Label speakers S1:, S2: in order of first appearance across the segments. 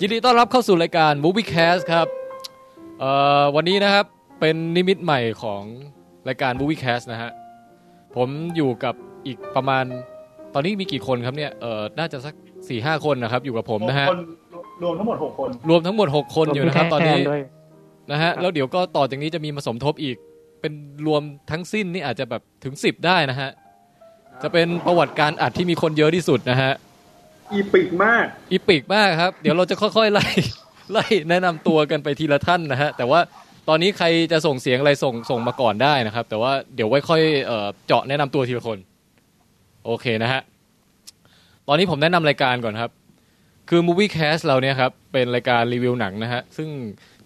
S1: ยินดีต้อนรับเข้าสู่รายการ Movie Cast ครับเอ่อวันนี้นะครับเป็นนิมิตใหม่ของรายการ Movie Cast นะฮะ ผมอยู่กับอีกประมาณตอนนี้มีกี่คนครับเนี่ยเอ่อน่าจะสัก4ี่ห้าคนนะครับ อยู่กับผมนะฮะ
S2: คนรวมทั้งหมดหกคน
S1: รวมทั้งหมด 6 คนอยู่นะครับตอนนี้
S3: แด้วย
S1: นะฮะแล้วเดี๋ยวก็ต่อจากนี้จะมีมาสมทบอีก เป็นรวมทั้งสิ้นนี่อาจจะแบบถึง 10 ได้นะฮะ จะเป็นประวัติการอัดที่มีคนเยอะที่สุดนะฮะ
S2: อีปิกมาก
S1: อีปิกมากครับ เดี๋ยวเราจะค่อยๆ ไล่ ไล่แนะนำตัวกันไปทีละท่านนะฮะ แต่ว่าตอนนี้ใครจะส่งเสียงอะไรส่งส่งมาก่อนได้นะครับ แต่ว่าเดี๋ยวไว้ค่อยเอ่อเจาะแนะนำตัวทีละคน โอเคนะฮะ ตอนนี้ผมแนะนำรายการก่อนครับ คือ Movie Cast เราเนี่ยครับ เป็นรายการรีวิวหนังนะฮะ ซึ่ง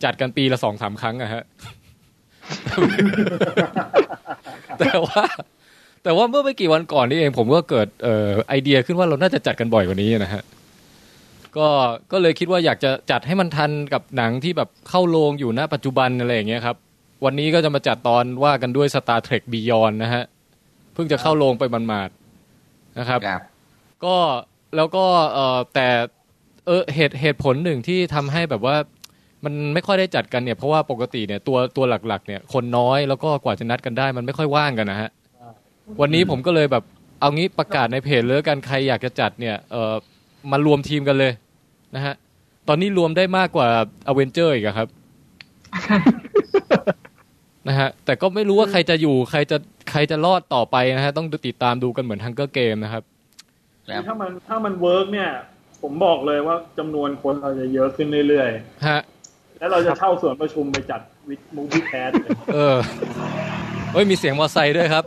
S1: จัดกันปีละสองสามครั้งอะฮ ะ แต่ว่า แต่ว่าเมื่อไม่กี่วันก่อนนี่เองผมก็เกิดเอ่อไอเดียขึ้นว่าเราน่าจะจัดกันบ่อยกว่านี้นะฮะ ก็ก็เลยคิดว่าอยากจะจัดให้มันทันกับหนังที่แบบเข้าโรงอยู่ณปัจจุบันอะไรอย่างเงี้ยครับ วันนี้ก็จะมาจัดตอนว่ากันด้วย Star Trek Beyond นะฮะ เพิ่งจะเข้าโรงไปมันมาดๆนะครับ
S4: ครับ
S1: ก็แล้วก็เออแต่เออเหตุเหตุผลหนึ่งที่ทำให้แบบว่ามันไม่ค่อยได้จัดกันเนี่ยเพราะว่าปกติเนี่ยตัวตัวหลักๆ เนี่ยคนน้อยแล้วก็กว่าจะนัดกันได้ มันไม่ค่อยว่างกันนะฮะวันนี้ผมก็เลยแบบเอางี้ประกาศในเพจเลยละกันใครอยากจะจัดเนี่ยเออมารวมทีมกันเลยนะฮะตอนนี้รวมได้มากกว่าอเวนเจอร์อีกอะครับ นะฮะแต่ก็ไม่รู้ว่าใครจะอยู่ใครจะใครจะรอดต่อไปนะฮะต้องติดตามดูกันเหมือนฮังเกอร์เกมนะครับ
S4: ครับ
S2: ถ้ามันถ้ามันเวิร์กเนี่ย ผมบอกเลยว่าจำนวนคนเราจะเยอะขึ้นเรื่อย
S1: ฮะ
S2: ๆ แล้วเราจะเช่าส่วนประชุมไปจัดวิดมูฟี่แคส
S1: เออเฮ้ยมีเสียงมอไซค์ด้วยครับ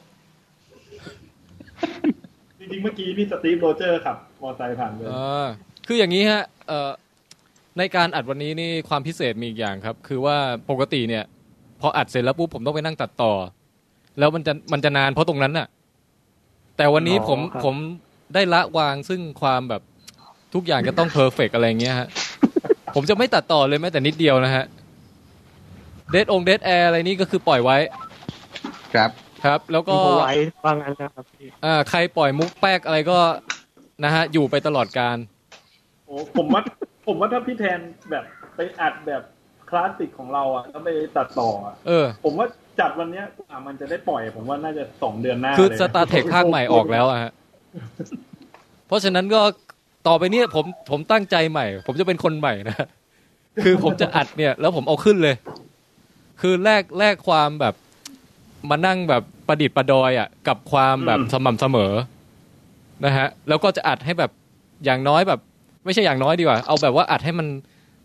S2: จริงๆ เมื่อกี้พี่สตีฟโรเจอร์ขับ มอเตอร์ไซค์ผ่านเลย
S1: เออ คืออย่างนี้ฮะ เออในการอัดวันนี้นี่ความพิเศษมีอีกอย่างครับ คือว่าปกติเนี่ย พออัดเสร็จแล้วปุ๊บผมต้องไปนั่งตัดต่อ แล้วมันจะมันจะนานเพราะตรงนั้นน่ะ แต่วันนี้
S3: อ๋อ
S1: ผม
S3: ครับ
S1: ผมได้ละวางซึ่งความแบบทุกอย่างจะต้องเพอร์เฟกอะไรอย่างเงี้ยฮะ ผมจะไม่ตัดต่อเลยแม้แต่นิดเดียวนะฮะเดทองเดทแอร์อะไรนี่ก็คือปล่อยไว้
S4: ครับ
S1: ครับ แล้วก็
S3: มีเอาไว้บางอันนะครับพี่
S1: อ่าใครปล่อยมุกแป๊กอะไรก็นะฮะ อยู่ไปตลอดการ
S2: โอ้ผมว่าผมว่าถ้าพี่แทนแบบไปอัดแบบคลาสสิกของเราอ่ะแล้วไปตัดต่ออะ
S1: เออ
S2: ผมว่าจัดวันเนี้ยกว่ามันจะได้ปล่อย ผมว่าน่าจะสองเดือนหน้า
S1: คือ
S2: ลย
S1: สตา ร์เทคภาคใหม่ออกแล้วอะฮะ เพราะฉะนั้นก็ต่อไปเนี่ยผมผมตั้งใจใหม่ ผมจะเป็นคนใหม่นะ คือผมจะอัดเนี่ย แล้วผมเอาขึ้นเลย คือแลกแลกความแบบมานั่งแบบประดิษฐ์ประดอยอะกับความแบบสม่ำเสมอนะฮะ แล้วก็จะอัดให้แบบอย่างน้อยแบบ ไม่ใช่อย่างน้อยดีกว่า เอาแบบว่าอัดให้มัน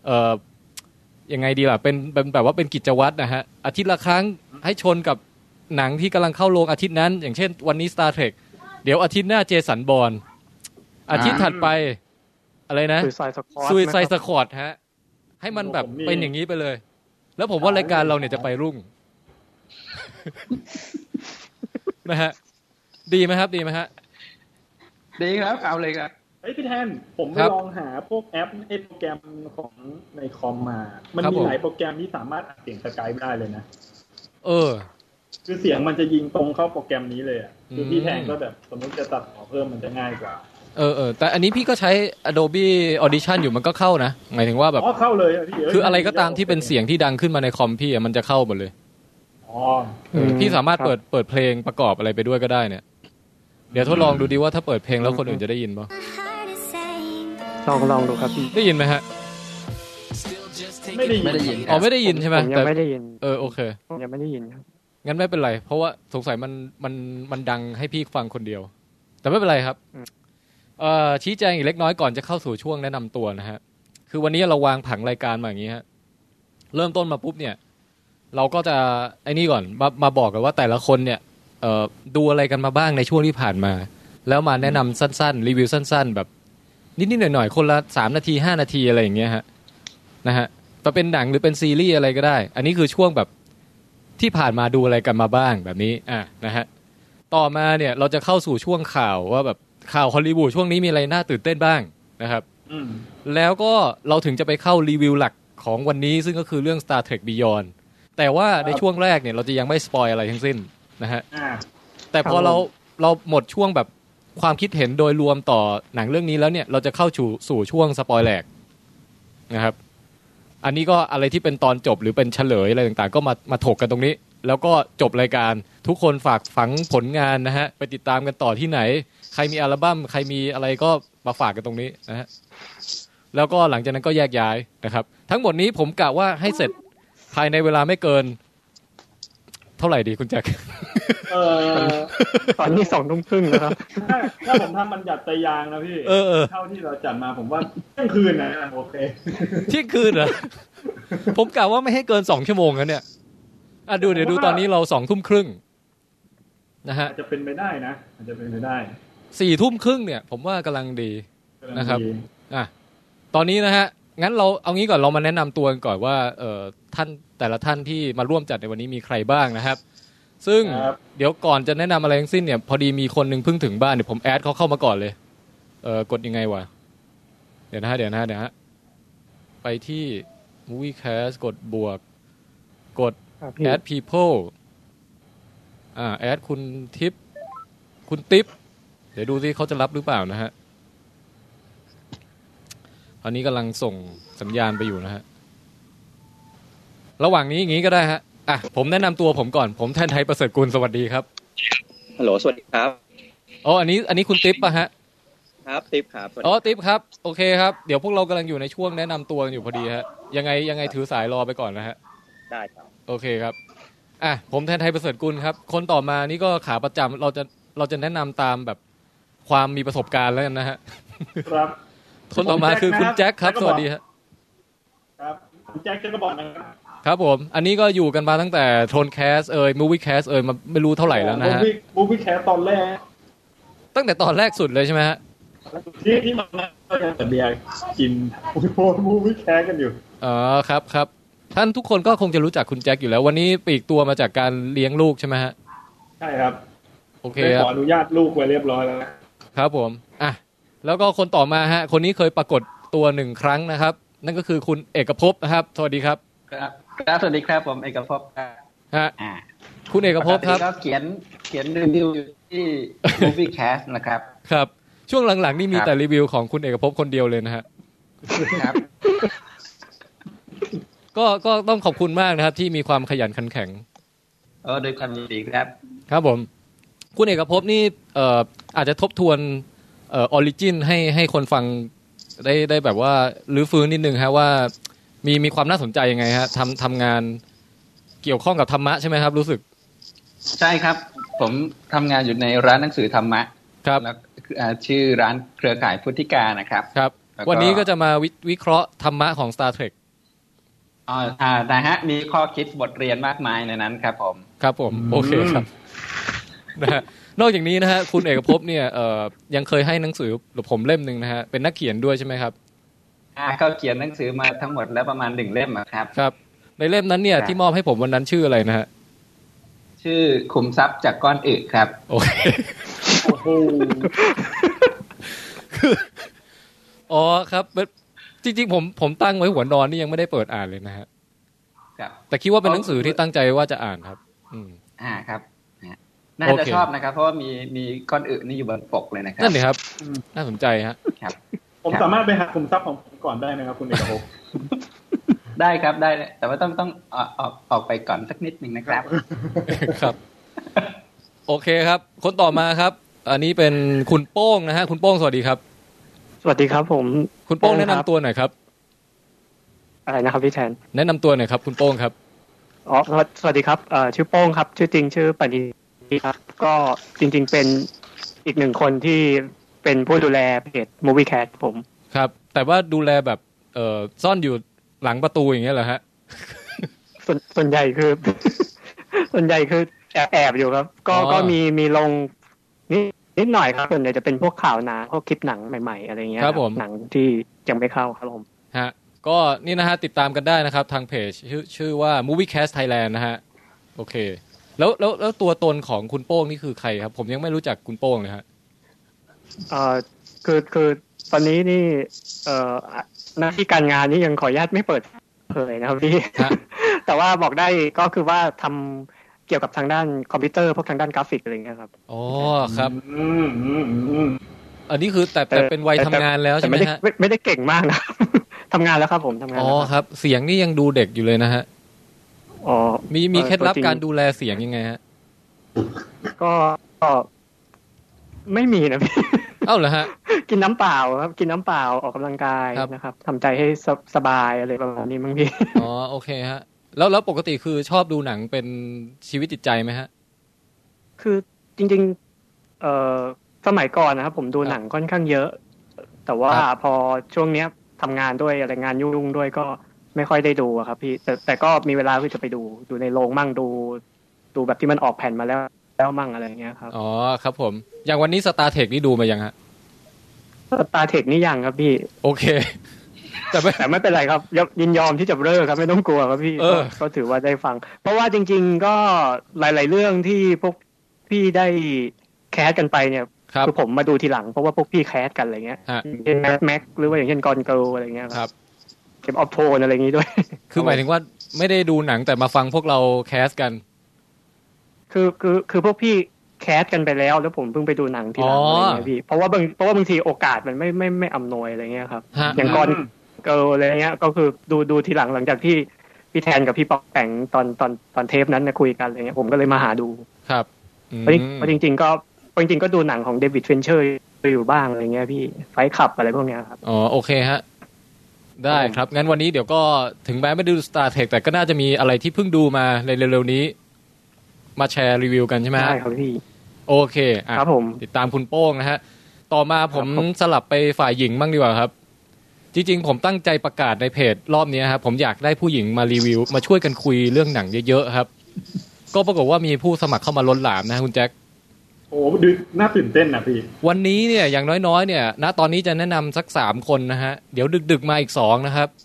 S1: เอ่อยังไงดีล่ะเป็นเป็นแบบว่าเป็นกิจวัตรนะฮะ อาทิตย์ละครั้งให้ชนกับหนังที่กำลังเข้าโรงอาทิตย์นั้น อย่างเช่นวันนี้ Star Trek เดี๋ยวอาทิตย์หน้าเจสันบอลอาทิตย์ถัดไป อะไรนะ
S3: สุยไซสคอร์
S1: ซุยไซสคอดฮะ ให้มันแบบเป็นอย่างนี้ไปเลย แล้วผมว่ารายการเราเนี่ยจะไป รุ่ง นะฮะ ดีไหมครับดีไหมฮะ
S4: ดีครับเอาเลยครับ
S2: เฮ้ยพี่แทน ผมไป
S1: ครับ
S2: ลองหาพวกแอปไอโปรแกรมของในคอมมา มัน
S1: ครับ
S2: มี
S1: ผม
S2: หลายโปรแกรมที่สามารถอัดเสียงสกายได้เลยนะ
S1: เออ
S2: คือเสียงมันจะยิงตรงเข้าโปรแกรมนี้เลยอ่ะ คือ
S1: ม
S2: พี่แทนก็แบบสมมติจะตัดต่อเพิ่มมันจะง่ายกว่า
S1: เออเออแต่อันนี้พี่ก็ใช้ Adobe Audition อยู่มันก็เข้านะหมายถึงว่าแบบ
S2: อ๋อเข้าเลยอะพี่เย
S1: คืออะไรก็ตามที่เป็นเสียงที่ดังขึ้นมาในคอมพี่อะมันจะเข้าหมดเลย
S2: อ๋อ
S1: เออพี่สามารถเปิดเปิดเพลงประกอบอะไรไปด้วยก็ได้เนี่ย เดี๋ยวทดลองดูดีว่าถ้าเปิดเพลงแล้วคนอื่นจะได้ยินป่ะ
S5: My heart is saying
S3: ลองลองดูครับพี่
S1: ได้ยินไหมฮะ
S2: ไม่ได้ยิน
S4: ไม่ได้ยินค
S1: อ๋
S4: รั
S1: อบ ไม่ได้ยินใช่ไหม
S3: ผมยัง
S1: แต่
S3: ไม่ได้ยิน
S1: เออโอเค
S3: ผมยังไม่ได้ยินครับ
S1: งั้นไม่เป็นไร เพราะว่าสงสัยมันมันมันดังให้พี่ฟังคนเดียว แต่ไม่เป็นไรครับเอ่อชี้แจงอีกเล็กน้อยก่อนจะเข้าสู่ช่วงแนะนำตัวนะฮะ คือวันนี้เราวางผังรายการมาอย่างนี้ฮะ เริ่มต้นมาปุ๊บเนี่ย เราก็จะไอ้นี่ก่อนมามาบอกกันว่าแต่ละคนเนี่ยเอ่อดูอะไรกันมาบ้างในช่วงที่ผ่านมา แล้วมาแนะนำสั้นๆ รีวิวสั้น ๆ แบบนิดๆหน่อยๆคนละสามนาทีห้านาทีอะไรอย่างเงี้ยฮะนะฮะจะเป็นหนังหรือเป็นซีรีส์อะไรก็ได้ อันนี้คือช่วงแบบ ที่ผ่านมาดูอะไรกันมาบ้างแบบนี้ อ่ะนะฮะ ต่อมาเนี่ยเราจะเข้าสู่ช่วงข่าวว่าแบบข่าวฮอลลีวูดช่วงนี้มีอะไรน่าตื่นเต้นบ้างนะครับ
S2: อืม
S1: แล้วก็เราถึงจะไปเข้ารีวิวหลักของวันนี้ซึ่งก็คือเรื่อง Star Trek Beyond แต่ว่าในช่วงแรกเนี่ยเราจะยังไม่สปอยอะไรทั้งสิ้นนะฮะ
S2: อ่า
S1: แต่พอ
S3: ครับผม
S1: เราเราหมดช่วงแบบความคิดเห็นโดยรวมต่อหนังเรื่องนี้แล้วเนี่ยเราจะเข้าสู่สู่ช่วงสปอยแหลกนะครับ อันนี้ก็อะไรที่เป็นตอนจบหรือเป็นเฉลยอะไรต่างๆ ก็มามาถกกันตรงนี้ แล้วก็จบรายการทุกคนฝากฝังผลงานนะฮะ ไปติดตามกันต่อที่ไหน ใครมีอัลบั้มใครมีอะไรก็มาฝากกันตรงนี้นะฮะแล้วก็หลังจากนั้นก็แยกย้ายนะครับ ทั้งหมดนี้ผมกะว่าให้เสร็จภายในเวลาไม่เกิน เท่าไหร่ดีคุณแจ็ค
S2: เออ
S3: ตอนนี้สองทุ่มครึ่งนะครับ
S2: ถ้าถ้าผมทำมันจัดตายางนะพี่
S1: เออเออ
S2: เท่าที่เราจัดมาผมว่าเที่ยงคืนนะโอเค
S1: เที่ยงคืนเหรอ ผมกะว่าไม่ให้เกินสองชั่วโมงนะเนี่ยอ่ะดูเดี๋ยวดูตอนนี้เราสองทุ่มครึ่งนะฮะ
S2: อาจจะเป็นไปได้นะอาจจะเป็นไปได้
S1: สี่ทุ่มครึ่งเนี่ย ผมว่ากำลังดี
S2: กำลังดี
S1: นะครับ อ่ะตอนนี้นะฮะ งั้นเราเอางี้ก่อนเรามาแนะนำตัวกันก่อนว่าเอ่อท่านแต่ละท่านที่มาร่วมจัดในวันนี้มีใครบ้างนะครับ ซึ่ง
S2: ครับ
S1: เดี๋ยวก่อนจะแนะนำอะไรทั้งสิ้นเนี่ย พอดีมีคนหนึ่งเพิ่งถึงบ้านเดี๋ยวผมแอดเขาเข้ามาก่อนเลยเออกดยังไงวะเดี๋ยวนะฮะเดี๋ยวนะฮะเดี๋ยวนะฮะไปที่ movie cast กดบวก กด
S3: ครับพี่
S1: add people อ่า add คุณทิป คุณติ๊บ เดี๋ยวดูซิเขาจะรับหรือเปล่านะฮะ ตอนนี้กำลังส่งสัญญาณไปอยู่นะฮะ ระหว่างนี้อย่างนี้ก็ได้ฮะ อ่ะ ผมแนะนำตัวผมก่อน ผมแทนไทยประเสริฐกุลสวัสดีครับ
S5: ฮัลโหล สวัสดีครับ
S1: อ๋อ อันนี้อันนี้คุณติ๊บป่ะฮะ
S5: ครับ ติ๊บครับสวัสดี
S1: อ๋อ ติ๊บครับ โอเคครับ เดี๋ยวพวกเรากำลังอยู่ในช่วงแนะนำตัวกันอยู่พอดีฮะ ยังไงยังไงถือสายรอไปก่อนนะฮะ
S5: ได้ครับ
S1: โอเคครับ อ่ะ ผมแทนไทยประเสริฐกุลครับ คนต่อมานี่ก็ขาประจำเราจะ เราจะแนะนำตามแบบความมีประสบการณ์แล้วกันนะฮะ
S2: ครับ
S1: คนต่อมาคือคุณแจ็คครับ สวัสดีฮะ
S2: ครับคุณแจ็คจะก็บอกนะครับ
S1: ครับผม อันนี้ก็อยู่กันมาตั้งแต่โทนแคสเอ่ยมูวี่แคสเอ่ยมาไม่รู้เท่าไหร่แล้วนะฮะ
S2: บูฟี่แคสตอนแรก
S1: ตั้งแต่ตอนแรกสุดเลยใช่ไหมฮะ
S2: ที่ที่มันก็ยังแต่เบียร์กินบูฟี่แคสกันอยู่
S1: อ๋อครับครับ ท่านทุกคนก็คงจะรู้จักคุณแจ็คอยู่แล้ว วันนี้ปลีกตัวมาจากการเลี้ยงลูกใช่ไหมฮะ
S2: ใช่ครับ
S1: โอเค
S2: ได้
S1: ค
S2: ข
S1: รับ
S2: ออนุญาตลูกไว้เรียบร้อยแล้วนะครับ
S1: ผม อ่ะ แล้วก็คนต่อมาฮะ คนนี้เคยปรากฏตัวหนึ่งครั้งนะครับ นั่นก็คือคุณเอกภพนะครับ สวัสดีครับ
S4: ครับครับสวัสดีครับผมเอกภพครับ
S1: ฮะ
S4: อ่า
S1: คุณเอกภพครับ
S4: ปกติก็เขียนเขียนรีวิวอยู่ที่ Movie Cast นะครับ
S1: ครับ ช่วงหลังๆ นี่มี
S4: ครับ
S1: แต่รีวิวของคุณเอกภพคนเดียวเลยนะฮะ
S4: ครับ
S1: ก็ ก็ต้องขอบคุณมากนะครับ ที่มีความขยันขันแข็ง
S4: เออโดวยความยินดีครับ
S1: ครับผม คุณเอกภพนี่เอ่ออาจจะทบทวนเออริจินให้ให้คนฟังได้ได้แบบว่ารื้อฟื้นนิดนึงฮะว่ามีมีความน่าสนใจยังไงฮะทำทำงานเกี่ยวข้องกับธรรมะใช่ไหมครับ รู้สึก
S4: ใช่ครับ ผมทำงานอยู่ในร้านหนังสือธรรมะ
S1: ครับ
S4: แล้วเอ่อชื่อร้านเครือข่ายพุทธิกานะครับ
S1: ครับ
S4: แล้วก็
S1: วันนี้ก็จะมาวิวิเคราะห์ธรรมะของ Star Trek
S4: อ่าอ่านะฮะ มีข้อคิดบทเรียนมากมายในนั้นครับผม
S1: ครับผม โอเคครับนะฮะนอกจากนี้นะฮะคุณเอกภพเนี่ยเอ่อยังเคยให้หนังสือผมเล่มหนึ่งนะฮะเป็นนักเขียนด้วยใช่ไหมครับ
S4: อ่าเขาเขียนหนังสือมาทั้งหมดแล้วประมาณหนึ่งเล่มอะครับ
S1: ครับ ในเล่มนั้นเนี่ย
S4: ครับ
S1: ที่มอบให้ผมวันนั้นชื่ออะไรนะฮะ
S4: ชื่อขุมทรัพย์จากก้อนอึครับ
S1: โอเค
S2: โอ้โห
S1: อ๋อครับเอ่อจริงๆผมผมตั้งไว้หัวนอนนี่ยังไม่ได้เปิดอ่านเลยนะฮะ
S4: ครับ
S1: แต่คิดว่าเป็นหนังสือที่ตั้งใจว่าจะอ่านครับ อืม
S4: อ่าครับนะน่า
S1: โอ
S4: จะ
S1: เค
S4: ชอบนะครับ เพราะว่ามีมีก้อนอึนี่อยู่บนปกเลยนะครับ
S1: นั่นเลยครับ น่าสนใจฮะ
S4: ครับ
S2: ผมสามารถไปหาคุมทรัพย์ของผมก่อนได้ไหมครับคุณเอกภพ
S4: ได้ครับได้เลยแต่ว่าต้องต้องออกออกออกไปก่อนสักนิดหนึ่งนะครับ
S1: ครับ โอเคครับ คนต่อมาครับ อันนี้เป็นคุณโป้งนะฮะคุณโป้งสวัสดีครับ
S3: สวัสดีครับผม
S1: คุณโป้ง
S3: โป้งครับ
S1: แนะนำตัวหน่อยครับ
S3: อะไรนะครับพี่แทน
S1: แนะนำตัวหน่อยครับ คุณโป้งครับ
S3: อ๋อ สวัสดีครับเอ่อชื่อโป้งครับ ชื่อจริงชื่อปณิดีครับ ก็จริง ๆ เป็นอีกหนึ่งคนที่เป็นผู้ดูแลเพจ Movie Cat ผม
S1: ครับ แต่ว่าดูแลแบบเอ่อซ่อนอยู่หลังประตูอย่างเงี้ยเหรอฮะ
S3: ส่วนส่วนใหญ่คือ ส่วนใหญ่คือแอบแอบอยู่ครับ ก็
S1: อ๋อ
S3: ก็มีมีลงนิดนิดหน่อยครับส่วนใหญ่จะเป็นพวกข่าวหนังพวกคลิปหนังใหม่ ๆ อะไรเงี้ยหนังที่ยังไม่เข้าครับผม
S1: ฮะก็นี่นะฮะ ติดตามกันได้นะครับ ทางเพจชื่อชื่อว่า Movie Cast Thailand นะฮะ โอเค แล้วแล้วแล้วตัวตนของคุณโป้งนี่คือใครครับ ผมยังไม่รู้จักคุณโป้งเลยฮะ
S3: เอ่อคือคือตอนนี้นี่ เอ่อหน้าที่การงานนี่ ยังขออนุญาตไม่เปิดเผยนะครับพี่
S1: ฮะ
S3: แต่ว่าบอกได้ก็คือว่าทำ เกี่ยวกับทางด้านคอมพิวเตอร์พวกทางด้านกราฟิกอะไรเงี้ยครับ
S1: อ๋อครับ
S2: อืมอืมอืม
S1: อันนี้คือแต่แต่
S3: แต่
S1: เป็นวัยทำงานแล้ว
S3: แต่
S1: ใช่ไหม
S3: ไม่ได้
S1: ฮะ
S3: ไม่ไม่ได้เก่งมากนะ ทำงานแล้วครับผมทำงาน
S1: อ๋อ
S3: แล้ว
S1: ค
S3: ครับ
S1: รับ เสียงนี่ยังดูเด็กอยู่เลยนะฮะ
S3: อ๋อ
S1: มีมี
S3: เออ
S1: เคล็ดลับ
S3: ตัวจริง
S1: การดูแลเสียงยังไงฮะ
S3: ก็ก็ไม่มีนะพี่
S1: เอ้าเหรอฮะ
S3: กินน้ำเปล่าครับ กินน้ำเปล่าออกกำลังกาย
S1: ครับ
S3: นะครับทำใจให้สบสบายอะไรประมาณนี้บางที
S1: อ๋อโอเคฮะ แล้วแล้วปกติคือชอบดูหนังเป็นชีวิตจิตใจไหมฮะ
S3: คือจริงๆ เอ่อสมัยก่อนนะครับผมดู
S1: ครับ
S3: หนังค่อนข้างเยอะ แต่ว่า
S1: ครับ
S3: พอช่วงเนี้ยทำงานด้วยอะไรงานยุ่งๆด้วยก็ไม่ค่อยได้ดูอะครับพี่แต่แต่ก็มีเวลาที่จะไปดู ดูในโรงมั่งดู ดูแบบที่มันออกแผ่นมาแล้ว แล้วมั่งอะไรอย่างเงี้ยครับ
S1: อ๋อครับผม อย่างวันนี้สตาร์เทคนี่ดูมายังฮะ
S3: ตาเทคนี่ยังครับพี่
S1: โอเค แต่ไม่
S3: แต่ไม่เป็นไรครับยยินยอมที่จะเลิกครับไม่ต้องกลัวครับพี่
S1: เออ
S3: ก็ก็ถือว่าได้ฟัง เพราะว่าจริง ๆ ก็หลาย ๆ เรื่องที่พวกพี่ได้แคสกันไปเนี่ย
S1: ครับ
S3: คือผมมาดูทีหลังเพราะว่าพวกพี่แคสกันอะไรเงี้ย
S1: ฮะ
S3: อย่างเช่นแม็กแม็กหรือว่าอย่างเช่นกอนเกิลอะไรเงี้ย
S1: ครับ
S3: เก็บออฟโทนอะไรอย่างงี้ด้วย
S1: คือหมายถึงว่าไม่ได้ดูหนังแต่มาฟังพวกเราแคสกัน
S3: คือคือคือพวกพี่แคสกันไปแล้ว แล้วผมเพิ่งไปดูหนังทีหลัง
S1: อ๋ออ
S3: อะไรเงี้ยพี่เพราะว่าบางเพราะว่าบางทีโอกาสมันไม่ไม่ไม่อำนวยอะไรเงี้ยครับ
S1: ฮะ
S3: อย่างกอนเกิลอะไรเงี้ย ก็คือดูดูทีหลังหลังจากที่พี่แทนกับพี่ป๊อกแต่งตอนตอนตอนเทปนั้นนะคุยกันอะไรเงี้ยผมก็เลยมาหาดู
S1: ครับอืม
S3: เพราะจริงเพราะจริง ๆ ก็เพราะจริงๆก็ดูหนังของเดวิดเฟนเชอร์อยู่บ้างอะไรเงี้ยพี่ไฟขับอะไรพวกเนี้ยครับ
S1: อ๋อโอเคฮะ ได้ครับ งั้นวันนี้เดี๋ยวก็ถึงแม้ไม่ได้ดู Star Trek แต่ก็น่าจะมีอะไรที่เพิ่งดูมาในเร็วๆนี้ มาแชร์รีวิวกันใช่ไหมฮะ
S3: ได้ครับพี่
S1: โอเคอ่ะ
S3: ครับผม
S1: ติดตามคุณโป้งนะฮะ ต่อมาผม
S3: ครับผม
S1: สลับไปฝ่ายหญิงบ้างดีกว่าครับ จริงๆ ผมตั้งใจประกาศในเพจรอบเนี้ยครับผมอยากได้ผู้หญิงมารีวิว มาช่วยกันคุยเรื่องหนังเยอะๆครับ ก็ปรากฏว่ามีผู้สมัครเข้ามาล้นหลามนะฮะคุณแจ็ค
S2: โอ้ดูน่าตื่นเต้นนะพี่
S1: วันนี้เนี่ยอย่างน้อยๆ เนี่ย ณตอนนี้จะแนะนำสักสามคนนะฮะ เดี๋ยวดึกๆมาอีกสองนะครับ แ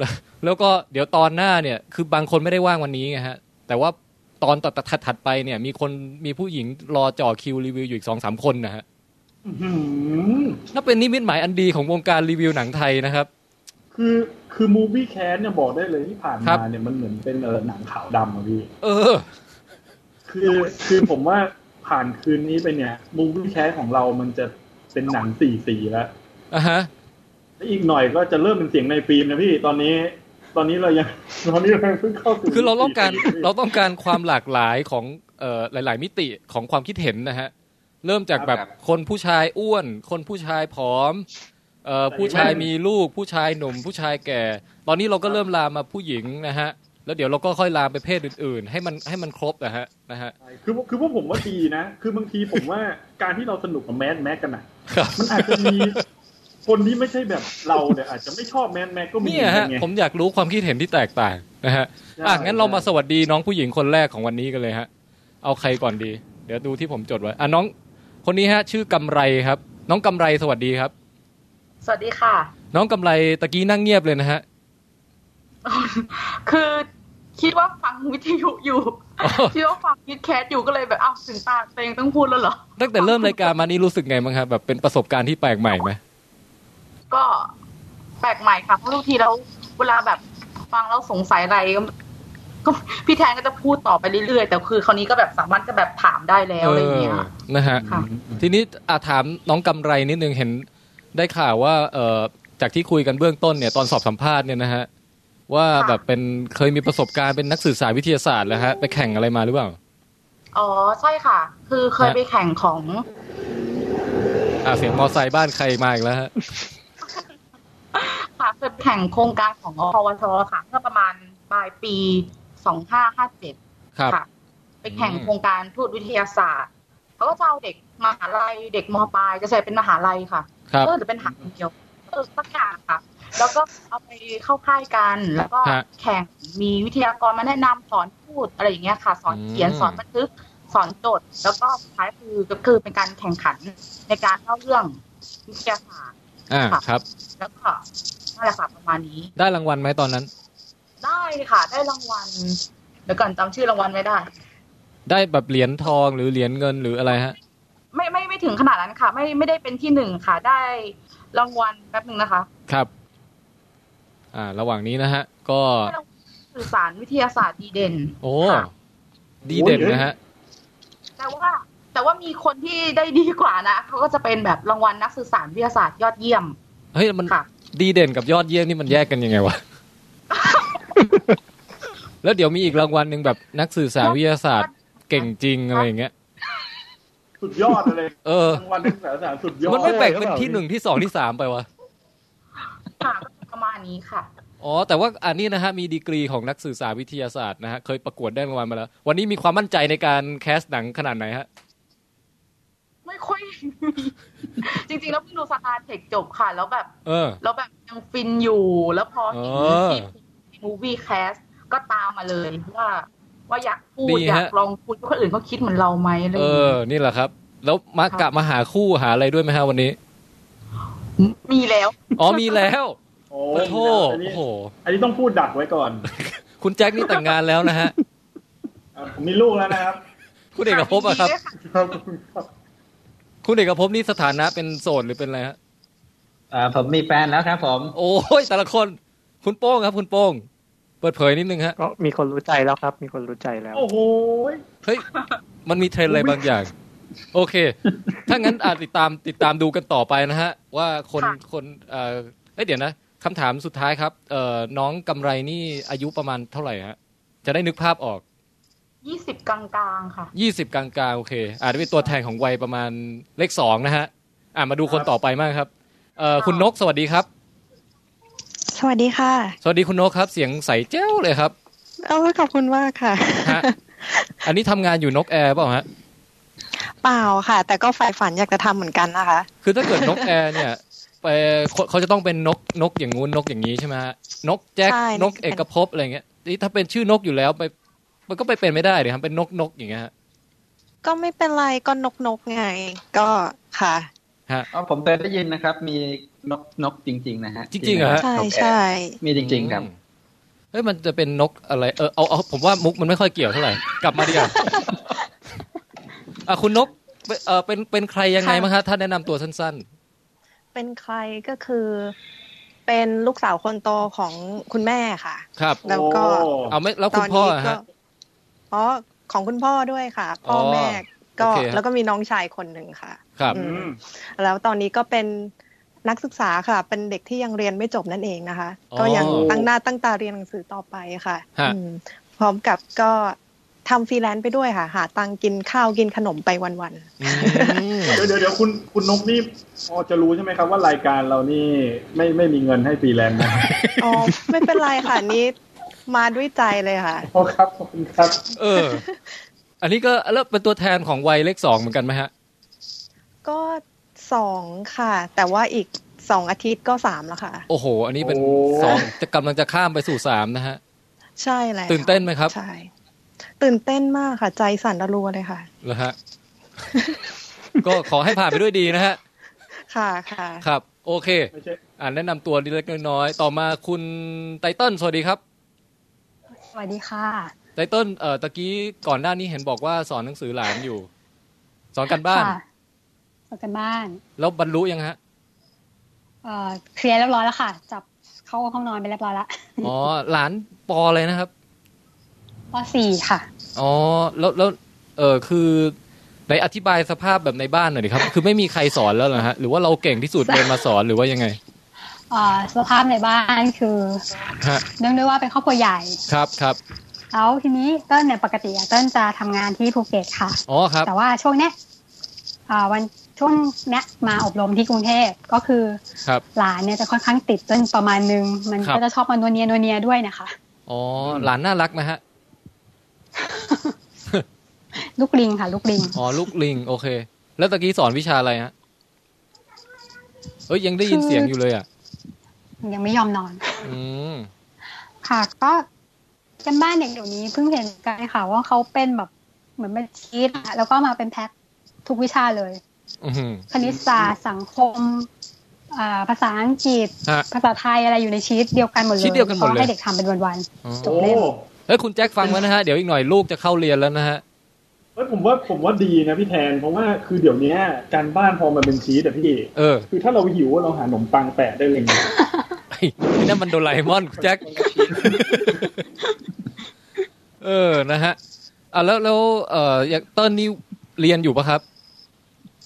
S1: ล้วแล้วก็เดี๋ยวตอนหน้าเนี่ย คือบางคนไม่ได้ว่างวันนี้ไงฮะ แต่ว่าตอนต่อๆถัดๆไปเนี่ย มีคนมีผู้หญิงรอจ่อคิวรีวิวอยู่อีกสองสามคนนะฮะ
S2: อื้อหือ
S1: ถ้าเป็นนิมิตหมายอันดีของวงการรีวิวหนังไทยนะครับ
S2: คือคือมูวี่แคสเนี่ยบอกได้เลยที่ผ่าน
S1: ครับ
S2: มาเนี่ยมันเหมือนเป็นเออหนังขาวดำอะพี่
S1: เออ
S2: คือคือผมว่าผ่านคืนนี้ไปเนี่ยมูวี่แคสของเรามันจะเป็นหนังสี่สีแล้ว
S1: อ่ะฮะ
S2: และอีกหน่อยก็จะเริ่มเป็นเสียงในฟิล์มนะพี่ตอนนี้ ตอนนี้เรายัง ตอนนี้เรายังเพิ่งเข้าสู่
S1: คือเราต้องการ
S2: สี่สี
S1: เราต้องการความหลากหลายของเอ่อหลาย ๆ มิติของความคิดเห็นนะฮะ เริ่มจากแบบ
S4: ครับ
S1: คนผู้ชายอ้วน คนผู้ชายผอมเอ่อผู้ชายมีลูก ผู้ชายหนุ่ม ผู้ชายแก่ ตอนนี้เราก็เริ่มลามมาผู้หญิงนะฮะ แล้วเดี๋ยวเราก็ค่อยลามไปเพศอื่น ๆ ให้มันให้มันครบนะฮะนะฮะ
S2: คือคือพวกผมว่าดีนะ คือบางทีผมว่าการที่เราสนุกกับแมสแม็กกันอ่ะ
S1: ครับ
S2: มันอาจจะมี คนที่ไม่ใช่แบบเราเนี่ยอาจจะไม่ชอบแมสแม็กก็มี
S1: เนี่ยฮะ
S2: ไง
S1: ผมอยากรู้ความคิดเห็นที่แตกต่างนะฮะอ่ะงั้นเรามาสวัสดีน้องผู้หญิงคนแรกของวันนี้กันเลยฮะ เอาใครก่อนดี เดี๋ยวดูที่ผมจดไว้อ่ะน้อง คนนี้ฮะ ชื่อกำไรครับ น้องกำไรสวัสดีครับ
S6: สวัสดีค่ะ
S1: น้องกำไรตะกี้นั่งเงียบเลยนะฮะ
S6: คือคิดว่าฟังวิทยุอยู่
S1: อ๋อ
S6: คิดว่าฟังวิดแคสอยู่ก็เลยแบบอ้าวถึงปากตัวเองต้องพูดแล้วเหรอ
S1: ตั้งแต่เริ่มรายการมานี่รู้สึกไงบ้างครับแบบเป็นประสบการณ์ที่แปลกใหม่ไหม
S6: ก็แปลกใหม่ค่ะเพราะทุกทีแล้วเวลาแบบฟังแล้วสงสัยอะไรก็ก็พี่แทนก็จะพูดต่อไปเรื่อยๆ แต่คือคราวนี้ก็แบบสามารถก็แบบถามได้แล้วอะไรอย่างเงี้ย
S1: เออนะฮะ
S6: ค่ะ
S1: ทีนี้อาถามน้องกำไรนิดนึงเห็นได้ข่าวว่า เออจากที่คุยกันเบื้องต้นเนี่ยตอนสอบสัมภาษณ์เนี่ยนะฮะ ว่า
S6: ค่ะ
S1: แบบเป็นเคยมีประสบการณ์เป็นนักสื่อสารวิทยาศาสตร์แล้วฮะ ไปแข่งอะไรมาหรือเปล่า
S6: อ๋อใช่ค่ะ คือเคยไปแข่งของ
S1: อ่าเสียงมอไซค์บ้านใครมาอีกแล้วฮะ
S6: ค่ะเคยไปแข่งโครงการของอพวทค่ะเมื่อประมาณปลายปีสองห้าห้าเจ็ด
S1: ครับ
S6: ค่ะไปแข่ง
S1: อืม
S6: โครงการทูตวิทยาศาสตร์เขาก็จะเอาเด็กมหาลัยเด็กมปลายจะใส่เป็นมหาลัยค่ะ
S1: ครับ
S6: เออหรือเป็นหางเดียวเออสักอย่างค่ะ แล้วก็เอาไปเข้าค่ายกัน แล้วก็
S1: ฮะ
S6: แข่งมีวิทยากรมาแนะนำสอนพูดอะไรอย่างเงี้ยค่ะ สอน
S1: อืม
S6: เขียนสอนบันทึกสอนจด แล้วก็สุดท้ายคือก็คือเป็นการแข่งขันในการเล่าเรื่องวิทยาศาสตร์
S1: อ่า
S6: ค่ะ
S1: ครับ
S6: แล้วก็นั่นแหละค่ะประมาณนี้
S1: ได้รางวัลไหมตอนนั้น
S6: ได้ค่ะ ได้รางวัลเดี๋ยวก่อนจำชื่อรางวัลไม่ได้
S1: ได้แบบเหรียญทองหรือเหรียญเงินหรืออะไรฮะ
S6: ไม่ไม่ไม่ถึงขนาดนั้นค่ะ ไม่ไม่ได้เป็นที่หนึ่งค่ะ ได้รางวัลแป๊บหนึ่งนะคะ
S1: ครับ อ่า ระหว่างนี้นะฮะ ก็
S6: ได้รางวัลสื่อสารวิทยาศาสตร์ดีเด่น
S1: โอ้
S6: ค่ะ
S1: ดีเด่นนะฮะ
S6: แต่ว่า แต่ว่ามีคนที่ได้ดีกว่านะเขาก็จะเป็นแบบรางวัลนักสื่อสารวิทยาศาสตร์ยอดเยี่ยม
S1: เฮ้ยมัน
S6: ค่ะ
S1: ดีเด่นกับยอดเยี่ยมนี่มันแยกกันยังไง วะ แล้วเดี๋ยวมีอีกรางวัลหนึ่งแบบนักสื่อสารวิทยาศาสตร์เก่งจริงอะไรอย่างเงี้ย
S2: สุดยอดอะไร
S1: เออ
S2: รางวัลนักศึกษาสุดยอด
S1: มันไม่แบ่งเป็นที่หนึ่งที่สองที่สามไปวะ
S6: ค่ะก็ประมาณนี้ค่ะ
S1: อ๋อ แต่ว่าอันนี้นะฮะ มีดีกรีของนักสื่อสารวิทยาศาสตร์นะฮะ เคยประกวดได้รางวัลมาแล้ว วันนี้มีความมั่นใจในการแคสหนังขนาดไหนฮะ
S6: ไม่ค่อย มีจริงๆ แล้วเพิ่งดูสตาร์เทคจบค่ะ แล้วแบบ
S1: เออ
S6: แล้วแบบยังฟินอยู่ แล้วพอเห็น
S1: อ๋อ
S6: ที่มูวี่แคสก็ตามมาเลยว่า ว่าอยากพูด
S1: ดี
S6: อยาก
S1: ฮะ
S6: ลองคุยว่าคนอื่นเขาคิดเหมือนเราไหมอะไรอ
S1: เอย่าง
S6: เงี้
S1: อ
S6: ย
S1: นี่แหละครับ แล้วมากะมาหาคู่หาอะไรด้วยไหมฮะวันนี้
S6: มีแล้ว
S1: อ๋อ มีแล้ว
S2: โอ้
S1: โอ้โห
S2: อันนี้
S1: โอ้โห
S2: อันนี้ต้องพูดดักไว้ก่อน
S1: คุณแจ็คนี่แต่งงานแล้วนะฮะ
S2: อ่ะผมมีลูกแล้วนะครับ
S1: คุณเอกภพอะครับ
S6: มีด้วยะ
S2: ครับคุณครับ
S1: คุณเอกภพนี่สถานะเป็นโสดหรือเป็นอะไรฮะ
S4: อ่าผมมีแฟนแล้วครับผม
S1: โอ้ยแต่ละคน คุณโป้งครับ คุณโป้ง เปิดเผยนิดนึงฮะ
S3: ก็มีคนรู้ใจแล้วครับ มีคนรู้ใจแล้ว
S2: โอ้โห
S1: เฮ้ย มันมีเทรนด์อะไรบางอย่าง โอเค ถ้างั้นอาติดตามติดตามดูกันต่อไปนะฮะ ว่าคนคนเอ่อเอ้ยเดี๋ยวนะคำถามสุดท้ายครับ เอ่อน้องกำไรนี่อายุประมาณเท่าไหร่ฮะ จะได้นึกภาพออก
S6: ยี่สิบกลางๆค่ะ
S1: ยี่สิบกลางๆโอเค อาจจะเป็นตัวแทนของวัยประมาณเลขสองนะฮะ อ่ามาดูคนต่อไปมากครับเอ่อคุณนกสวัสดีครับ
S7: สวัสดีค่ะ
S1: สวัสดีคุณนกครับ เสียงใสแจ้วเลยครับ
S7: เอาขอบคุณมากค่ะ
S1: ฮะ อันนี้ทำงานอยู่นกแอร์เปล่าฮะ
S7: เปล่าค่ะ แต่ก็ใฝ่ฝันอยากจะทำเหมือนกันนะคะ
S1: คือถ้าเกิดนกแอร์เนี่ยไปเขาเขาจะต้องเป็นนกนกอย่างงู้นนกอย่างนี้ใช่ไหมฮะนกแจ็ค
S7: ใช่
S1: น
S7: น
S1: ก
S7: ก
S1: เอกภพอะไรเงี้ยนี่ถ้าเป็นชื่อนกอยู่แล้วไป มันก็ไปเป็นไม่ได้เลยครับเป็นนกนกอย่างเงี้ยฮะ
S7: ก็ไม่เป็นไรก็นกนกๆไง ก็ค่ะ
S4: อ๋อผมเคยได้ยินนะครับ มีนกนกจริง ๆ นะฮะ
S1: จริงๆเหรอฮะ
S7: ใช่
S4: นกแอร์
S7: ใช่
S4: มีจริง ๆ ครับ
S1: อืมเอ้ยมันจะเป็นนกอะไรเออเอาเอาผมว่ามุกมันไม่ค่อยเกี่ยวเท่าไหร่กลับมาดีกว่า อ่ะคุณนกเป็นเออเป็นเป็นใครยังไง
S7: ค่ะ
S1: บ้างฮะถ้าแนะนำตัวสั้น
S7: เป็นใครก็คือ เป็นลูกสาวคนโตของคุณแม่ค่ะ
S1: ๆ ครับ
S7: แล้วก็
S2: โอ้
S1: เอาไม่แล้ว
S7: ต
S1: คุ
S7: อ
S1: ณ
S7: น
S1: พ่อ
S7: นี้
S1: อะ
S7: ก็
S1: ฮะ
S7: อ๋อของคุณพ่อด้วยค่ะ พ่ออ
S1: อ
S7: แม่ก็
S1: โอเคฮะ
S7: แล้วก็มีน้องชายคนหนึ่งค่ะ
S1: ครับ
S7: อื
S2: อืม
S7: แล้วตอนนี้ก็เป็นนักศึกษาค่ะ เป็นเด็กที่ยังเรียนไม่จบนั่นเองนะคะ
S1: อ๋อ
S7: ก็ยังตั้งหน้าตั้งตาเรียนหนังสือต่อไปค่ะ
S1: ฮะ
S7: อืมพร้อมกับก็ทำฟรีแลนซ์ไปด้วยค่ะ หาตังค์กินข้าวกินขนมไปวัน
S1: อืม
S2: เดี๋ยวเดี๋ยวเดี๋ยวคุณคุณนกนี่พอจะรู้ใช่ไหมครับว่ารายการเรานี่ไม่ไม่มีเงินให้ฟรีแลนซ์นะ
S7: ๆอ๋อ ไม่เป็นไรค่ะนี่มาด้วยใจเลยค่ะ
S2: โอ้ครับขอบคุณครับ
S1: เออ อันนี้ก็แล้วเป็นตัวแทนของวัยเลขสองเหมือนกันไหมฮะ
S7: ก็สองค่ะ แต่ว่าอีกสองอาทิตย์ก็สามแล้วค่ะ
S1: โอ้โห อันนี้เป็น
S2: โอ้
S1: สองจะกำลังจะข้ามไปสู่สามนะฮะ
S7: ใช่แล้ว
S1: ตื่นเต้นไหมครับ
S7: ใช่ตื่นเต้นมากค่ะ ใจสั่นระรัวเลยค่ะ
S1: เหรอฮะ ก็ขอให้ผ่านไปด้วยดีนะฮะ
S7: ค่ะค่ะ
S1: ครับ โอเค
S2: ไม่ใช่
S1: อ่านแนะนำตัวเล็กๆน้อยๆต่อมาคุณไตเติ้ลสวัสดีครับ
S8: สวัสดีค่ะ
S1: ไตเติ้ลเอ่อตะกี้ก่อนหน้านี้เห็นบอกว่าสอนหนังสือหลานอยู่ สอนกันบ้าน
S8: ค่ะสวัสดีบ้าน
S1: แล้วบรรลุยังฮะ
S8: เอ่อเคลียร์เรียบร้อยแล้วค่ะ จับเข้าห้องนอนไปเรียบร้อยแล้ว
S1: อ๋อ หลานปอเลยนะครับ
S8: ปสี่ค่ะ
S1: อ๋อ แล้วแล้วเออคือไหนอธิบายสภาพแบบในบ้านหน่อยดิครับ คือไม่มีใครสอนแล้วเหรอฮะ หรือว่าเราเก่งที่สุดเลยมาสอนหรือว่ายังไง
S8: เอ่อสภาพในบ้านคือ
S1: ฮะ
S8: เนื่องด้วยว่าเป็นครอบครัวใหญ่
S1: ครับครับ
S8: แล้วทีนี้เต้นเนี่ยปกติอะเต้นจะทำงานที่ภูเก็ตค่ะ
S1: อ๋อครับ
S8: แต่ว่าช่วงเนี้ยเอ่อวันช่วงเนี้ยมาอบรมที่กรุงเทพก็คือ
S1: ครับ
S8: หลานเนี่ยจะค่อนข้างติดเต้นประมาณนึง มัน
S1: ครับ
S8: ก็จะชอบมาโนวเนียโนวเนียด้วยนะคะ
S1: อ๋อ หลานน่ารักไหมฮะ
S8: ลูกลิงค่ะ ลูกลิง
S1: อ๋อ ลูกลิง โอเค แล้วตะกี้สอนวิชาอะไรฮะ เอ้ยยังได้ยินเสียงอยู่เลยอ่ะ
S8: ยังไม่ยอมนอน
S1: อืม
S8: ค่ะก็กันบ้านเด็กเดี๋ยวนี้เพิ่งเห็นกันค่ะว่าเขาเป็นแบบเหมือนเป็นชีตอะแล้วก็มาเป็นแพ็คทุกวิชาเลย
S1: อือหือ
S8: คณิตศาสตร์สังคมอ่าภาษาอังกฤษ
S1: ฮะ
S8: ภาษาไทยอะไรอยู่ในชีตเดียวกันหมดเลย
S1: ชีทเดียวกันหมดเลย
S8: ขาให้เด็กทำเป็นวัน
S1: อ๋อ
S8: ๆจ
S2: โอ้
S8: บเล่ม
S1: เฮ้ยคุณแจ็คฟังไว้นะฮะ เดี๋ยวอีกหน่อยลูกจะเข้าเรียนแล้วนะฮะ
S2: เฮ้ยผมว่าผมว่าดีนะพี่แทน เพราะว่าคือเดี๋ยวเนี้ยการบ้านพอมันเป็นชีสอะพี่
S1: เออ
S2: คือถ้าเราหิวเราหาขนมปังแปะได้เลย ไง
S1: ไอ้ไอ้นั่น มันโดราเอมอนคุณแจ็ค เออ นะฮะ อ่ะแล้วแล้วเอ่ออย่างเติ้ลนี่เรียนอยู่ปะครับ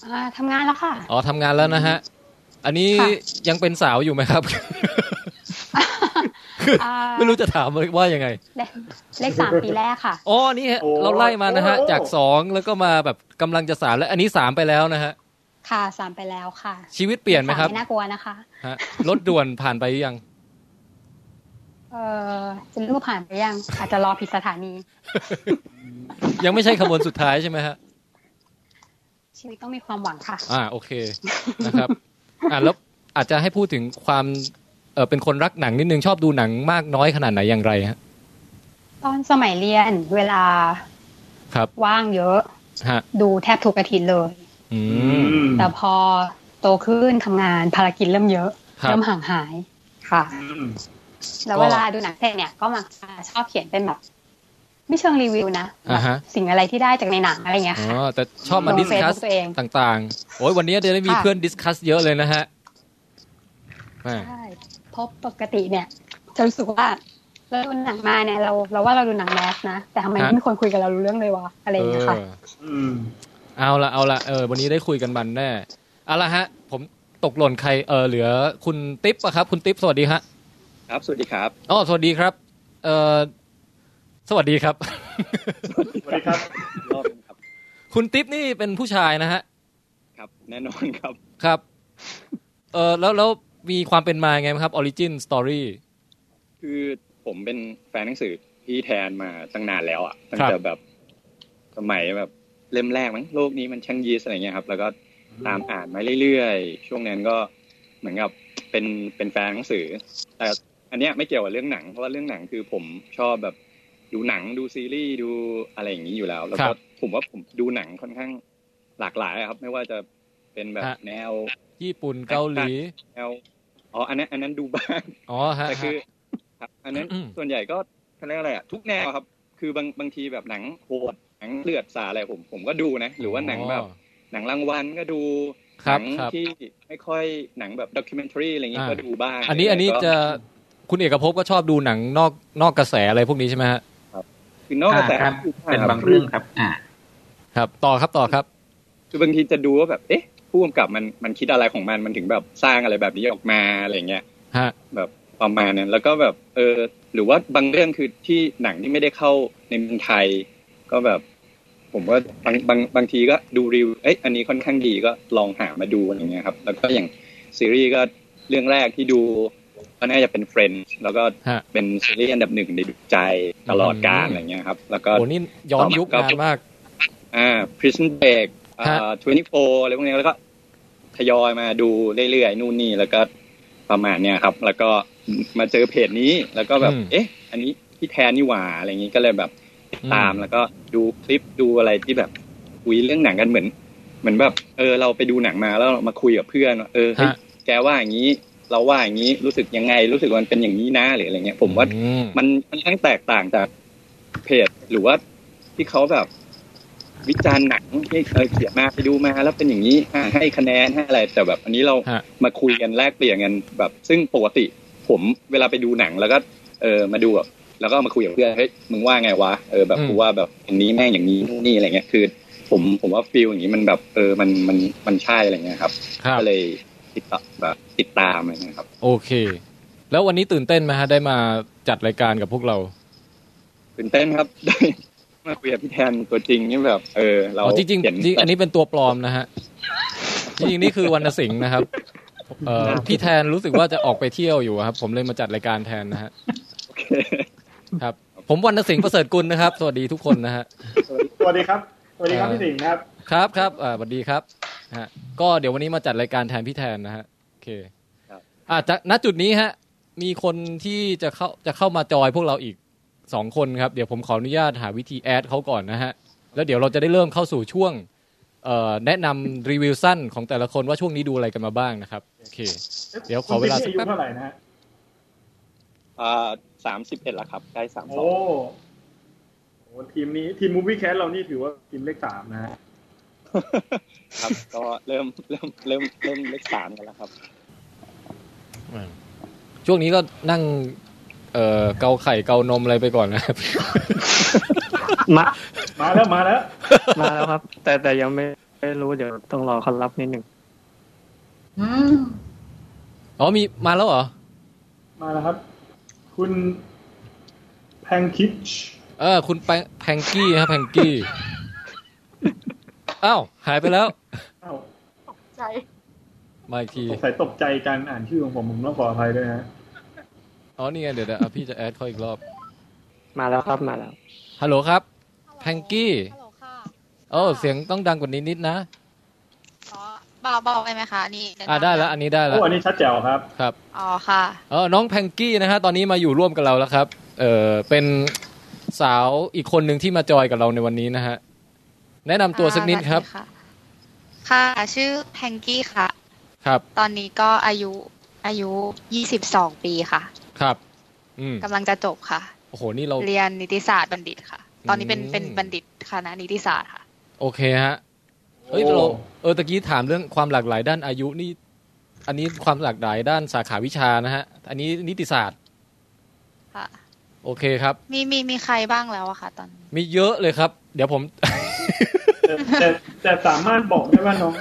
S8: อ่าทำงานแล้วค่ะ
S1: อ๋อทำงานแล้วนะฮะ อันนี้
S8: ค่ะ
S1: ยังเป็นสาวอยู่ไหมครับ
S8: อ่า
S1: ไม่รู้จะถามว่ายังไง
S8: เลขเลขสามปีแรกค่ะ
S1: อ๋อนี่ฮะ
S2: โอ้
S1: เราไล่มานะฮะ
S2: โอ้
S1: จากสองแล้วก็มาแบบกำลังจะสามแล้ว อันนี้สามไปแล้วนะฮะ
S8: ค่ะสามไปแล้วค่ะ
S1: ชีวิตเปลี่ยนไหมครับ
S8: สาน่ากลัวนะคะ
S1: ฮะรถด่วนผ่านไปหรือยัง
S8: เออจะรู้ว่าผ่านไปยัง อาจจะรอผิดสถานี
S1: ยังไม่ใช่ขบวนสุดท้ายใช่ไหมฮะ
S8: ชีวิตต้องมีความหวังค่ะ
S1: อ่าโอเคนะครับ อ่าแล้วอาจจะให้พูดถึงความเออเป็นคนรักหนังนิดนึงชอบดูหนังมากน้อยขนาดไหนอย่างไรฮะ
S8: ตอนสมัยเรียนเวลา
S1: ครับ
S8: ว่างเยอะ
S1: ฮะ
S8: ดูแทบทุกอาทิตย์เลย
S1: อืม
S2: อืม
S8: แต่พอโตขึ้นทำงานภารกิจเริ่มเยอะ
S1: ครับ
S8: เริ่มห่างหายค่ะ
S2: อืม
S8: แล้วเวลาดูหนังเสร็จเนี่ยก็มักจะชอบเขียนเป็นแบบ ไม่เชิงรีวิวนะ
S1: อ่าฮะ
S8: สิ่งอะไรที่ได้จากในหนังอะไรเงี้ย
S1: อ๋อ
S8: ค่ะ
S1: แต่ชอบมา
S8: ลง
S1: ดิสคัส
S8: Facebook ตัวเอง
S1: ต่างๆ โอ้ยวันนี้เดี๋ยวได้มี
S8: ค่ะ
S1: เพื่อนดิสคัสเยอะเลยนะฮะแม่
S8: ใช่เพราะปกติเนี่ยจะรู้สึกว่าเราดูหนังมาเนี่ยเราเราว่าเราดูหนังแมสนะ แต่ทำไมไม่มีคนคุยกับเรารู้เรื่องเลยวะอะไร
S1: เอ
S8: อย่างเงี้ยค่ะ
S1: อ
S2: อืม
S1: เอาละเอาละเออวันนี้ได้คุยกันมันแน่เอาละฮะ ผมตกหล่นใครเออเหลือคุณติ๊บอะครับ คุณติ๊บสวัสดีฮะ
S4: ครับ สวัสดีครับ
S1: อ๋อสวัสดีครับ เออสวัสดีครับ
S2: สวัสดีครับ
S4: รอบหนึงครับ
S1: คุณติ๊บนี่เป็นผู้ชายนะฮะ
S4: ครับ แน่นอนครับ
S1: ครับเออแล้วแล้วมีความเป็นมาไงบ้างครับออริจินสตอรี่
S4: คือผมเป็นแฟนหนังสือพี่แทนมาตั้งนานแล้วอ่ะ ตั้ง
S1: ครับ
S4: แต่แบบสมัยแบบเล่มแรกมั้งโลกนี้มันช่างยีสอะไรเงี้ยครับ แล้วก็ตามอ่านมาเรื่อยๆ ช่วงนั้นก็เหมือนกับเป็นเป็นแฟนหนังสือ แต่อันเนี้ยไม่เกี่ยวกับเรื่องหนัง เพราะว่าเรื่องหนังคือผมชอบแบบดูหนังดูซีรีส์ดูอะไรอย่างนี้อยู่แล้ว แล้ว
S1: ครั
S4: ก็
S1: บ
S4: ผมว่าผมดูหนังค่อนข้างหลากหลายอะครับ ไม่ว่าจะเป็นแบบ
S1: ฮะ
S4: แนว
S1: ญี่ปุ่นเกาหลี
S4: แนวอ๋ออันนั้นอันนั้นดูบ้าง
S1: อ๋อฮะ
S4: แต่คือ
S1: ฮะ
S4: ครับอันนั้น
S1: อืม
S4: ส่วนใหญ่ก็เขาเรียกอะไรอ่ะทุกแนวครับ คือบางบางทีแบบหนังโหดหนังเลือดสาอะไรผมผมก็ดูนะ หรือว่าหนังแบบ
S1: อ๋อ
S4: หนังรางวัลก็ดู
S1: ครั
S4: หนั
S1: บครับ
S4: ที่ไม่ค่อยหนังแบบด็อกิเมนทรีอะไรอย่างงี้
S1: อ่า
S4: ก็ดูบ้าง
S1: อันนี้อันนี้จะคุณเอกภพก็ชอบดูหนังนอกนอกกระแสอะไรพวกนี้ใช่ไหมฮะ
S4: คือนอกกระแส
S9: อ่าครับ
S4: คือ
S9: เป็นบางเรื่องครับ อ่า
S1: ครับ ต่อครับต่อครับ
S4: คือบางทีจะดูว่าแบบเอ๊ะผู้กำกับมันมันคิดอะไรของมันมันถึงแบบสร้างอะไรแบบนี้ออกมาอะไรอย่างเงี้ย
S1: ฮะ
S4: แบบประมาณนั้นแล้วก็แบบเออหรือว่าบางเรื่องคือที่หนังที่ไม่ได้เข้าในเมืองไทย ก็แบบ ผมว่าบางบางบางทีก็ดูรีวิวเอ้ยอันนี้ค่อนข้างดีก็ลองหามาดูอะไรเงี้ยครับ แล้วก็อย่างซีรีส์ก็เรื่องแรกที่ดูก็น่าจะเป็นเฟรนด์แล้วก็
S1: ฮะ
S4: เป็นซีรีส์อันดับหนึ่งในดวงใจตลอดกาล
S1: อืม
S4: อะไรเงี้ยครับ แล้วก็
S1: โอ้นี่ย้อนยุคนานมาก
S4: อ่า Prison Break อ่
S1: ฮะ
S4: า24อะไรพวกนี้แล้วก็ทยอยมาดูเรื่อยๆ นู่นนี่แล้วก็ประมาณเนี้ยครับ แล้วก็มาเจอเพจนี้แล้วก็แบบ
S1: อืม
S4: เอ๊ะ อันนี้พี่แทนนี่หว่าอะไรอย่างนี้ก็เลยแบบติดตาม
S1: อืม
S4: แล้วก็ดูคลิปดูอะไรที่แบบคุยเรื่องหนังกันเหมือน เหมือนแบบเออเราไปดูหนังมาแล้วเรามาคุยกับเพื่อนว่าเออเฮ้ย
S1: ฮะ
S4: แกว่าอย่างนี้ เราว่าอย่างนี้รู้สึกยังไง รู้สึกว่ามันเป็นอย่างนี้นะหรืออะไรเงี้ยผมว่า
S1: อืม
S4: มันมันทั้งแตกต่างจากเพจหรือว่าที่เขาแบบวิจารณ์หนังที่เออเขียนมาไปดูมาแล้วเป็นอย่างนี้อ่ะให้คะแนนให้อะไรแต่แบบ อันนี้เรา
S1: ฮะ
S4: มาคุยกันแลกเปลี่ยนกันแบบ ซึ่งปกติผมเวลาไปดูหนังแล้วก็ เออมาดูแบบแล้วก็เอามาคุยกับเพื่อนเฮ้ยมึงว่าไงวะเออแบบ
S1: อืม
S4: กูว่าแบบอันนี้แม่งอย่างนี้นู่นนี่อะไรเงี้ยคือ ผมผมว่าฟิลอย่างนี้มันแบบเออมันมันมันใช่อะไรเงี้ยครับ
S1: ครับ
S4: ก็เลยติดต่อแบบติดตามอะไรเงี้ยครับ
S1: โอเค แล้ววันนี้ตื่นเต้นไหมฮะ ได้มาจัดรายการกับพวกเรา
S4: ตื่นเต้นครับ ได้มาคุยกับพี่แทนตัวจริงนี่แบบ เออ เรา
S1: อ๋อจริงๆจริ
S4: เห็น
S1: งๆอันนี้เป็นตัวปลอมนะฮะ จริงๆนี่คือวรรณสิงห์นะครับเอ่อ พี่แทนรู้สึกว่าจะออกไปเที่ยวอยู่ครับ ผมเลยมาจัดรายการแทนนะฮะ
S4: โอเค
S1: ครับ ผมวรรณสิงห์ประเสริฐกุลนะครับ สวัสดีทุกคนนะฮะ
S2: สวัสดีครับ สวัสดีครับ
S1: เอ่อ
S2: พี่สิงห์ครับ
S1: ครับครับอ่าสวัสดีครับฮะก็เดี๋ยววันนี้มาจัดรายการแทนพี่แทนนะฮะโอเคอ่าจะณจุดนี้ฮะ มีคนที่จะเข้าจะเข้ามาจอยพวกเราอีกสองคนครับ เดี๋ยวผมขออนุญาตหาวิธีแอดเขาก่อนนะฮะ แล้วเดี๋ยวเราจะได้เริ่มเข้าสู่ช่วงเอ่อแนะนำรีวิวสั้นของแต่ละคนว่าช่วงนี้ดูอะไรกันมาบ้างนะครับโอเค เดี๋ยวขอเวลาสั
S2: คุ
S1: ก
S2: ณติ๊บนี่อายุ
S1: แป๊บ
S2: เท่าไหร่นะฮะ
S4: อ่าสามสิบเอ็ดละครับใกล้สามสอ
S2: โอ้
S4: ง
S2: โหทีมนี้ทีมมูฟี่แคสเรานี่ถือว่าทีมเลขสามนะฮะ
S4: ครับ ก็เริ่มเริ่มเริ่มเริ่มเลขสามกันแล้วครับ
S1: ช่วงนี้ก็นั่งเอ่อเกาไข่เกานมอะไรไปก่อนนะครับ
S10: มา
S2: มาแล้วมาแล้ว
S3: มาแล้วครับ แต่แต่ยังไม่ไม่รู้เดี๋ยวต้องรอเขารับนิดหนึ่ง
S6: อืม
S1: อ๋อมีมาแล้วเหรอ
S2: มาแล้วครับ คุณแพงคิช
S1: เออคุณแพงแพงกี้ฮะแพง กี้อ้าวหายไปแล้ว
S2: อ้าว
S6: ตกใจ
S1: มาอีกที
S2: สงสัยตกใจการอ่านชื่อของผมผมต้องขออภัยด้วยฮะ
S1: อ๋อนี่ไงเดี๋ยวเดี๋ยวอ่ะพี่จะแอดเขาอีกรอบ
S3: มาแล้วครับมาแล้ว
S1: ฮัลโหลครับ แพงกี้
S11: ฮัลโหลค่ะ
S1: เออเสียงต้องดังกว่านี้นิดนะ
S11: อ๋อเบาเบาไปไหมคะ นี่เยว
S1: อ่ะ
S11: นะ
S1: ได้แล้วอันนี้ได้แล้ว
S2: โอ้อันนี้ชัดแจ๋วครับ
S1: ครับ
S11: อ๋อค่ะ
S1: เออน้องแพงกี้นะฮะตอนนี้มาอยู่ร่วมกับเราแล้วครับ เออเป็นสาวอีกคนหนึ่งที่มาจอยกับเราในวันนี้นะฮะ แนะนำตัวสักนิดครับ
S11: อ่าสวัสดีค่ะ ค่ะ ชื่อแพงกี้ค่ะ
S1: ครับ
S11: ตอนนี้ก็อายุอายุยี่สิบสองปีค่ะ
S1: ครับ อืม
S11: กำลังจะจบค่ะ
S1: โอ้โห นี่เรา
S11: เรียนนิติศาสตร์บัณฑิตค่ะ ตอนนี้เป็น
S1: อืม
S11: เป็นบัณฑิตคณะนิติศาสตร์ค่ะ
S1: โอเคฮะ เฮ้ย
S2: โอ้
S1: เราเออตะกี้ถามเรื่องความหลากหลายด้านอายุนี่ อันนี้ความหลากหลายด้านสาขาวิชานะฮะ อันนี้นิติศาสตร์
S11: ค่ะ
S1: โอเคครับ
S11: มีมีมีใครบ้างแล้วอะคะตอนนี้
S1: มีเยอะเลยครับ เดี๋ยวผม
S2: แต่แต่แต่สามารถบอกได้ว่าน้อง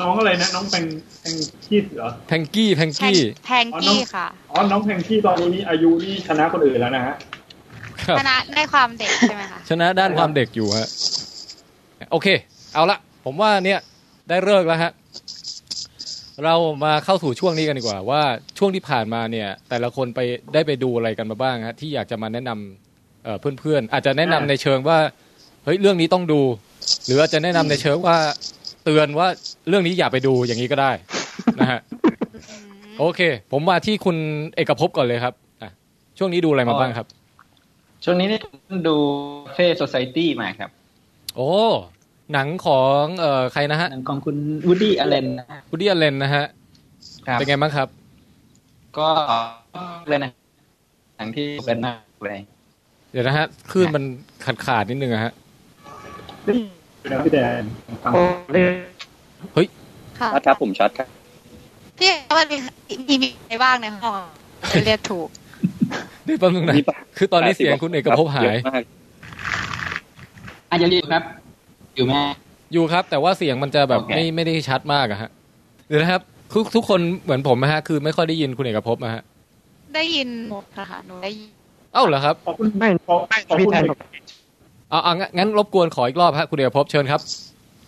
S2: น้องอะไรนะ น้องแพงแพงคิชเหรอ
S1: แพงกี้ แพง
S11: แพง
S1: กี้
S11: แพงกี้ค่ะ
S2: อ๋อ น้องแพงที่ตอนนี้นี่อายุนี่ชนะคนอื่นแล้วนะฮะ
S1: ครับ
S11: คณะได้ความเด็กใช่ไหมคะ
S1: ชนะด้านความเด็กอยู่ฮะ โอเค เอาละผมว่าเนี่ยได้เลิกแล้วฮะ เรามาเข้าสู่ช่วงนี้กันดีกว่า ว่าช่วงที่ผ่านมาเนี่ย แต่ละคนไปได้ไปดูอะไรกันมาบ้างฮะที่อยากจะมาแนะนำเอ่อเพื่อนๆ อาจจะแนะนำในเชิงว่าเฮ้ยเรื่องนี้ต้องดู หรืออาจจะแนะนำในเชิงว่าเตือนว่าเรื่องนี้อย่าไปดูอย่างนี้ก็ได้นะ ฮะโอเค ผมมาที่คุณเอกภพก่อนเลยครับอ่ะช่วงนี้ดูอะไรมาบ้างครับ
S4: ช่วงนี้นี่ดูเฟ่โซซ i ตี้มาครับ
S1: โอ้ หนังของเอ่อใครนะฮะ
S4: หนังของคุณวูดดี้อเลนนะครับ
S1: วูดดี้อเลนนะฮะ เป็นไงบ้างครับ
S4: ก็เลยนะหนังที่เป็นหน้าเลย
S1: เดี๋ยวนะฮะคลื่นมันขาดขาดๆนิดนึงอะฮะ
S2: นะพี่แดน
S3: โอ้เรียก
S11: ค่ะ
S5: ชัดครับผมชัดครับ
S11: พี่ว่ามีมีมีใครบ้างในห้องอะเรียกถูก
S1: เดี๋ยวแป๊บนึงนะ
S5: มีปะ
S1: คือตอนนี้เสียงคุณเอกภพหา
S5: เอะ
S1: ย
S5: มาก
S4: อาจจะยังอยู่ครับ อยู่ไหม
S1: อยู่ครับ แต่ว่าเสียงมันจะแบบ
S4: โอเค
S1: ไม่ไม่ได้ชัดมากอะฮะ เดี๋ยวนะครับ ทุกทุกคนเหมือนผมนะฮะ คือไม่ค่อยได้ยินคุณเอกภพนะฮะ
S11: ได้ยินหมดค่ะหนูได้ยิน
S1: เอ้าเหรอครับ
S2: ขอบคุณ
S3: ไม่
S2: ขอขอบ
S3: พี่
S2: คุณ
S3: แทน
S2: เอก
S3: ผม
S1: เอาเอางั้นงั้นรบกวนขออีกรอบฮะคุณเอกภพเชิญครับ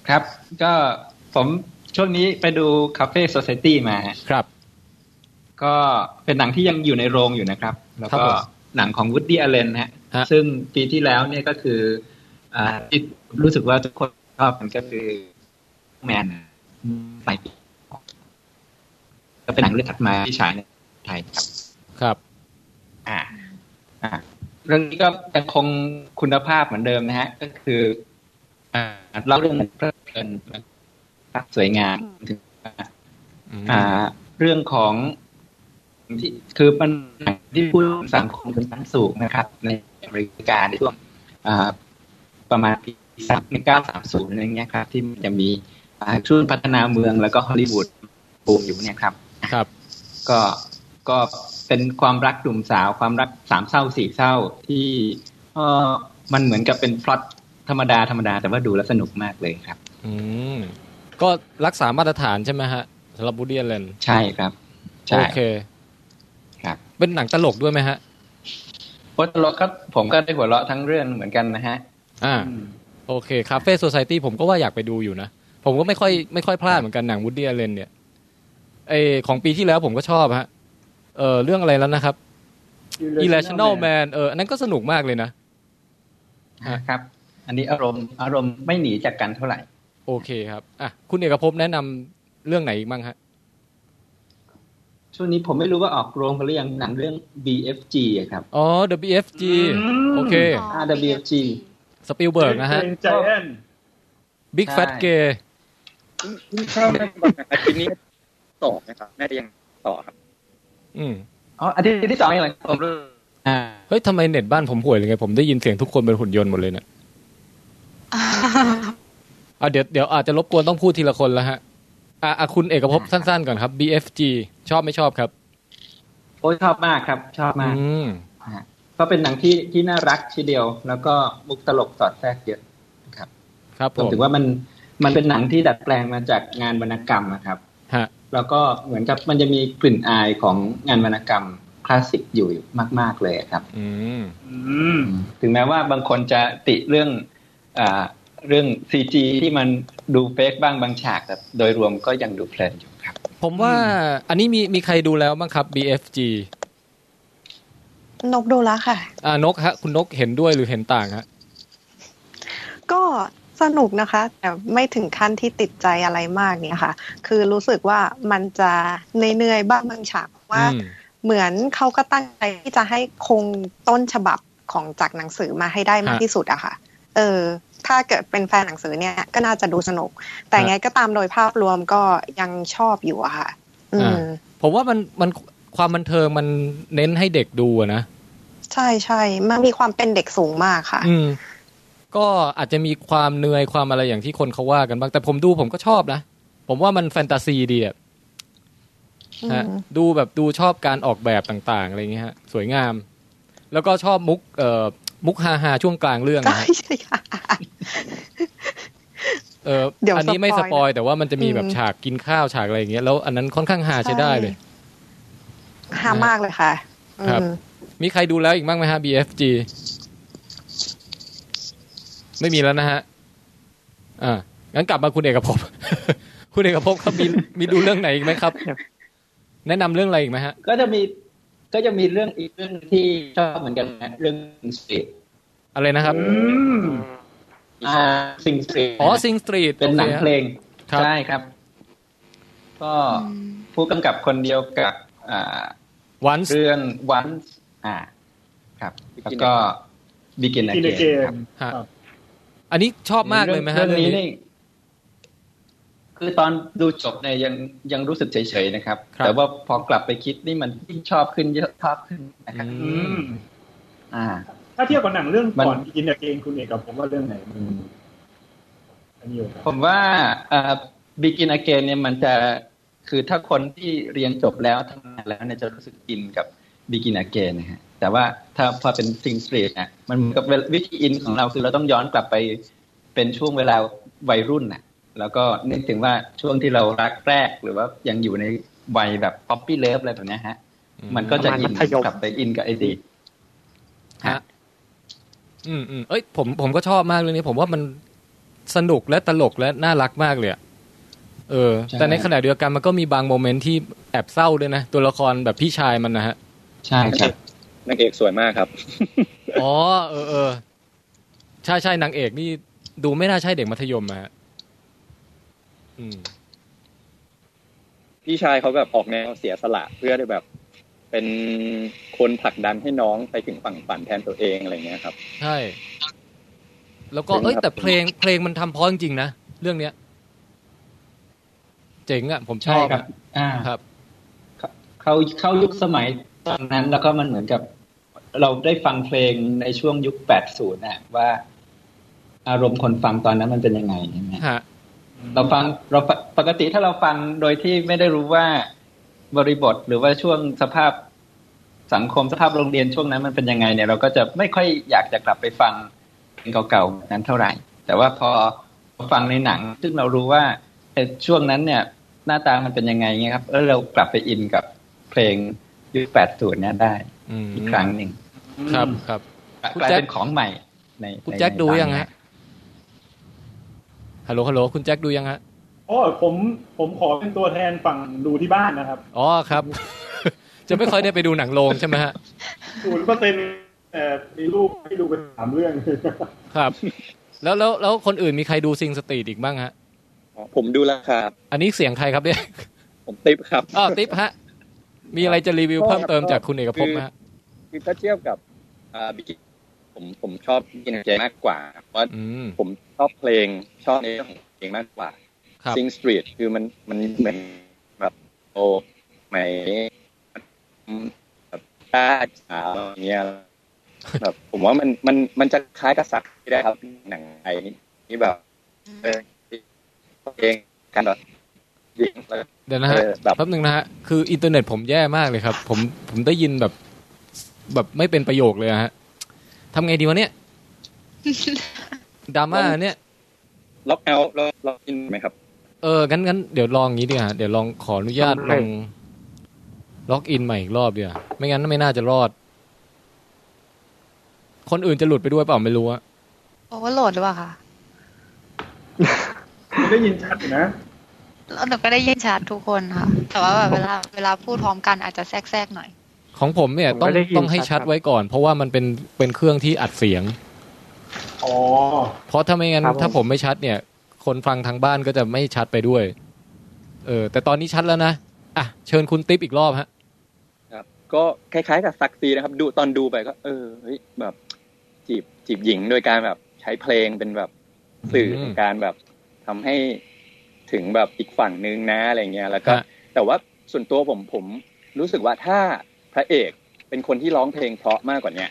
S4: ครับ ก็ผมช่วงนี้ไปดูคาเฟ่โซซ i ตี้มา
S1: ครับ
S4: ก็เป็นหนังที่ยังอยู่ในโรงอยู่นะครับ แล้ว
S1: ครับ
S4: ก็
S1: ผม
S4: หนังของวูดดี้อเลนฮะ
S1: ฮะ
S4: ซึ่งปีที่แล้วเนี่ยก็คือ อ่าที่รู้สึกว่าทุกคนชอบมันก็คือแมนไปก็เป็นหนังเรื่องถัดมาที่ฉายในไทยครับ
S1: ครับ
S4: อ่า อ่า เรื่องนี้ก็ยังคงคุณภาพเหมือนเดิมนะฮะ ก็คือ อ่าเล่าเรื่องเพลิดเพลินนะครับสวยงามถึง
S1: อืม
S4: อ่าเรื่องของที่คือมันที่พูดสังคมเป็นชั้นสูงนะครับ ในอเมริกาในช่วงอ่าประมาณปีสามเก้าสามศูนย์อะไรเงี้ยครับ ที่มันจะมีอ่าช่วงพัฒนาเมืองแล้วก็ฮอลลีวูดบูมอยู่เนี่ยครับ
S1: ครับ
S4: ก็ก็เป็นความรักหนุ่มสาวความรักสามเศร้าสี่เศร้าที่เออมันเหมือนกับเป็นพล็อตธรรมดาธรรมดาแต่ว่าดูแล้วสนุกมากเลยครับ
S1: อืม ก็รักษามาตรฐานใช่ไหมฮะสำหรับวูดดี้อเลน
S4: ใช่ครับ
S1: โอ
S4: ใช่
S1: เค
S4: ครับ
S1: เป็นหนังตลกด้วยไหมฮะ
S4: โพสต์ล็อกก็ผมก็ได้หัวเราะทั้งเรื่องเหมือนกันนะฮะ
S1: อ่า โอเคคาเฟ่โซซ i ตี้ผมก็ว่าอยากไปดูอยู่นะ ผมก็ไม่ค่อยไม่ค่อยพลาดเหมือนกันหนังวูดดี้อเลนเนี่ยไอของปีที่แล้วผมก็ชอบฮะเออเรื่องอะไรแล้วนะครับ Irrational Man เอออันนั้นก็สนุกมากเลยนะ ฮะ
S4: ครับ อันนี้อารมณ์อารมณ์ไม่หนีจากกันเท่าไหร่
S1: โอเคครับอ่ะคุณเอกภพแนะนำเรื่องไหนอีกบ้างฮะ
S4: ช่วงนี้ผมไม่รู้ว่าออกโรงไปหรือยังหนังเรื่อง BFG อะครับ
S1: อ๋อ WFG
S2: อืม
S1: โอเค
S4: RWG
S1: สปิลเบิร์กนะฮะ
S2: ใจแอน
S1: Big Fat
S4: ใช่
S1: Gay
S5: อาทิตย์นี้ต่อนะครับน่าจะยังต่อครับ
S1: อืม
S4: อ๋ออาทิตย์ที่สองเองเหรอผมอ่า
S1: เฮ้ยทำไมเน็ตบ้านผมห่วยเลยไง ผมได้ยินเสียงทุกคนเป็นหุ่นยนต์หมดเลยเนี่ยอ่ะเดี๋ยวเดี๋ยวอาจจะรบกวนต้องพูดทีละคนแล้วฮะอ่ะอ่ะคุณเอกภพสั้นๆก่อนครับ BFG ชอบไม่ชอบครับ
S4: โอ้ยชอบมากครับ ชอบมาก
S1: อืม
S4: ฮะก็เป็นหนังที่ที่น่ารักทีเดียว แล้วก็มุกตลกสอดแทรกเยอะ
S1: ครับผ
S4: ผม
S1: ม
S4: ถึงว่ามันมันเป็นหนังที่ดัดแปลงมาจากงานวรรณกรรมนะครับ
S1: ฮะ
S4: แล้วก็เหมือนกับมันจะมีกลิ่นอายของงานวรรณกรรมคลาสสิกอยู่มาก ๆ เลยครับ
S1: อืม
S2: อืม
S4: ถึงแม้ว่าบางคนจะติเรื่องอาเรื่องซีจีที่มันดูเฟกบ้างบางฉาก แต่โดยรวมก็ยังดูเพลินอยู่ครับ
S1: ผมว่าอันนี้มีมีใครดูแล้วบ้างครับ BFG
S7: นกดูแล้วค่ะ
S1: อ่านกฮะ คุณนกเห็นด้วยหรือเห็นต่างฮะ
S7: ก็สนุกนะคะ แต่ไม่ถึงขั้นที่ติดใจอะไรมากเนี่ยค่ะ คือรู้สึกว่ามันจะเหนื่อยๆบ้างบางฉากเพราะว่า
S1: อืม
S7: เหมือนเขาก็ตั้งใจที่จะให้คงต้นฉบับของจากหนังสือมาให้ได้มาก
S1: ฮะ
S7: ที่สุดอะค่ะ เออ ถ้าเกิดเป็นแฟนหนังสือเนี่ยก็น่าจะดูสนุก แต่
S1: ฮะ
S7: ไงก็ตามโดยภาพรวมก็ยังชอบอยู่อะค่ะ อื
S1: อ่า
S7: ม
S1: ผมว่ามันมันความบันเทิงมันเน้นให้เด็กดูอะนะ
S7: ใช่ใช่มันมีความเป็นเด็กสูงมากค่ะ
S1: อืม ก็อาจจะมีความเหนื่อยความอะไรอย่างที่คนเขาว่ากันบ้าง แต่ผมดูผมก็ชอบนะ ผมว่ามันแฟนตาซีดีอะฮะ
S7: อืม
S1: ดูแบบดูชอบการออกแบบต่างๆ อะไรอย่างเงี้ยฮะ สวยงาม แล้วก็ชอบมุกเอ่อมุกฮาฮาๆช่วงกลางเรื่องนะฮะ
S7: ใช่ค่ะ
S1: เออ
S7: เดี๋ยว
S1: อันนี้ไม่ส
S7: ส
S1: ป
S7: ป
S1: อ
S7: อย ย
S1: แต่ว่ามันจะมีแบบ
S7: อืม
S1: ฉากกินข้าวฉากอะไรอย่างเงี้ยแล้วอันนั้นค่อนข้างหาใช้ได้เลย
S7: หามากเลยค่ะอื
S1: ครับ
S7: ม
S1: มีใครดูแล้วอีกบ้างไหมฮะ BFG ไม่มีแล้วนะฮะ อ่างั้นกลับมาคุณเอกภพ คุณเอกภพครับมีมีดูเรื่องไหนอีกไหมครับ แนะนำเรื่องอะไรอีกไหมฮะ
S4: ก็จะมีก็จะมีเรื่องอีกเรื่องหนึ่งที่ชอบเหมือนกันนะเรื่องสิงสตรีท
S1: อะไรนะครับ
S2: อืม
S4: อ่าสิงสตรีท
S1: อ๋อซิงสตรีท
S4: เป็นหนังเพลง
S1: ครับ
S4: ใช่ครับ ก็ผู้กำกับคนเดียวกับอ่า
S1: วัน
S4: เรื่องวันอ่า ครับ แล้วก็ Begin
S2: In the
S4: Again
S2: game
S4: ครับ
S1: ฮะ
S2: ครับ
S1: อันนี้ชอบมากเลยไหมฮะ
S4: เรื่องนี้นี่คือตอนดูจบเนี่ยยังยังรู้สึกเฉยๆนะครับ
S1: ครับ
S4: แต่ว่าพอกลับไปคิดนี่มันยิ่งชอบขึ้นเยอะชอบขึ้นนะครับ
S1: อื
S2: อืม
S4: อ่า
S2: ถ้าเทียบกับหนังเรื่อง
S4: มัน
S2: ก่อนอินเดียเกงคุณเอกกับผมว่าเรื่องไหนมันอันนี้อยู่ครับ
S4: ผมว่าเอ่อ Begin Again เนี่ยมันจะคือถ้าคนที่เรียนจบแล้วทำงานแล้วเนี่ยจะรู้สึกอินกับ Begin Again นะฮะแต่ว่าถ้าพอเป็น Sing Street เนี่ยมันเหมือนกับวิธีอินของเราคือเราต้องย้อนกลับไปเป็นช่วงเวลาวัยรุ่นน่ะ แล้วก็นึกถึงว่าช่วงที่เรารักแรกหรือว่ายังอยู่ในวัยแบบ poppy love อะไรแบบเนี้ยฮะ มันก็จะอิน
S3: ประมาณมัธยม
S4: กลับไปอินกับไอดีต
S1: ฮะ อืมอืมเอ้ยผมผมก็ชอบมากเรื่องนี้ ผมว่ามันสนุกและตลกและน่ารักมากเลยอะเออ
S4: ใช่
S1: แต่ในขณะเดียวกันมันก็มีบางโมเมนต์ที่แอบเศร้าด้วยนะ ตัวละครแบบพี่ชายมัน นะฮะ
S4: ใช่ครับ
S5: นางเอกสวยมากครับ
S1: อ๋อ เออเออใช่ใช่นางเอกนี่ดูไม่น่าใช่เด็กมัธยมอะฮะอืม
S5: พี่ชายเขาแบบออกแนวเสียสละเพื่อได้แบบ เป็นคนผลักดันให้น้องไปถึงฝั่งฝันแทนตัวเองอะไรเงี้ยครับ
S1: ใช่ แล้วก็เอ้ย แต่เพลงเพลงมันทำเพราะจริงๆนะ เรื่องเนี้ย เจ๋งอะผมช
S4: ใช่
S1: อบ
S4: ครั
S1: อะ
S4: บ อ่า
S1: ครับ
S4: เขาเข้ายุคสมัยตอนนั้นแล้วก็มันเหมือนกับ เราได้ฟังเพลงในช่วงยุค 80น่ะว่า อารมณ์คนฟังตอนนั้นมันเป็นยังไงใช่ไหม
S1: ฮะ
S4: เราฟังเราปกปกติถ้าเราฟังโดยที่ไม่ได้รู้ว่าบริบทหรือว่าช่วงสภาพสังคมสภาพโรงเรียนช่วงนั้นมันเป็นยังไงเนี่ยเราก็จะไม่ค่อยอยากจะกลับไปฟังเพลงเก่าๆแบบนั้นเท่าไหร่ แต่ว่าพอฟังในหนัง ซึ่งเรารู้ว่าเอ่อช่วงนั้นเนี่ย หน้าตามันเป็นยังไงเงี้ยครับแล้วเรากลับไปอินกับเพลงยุค 80 เนี่ยได้
S1: อืม
S4: อีกครั้งหนึ่ง
S1: ครับครับ คุณ
S4: กลาย
S1: แจ็ค
S4: เป็นของใหม่ใน
S1: คุณ
S4: ใน
S1: แจ็ค
S4: ใน
S1: ดู
S4: ตอน
S1: ยัง
S4: นี้
S1: ฮะ ฮัลโหลฮัลโหลคุณแจ็คดูยังฮะ
S2: อ๋อผมผมขอเป็นตัวแทนฝั่งดูที่บ้านนะครับ
S1: อ๋อครับ จะไม่ค่อยได้ไปดูหนังโรงใช่ไหมฮะ
S2: ศูนย์เปอร์เซ็นต์แต่มีลูกที่ดูไปสามเรื่อง
S1: ครับ แล้วแล้วแล้วคนอื่นมีใครดูซิงสตรีทอีกบ้างฮะ
S5: ผมดูแล้วครับ
S1: อันนี้เสียงใครครับเนี่ย
S5: ผมติ๊บครับ
S1: อ้าวติ๊บฮะ มีอะไรจะรีวิวเพิ่มเติมจากคุณเอกภพไหมฮะ
S5: คือถ้าเทียบกับอ่าบิกิผมผมชอบบิกินเจมากกว่าเพราะว่า
S1: อืม
S5: ผมชอบเพลงชอบในเรื่องของเพลงมากกว่า
S1: ครับ
S5: ซิงสตรีทคือมันมันเหมือนแบบโอ้ไหมแบบต้าจ๋าอะไรเงี้ย แบบผมว่ามันมันมันจะคล้ายกับสักที่ได้ครับหนังไทยนี่นี่แบบเออเพลงกันแบบยิงแล้ว
S1: เดี๋ยวนะฮะ
S5: เออแบบ
S1: แป๊บหนึ่งนะฮะ คืออินเทอร์เน็ตผมแย่มากเลยครับ ผมผมได้ยินแบบ แบบไม่เป็นประโย คเลยอะฮะทำไงดีวะเนี่ยดราม่าเนี่ย
S4: ล็อกเอาท์แล้วล็อกอินไหมครับ
S1: เอองั้นงั้นเดี๋ยวลองอย่างนี้ดีกว่าเดี๋ยวลองขออนุญาตลองล็อกอินใหม่อีกรอบดีกว่าไม่งั้นไม่น่าจะรอด คนอื่นจะหลุดไปด้วยเปล่าไม่รู้อะ
S11: โอเวอร์โหลดหรือเปล่าคะ
S2: มันได้ยินชัดอยู่นะ
S11: แล้วหนูก็ได้ยินชัดทุกคนค่ะ แต่ว่าแบบเวลาเวลาพูดพร้อมกันอาจจะแทรกๆหน่อย
S1: ของผมเนี่ย
S12: ผม
S1: ต้อ
S12: ก็
S1: ง
S12: ได้ยิน
S1: ต้องให้ชัด
S12: ครับ
S1: ไว้ก่อน เพราะว่ามันเป็นเป็นเครื่องที่อัดเสียง
S2: อ๋อ
S1: เพราะถ้าไม่งั้น
S12: ครับผม
S1: ถ้าผมไม่ชัดเนี่ย คนฟังทางบ้านก็จะไม่ชัดไปด้วย เออ แต่ตอนนี้ชัดแล้วนะอ่ะเชิญคุณติ๊บอีกรอบฮะ
S4: ครับก็คล้ายๆกับซักซีนะครับ ดูตอนดูไปก็ เออเฮ้ยแบบ จีบจีบหญิงโดยการแบบใช้เพลงเป็นแบบสื่อ
S1: อืม
S4: ในการแบบทำให้ถึงแบบอีกฝั่งนึงนะอะไรเงี้ยแล้วก็
S1: ฮะ
S4: แต่ว่าส่วนตัวผมผมรู้สึกว่าถ้าพระเอกเป็นคนที่ร้องเพลงเพราะมากกว่าเนี้ย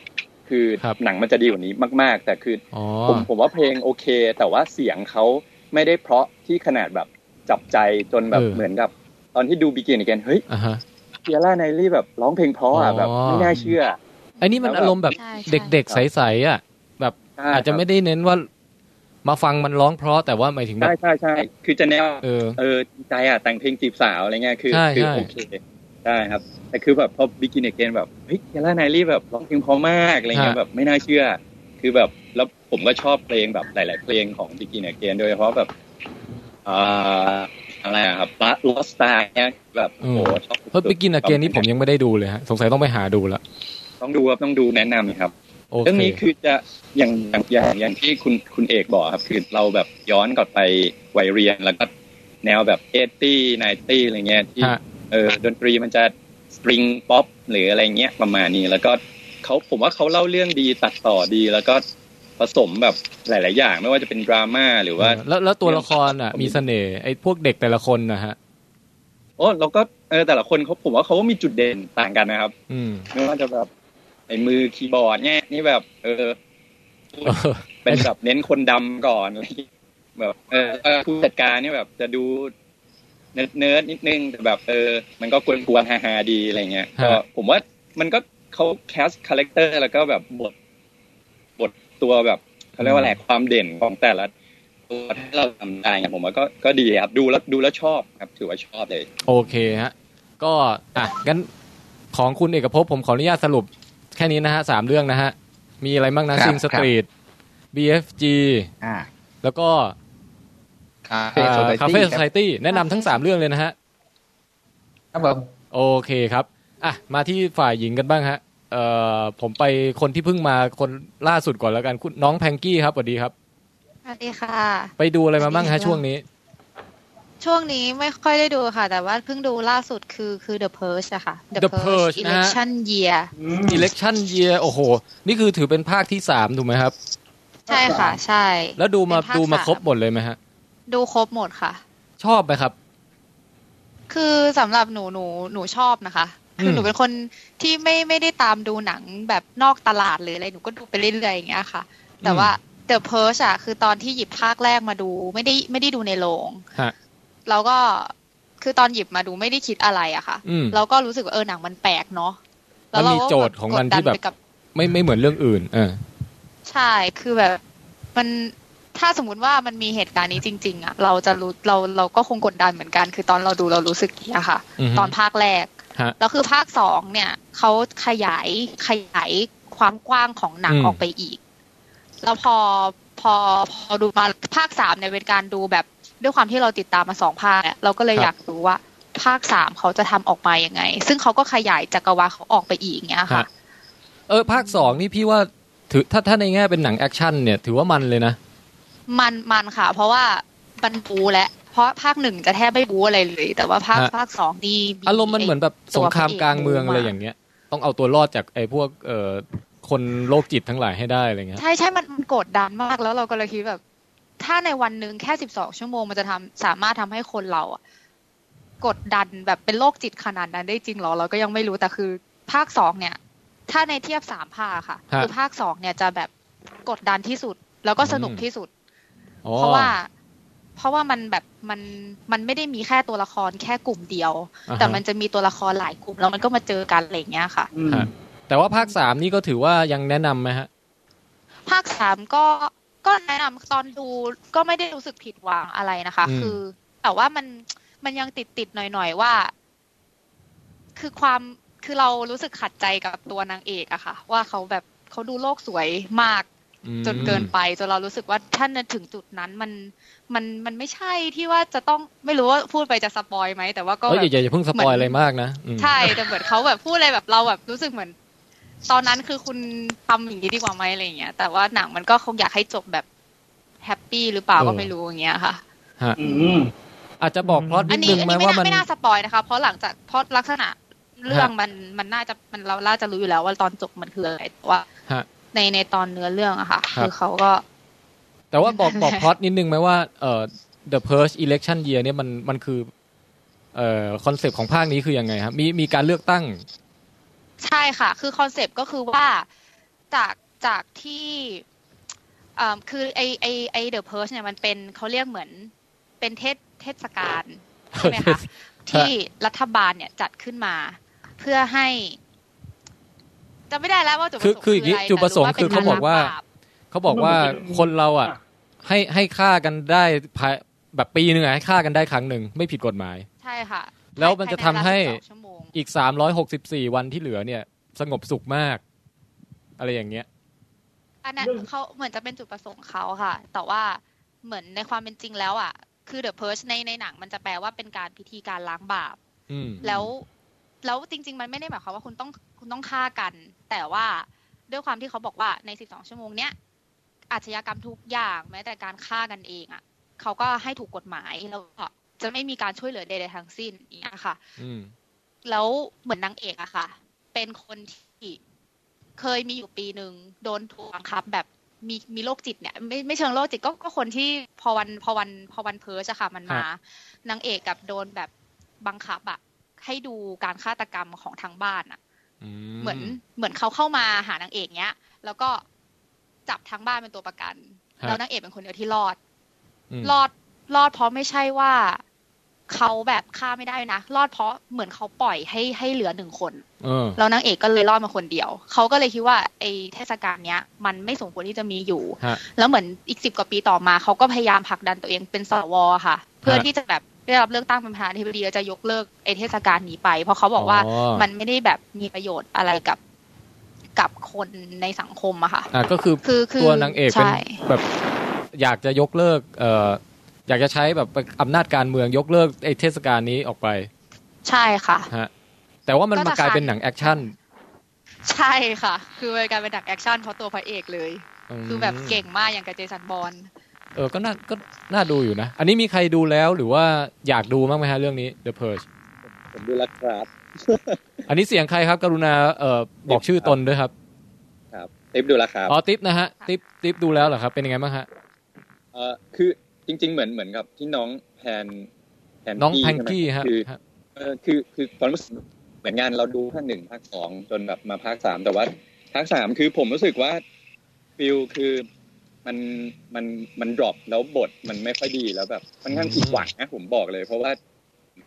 S4: คือหนังมันจะดีกว่านี้มาก ๆ แต่คือ
S1: อ๋อ
S4: ผมผมว่าเพลงโอเค แต่ว่าเสียงเขาไม่ได้เพราะที่ขนาดแบบจับใจจนแบบ
S1: เออ
S4: เหมือนกับ ตอนที่ดูบิกินอีกนเฮ้ย
S1: อ่ะฮะ
S4: เทียร่าไนลี่แบบร้องเพลงเพราะอ่ะ
S1: อ๋อ
S4: แบบไม่น่าเชื่อ
S1: ไอ้นี่มันอารมณ์แบบ
S11: ใช่ใช่
S1: เด็กๆใสๆอ่ะ แบบ
S4: ใช่
S1: อาจจะไม่ได้เน้นว่ามาฟังมันร้องเพราะแต่ว่าหมายถึงแบ
S4: ใช่
S1: บ
S4: ใช่ใช่คือจะแนว
S1: เออ
S4: เออใจอ่ะแต่งเพลงจีบสาวอะไรเงี้ยคือ
S1: ใช่
S4: คือ
S1: ใช่
S4: โอเคได้ครับ แต่คือแบบพอบิกินเกนแบบเฮ้ยเทียร่าไนลี่แบบร้องเพลงเพราะมากอะไรเงี้ยแบบไม่น่าเชื่อ คือแบบแล้วผมก็ชอบเพลงแบบหลาย ๆ เพลงของบิกินเกนโดยเฉพาะแบบอ่าอะไรอะครับล o สตาเนี้ยแบบโอ้โหชอบสุดๆ
S1: เฮ้ยไปกินอาเกนนี่ผมยังไม่ได้ดูเลยฮะสงสัยต้องไปหาดูละ
S4: ต้องดูครับต้องดูแนะนำครับ
S1: โอ
S4: เรื่อง
S1: เค
S4: นี้คือจะอย่างอย่างอย่างอย่างที่คุณคุณเอกบอกครับ คือเราแบบย้อนกลับไปวัยเรียนแล้วก็แนวแบบเอตี้ไนตี้อะไรเงี้ยที่
S1: ฮะ
S4: เออดนตรีมันจะสปริงป๊อปหรืออะไรเงี้ยประมาณนี้ แล้วก็เขาผมว่าเขาเล่าเรื่องดีตัดต่อดี แล้วก็ผสมแบบหลาย ๆ อย่าง ไม่ว่าจะเป็นดราม่าหรือว่า
S1: แล้วแล้วตัวละครอ่ะ มีเสน่ห์ไอ้พวกเด็กแต่ละคนนะฮะ
S4: โอ้เราก็เออแต่ละคนเขาผมว่าเขาก็มีจุดเด่นต่างกันนะครับ
S1: อืม
S4: ไม่ว่าจะแบบไอ้มือคีย์บอร์ดเนี่ยนี่แบบ เออ
S1: เออ
S4: เป็น แบบเน้นคนดำก่อนอะไรอย่างเงี้ยแบบเออเออผู้จัดการเนี่ยแบบจะดูเนิร์ดเนิร์ดนิดนึงแต่แบบ เออ มันก็กวนกวนๆฮาฮาๆดีอะไรเงี้ย
S1: ฮะ
S4: ก็ผมว่ามันก็เขาแคสคาแรคเตอร์แล้วก็แบบบทบทตัวแบบเขาเรียกว่าอะไรความเด่นของแต่ละตัวที่เราทำได้เนี่ยผมว่าก็ก็ดีครับดูแล้วดูแล้วชอบครับ ถือว่าชอบเลย
S1: โอเคฮะ ก็อ่ะงั้นของคุณเอกภพผมขออนุญาตสรุป แค่นี้นะฮะสามเรื่องนะฮะ มีอะไรบ้างนะครับ ซิงส
S13: ครั
S1: ต
S13: บ
S1: รีท BFG
S13: อ่า
S1: แล้วก็
S13: คาเฟ่
S1: อ่า
S13: โซไซ
S1: คาเฟ่
S13: ตี้
S1: สไตตี้แนะนำทั้งสามเรื่องเลยนะฮะ
S13: ครับผม
S1: โอเคครับ อ่ะ มาที่ฝ่ายหญิงกันบ้างฮะ เอ่อ ผมไปคนที่เพิ่งมาคนล่าสุดก่อนแล้วกันคุณน้องแพงกี้ครับสวัสดีครับ
S11: สวัสดีค่ะ
S1: ไปดูอะไรมาบ้าง
S11: สวั
S1: ฮะ
S11: สดีครับ
S1: ช่วงนี้
S11: ช่วงนี้ไม่ค่อยได้ดูค่ะ แต่ว่าเพิ่งดูล่าสุดคือคือ The Purge อะค่ะ
S1: The Purge นะฮะ
S11: Election Year
S1: Election Year โอ้โห นี่คือถือเป็นภาคที่สามถูกไหมครับ
S11: ใช่ค่ะ ใช่
S1: แล้วดูมา
S11: เป็นภาค
S1: ดูมา
S11: สาม
S1: ครบหมดเลยไหมฮะ
S11: ดูครบหมดค่ะ
S1: ชอบไหมครับ
S11: คือสำหรับหนูหนูหนูชอบนะคะ คื
S1: ม
S11: ออหนูเป็นคนที่ไม่ไม่ได้ตามดูหนังแบบนอกตลาดหรืออะไรหนูก็ดูไปเรื่อยๆอย่างเงี้ยค่ะ แต่ว่า The Purge อะคือตอนที่หยิบภาคแรกมาดู ไม่ได้ไม่ได้ดูในโรง
S1: ฮะ
S11: แล้วก็คือตอนหยิบมาดูไม่ได้คิดอะไรอะค่ะ
S1: อืม
S11: เราก็รู้สึกว่าเออหนังมันแปลกเนาะ
S1: มันมี
S11: ก็
S1: โจทย์ของมัน
S11: กดดั
S1: ที่แบบ
S11: ไปกับ
S1: ไม่ไม่เหมือนเรื่องอื่น เออ
S11: ใช่คือแบบ มันถ้าสมมุติว่ามันมีเหตุการณ์นี้จริง ๆอะเราจะรู้เราเราก็คงกดดันเหมือนกัน คือตอนเราดูเรารู้สึกอย่างเงยค่ะ
S1: อือฮึ
S11: ตอนภาคแรก
S1: ฮะ
S11: แล้วคือภาคสองเนี่ยเขาขยายขยายความกว้างของหนัง
S1: อืม
S11: ออกไปอีก แล้วพอพอพอดูมาภาคสามเนี่ยเป็นการดูแบบด้วยความที่เราติดตามมาสองภาคเนี่ยเราก็เลยอยากรู้ว่า ภาคสามเขาจะทำออกมายังไง ซึ่งเขาก็ขยายจักรวาลเขาออกไปอีกอย่างเงี้ยค่ะ
S1: ฮะ เออ ภาคสองนี่พี่ว่าถือถ้าถ้าในแง่เป็นหนังแอคชั่นเนี่ย ถือว่ามันเลยนะ
S11: มันมันค่ะ เพราะว่ามันบูและ เพราะภาคหนึ่งจะแทบไม่บูอะไรเลย แต่ว่าภาค
S1: ฮะ
S11: ภาคสองนี่
S1: อารมณ์มันเหมือนแบบสงครามกลางเมืองอะไรอย่างเงี้ย ต้องเอาตัวรอดจากไอ้พวกเอ่อคนโรคจิตทั้งหลายให้ได้อะไรเงี้ย
S11: ใช่ใช่มันมันกดดันมากแล้วเราก็เลยคิดแบบ ถ้าในวันหนึ่งแค่สิบสองชั่วโมงมันจะทำสามารถทำให้คนเราอะกดดันแบบเป็นโรคจิตขนาดนั้นได้จริงเหรอเราก็ยังไม่รู้แต่คือ ภาคสองเนี่ย ถ้าในเทียบสามภาคค่ะ
S1: ฮะ
S11: คือภาคสองเนี่ยจะแบบกดดันที่สุด แล้วก็สนุก
S1: อืม
S11: ที่สุด
S1: อ๋อ
S11: เพราะว่า เพราะว่ามันแบบมันมันไม่ได้มีแค่ตัวละครแค่กลุ่มเดียว
S1: อ่าฮะ
S11: แต่มันจะมีตัวละครหลายกลุ่ม แล้วมันก็มาเจอกันอะไรอย่างเงี้ยค่ะ
S2: อืม
S1: ฮะ แต่ว่าภาคสามนี่ก็ถือว่ายังแนะนำไหมฮะ
S11: ภาคสามก็ ก็แนะนำตอนดูก็ไม่ได้รู้สึกผิดหวังอะไรนะคะ
S1: อืม
S11: คือ แต่ว่ามันมันยังติดติดๆหน่อยๆว่า คือความคือเรารู้สึกขัดใจกับตัวนางเอกอะค่ะ ว่าเขาแบบเขาดูโลกสวยมาก
S1: อืม
S11: จนเกินไปจนเรารู้สึกว่าท่านถึงจุดนั้นมันมันมันไม่ใช่ที่ว่าจะต้องไม่รู้ว่าพูดไปจะสปอยไหมแต่ว่าก็
S1: เอ้ย
S11: แบบ
S1: อย่าอย่าเพิ่งสปอยอะไรมากนะอืม
S11: ใช่แต่เหมือนเขาแบบพูดอะไรแบบเราแบบรู้สึกเหมือน ตอนนั้นคือคุณทำอย่างนี้ดีกว่าไหมอะไรอย่างเงี้ยแต่ว่าหนังมันก็คงอยากให้จบแบบแฮปปี้หรือเปล่า
S1: เออ
S11: ก็ไม่รู้อย่างเงี้ยค่ะ
S14: อืม
S1: อาจจะบอกพล็อต
S11: อั
S1: นิ
S11: น
S1: ด
S11: นี้
S1: นึง
S11: อัน
S1: ไหม
S11: นี้ไม่
S1: ว่า
S11: น่า
S1: มัน
S11: ไม่น่าสปอยนะคะ เพราะหลังจากเพราะลักษณะเรื่อง
S1: ฮะ
S11: มันมันน่าจะมันเราน่าจะรู้อยู่แล้วว่าตอนจบมันคืออะไรแต่ว่า
S1: ฮะ
S11: ในในตอนเนื้อเรื่องอะค่ะ
S1: ครับ
S11: คือเขาก็
S1: แต่ว่า บอกบอก
S11: แหละ
S1: พล็อตนิดนึงไหมว่าเอ่อ The Purge Election Year เนี่ยมันมันคือเอ่อคอนเซปต์ของภาคนี้คือยังไงครับมีมีการเลือกตั้ง
S11: ใช่ค่ะ คือคอนเซปต์ก็คือว่าจากจากที่อ่าคือไอไอไอเดอะเพิร์ชเนี่ยมันเป็นเขาเรียกเหมือนเป็นเทศเทศกาลใช่ไหม คะ ที่รัฐบาลเนี่ยจัดขึ้นมา เพื่อให้จะไม่ได้แล้วว่าจุดประสงค์
S1: คือคืออย่างนี้
S11: ไร
S1: จุดประสงค์คือเขาบอกว่า
S11: แต่รู้เป็น
S1: เขาบอกว่าคนเราอ่ะ
S14: อ่ะ
S1: ให้ให้ฆ่ากันได้ภายแบบปีหนึ่งอะให้ฆ่ากันได้ครั้งหนึ่งไม่ผิดกฎหมาย
S11: ใช่ค่ะ
S1: แล้วมันจะทำให้
S11: ภายนเวลา12ชั่วโมง
S1: อีก 364 วันที่เหลือเนี่ย สงบสุขมาก อะไรอย่างเงี้ย
S11: อันนั้นเขาเหมือนจะเป็นจุดประสงค์เขาค่ะ แต่ว่าเหมือนในความเป็นจริงแล้วอ่ะ คือเดอะเพิร์ชในในหนังมันจะแปลว่าเป็นการพิธีการล้างบาป
S1: อืม
S11: แล้วแล้วจริง ๆ มันไม่ได้หมายความว่าคุณต้องคุณต้องฆ่ากัน แต่ว่าด้วยความที่เขาบอกว่าใน 12 ชั่วโมงเนี้ยอาชญากรรมทุกอย่างแม้แต่การฆ่ากันเองอะ่ะเขาก็ให้ถูกกฎหมายแล้วก็จะไม่มีการช่วยเหลือใดๆทั้งสิ้นอย่างเงี้ยค่ะ
S1: อืม
S11: แล้วเหมือนนางเอกอะค่ะ เป็นคนที่เคยมีอยู่ปีหนึ่งโดนถูกบังคับ แบบมีมีโรคจิตเนี่ย ไม่ไม่เชิงโรคจิตก็ก็คนที่พอวันพอวันพอวันเพิร์ชอะค่ะ มันมา
S1: ฮะ
S11: นางเอกกับโดนแบบบังคับอะให้ดูการฆาตกรรมของทางบ้านอะ
S1: อื
S11: เหมือนเหมือนเขาเข้ามาหานางเอกเนี้ย แล้วก็จับทั้งบ้านเป็นตัวประกัน
S1: ฮะ
S11: แล้วนางเอกเป็นคนเดียวที่รอด
S1: ม
S11: รอดรอดเพราะไม่ใช่ว่าเขาแบบฆ่าไม่ได้นะ รอดเพราะเหมือนเขาปล่อยให้ให้เหลือหนึ่งคน
S1: เออ
S11: แล้วนางเอกก็เลยรอดมาคนเดียว เขาก็เลยคิดว่าไอ้เทศกาลเนี้ย มันไม่สมควรที่จะมีอยู่
S1: ฮะ
S11: แล้วเหมือนอีกสิบกว่าปีต่อมาเขาก็พยายามผลักดันตัวเองเป็นสวค่ะ เพื่อที่จะแบบได้รับเลือกตั้งเป็นประธานาธิบดีแล้วจะยกเลิกไอ้เทศกาลนี้ไป เพราะเขาบอกว่า
S1: อ๋อ
S11: มันไม่ได้แบบมีประโยชน์อะไรกับกับคนในสังคมอะค่ะ
S1: อ่ะก็คือ
S11: คือคือ
S1: ตัวนางเอกเป็น
S11: ใช่
S1: แบบ อยากจะยกเลิก เอ่อ อยากจะใช้แบบอำนาจการเมืองยกเลิกไอ้เทศกาลนี้ออกไป
S11: ใช่ค่ะ
S1: ฮะ แต่ว่ามัน
S11: ก็
S1: มา
S11: จะ
S1: กลายเป็นหนังแอคชั่น
S11: ใช่ค่ะ คือเป็นการเป็นดักแอคชั่นเพราะตัวพระเอกเลย คือแบบเก่งมากอย่างกับเจสันบอล
S1: เออ ก็น่า ก็น่าดูอยู่นะ อันนี้มีใครดูแล้วหรือว่าอยากดูบ้างไหมฮะเรื่องนี้ The Purge
S4: ผมดูแลวครับ
S1: อันนี้เสียงใครครับ กรุณา เอ่อ บอกชื่อตนด้วยครับ
S4: ครับติ๊บดูแลวครับ
S1: อ๋อ ติ๊บนะฮะ ติ๊บ ติ๊บดูแล้วเหรอครับ เป็นยังไงบ้างฮะ
S4: เออคือจริง ๆ เหมือนเหมือนกับที่น้องแพนแพน
S1: น้อง
S4: กี้
S1: แพงกี้
S4: ใช่
S1: ฮะ
S4: ไหมคือ
S1: ฮะ
S4: เอ่อคือคือความรู้สึกเหมือนงานเราดูภาคหนึ่งภาคสองจนแบบมาภาคสามแต่ว่าภาคสามคือผมรู้สึกว่าฟิลคือมันมันมันดรอปแล้วบทมันไม่ค่อยดีแล้วแบบค่อนข้างผิดหวังนะผมบอกเลย เพราะว่า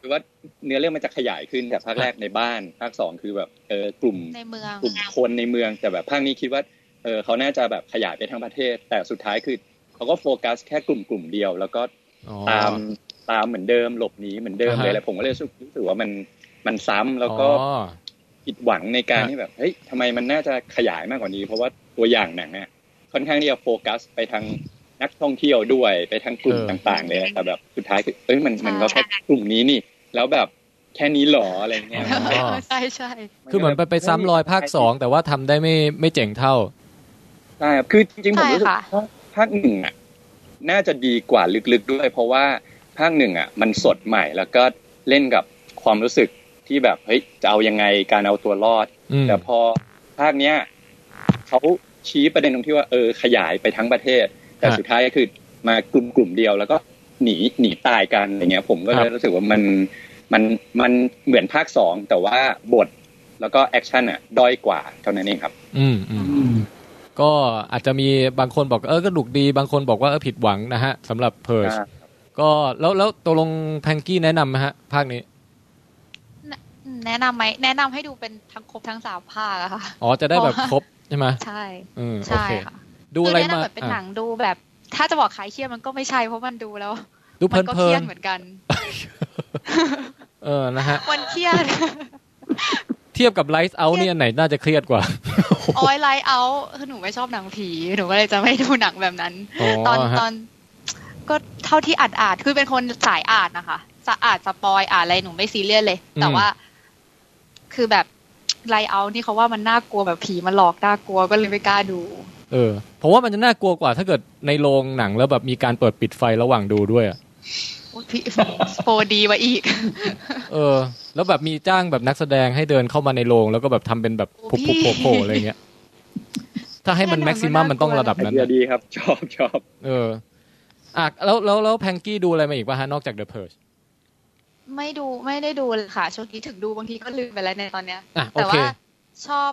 S4: คือว่าเนื้อเรื่องมันจะขยายขึ้นจากภาคแรกในบ้านภาคสองคือแบบเออกลุ่ม
S11: ในเมือง
S4: กลุ่มคนในเมืองแต่แบบภาคนี้คิดว่าเออเขาน่าจะแบบขยายไปทั้งประเทศ แต่สุดท้ายคือเขาก็โฟกัสแค่กลุ่มกลุ่มเดียว แล้วก็
S1: อ๋อ
S4: ตามตามเหมือนเดิมหลบหนีเหมือนเดิม
S1: อ่าฮะ
S4: เลยแหละผมก็เลยรู้สึกรู้สึกว่ามันมันซ้ำแล้วก็
S1: อ๋อ
S4: ผิดหวังในการ
S1: ฮะ
S4: ที่แบบเฮ้ยทำไมมันน่าจะขยายมากกว่านี้ เพราะว่าตัวอย่างหนังเนี่ยค่อนข้างที่จะโฟกัสไปทางนักท่องเที่ยวด้วยไปทางกลุ่มต่าง ๆ เลยแต่แบบสุดท้ายคือเอ้ยมันมันก็แค่กลุ่มนี้นี่ แล้วแบบแค่นี้หรออะไรเงี้ย
S1: อ๋อ
S11: ใช่ใช่
S1: คือเหมือนไปไปซ้ำรอยภาคสองแต่ว่าทำได้ไม่ไม่เจ๋งเท่า
S4: ใช่ครับคือจริงๆผม
S11: ใช่
S4: รู้สึก
S11: ค่ะ
S4: ว่าภาคหนึ่งอ่ะน่าจะดีกว่าลึกๆด้วย เพราะว่าภาคหนึ่งอ่ะ มันสดใหม่แล้วก็เล่นกับความรู้สึกที่แบบเฮ้ยจะเอายังไงการเอาตัวรอด
S1: อืม
S4: แต่พอภาคเนี้ยเขาชี้ประเด็นตรงที่ว่าเออขยายไปทั้งประเทศ แต่
S1: ฮะ
S4: สุดท้ายก็คือมากลุ่มกลุ่มเดียว แล้วก็หนีหนีตายกันอย่างเงี้ย ผมก็เล
S1: ครั
S4: ย
S1: บ
S4: รู้สึกว่ามันมันมันเหมือนภาคสองแต่ว่าบทแล้วก็แอคชั่นอ่ะด้อยกว่าเท่านั้นเองครับ
S1: อืมอืม ก็อาจจะมีบางคนบอกเออก็ดุกดีบางคนบอกว่าเออผิดหวังนะฮะสำหรับเพิร์ช
S4: อ่า
S1: ก็แล้วแล้วตกลงแพงกี้แนะนำไหมฮะ ภาคนี้
S11: อืมแนะนำไหมแนะนำให้ดูเป็นทั้งครบทั้งสามภาคอะค่ะ
S1: อ๋อจะได้แบบ
S11: อ๋อ
S1: ครบใช่ไหม
S11: ใช่
S1: อืมโอ
S11: ใช่
S1: เค
S11: ค่ะ
S1: ดู
S11: คือ
S1: อะไร
S11: แนะนำ
S1: มา
S11: เหมือนเป็นหนั
S1: อ่ะ
S11: งดูแบบ ถ้าจะบอกคลายเครียดมันก็ไม่ใช่เพราะมันดูแล้ว
S1: ดูเพ
S11: มั
S1: ลิ
S11: น
S1: น
S11: ก็
S1: เพ
S11: เค
S1: ลิ
S11: รีย
S1: น
S11: ดเหมือน กัน
S1: เออนะฮะ
S11: มันเครียด
S1: เทียบกับไลฟ์เอา
S11: เครี
S1: เนี่ย
S11: ยด
S1: อันไหนน่าจะเครียดกว่า
S11: ออยไลท์เอาคือหนูไม่ชอบหนังผี หนูก็เลยจะไม่ดูหนังแบบนั้น
S1: อ๋อ
S11: ตอน
S1: ฮะ
S11: ตอน ก็เท่าที่อ่านอ่านคือเป็นคนสายอ่านนะคะสะอาดสปอยอ่านอะไรหนูไม่ซีเรียสเลย แต่
S1: อืม
S11: ว่า คือแบบไลเอานี่เขาว่ามันน่ากลัวแบบผีมันหลอกน่ากลัวก็เลยไม่กล้าดู
S1: เออผมว่ามันจะน่ากลัวกว่า ถ้าเกิดในโรงหนังแล้วแบบมีการเปิดปิดไฟระหว่างดูด้วยอะ
S11: อุ๊ยพี่ โปรดีมาอีก
S1: เออ แล้วแบบมีจ้างแบบนักแสดงให้เดินเข้ามาในโรงแล้วก็แบบทำเป็นแบบผุบผุบโผล่โผล่อะไรเงี้ย ถ้าให้มันแม็กซิมัมมันต้องระดับ
S5: ไอ
S1: นั้น
S5: เดีย
S1: นะ
S5: ดี ครับ ชอบชอบ
S1: เอออ่ะแล้วแล้วแล้วแพงกี้ดูอะไรมาอีกป่ะฮะนอกจากเดอะเพิร์ช
S11: ไม่ดูไม่ได้ดูเลยค่ะช่วงนี้ถึงดูบางทีก็ลืมไปแล้วในยตอนเนี้ย
S1: อ่ะโอ
S11: แต่
S1: เค
S11: ว่าชอบ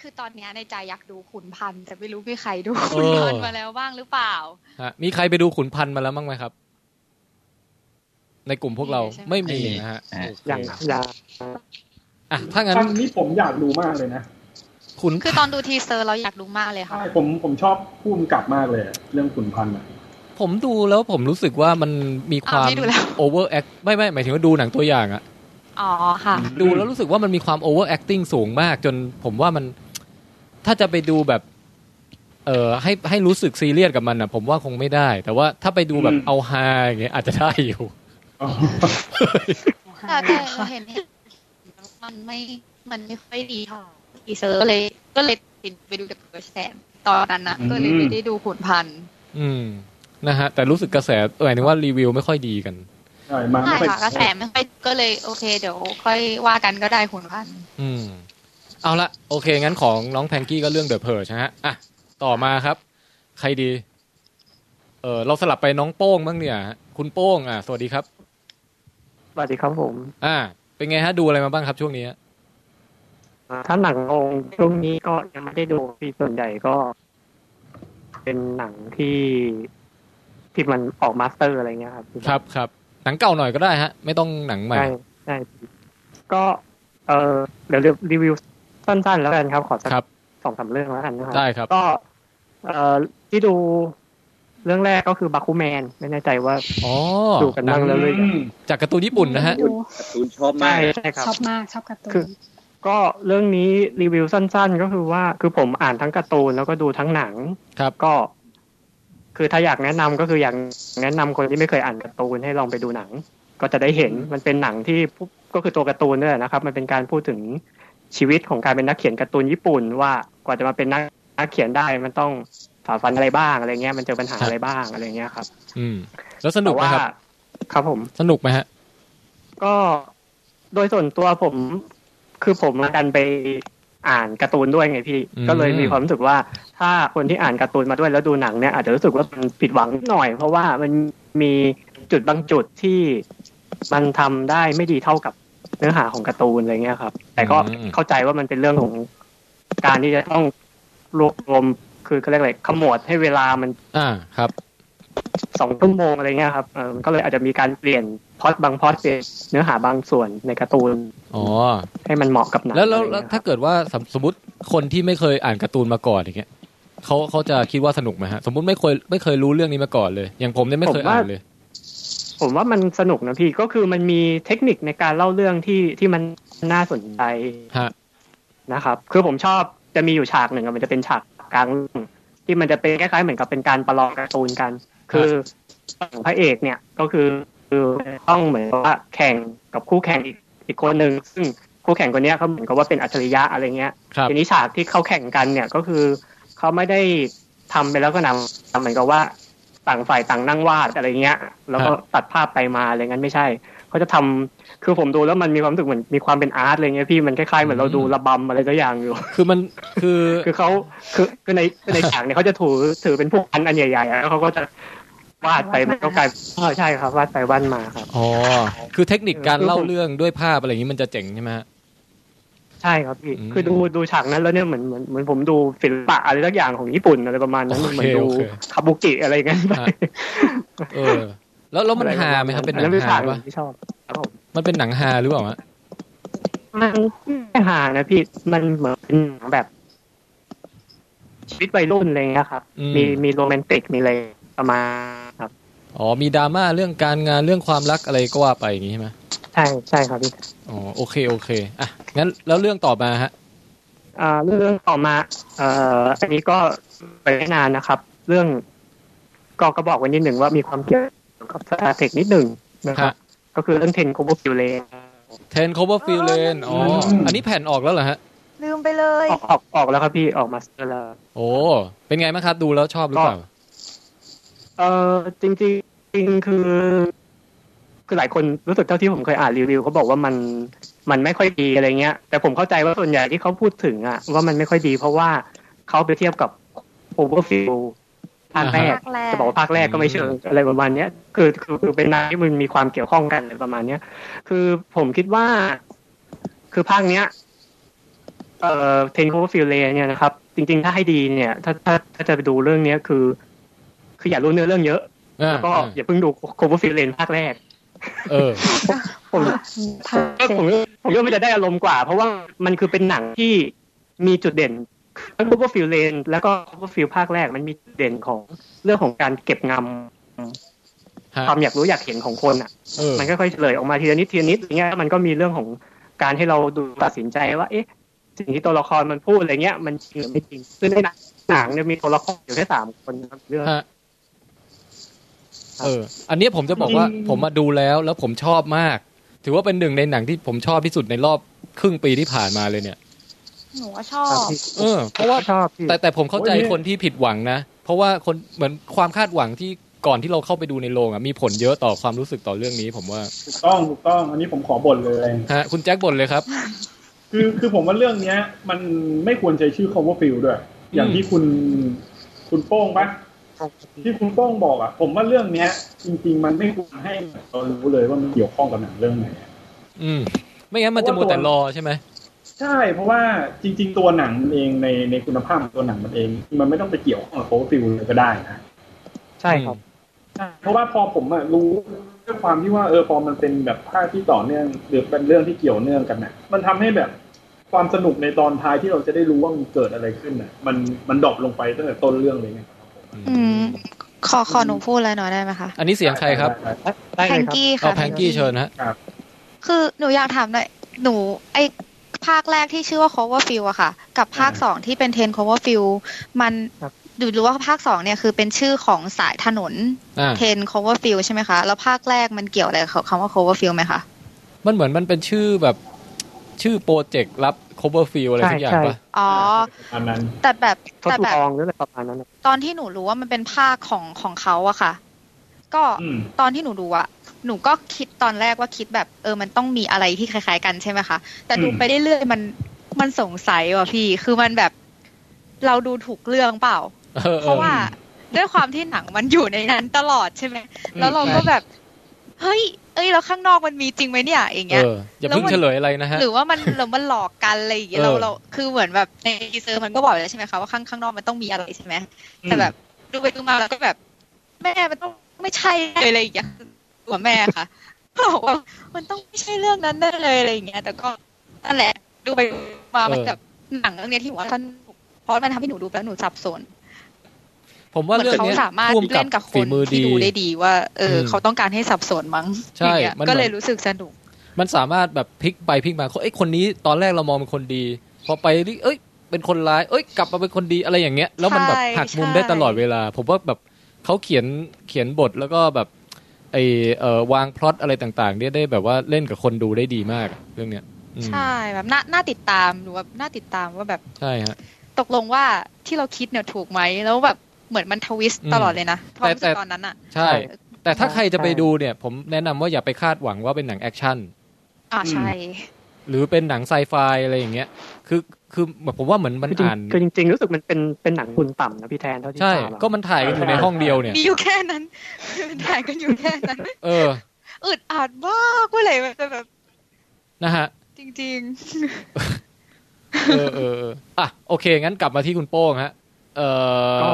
S11: คือตอนเนี้ยในใจอยากดูขุนพันธ์แต่ไม่รู้มีใครดูขุนพันธ์มาแล้วบ้างหรือเปล่า
S1: ฮะมีใครไปดูขุนพันธ์มาแล้วมั้างไหมครับ ในกลุ่มพวกเรา
S11: ใช่
S1: ไม่มีนะฮะโอเค
S3: อย่างอย่าง
S1: อ่ะถ้างั้น
S2: ครั้งนี้ผมอยากดูมากเลยนะ
S1: ขุน
S11: คือตอนดูทีเซอร์เราอยากดูมากเลยค่ะ
S2: ใช่ผมผมชอบพุ่มกลับมากเลยอะเรื่องขุนพันธ์อะ
S1: ผมดูแล้วผมรู้สึกว่ามันมีความ
S11: อ้าวไม่ดูแล้ว
S1: โอเวอร์แอคไม่ไม่หมายถึงว่าดูหนังตัวอย่างอะ
S11: อ๋อค่ะ
S1: ดูแล้วรู้สึกว่ามันมีความโอเวอร์แอคติ้งสูงมาก จนผมว่ามันถ้าจะไปดูแบบ เอ่อให้ให้รู้สึกซีเรียสกับมันอ่ะ ผมว่าคงไม่ได้ แต่ว่าถ้าไปดูแบบเอาฮาอย่างเงี้ยอาจจะได้อยู่
S2: อ๋อ
S11: แต่แต่เราเห็นเห็นมันไม่มันไม่ค่อยดีเท่าทีเซอร์เลย ก็เลยติดไปดูแต่เพิร์ชแทนตอนนั้นนะก็เลยไม่ได้ดูขุนพันธ์
S1: อืมนะฮะ แต่รู้สึกกระแสหมายถึงว่ารีวิวไม่ค่อยดีกัน
S2: ใช่มา
S11: ใช่
S2: ไม่ค่
S11: ค่ะก
S2: อ
S11: ระ
S2: ย
S11: แสไม่ค่อยก็เลยโอเคเดี๋ยว ค่อยว่ากันก็ได้ขุนพันธ์
S1: อืม เอาละโอเค งั้นของน้องแพงกี้ก็เรื่องเดอะเพ g e นะฮะ อ่ะ ต่อมาครับ ใครดี เออเราสลับไปน้องโป้งบ้างเนี่ยฮะคุณโป้ง อ่ะ สวัสดีครับ
S3: สวัสดีครับผม
S1: อ่า เป็นไงฮะ ดูอะไรมาบ้างครับช่วงนี้ฮะ
S3: ถ้าหนังลงช่วงนี้ก็ยังไม่ได้ดูที่ส่วนใหญ่ก็ เป็นหนังที่ที่มันออกมาสเตอร์อะไรเงี้ยครับ
S1: ครับครับ หนังเก่าหน่อยก็ได้ฮะ ไม่ต้องหนังใหม่
S3: ใช่ใช่ก็ เออเดี๋ยวรีวิวสั้นๆแล้วกันครับ ขอสัก
S1: ครับ
S3: สองสามเรื่องแล้วกันนะครับ
S1: ได้ครับ
S3: ก็ เออที่ดูเรื่องแรกก็คือบาคูแมนไม่แน่ใจว่า
S1: อ๋อ
S3: ดูกันบ้างแล้วหรือยัง
S2: ม
S1: จากการ์ตูนญี่ปุ่นนะฮะ
S8: ดู
S5: การ์ตูนชอบ
S3: ใช่
S5: มาก
S3: ใช่ครับ
S8: ชอบมากชอบการ์ตู
S3: คือ
S8: น
S3: ก็เรื่องนี้รีวิวสั้นๆ ก็คือว่าคือผมอ่านทั้งการ์ตูนแล้วก็ดูทั้งหนัง
S1: ครับ
S3: ก็ คือถ้าอยากแนะนำก็คืออยากแนะนำคนที่ไม่เคยอ่านการ์ตูนให้ลองไปดูหนัง ก็จะได้เห็นมันเป็นหนังที่พูก็คือตัวการ์ตูนนี่แหละนะครับ มันเป็นการพูดถึงชีวิตของการเป็นนักเขียนการ์ตูนญี่ปุ่น ว่ากว่าจะมาเป็นนักนักเขียนได้มันต้องฝ่าฟันอะไรบ้างอะไรเงี้ยมันเจอปัญหาอะไรบ้างอะไรเงี้ยครับ
S1: อืม แล้วสนุกไหม
S3: แต่ว่า
S1: ครับ
S3: ครับผม
S1: สนุกไหมฮะ
S3: ก็โดยส่วนตัวผมคือผมมาดันไปอ่านการ์ตูนด้วยไงพี่
S1: อืม
S3: ก็เลยมีความรู้สึกว่า ถ้าคนที่อ่านการ์ตูนมาด้วยแล้วดูหนังเนี่ยอาจจะรู้สึกว่ามันผิดหวังหน่อย เพราะว่ามันมีจุดบางจุดที่มันทำได้ไม่ดีเท่ากับเนื้อหาของการ์ตูนอะไรเงี้ยครับ แต่ก็เข้าใจว่ามันเป็นเรื่องของการที่จะต้องรวบรวมคือเขาเรียกอะไรขมวดให้เวลามัน
S1: อ่า ครับ
S3: สองชั่วโมงอะไรเงี้ยครับเออมันก็เลยอาจจะมีการเปลี่ยนพล็อตบางพล็อตเปลี่ยนเนื้อหาบางส่วนในการ์ตูน
S1: อ๋อ
S3: ให้มันเหมาะกับหนัง
S1: แล้วแล้ว
S3: อะไร
S1: แล้
S3: เงี้
S1: วย
S3: ค
S1: ถ้า
S3: รับ
S1: เกิดว่าสมสมมติคนที่ไม่เคยอ่านการ์ตูนมาก่อนอย่างเงี้ยเขาเขาจะคิดว่าสนุกไหมฮะ สมมติไม่เคยไม่เคยรู้เรื่องนี้มาก่อนเลย อย่างผมเนี่ยไม่เคยอ่านเลย
S3: ผมว่ามันสนุกนะพี่ก็คือมันมีเทคนิคในการเล่าเรื่องที่ที่มันน่าสนใจ
S1: ฮะ
S3: นะครับ คือผมชอบจะมีอยู่ฉากหนึ่งอะมันจะเป็นฉากกลางเรื่องที่มันจะเป็นคล้ายๆเหมือนกับเป็นการประลองการ์ตูนกัน คือพระเอกเนี่ยก็คือคือต้องเหมือนว่าแข่งกับคู่แข่งอีกอีกคนหนึ่งซึ่งคู่แข่งคนเนี้ยเขาเหมือนกับว่าเป็นอัจฉริยะอะไรเงี้ย
S1: ครับ
S3: ทีนี้ฉากที่เขาแข่งกันเนี่ยก็คือเขาไม่ได้ทำไปแล้วก็นำเหมือนกับว่าต่างฝ่ายต่างนั่งวาดอะไรเงี้ย แล้วก็
S1: ครับ
S3: ตัดภาพไปมาอะไรเงั้นไม่ใช่เขาจะทำคือผมดูแล้วมันมีความรู้สึกเหมือนมีความเป็นอาร์ตอะไรเงี้ยพี่มันคล้ายๆเหมือนเราดูระบำอะไรสักอย่างอยู่
S1: คือมันคือ
S3: คือเขาคือคือในคือในฉากเนี่ยเขาจะถือถือเป็นพวกอันอันใหญ่ๆแล้วเขาก็จะวาดไปมันก็กลายเออใช่ครับวาดไปวาดมาครับ
S1: อ๋อคือเทคนิคการเล่าเรื่องด้วยภาพอะไรอย่างนี้มันจะเจ๋งใช่ไหมฮะ
S3: ใช่ครับพี่
S1: อืม
S3: คือดูดูฉากนั้นแล้วเนี่ยเหมือนเหมือนเหมือนผมดูศิลปะอะไรสักอย่างของญี่ปุ่นอะไรประมาณนั้น
S1: โอเค
S3: เหมือนดู
S1: โอเค
S3: คาบุกิอะไรอย่างเงี้ยไป
S1: อ่ะ เออ แล้วแล้วมันฮาไหมครับ เป็นหนั
S3: อั
S1: ง
S3: เป็นฉา
S1: ฮาก ปะ
S3: ที่ชอบครับผม
S1: มันเป็นหนังฮาหรือเปล่าฮะ
S3: มันไม่ฮานะพี่มันเหมือนเป็นหนังแบบ ชีวิตวัยรุ่นอะไรเงี้ยครับ
S1: อืม
S3: มีมีโรแมนติกมีอะไรประมาณครับ
S1: อ๋อมีดราม่าเรื่องการงานเรื่องความรักอะไรก็ว่าไปอย่างนี้ใช่ไหม
S3: ใช่ใช่ครับพี่
S1: อ๋อโอเคโอเคอ่ะงั้นแล้วเรื่องต่อมาฮะ
S3: อ่าเรื่องต่อมาเอ่ออันนี้ก็ไปไม่นานนะครับ เรื่องก็ก็บอกไว้นิดหนึ่งว่ามีความเกี่ยวกับสตาร์เทคนิดหนึ่งนะครับ
S1: ฮะ
S3: ก็คือเรื่องเทนโคบฟิลเล
S1: เทนโคเวอร์ฟิลเลนอ๋ออันนี้แผ่นออกแล้วเหรอฮะ
S15: ลืมไปเลย
S3: ออกออกออกแล้วครับพี่ออกมาแล้ว
S1: โอ้เป็นไงบ้างครับดูแล้วชอบหรือเปล่า
S3: เออจริงๆจริงๆคือคือหลายคนรู้สึกเท่าที่ผมเคยอ่านรีวิวเขาบอกว่ามันมันไม่ค่อยดีอะไรเงี้ย แต่ผมเข้าใจว่าส่วนใหญ่ที่เขาพูดถึงอะว่ามันไม่ค่อยดีเพราะว่าเขาไปเทียบกับโอเวอร์ฟิลภาคแรก
S15: ภาคแรก
S3: จะบอกว่าภาคแรกก็ไม่เชิงอะไรประมาณเนี้ยคือคือคือเป็นหนางที่มันมีความเกี่ยวข้องกันอะไรประมาณเนี้ย คือผมคิดว่า คือภาคเนี้ย เอ่อเทนโคฟิลเลเนี่ยนะครับ จริง ๆ ถ้าให้ดีเนี่ย ถ้าถ้าถ้าจะไปดูเรื่องเนี้ยคือ คืออย่ารู้เนื้อเรื่องเยอะ
S1: อ่า
S3: แล้วก็
S1: อ่า
S3: อย่าเพิ่งดูโคเวอร์ฟิลเลนภาคแรก
S1: เออ
S3: ผมก็ผมก็ผมก็มันจะได้อารมณ์กว่า เพราะว่ามันคือเป็นหนังที่มีจุดเด่นทั้งคูเปอร์ฟิลเลนแล้วก็คูเปอร์ฟิลภาคแรกมันมีจุดเด่นของเรื่องของการเก็บง
S1: ฮะ
S3: ำความอยากรู้อยากเห็นของคนอ่ะ
S1: เออ
S3: มันค่อยๆเฉลยออกมาทีละนิดทีละนิดอย่างเงี้ยมันก็มีเรื่องของการให้เราดูตัดสินใจว่า เอ๊ะ สิ่งที่ตัวละครมันพูดอะไรเงี้ย มันจริงหรือไม่จริงซึ่งในหนังเนี่ยมีตัวละครอยู่แค่สามคนนะครับเรื่อง
S1: ฮะเออ อันเนี้ยผมจะบอกว่าผมมาดูแล้วแล้วผมชอบมาก ถือว่าเป็นหนึ่งในหนังที่ผมชอบที่สุดในรอบครึ่งปีที่ผ่านมาเลยเนี่ย
S11: หนูว่าชอบ
S1: เออเพราะว่า
S3: ชอบพี่
S1: แต่แต่ผมเข้าใจ
S2: โอ้ย
S1: คนที่ผิดหวังนะ เพราะว่าคนเหมือนความคาดหวังที่ก่อนที่เราเข้าไปดูในโรงอ่ะมีผลเยอะต่อความรู้สึกต่อเรื่องนี้ ผมว่า
S2: ถูกต้องถูกต้อง อันนี้ผมขอบ่นเลย
S1: ฮะคุณแจ็คบ่นเลยครับ
S2: คือคือผมว่าเรื่องเนี้ย มันไม่ควรใช้ชื่อ Coverfield ด้วย อย่างที่คุณคุณโป้งปะที่คุณโป้งบอกอ่ะ ผมว่าเรื่องเนี้ย จริง ๆ มันไม่ควรให้เรารู้เลยว่ามันเกี่ยวข้องกับหนังเรื่องไหน
S1: อืม ไม่งั้นมันจะมัวแต่รอใช่ไหม
S2: ใช่ เพราะว่าจริง ๆ ตัวหนังมันเองในในคุณภาพของตัวหนังมันเอง มันไม่ต้องไปเกี่ยวข้องกับ Coverfield เลยก็ได้นะ
S3: ใช่ครับ
S2: เพราะว่าพอผมอะรู้ด้วยความที่ว่าเออพอมันเป็นแบบภาคที่ต่อเนื่องหรือเป็นเรื่องที่เกี่ยวเนื่องกันนะมันทำให้แบบความสนุกในตอนท้ายที่เราจะได้รู้ว่ามันเกิดอะไรขึ้นน่ะ มันมันดรอปลงไปตั้งแต่ต้นเรื่องเลยไง
S11: อืม ขอขอหนูพูดอะไรหน่อยได้ไหมคะ
S1: อันนี้เสียงใครครับ
S3: ได้เล
S11: แพ
S3: ย
S11: ง
S3: ครับ
S11: กี้
S1: เอา
S11: ค่ะ
S1: แพงกี้เชิญฮะ
S11: คือหนูอยากถามหน่อยหนูไอภาคแรกที่ชื่อว่า cover field อะค่ะ กับภาคสองที่เป็น ten cover field มัน
S3: ครับ
S11: ดูรู้ว่าภาคสองเนี่ยคือเป็นชื่อของสายถนน
S1: อ่า
S11: ten cover field ใช่ไหมคะ แล้วภาคแรกมันเกี่ยวอะไรกับคำว่า cover field ไหมคะ
S1: มันเหมือนมันเป็นชื่อแบบชื่อโปรเจกต์รับ coverfield อะไร
S3: ใช่
S1: สักอย่าง
S3: ใช่
S1: ปะ
S11: อ๋อ
S2: อันนั้น
S11: แต่แบบ
S3: ทด
S11: แต่
S3: ล
S11: แบบ
S3: องหรืออะไรประมาณนั้นนะ
S11: ตอนที่หนูรู้ว่ามันเป็นภาคของของเขาอะค่ะ ก็
S2: อืม
S11: ตอนที่หนูดูอะหนูก็คิดตอนแรกว่าคิดแบบเออมันต้องมีอะไรที่คล้าย ๆ กันใช่ไหมคะแต่ดู
S2: อืม
S11: ไปเรื่อยๆมันมันสงสัยว่ะพี่ คือมันแบบเราดูถูกเรื่องเปล่า
S1: เออ
S11: เพราะว่าด้วยความที่หนังมันอยู่ในนั้นตลอดใช่ไหมแล้วเราก็แบบ เฮ้ย เอ้ยแล้วข้างนอกมันมีจริงไหมเนี่ยอย่าง
S1: เอ
S11: เงี้ย
S1: อ อย่าเพิ่งเฉลยอะไรนะฮะ
S11: หรือว่ามัน หรือมันหลอกกันอะไรอย่างเงี้ยเรา
S1: เออ
S11: เราคือเหมือนแบบในทีเซอร์มันก็บอกแล้วใช่ไหมคะว่าข้างข้างนอกมันต้องมีอะไรใช่ไหมแต่แบบดูไปดูมาแล้วก็แบบ แม่มันต้องไม่ใช่เลยอะไรอย่างเงี้ยตัวแม่ค่ะ บอกว่ามันต้องไม่ใช่เรื่องนั้นแน่เลยอะไรอย่างเงี้ย แต่ก็นั่นแหละดูไปดูมามันแบบหนังเรื่องเนี้ยที่หนูว่าสนุกเพราะมันทำให้หนูดูแล้วหนูสับสน
S1: ผม
S11: เห
S1: ว่า
S11: มือ
S1: เรื่อน ง
S11: เขา
S1: เนี้ย
S11: สามารถ
S1: ร่วม
S11: เล่นกับค
S1: ฝี
S11: น
S1: มือ
S11: ที่
S1: ดี
S11: ดูได้ดีว่า เอออ
S1: ม
S11: เขาต้องการให้สับสนมั้ง
S1: ใช่
S11: อย่างเงี้ย
S1: มันเหมือน
S11: ก็เลยรู้สึกสนุก
S1: มันสามารถแบบพลิกไปพลิกมาเอ้ยคนนี้ตอนแรกเรามองเป็นคนดี พอไปนี่เอ้ย เป็นคนร้าย เอ้ย กลับมาเป็นคนดีอะไรอย่างเงี้ย แล้วมันแบบ
S11: ใช่
S1: หักมุม
S11: ใช่
S1: ได้ตลอดเวลา ผมว่าแบบเขาเขียนเขียนบทแล้วก็แบบไอเอ่อวางพล็อตอะไรต่างๆเนี่ยได้แบบว่าเล่นกับคนดูได้ดีมากอะเรื่องเนี้ยอืม
S11: ใช่แบบน่าน่าติดตามหนูว่าน่าติดตามว่าแบบ
S1: ใช่ฮะ
S11: ตกลงว่าที่เราคิดเนี่ยถูกไหมแล้วแบบเหมือนมันทวิสต์
S1: อืม
S11: ตลอดเลยนะความรู้
S1: แต่
S11: สึกตอนนั้นอะ
S1: ใช่ แต่ถ้า
S3: ใช่
S1: ใครจะไปดูเนี่ย ผมแนะนำว่าอย่าไปคาดหวังว่าเป็นหนังแอคชั่น
S11: อ่าใช่
S1: หรือเป็นหนังไซไฟอะไรอย่างเงี้ย คือคือผมว่าเหมือนมัน
S3: คือจริง
S1: อ่าน
S3: คือจริง ๆ รู้สึกมันเป็นเป็นหนังทุนต่ำนะพี่แทนเท่าที่
S1: ใช่
S3: ทราบอะ
S1: ก็มันถ่ายกันอยู่ในห้องเดียวเนี่ย
S11: มีอยู่ แค่นั้นถ่ายกันอยู่แค่นั้น
S1: เออ
S11: อึดอัดมากเมื่อไหร่มันจะแบบ
S1: นะฮะ
S11: จริง
S1: เออเออเอออ่ะโอเค งั้นกลับมาที่คุณโป้งฮะ เอ่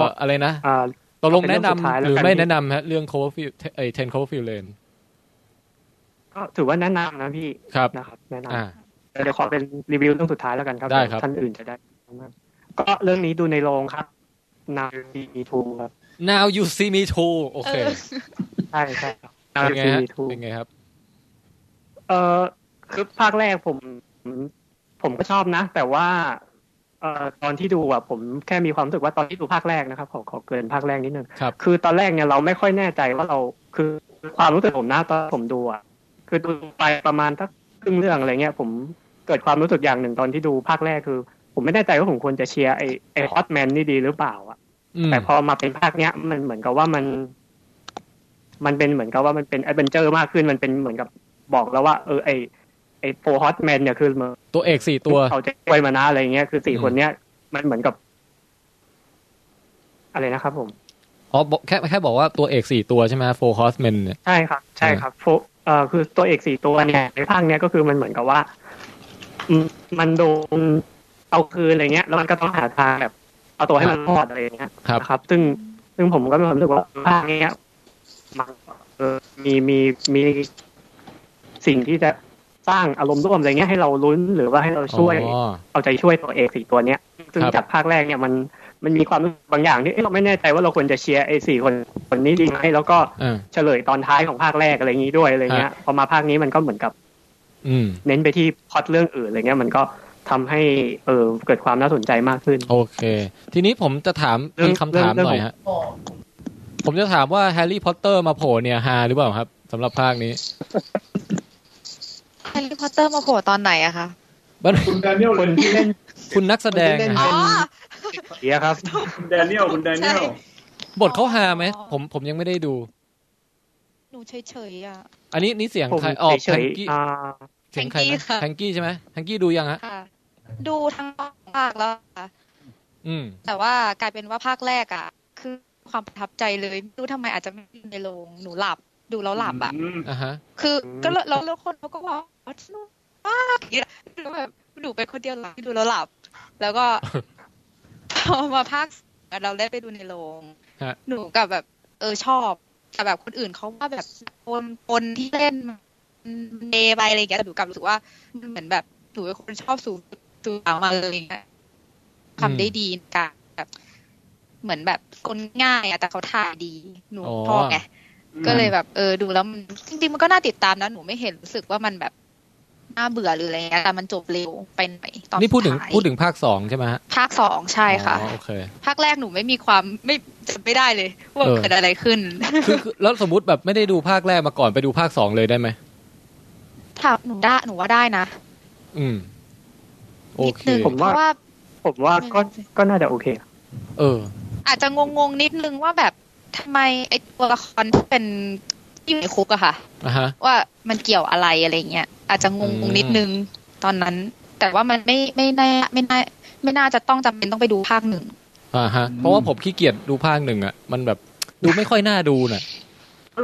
S1: ออะไรนะ
S3: อ่า
S1: ตกลงแนะนำ
S3: เป็นเรื่องสุดท้ายแล้ว
S1: หรือ
S3: กัน
S1: ไม่แนะนำฮะเรื่อง cover field ไอ ten cover field lane
S3: ก็ถือว่าแนะนำนะพี่
S1: ครับ
S3: นะครับแนะน
S1: อ่า
S3: ำเดี๋ยวขอเป็นรีวิวเรื่องสุดท้ายแล้วกันครับ
S1: ได้ครับ
S3: ท่านอื่นจะได้ ก็เรื่องนี้ดูในโรงครับ นาวีทูครับ
S1: now you see me too โอเค
S11: เออ
S3: ใช่ใช่ครับ Now
S1: เป็น
S3: You See
S1: ไงฮะ
S3: Me Too
S1: เป็นไงครับ
S3: เออคือภาคแรกผม ผมก็ชอบนะ แต่ว่า เอ่อตอนที่ดูอ่ะผมแค่มีความรู้สึกว่าตอนที่ดูภาคแรกนะครับ ขอขอเกรินภาคแรกนิดนึง
S1: ครับ
S3: คือตอนแรกเนี่ยเราไม่ค่อยแน่ใจว่าเราคือความรู้สึกผมนะตอนผมดูอ่ะคือดูไปประมาณสักครึ่งเรื่องอะไรเงี้ย ผมเกิดความรู้สึกอย่างหนึ่งตอนที่ดูภาคแรกคือ ผมไม่แน่ใจว่าผมควรจะเชียร์ไอไอฮอตแมนนี่ดีหรือเปล่าอ่ะ
S1: อืม
S3: แต่พอมาเป็นภาคเนี้ยมันเหมือนกับว่ามัน มันเป็นเหมือนกับว่ามันเป็นแอดเวนเจอร์มากขึ้นมันเป็นเหมือนกับบอกแล้วว่า เออไอไอโฟฮอตแมนเนี่ยคือเหมือน
S1: ตัวเอกสี่ตัว
S3: เขาจะช่วยมานะอะไรเงี้ยคือสี่
S1: อืม
S3: คนเนี้ยมันเหมือนกับ อะไรนะครับผม
S1: อ๋อบอกแค่แค่บอกว่าตัวเอกสี่ตัวใช่ไหมโฟร์ฮอสเมนเนี่ย
S3: ใช่ครับ ใช่ครับโฟเอ่อคือตัวเอกสี่ตัวเนี่ยในภาคเนี้ยก็คือมันเหมือนกับว่าอืมมันโดนเอาคืนอะไรเงี้ย แล้วมันก็ต้องหาทางแบบ เอาตัวให้มันรอดอะไรเงี้ย
S1: ครับ
S3: นะครับ ซึ่งซึ่งผมก็มีความรู้สึกว่าภาคเนี้ยมันเออมีมีมีสิ่งที่จะสร้างอารมณ์ร่วมอะไรเงี้ยให้เราลุ้นหรือว่าให้เราช่วย
S1: อ๋อ
S3: เอาใจช่วยตัวเอกสี่ตัวเนี้ย ซึ่ง
S1: ครับ
S3: จากภาคแรกเนี่ยมันมันมีความรู้สึกบางอย่างที่เอ๊ะเราไม่แน่ใจว่าเราควรจะเชียร์ไอ้สี่คนคนนี้ดีไหมแล้วก็
S1: อ่า
S3: เฉลยตอนท้ายของภาคแรกอะไรอย่างนี้ด้วยอะไรเงี้ย พอมาภาคนี้มันก็เหมือนกับ
S1: อืม
S3: เน้นไปที่พล็อตเรื่องอื่นอะไรเงี้ยมันก็ทำให้เออเกิดความน่าสนใจมากขึ้น
S1: โอเค ทีนี้ผมจะถาม
S3: เรื่อง
S1: มีคำถาม
S3: เรื่อง
S1: หน่อยฮะ ผมจะถามว่าแฮร์รี่พอตเตอร์มาโผล่เนี่ยฮาหรือเปล่าครับสำหรับภาคนี้
S11: แฮร์รี่พอตเตอร์มาโผล่ตอนไหนอะคะ
S1: มัน
S2: คุณแดเนียล
S3: คนที่เล่น
S1: คุณนักแสดงนะ
S11: อ๋
S1: ฮะ
S11: อ
S3: เสียครับ
S2: คุณแดเนียลคุณแดเนียล
S11: ใช่
S1: บทเขาฮาไหมผมผมยังไม่ได้ดู
S11: หนูเฉยๆอะ
S1: อันนี้นี่เสียง
S3: ผม
S1: ใครออก
S3: เฉ
S1: แทง
S3: ย
S1: กี้
S3: ๆอ่า
S1: เสียงใคร
S11: แทงกี้
S1: นะ
S11: ค่ะ
S1: แทงกี้ใช่ไหมแทงกี้ดูยังฮะ
S11: ค่ะ ดูทั้งภาคแล้วค่ะ
S1: อืม
S11: แต่ว่ากลายเป็นว่าภาคแรกอะคือความประทับใจเลยไม่รู้ทำไมอาจจะไม่ได้ในโรงหนูหลับดูแล้วหลับอะ
S2: อืม
S1: อ่ะฮะ
S11: คือก็แล้วแล้วแล้วคนเขาก็บอกว่าสนุกมากอย่างเงี้ยหนูแบบหนูเป็นคนเดียวหลับที่ดูแล้วหลับ แล้วก็ พอมาภาคสองเราได้ไปดูในโรง
S1: ฮะ
S11: หนูกับแบบ เออชอบแต่แบบคนอื่นเขาว่าแบบคนคนที่เล่นมันเดไปอะไรอย่างเงี้ยแต่หนูกลับรู้สึกว่ามันเหมือนแบบหนูเป็นคนชอบสูบสูบมาเลยอย่างเงี้ย ทำได้ดีในการแบบ เหมือนแบบกลง่ายอะแต่เขาถ่ายดี หนู
S1: อ๋อ
S11: ชอบไงก็เลยแบบ เออดูแล้วมันจริงๆมันก็น่าติดตามนะ หนูไม่เห็นรู้สึกว่ามันแบบน่าเบื่อหรืออะไรเงี้ยแต่มันจบเร็วไปหน่อยตอน
S1: นี่พูดถึง
S11: สุท้าย
S1: พูดถึงภาคสองใช่ไหมฮะ
S11: ภาคสองใช่ค่ะ
S1: อ๋อโอเค
S11: ภาคแรกหนูไม่มีความไม่จำไม่ได้เลย ว่า
S1: เออ
S11: เกิดอะไรขึ้น
S1: คือคือแล้วสมมติแบบไม่ได้ดูภาคแรกมาก่อนไปดูภาคสองเลยได้ไหม
S11: ถามหนูได้หนูว่าได้นะ
S1: อืม โอ
S11: นิด
S1: เค
S11: นึง
S3: ผม
S11: เพ
S3: ว่า
S11: ราะว่า
S3: ผมว่าก็
S11: ไม่
S3: ก็น่าจะโอเค
S1: เออ
S11: อาจจะงงๆนิดนึงว่าแบบทำไมไอ้ตัวละครที่เป็นที่อยู่ในคุกอะค่ะ
S1: อ่ะฮะ
S11: ว่ามันเกี่ยวอะไรอะไรเงี้ยอาจจะง
S1: อื
S11: ง
S1: ม
S11: ๆนิดนึงตอนนั้น แต่ว่ามันไม่ไม่น่าไม่น่าไม่น่าจะต้องจำเป็นต้องไปดูภาคหนึ่ง
S1: อ่าฮะ เพราะว่าผมขี้เกียจดูภาคหนึ่งอ่ะ มันแบบดูไม่ค่อยน่าดูน่ะ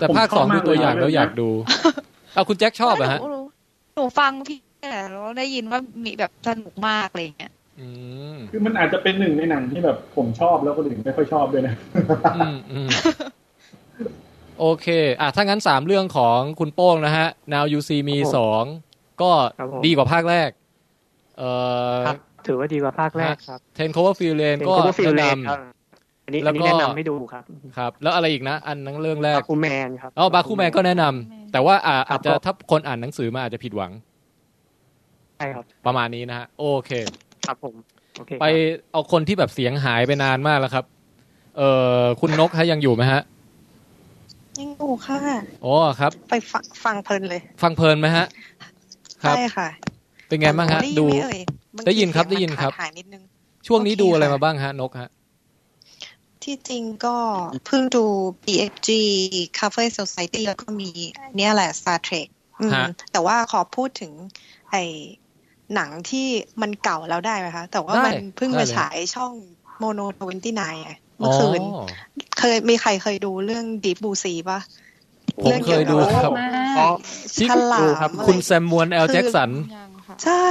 S1: แต่ภาคสองดูตัวอย่างแล้วอยากดู เอาคุณแจ็คชอบเหรอะฮะ
S11: หนูหนูฟังพี่แต่แล้วได้ยินว่ามีแบบสนุกมากอะไรเงี้ย
S1: อืม
S2: คือมันอาจจะเป็นหนึ่งในหนังที่แบบผมชอบแล้วคนอื่นไม่ค่อยชอบด้วยนะ
S1: อืมอืมโอเค อ่ะ ถ้างั้นสามเรื่องของคุณโป้งนะฮะ Now You See Me
S3: ครับผม
S1: สองก็
S3: ครับผม
S1: ดีกว่าภาคแรก เอ่อ
S3: ครับถือว่าดีกว่าภาคแรกครับ
S1: Ten Cover Field Lane
S3: เป็น
S1: ก็
S3: คูเปอร์ฟิลเล
S1: แนะ
S3: น
S1: นำ
S3: ครับอันนี้
S1: แล้
S3: อั
S1: วน ก็
S3: นี้แนะนำให้ดูครับ
S1: ครับ แล้วอะไรอีกนะ อันนั้นเรื่องแรก
S3: บาคูแมนครับ
S1: อ๋อบาคูแมนก็แนะนำแต่ว่าอ่า
S3: ครั
S1: อา
S3: บ
S1: จจะ
S3: ผม
S1: ถ้าคนอ่านหนังสือมาอาจจะผิดหวัง
S3: ใช่ครับ
S1: ประมาณนี้นะฮะ โอเค
S3: ครับผมโอเคครับ
S1: ไปเอาคนที่แบบเสียงหายไปนานมากแล้วครับ เอ่อคุณนกฮะยังอยู่ไหมฮะ
S7: ยังอยู่ค่ะ
S1: อ๋อครับ
S7: ไปฟังฟังเพลินเลย
S1: ฟังเพลินไหมฮะ ครับ
S7: ใช่ค่ะ
S1: เป็นไงบ้างฮะ
S7: ได้ยิน
S1: ดู
S7: ไหมเอ่ยางที
S1: ได้ยินครับ
S7: เสีง
S1: ได้ยิน
S7: มั
S1: ครับ
S7: ขาหายนิดนึง
S1: ช่วงนี้
S7: โอเค
S1: ดูอะไร
S7: ค่ะ
S1: มาบ้างฮะ นกฮะ
S7: ที่จริงก็เพิ่งดู BFG Cafe Society แล้วก็มีเนี่ยแหละ Star Trek อืม
S1: ฮะ
S7: แต่ว่าขอพูดถึงไอ้หนังที่มันเก่าแล้วได้ไหมคะ แต่ว่ามันเพิ่งมาฉายช่องโมโนทเวนตี้ไนเมื่อคืน
S1: อ
S7: เคยมีใครเคยดูเรื่อง Deep Blue Sea ปะ
S1: ผมเคยดูครับ
S8: มาก
S3: อ๋อ
S1: ที่
S7: ฉลา
S3: ดู
S7: ม
S3: ครับ
S7: อะไร
S1: คุณแซมมวลแอล
S7: คือ
S1: แจ็กสัน
S11: ยังค่ะ
S7: ใช่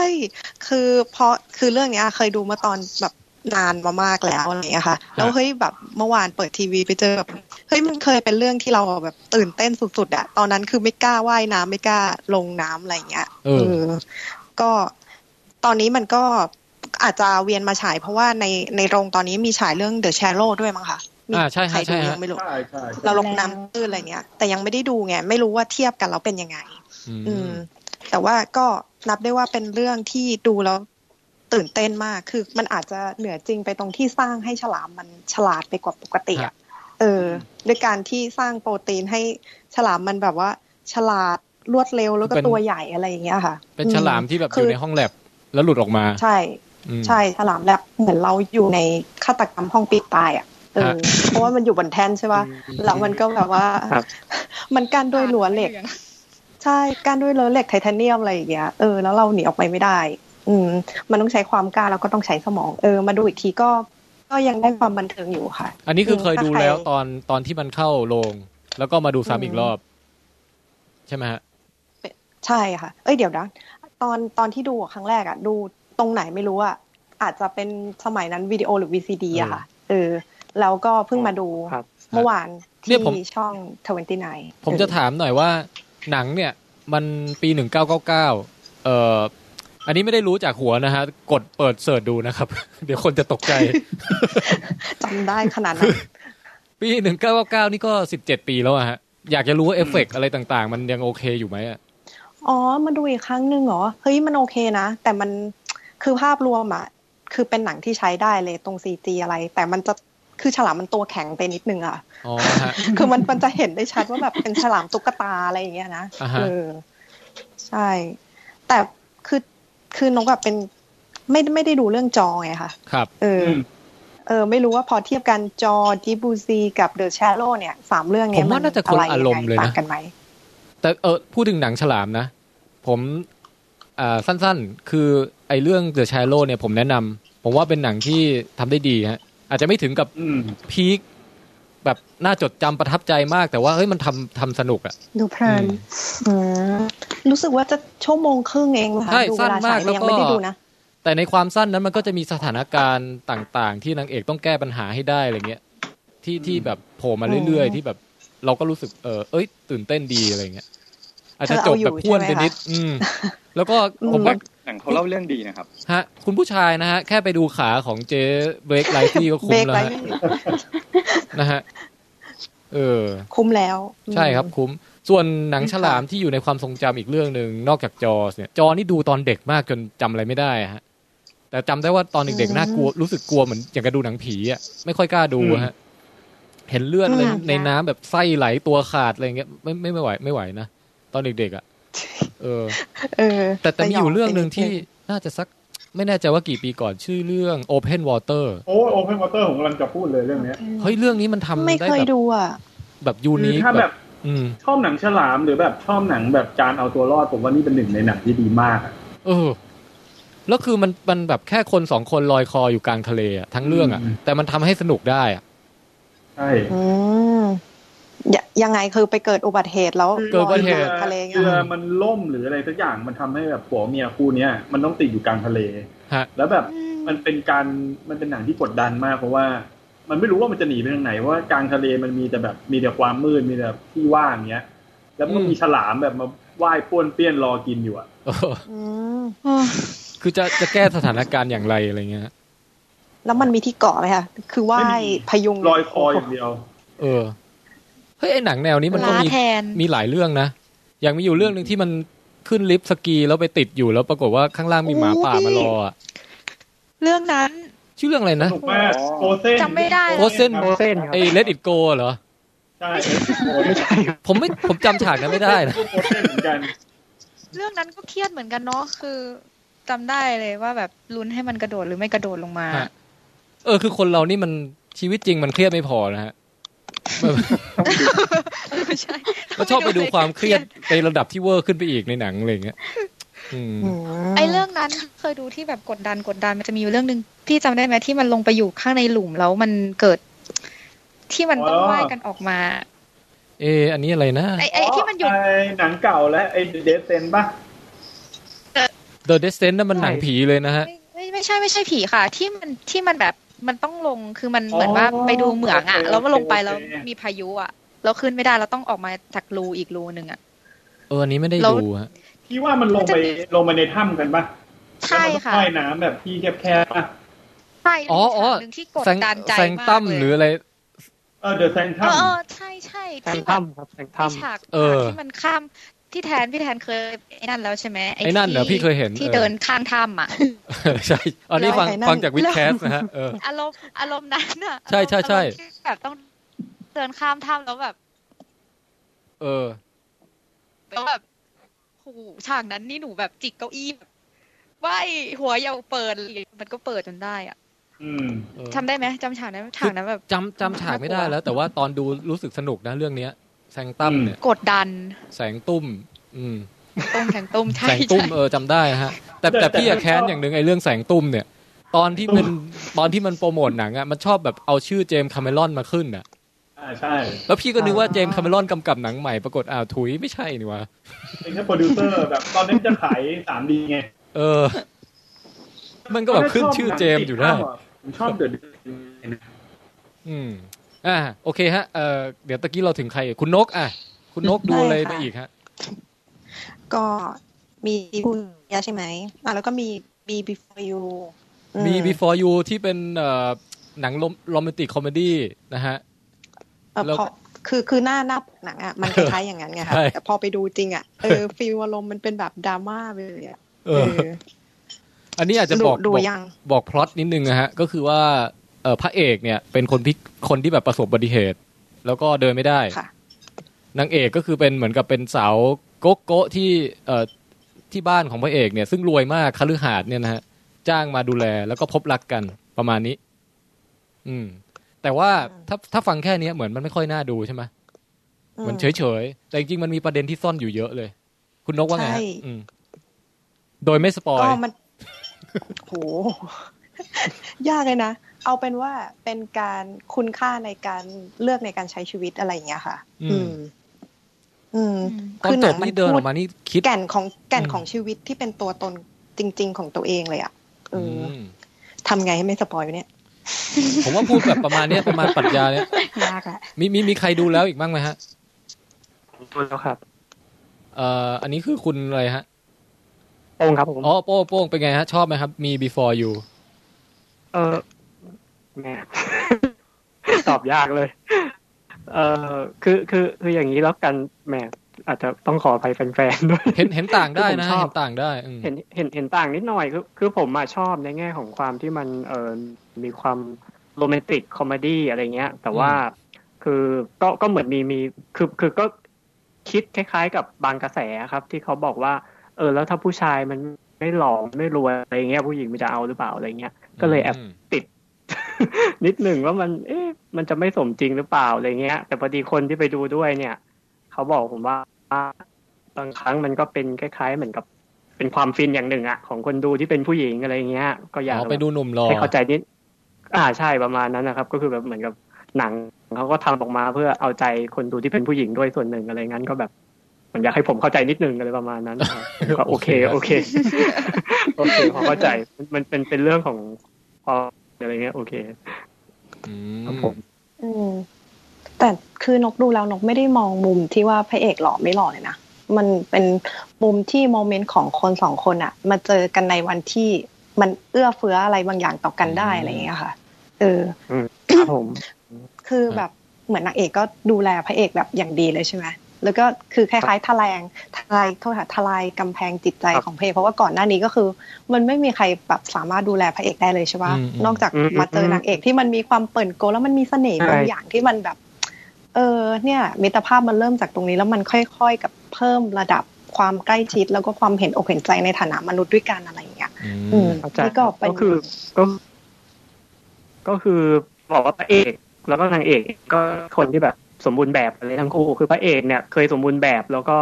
S7: คือเพราะคือเรื่องเนี้ยเคยดูมาตอนแบบนานมามากแล้วอะไรอย่างเงี้ยค่ะ แล้วเฮ้ยแบบเมื่อวานเปิดทีวีไปเจอแบบเฮ้ยมันเคยเป็นเรื่องที่เราแบบตื่นเต้นสุดๆอะตอนนั้นคือไม่กล้าว่ายน้ำไม่กล้าลงน้ำอะไรอย่างเงี้ย
S1: เออ
S7: ก็ตอนนี้มันก็ อาจจะเวียนมาฉายเพราะว่าในในโรงตอนนี้มีฉายเรื่อง The Shallow ด้วยมั้งคะมี
S1: อ่าใช่ฮะ
S7: ฉายดู
S1: ใช่ฮะ
S7: ยังไม่รู้
S2: ใช่ใช่
S7: เราลงน้ำตื้นอะไรเงี้ย แต่ยังไม่ได้ดูไง ไม่รู้ว่าเทียบกันแล้วเป็นยังไง
S1: อืม
S7: อืม แต่ว่าก็นับได้ว่าเป็นเรื่องที่ดูแล้วตื่นเต้นมาก คือมันอาจจะเหนือจริงไปตรงที่สร้างให้ฉลามมันฉลาดไปกว่าปกติอะเออ ด้วยการที่สร้างโปรตีนให้ฉลามมันแบบว่า ฉลาดรวดเร็วแล้วก็ตัวใหญ่อะไรอย่างเงี้ยค่ะ
S1: เป็นฉลามที่แบบอ
S7: คื
S1: ยู่ในห้องแลบแล้วหลุดออกมา
S7: ใช่
S1: อืม
S7: ใช่ฉลามแลบเหมือนเราอยู่ในฆาตกรรมห้องปีกตายอ่ะเออ
S1: ฮะ
S7: เพราะว่ามันอยู่บนแท่นใช่ป่ะแล้วมันก็แบบว่า
S3: ครับ
S7: มันกั้นด้วยรั้วเหล็ก ใช่กั้นด้วยรั้วเหล็กไทเทเนียมอะไรอย่างเงี้ยเออแล้วเราหนีออกไปไม่ได้ อืม มันต้องใช้ความกล้าแล้วก็ต้องใช้สมองเออมาดูอีกทีก็ ก็ยังได้ความบันเทิงอยู่ค่ะ
S1: อันนี้คือเคยดู
S7: ถ้าใคร
S1: แล้วตอนตอนที่มันเข้าโรงแล้วก็มาดูซ้ำอีกรอบ ใช่ไหมฮะ
S7: ใช่ค่ะ เอ้ยเดี๋ยวนะตอนตอนที่ดูอะครั้งแรกอ่ะ ดูตรงไหนไม่รู้อ่ะอาจจะเป็นสมัยนั้นวิดีโอหรือ VCD อะค่ะ เออ แล้วก็เพิ่งมาดู
S3: ครับ
S7: เมื่อวาน
S1: เนี่ย
S7: ที่
S1: ผม
S7: ช่อง29
S1: ผมจะถามหน่อยว่าหนังเนี่ย มันปีหนึ่งเก้าเก้าเก้าเอ่ออันนี้ไม่ได้รู้จากหัวนะฮะ กดเปิดเสิร์ชดูนะครับ เดี๋ยวคนจะตกใจ
S7: จำได้ขนาดนั้น
S1: ปีหนึ่งเก้าเก้าเก้านี่ก็สิบเจ็ดปีแล้วอะฮะ อยากจะรู้ว่าเอฟเฟกต์อะไรต่างๆ มันยังโอเคอยู่ไหมอะ
S7: อ๋อ มาดูอีกครั้งหนึ่งเหรอ เฮ้ย มันโอเคนะ แต่มันคือภาพรวมอะคือเป็นหนังที่ใช้ได้เลยตรงซีจีอะไร แต่มันจะคือฉลามมันตัวแข็งไปนิดนึงอะ
S1: อ๋อฮะ
S7: คือมันมันจะเห็นได้ชัดว่าแบบเป็นฉลามตุ๊กตาอะไรอย่างเงี้ยนะ
S1: อ่าฮะ
S7: เออใช่ แต่คือคือน้องแบบเป็นไม่ไม่ได้ดูเรื่องจอไงค่ะ
S1: ครับ
S7: เออ
S2: อื
S7: อ
S2: ม
S7: เออ ไม่รู้ว่าพอเทียบกันจอดิบูซีกับเดอะแชโ o เนี่ย สามเรื่องเนี้ย
S1: ผมว่าน่าจะคนละอารมณ์เลยนะ
S7: ต่างกันไหม
S1: แต่เออพูดถึงหนังฉลามนะ ผมอ่าสั้นๆ คือไอเรื่อง The Shallow เนี่ยผมแนะนำผมว่าเป็นหนังที่ทำได้ดีฮะ อาจจะไม่ถึงกับ
S2: อืม
S1: พีคแบบน่าจดจำประทับใจมาก แต่ว่าเฮ้ยมันทำทำสนุกอะ
S8: ดูเพลิน
S7: อืมรู้สึกว่าจะชั่วโมงครึ่งเองเหรอคะ
S1: ใช่
S7: ดู
S1: สั้น
S7: เวลา
S1: มา
S7: ฉาก ย
S1: แล้ว
S7: ยัง
S1: ก็
S7: ไม่ได้ดูนะ
S1: แต่ในความสั้นนั้นมันก็จะมีสถานการณ์ต่างๆ ที่นางเอกต้องแก้ปัญหาให้ได้อะไรเงี้ยที่ที่แบบโผล่มาเรื่อย
S7: อื
S1: ๆ
S7: ม
S1: ที่แบบเราก็รู้สึกเออเอ้ย ตื่นเต้นดีอะไรเงี้ยอาจจะจ
S7: เธอเอา
S1: บ
S7: อยู่
S1: แบบพ้วนไปนิด อืม แล้วก็
S7: อืม
S1: ผมว่า
S5: หนังเขาเล่าเรื่องดีนะครับ
S1: ฮะ คุณผู้ชายนะฮะ แค่ไปดูขาของเจ๊เบรกไลที่ก็คุ้
S7: เบร
S1: ม
S7: ก
S1: แล้ว
S7: ไว้
S1: ฮะนะฮะเออ
S7: คุ้มแล้ว
S1: ใช่ครับคุ้ม ส่วนหนังฉลามที่อยู่ในความทรงจำอีกเรื่องหนึ่งนอกจากจอสเนี่ยจอนี่ดูตอนเด็กมากจนจำอะไรไม่ได้อะฮะ แต่จำได้ว่าตอนเด็กๆน่ากลัวรู้สึกกลัวเหมือนอย่างกระดูหนังผีอ่ะไม่ค่อยกล้าดูอะฮะ เห็นเลือดอะไร
S8: อืม
S1: ในน้ำแบบไส้ไหลตัวขาดอะไรเงี้ยไม่ไม่ไม่ไหวไม่ไหวนะตอนเด็กๆอ่ ะเออ
S7: เออ
S1: แต่แต่มีอยู่เรื่องหนึ่งที่
S7: สยอ
S1: น่าจะสักไม่แน่ใจว่ากี่ปีก่อนชื่อเรื่อง Open Water
S2: โอ้โอเพนวอเตอร์ของกำลังจะพูดเลยเรื่องเนี้ย
S1: เฮ้ยเรื่องนี้มัน
S7: งนิดนึง
S1: ทำ
S7: ไม่
S1: ได้
S7: เคย
S1: แบบ
S7: ดูอ่ะ
S1: แบบยู
S2: คือ
S1: นิค
S2: ถ้า
S1: แบ
S2: แบบ บ
S1: อืม
S2: ชอบหนังฉลามหรือแบบชอบหนังแบบการเอาตัวรอดผมว่านี่เป็นหนึ่งในหนังที่ดีมากอะ
S1: เออ แล้วคือมันมันแบบแค่คนสองคนลอยคออยู่กลางทะเลอะทั้งเรื่องอะ
S2: อืม
S1: แต่มันทำให้สนุกได้อะ
S2: ใช่
S7: อืมยะยังไงคือไปเกิดอุบัติเหตุแล้ว
S1: เกิดอุบัติเหตุ
S7: ลยทะเลเงี้
S2: เรื
S7: ย
S2: อมันล่มหรืออะไรสักอย่างมันทำให้แบบผัวเมียคู่เนี้ยมันต้องติดอยู่กลางทะเล
S1: ฮะ
S2: แล้วแบบ
S11: อืม
S2: มันเป็นการมันเป็นหนังที่กดดันมากเพราะว่ามันไม่รู้ว่ามันจะหนีไปทางไหนเพราะว่ากลางทะเลมันมีแต่แบบมีแต่ความมืดมีแต่ที่ว่างเงี้ย แล้วมันก็
S1: อืม
S2: มีฉลามแบบมาว่ายป้วนเปี้ยนรอกินอยู่อะ
S1: เออ
S7: อืม
S1: คือจะจะแก้สถานการณ์อย่างไรอะไรเงี้ย
S7: แล้วมันมีที่เกาะไหมคะคือว่ายพยุง
S2: ลอยคออย่างเดียว
S1: เออเฮ้ยไอหนังแนวนี้มันก็
S11: ล้า
S1: มี
S11: แทน
S1: มีหลายเรื่องนะอย่างมีอยู่เรื่องหนึ่งที่มันขึ้นลิฟต์สกีแล้วไปติดอยู่แล้วปรากฏว่าข้างล่างมีหมาป่ามารออะ
S11: เรื่องนั้น
S1: ชื่อเรื่องอะไรนะ
S2: ถูกมากโฟเซ่น
S11: จำไม่ได้
S1: โคเซน
S3: โอเซนครับ
S1: ไอเลดอิ g โกเหรอ
S2: ใช่
S3: ไม่ใช่ครับ
S1: ผมไม่ผมจำฉากนั้นไม่ได้นะ
S2: โฟเซ่นเหมือนกัน
S11: เรื่องนั้นก็เครียดเหมือนกันเนาะคือจำได้เลยว่าแบบลุ้นให้มันกระโดดหรือไม่กระโดดลงมา
S1: ฮะเออ คือคนเรานี่มันชีวิตจริงมันเครียดไม่พอนะฮะ
S11: ใช่
S1: ก็ชอบไปดูความเครียดในระดับที่เวอร์ขึ้นไปอีกในหนังอะไรอย่างเงี้ยอืม
S7: อืม
S11: ไอ้เรื่องนั้นเคยดูที่แบบกดดันกดดันมันจะมีอยู่เรื่องหนึ่งพี่จำได้ไหมที่มันลงไปอยู่ข้างในหลุมแล้วมันเกิด ที่มันต้อง
S2: อ๋อ
S11: ว่ายกันออกมา
S1: เอออันนี้อะไรนะ
S11: ไอ้ไอ้ที่มันอยู่
S2: ไหนังเก่าและไอเดซเซนป่ะ
S1: The Descent นั่นมันหนังผีเลยนะฮะ
S11: ไม่ไม่ไม่ใช่ไม่ใช่ผีค่ะ ที่มันที่มันแบบมันต้องลงคือมันเหมือนว่า
S2: อ๋อ
S11: ไปดูเหมืองอ่ะ
S2: โอเค
S11: แล้วว่าลงไป
S2: โอเค
S11: แล้วมีพายุอ่ะเราขึ้นไม่ได้เราต้องออกมาจากรูอีกรูหนึ่งอ่ะ
S1: เอออันนี้ไม่ได้
S11: แล้ว
S1: ดูฮะ
S2: พี่ว่ามันลงไปลงไปในถ้ำกันป่ะ
S11: ใช่
S2: แล้วมันต้อง
S11: ค่ะ
S2: ว่ายน้ำแบบที่แคบๆป่ะ
S11: ใช่
S1: อ๋ออ๋อ
S11: ฉากหนึ่งที่กด
S1: แซง
S11: ดันใจ
S1: แซง
S11: มาก
S1: ตั้ม
S11: เลย
S1: หรืออะไร
S2: เออเดอะแซนทัม
S11: เออเออใช่ใช่
S3: แทง
S11: ที่แบบ
S3: ถ้ำครับแทงถ้ำ
S11: ฉาก
S1: เออ
S11: ที่มันข้ามที่แทนพี่แทนเคยไอ้นั่นแล้วใช่ไหม
S1: ไอ้นั่นเหรอ
S11: ที่
S1: พี่เคยเห็น
S11: ที่
S1: เออ
S11: เดินข้างถ้ำอ่ะ
S1: ใช่อันนี้ฟัง
S7: ลอยไข่นั่น
S1: ฟังจากวิดแคสนะฮะเออ
S11: อารมณ์อารมณ์นั้นอ่ะ
S1: ใช่ใช่ใช่
S11: อารมณ์ที่แบบต้องเดินข้ามถ้ำแล้วแบบ
S1: เออ
S11: แล้วแบบโหฉากนั้นนี่หนูแบบจิกเก้าอี้แบบว่ายหัวอยาวเปิดเลยมันก็เปิดจนได้อ่ะ
S2: อืม
S1: เออ
S11: ทำได้ไหมจำฉากนั้นฉากนั้นแบบ
S1: จำจำฉากไม่ได้แล้ว แต่ว่าตอนดูรู้สึกสนุกนะเรื่องเนี้ย แสงตั้มเนี่ย
S11: กดดัน
S1: แสงตุ้ม อืม
S11: ต้มแข็งต้มใช่
S1: แสงตุ้ม
S11: ใช่
S1: เออจำได้ฮะ แต่
S2: แต่
S1: แต่พี่อะ
S2: แต่
S1: แค้นอย่างหนึ่งไอ้เรื่องแสงตุ้มเนี่ย ตอนที่มั
S2: ตุ้
S1: น
S2: ม
S1: ตอนที่มันโปรโมทหนังอะมันชอบแบบเอาชื่อเจมส์คาเมรอนมาขึ้นอะ
S2: อ่าใช่
S1: แล้วพี่ก็นึกว่าเจมส์คาเมรอนกำกับหนังใหม่ปรากฏอ้าวถุยไม่ใช่นี่วะ
S2: เป็นแค่โปรดิวเซอร์แบบตอนนี้นจะขายสามดีไง
S1: เออ มันก็แบบขึ้นชื่อเจมส์อยู่ได้
S2: ผมชอบเดอะ
S1: อืม อ่า โอเคฮะ เอ่อ เดี๋ยวตะกี้เราถึงใคร คุณนก อ่ะ คุณนกดูอะไร
S7: ได้ค่ะ
S1: ไปอีกฮะ
S7: ก็มีคุณยาใช่ไหมอ่ะแล้วก็มี be before you อื
S1: มี before you ที่เป็นเอ่อหนังโรแมนติกคอมเมดี้นะฮะ
S7: เอ่อ
S1: แล้ว
S7: พอคือคือหน้าหน้าปกหนังอ่ะมันคล้ายๆอย่างนั้นไงค่ะ
S1: ใช่
S7: แต่พอไปดูจริงอ่ะเออฟีลอารมณ์มันเป็นแบบดราม่าไปเลยอ่ะ
S1: เออ
S7: เออ
S1: อันนี้อาจจะบอก
S7: ดู
S1: บอก
S7: ยัง
S1: บอกพล็อตนิดนึงนะฮะ ก็คือว่าเอ่อพระเอกเนี่ย เป็นคนพิกคนที่แบบประสบอุบัติเหตุ แล้วก็เดินไม่ได้
S7: ค่ะ
S1: นางเอกก็คือเป็นเหมือนกับเป็นสาวโกโก้ที่เอ่อที่บ้านของพระเอกเนี่ย ซึ่งรวยมากคฤหาสน์เนี่ยนะฮะ จ้างมาดูแลแล้วก็พบรักกันประมาณนี้ อืม แต่ว่าถ้าถ้าฟังแค่เนี้ยเหมือนมันไม่ค่อยน่าดูใช่ไหมเหมือนเฉยเฉยๆแต่จริงๆมันมีประเด็นที่ซ่อนอยู่เยอะเลย คุณนกว่าไงฮะ
S7: ใช่
S1: อืม โดยไม่สปอย
S7: ก็มัน โห ยากเลยนะ เอาเป็นว่าเป็นการคุณค่าในการเลือกในการใช้ชีวิตอะไรอย่างเงี้ยค่ะ
S1: อื
S7: อื
S1: ม
S7: ม อืม
S1: ตอนจบนี่เดินออกมานี่คิด
S7: แก่นของแก่น
S1: อืม
S7: ของชีวิตที่เป็นตัวตนจริง ๆ ของตัวเองเลยอ่ะเอ
S1: อื
S7: อ
S1: ม
S7: ทำไงให้ไม่สปอยวะเนี่ย
S1: ผมว่าพูดแบบประมาณเนี้ยประมาณปรัชญาเนี่ย
S8: ยากอะ
S1: มีมีมีใครดูแล้วอีกบ้างไหมฮะ
S3: ดูแล้วครับ
S1: เอ่ออันนี้คือคุณอะไรฮะ
S3: โองครับผม
S1: อ๋อโป้งโป้งเป็นไงฮะ ชอบไหมครับ มี before you
S3: เออแหม่ ตอบยากเลย เออคือคือคืออย่างนี้แล้วกันแหมอาจจะต้องขออภัยแฟนๆด้วย
S1: เห็นเห็นต่างได้
S3: ผ
S1: นะ
S3: มชอบ
S1: เห็นต่างได้อืม
S3: เห็นเห็นเห็นต่างนิดหน่อยคือคือผมอะชอบในแง่ของความที่มันเออมีความโรแมนติกคอมเมดี้อะไรเงี้ย แต่ว่าคือก็ก็เหมือนมีมีคือคือก็คิดคล้ายๆ กับบางกระแสครับ ที่เขาบอกว่า เออ แล้วถ้าผู้ชายมันไม่หล่อไม่รวยอะไรเงี้ยผู้หญิงมันจะเอาหรือเปล่าอะไรเงี้ยก็เลยแอบ
S1: ม
S3: นิดหนึ่งว่ามัน เอ๊ะ มันจะไม่สมจริงหรือเปล่าอะไรเงี้ย แต่พอดีคนที่ไปดูด้วยเนี่ย เขาบอกผมว่าบางครั้งมันก็เป็นคล้าย ๆ เหมือนกับเป็นความฟินอย่างหนึ่งอะของคนดูที่เป็นผู้หญิงอะไรเงี้ย ก็อยาก
S1: อ๋อ
S3: แบบ
S1: ไปดูหนุ่มรอ
S3: ให้เข้าใจนิด อ่าใช่ประมาณนั้นนะครับ ก็คือแบบเหมือนกับหนังเขาก็ทำออกมาเพื่อเอาใจคนดูที่เป็นผู้หญิงด้วยส่วนหนึ่งอะไรงั้นก็แบบเหมันอยากให้ผมเข้าใจนิดนึงอะไรประมาณนั้น นะครับผมก็โอเคโอเค โอเค พอเข้าใจมันมันเป็นเป็นเรื่องของพออะไรเงี้ย โอเค
S1: อื
S3: ครับ
S1: ม
S3: ผม
S7: อืม แต่คือนกดูแล้วนกไม่ได้มองมุมที่ว่าพระเอกหล่อไม่หล่อเลยนะ มันเป็นมุมที่โมเมนต์ของคนสองคนอะมาเจอกันในวันที่มันเอื้อเฟื้ออะไรบางอย่างต่อกันได้อะไรอย่างเงี้ยค่ะ เออ
S3: ครับผม
S7: คือแบบเหมือนนางเอกก็ดูแลพระเอกแบบอย่างดีเลยใช่ไหมแล้วก็คือคล้ายๆทลายทลายโทษค่ะทลายกำแพงจิตใจ
S3: ครับ
S7: ของพระเอกเพราะว่าก่อนหน้านี้ก็คือ มันไม่มีใครแบบสามารถดูแลพระเอกได้เลยใช่ปะนอกจากมาเจอนางเอกที่มันมีความเปิ่นโกแล้วมันมีเสน่ห์บางอย่างที่มันแบบ เออเนี่ยมิตรภาพมันเริ่มจากตรงนี้แล้วมันค่อยๆ กับเพิ่มระดับความใกล้ชิดแล้วก็ความเห็นอกเห็นใจในฐานะมนุษย์ด้วยกันอะไรอย่างเงี้ย
S1: อื
S7: อื
S1: ม
S7: ม
S3: เข้าใจ
S7: นี่ก็เป็น
S3: ก็คือก็ ก็คือบอกว่าพระเอก แล้วก็นางเอกก็คนที่แบบสมบูรณ์แบบเลยทั้งคู่คือพระเอกเนี่ยเคยสมบูรณ์แบบแล้วก็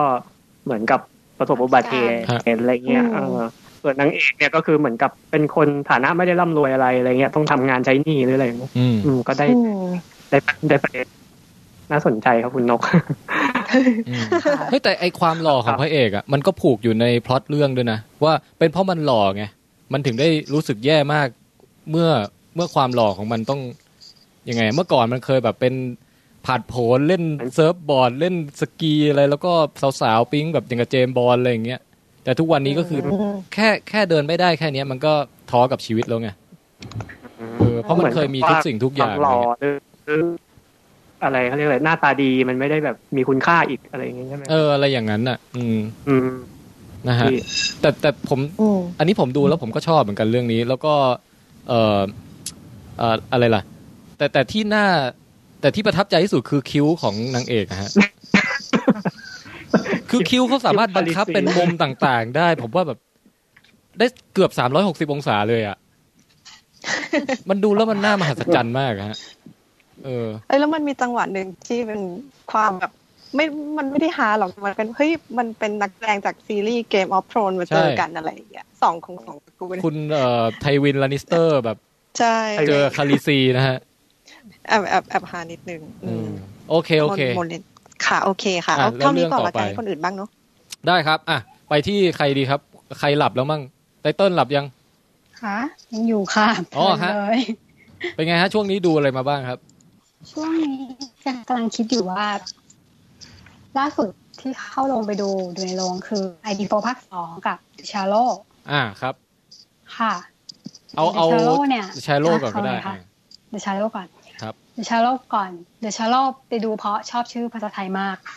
S3: เหมือนกับประสบอุบัติเหตุอะไรเงี้ย
S7: อืม
S3: เออส่วนนางเอกเนี่ยก็คือเหมือนกับเป็นคนฐานะไม่ได้ร่ำรวยอะไรอะไรเงี้ยต้องทำงานใช้หนี้หรืออะไรเงี้ย
S1: อืม
S3: อืมก็ได้
S7: อืม
S3: ได้ได้ประเด็นน่าสนใจครับคุณนก
S1: อืมเฮ้ยแต่ไอความหล่อของพระเอกอะมันก็ผูกอยู่ในพล็อตเรื่องด้วยนะ ว่าเป็นเพราะมันหล่อไง มันถึงได้รู้สึกแย่มาก เมื่อเมื่อความหล่อของมันต้องยังไง เมื่อก่อนมันเคยแบบเป็นผาดโผนเล่นเซิร์ฟบอร์ดเล่นสกีอะไร แล้วก็สาวๆปิ๊งแบบอย่างกับเจมส์บอลอะไรอย่างเงี้ย แต่ทุกวันนี้ก็คืออแค่แค่เดินไม่ได้แค่เนี้ยมันก็ท้อกับชีวิตแล้วไงเออเพราะมันเคยมีทุกสิ่งทุกอย่าง
S3: หล่อหรือหรืออะไรเขาเรียกอะไรหน้าตาดีมันไม่ได้แบบมีคุณค่าอีกอะไรอย่างเงี้ยใช่ไหม
S1: เอออะไรอย่างนั้นน่ะ อืม
S3: อืม
S1: นะฮะ
S3: ที่
S1: แต่แต่ผม
S7: อืม
S1: อันนี้ผมดูแล้วผมก็ชอบเหมือนกันเรื่องนี้ แล้วก็เอ่อเอ่ออะไรล่ะ แต่แต่ที่หน้า แต่ที่ประทับใจที่สุดคือคิ้วของนางเอก นะฮะ คือคิ้วเขาสามารถบังคับเป็นมุมต่างๆ ได้ ผมว่าแบบ ได้เกือบสามร้อยหกสิบองศาเลย อ่ะ มันดูแล้วมันน่ามหัศจรรย์มากอะฮะ เออ
S7: เอ้ยแล้วมันมีจังหวะหนึ่งที่เป็นความแบบไม่มันไม่ได้ฮาหรอกมันเป็นเฮ้ยมันเป็นนักแสดงจากซีรีส์เกมออฟ r ทรนมาเจอ
S1: ใช่
S7: กันอะไรอย่างเงี้ยสองของสองตระกูล
S1: คุณเอ่อไทวินลานิสเตอร์แบบ
S7: ใช่
S1: เจอคาริซีนะฮะ
S7: แอบแอบแอบฮานิดนึง
S1: อืมโอเค โอเค
S7: มนต์มนต์ค่ะโอเคค่ะ
S1: อ่ะ
S7: เอา
S1: แล้ว
S7: เท่านี้ก่อน
S1: เรื่องต่อ
S7: ละกัน
S1: ไป
S7: คนอื่นบ้างเนาะ
S1: ได้ครับ อ่ะ ไปที่ใครดีครับ ใครหลับแล้วมั่งไตเติ้ลหลับยัง
S8: ค่ะยังอยู่ค่ะ
S1: อ๋อฮะ
S8: เลย
S1: เป็นไงฮะ ช่วงนี้ดูอะไรมาบ้างครับ
S8: ช่วงนี้กำลังคิดอยู่ว่า ล่าสุดที่เข้าลงไปดูดูในโรงคือไอดีโฟภาคสองกับชาโล
S1: อ่าครับ
S8: ค่ะ
S1: เอาเอา
S8: The Shallow เนี่ย
S1: แชร์โลก่อนก็ได้
S8: เอาเลยค่ะ
S1: อ่ะ
S8: เดชาโลก่อน
S1: ครับ
S8: เดชาโลก่อนเดชาโลไปดูเพราะชอบชื่อภาษาไทยมาก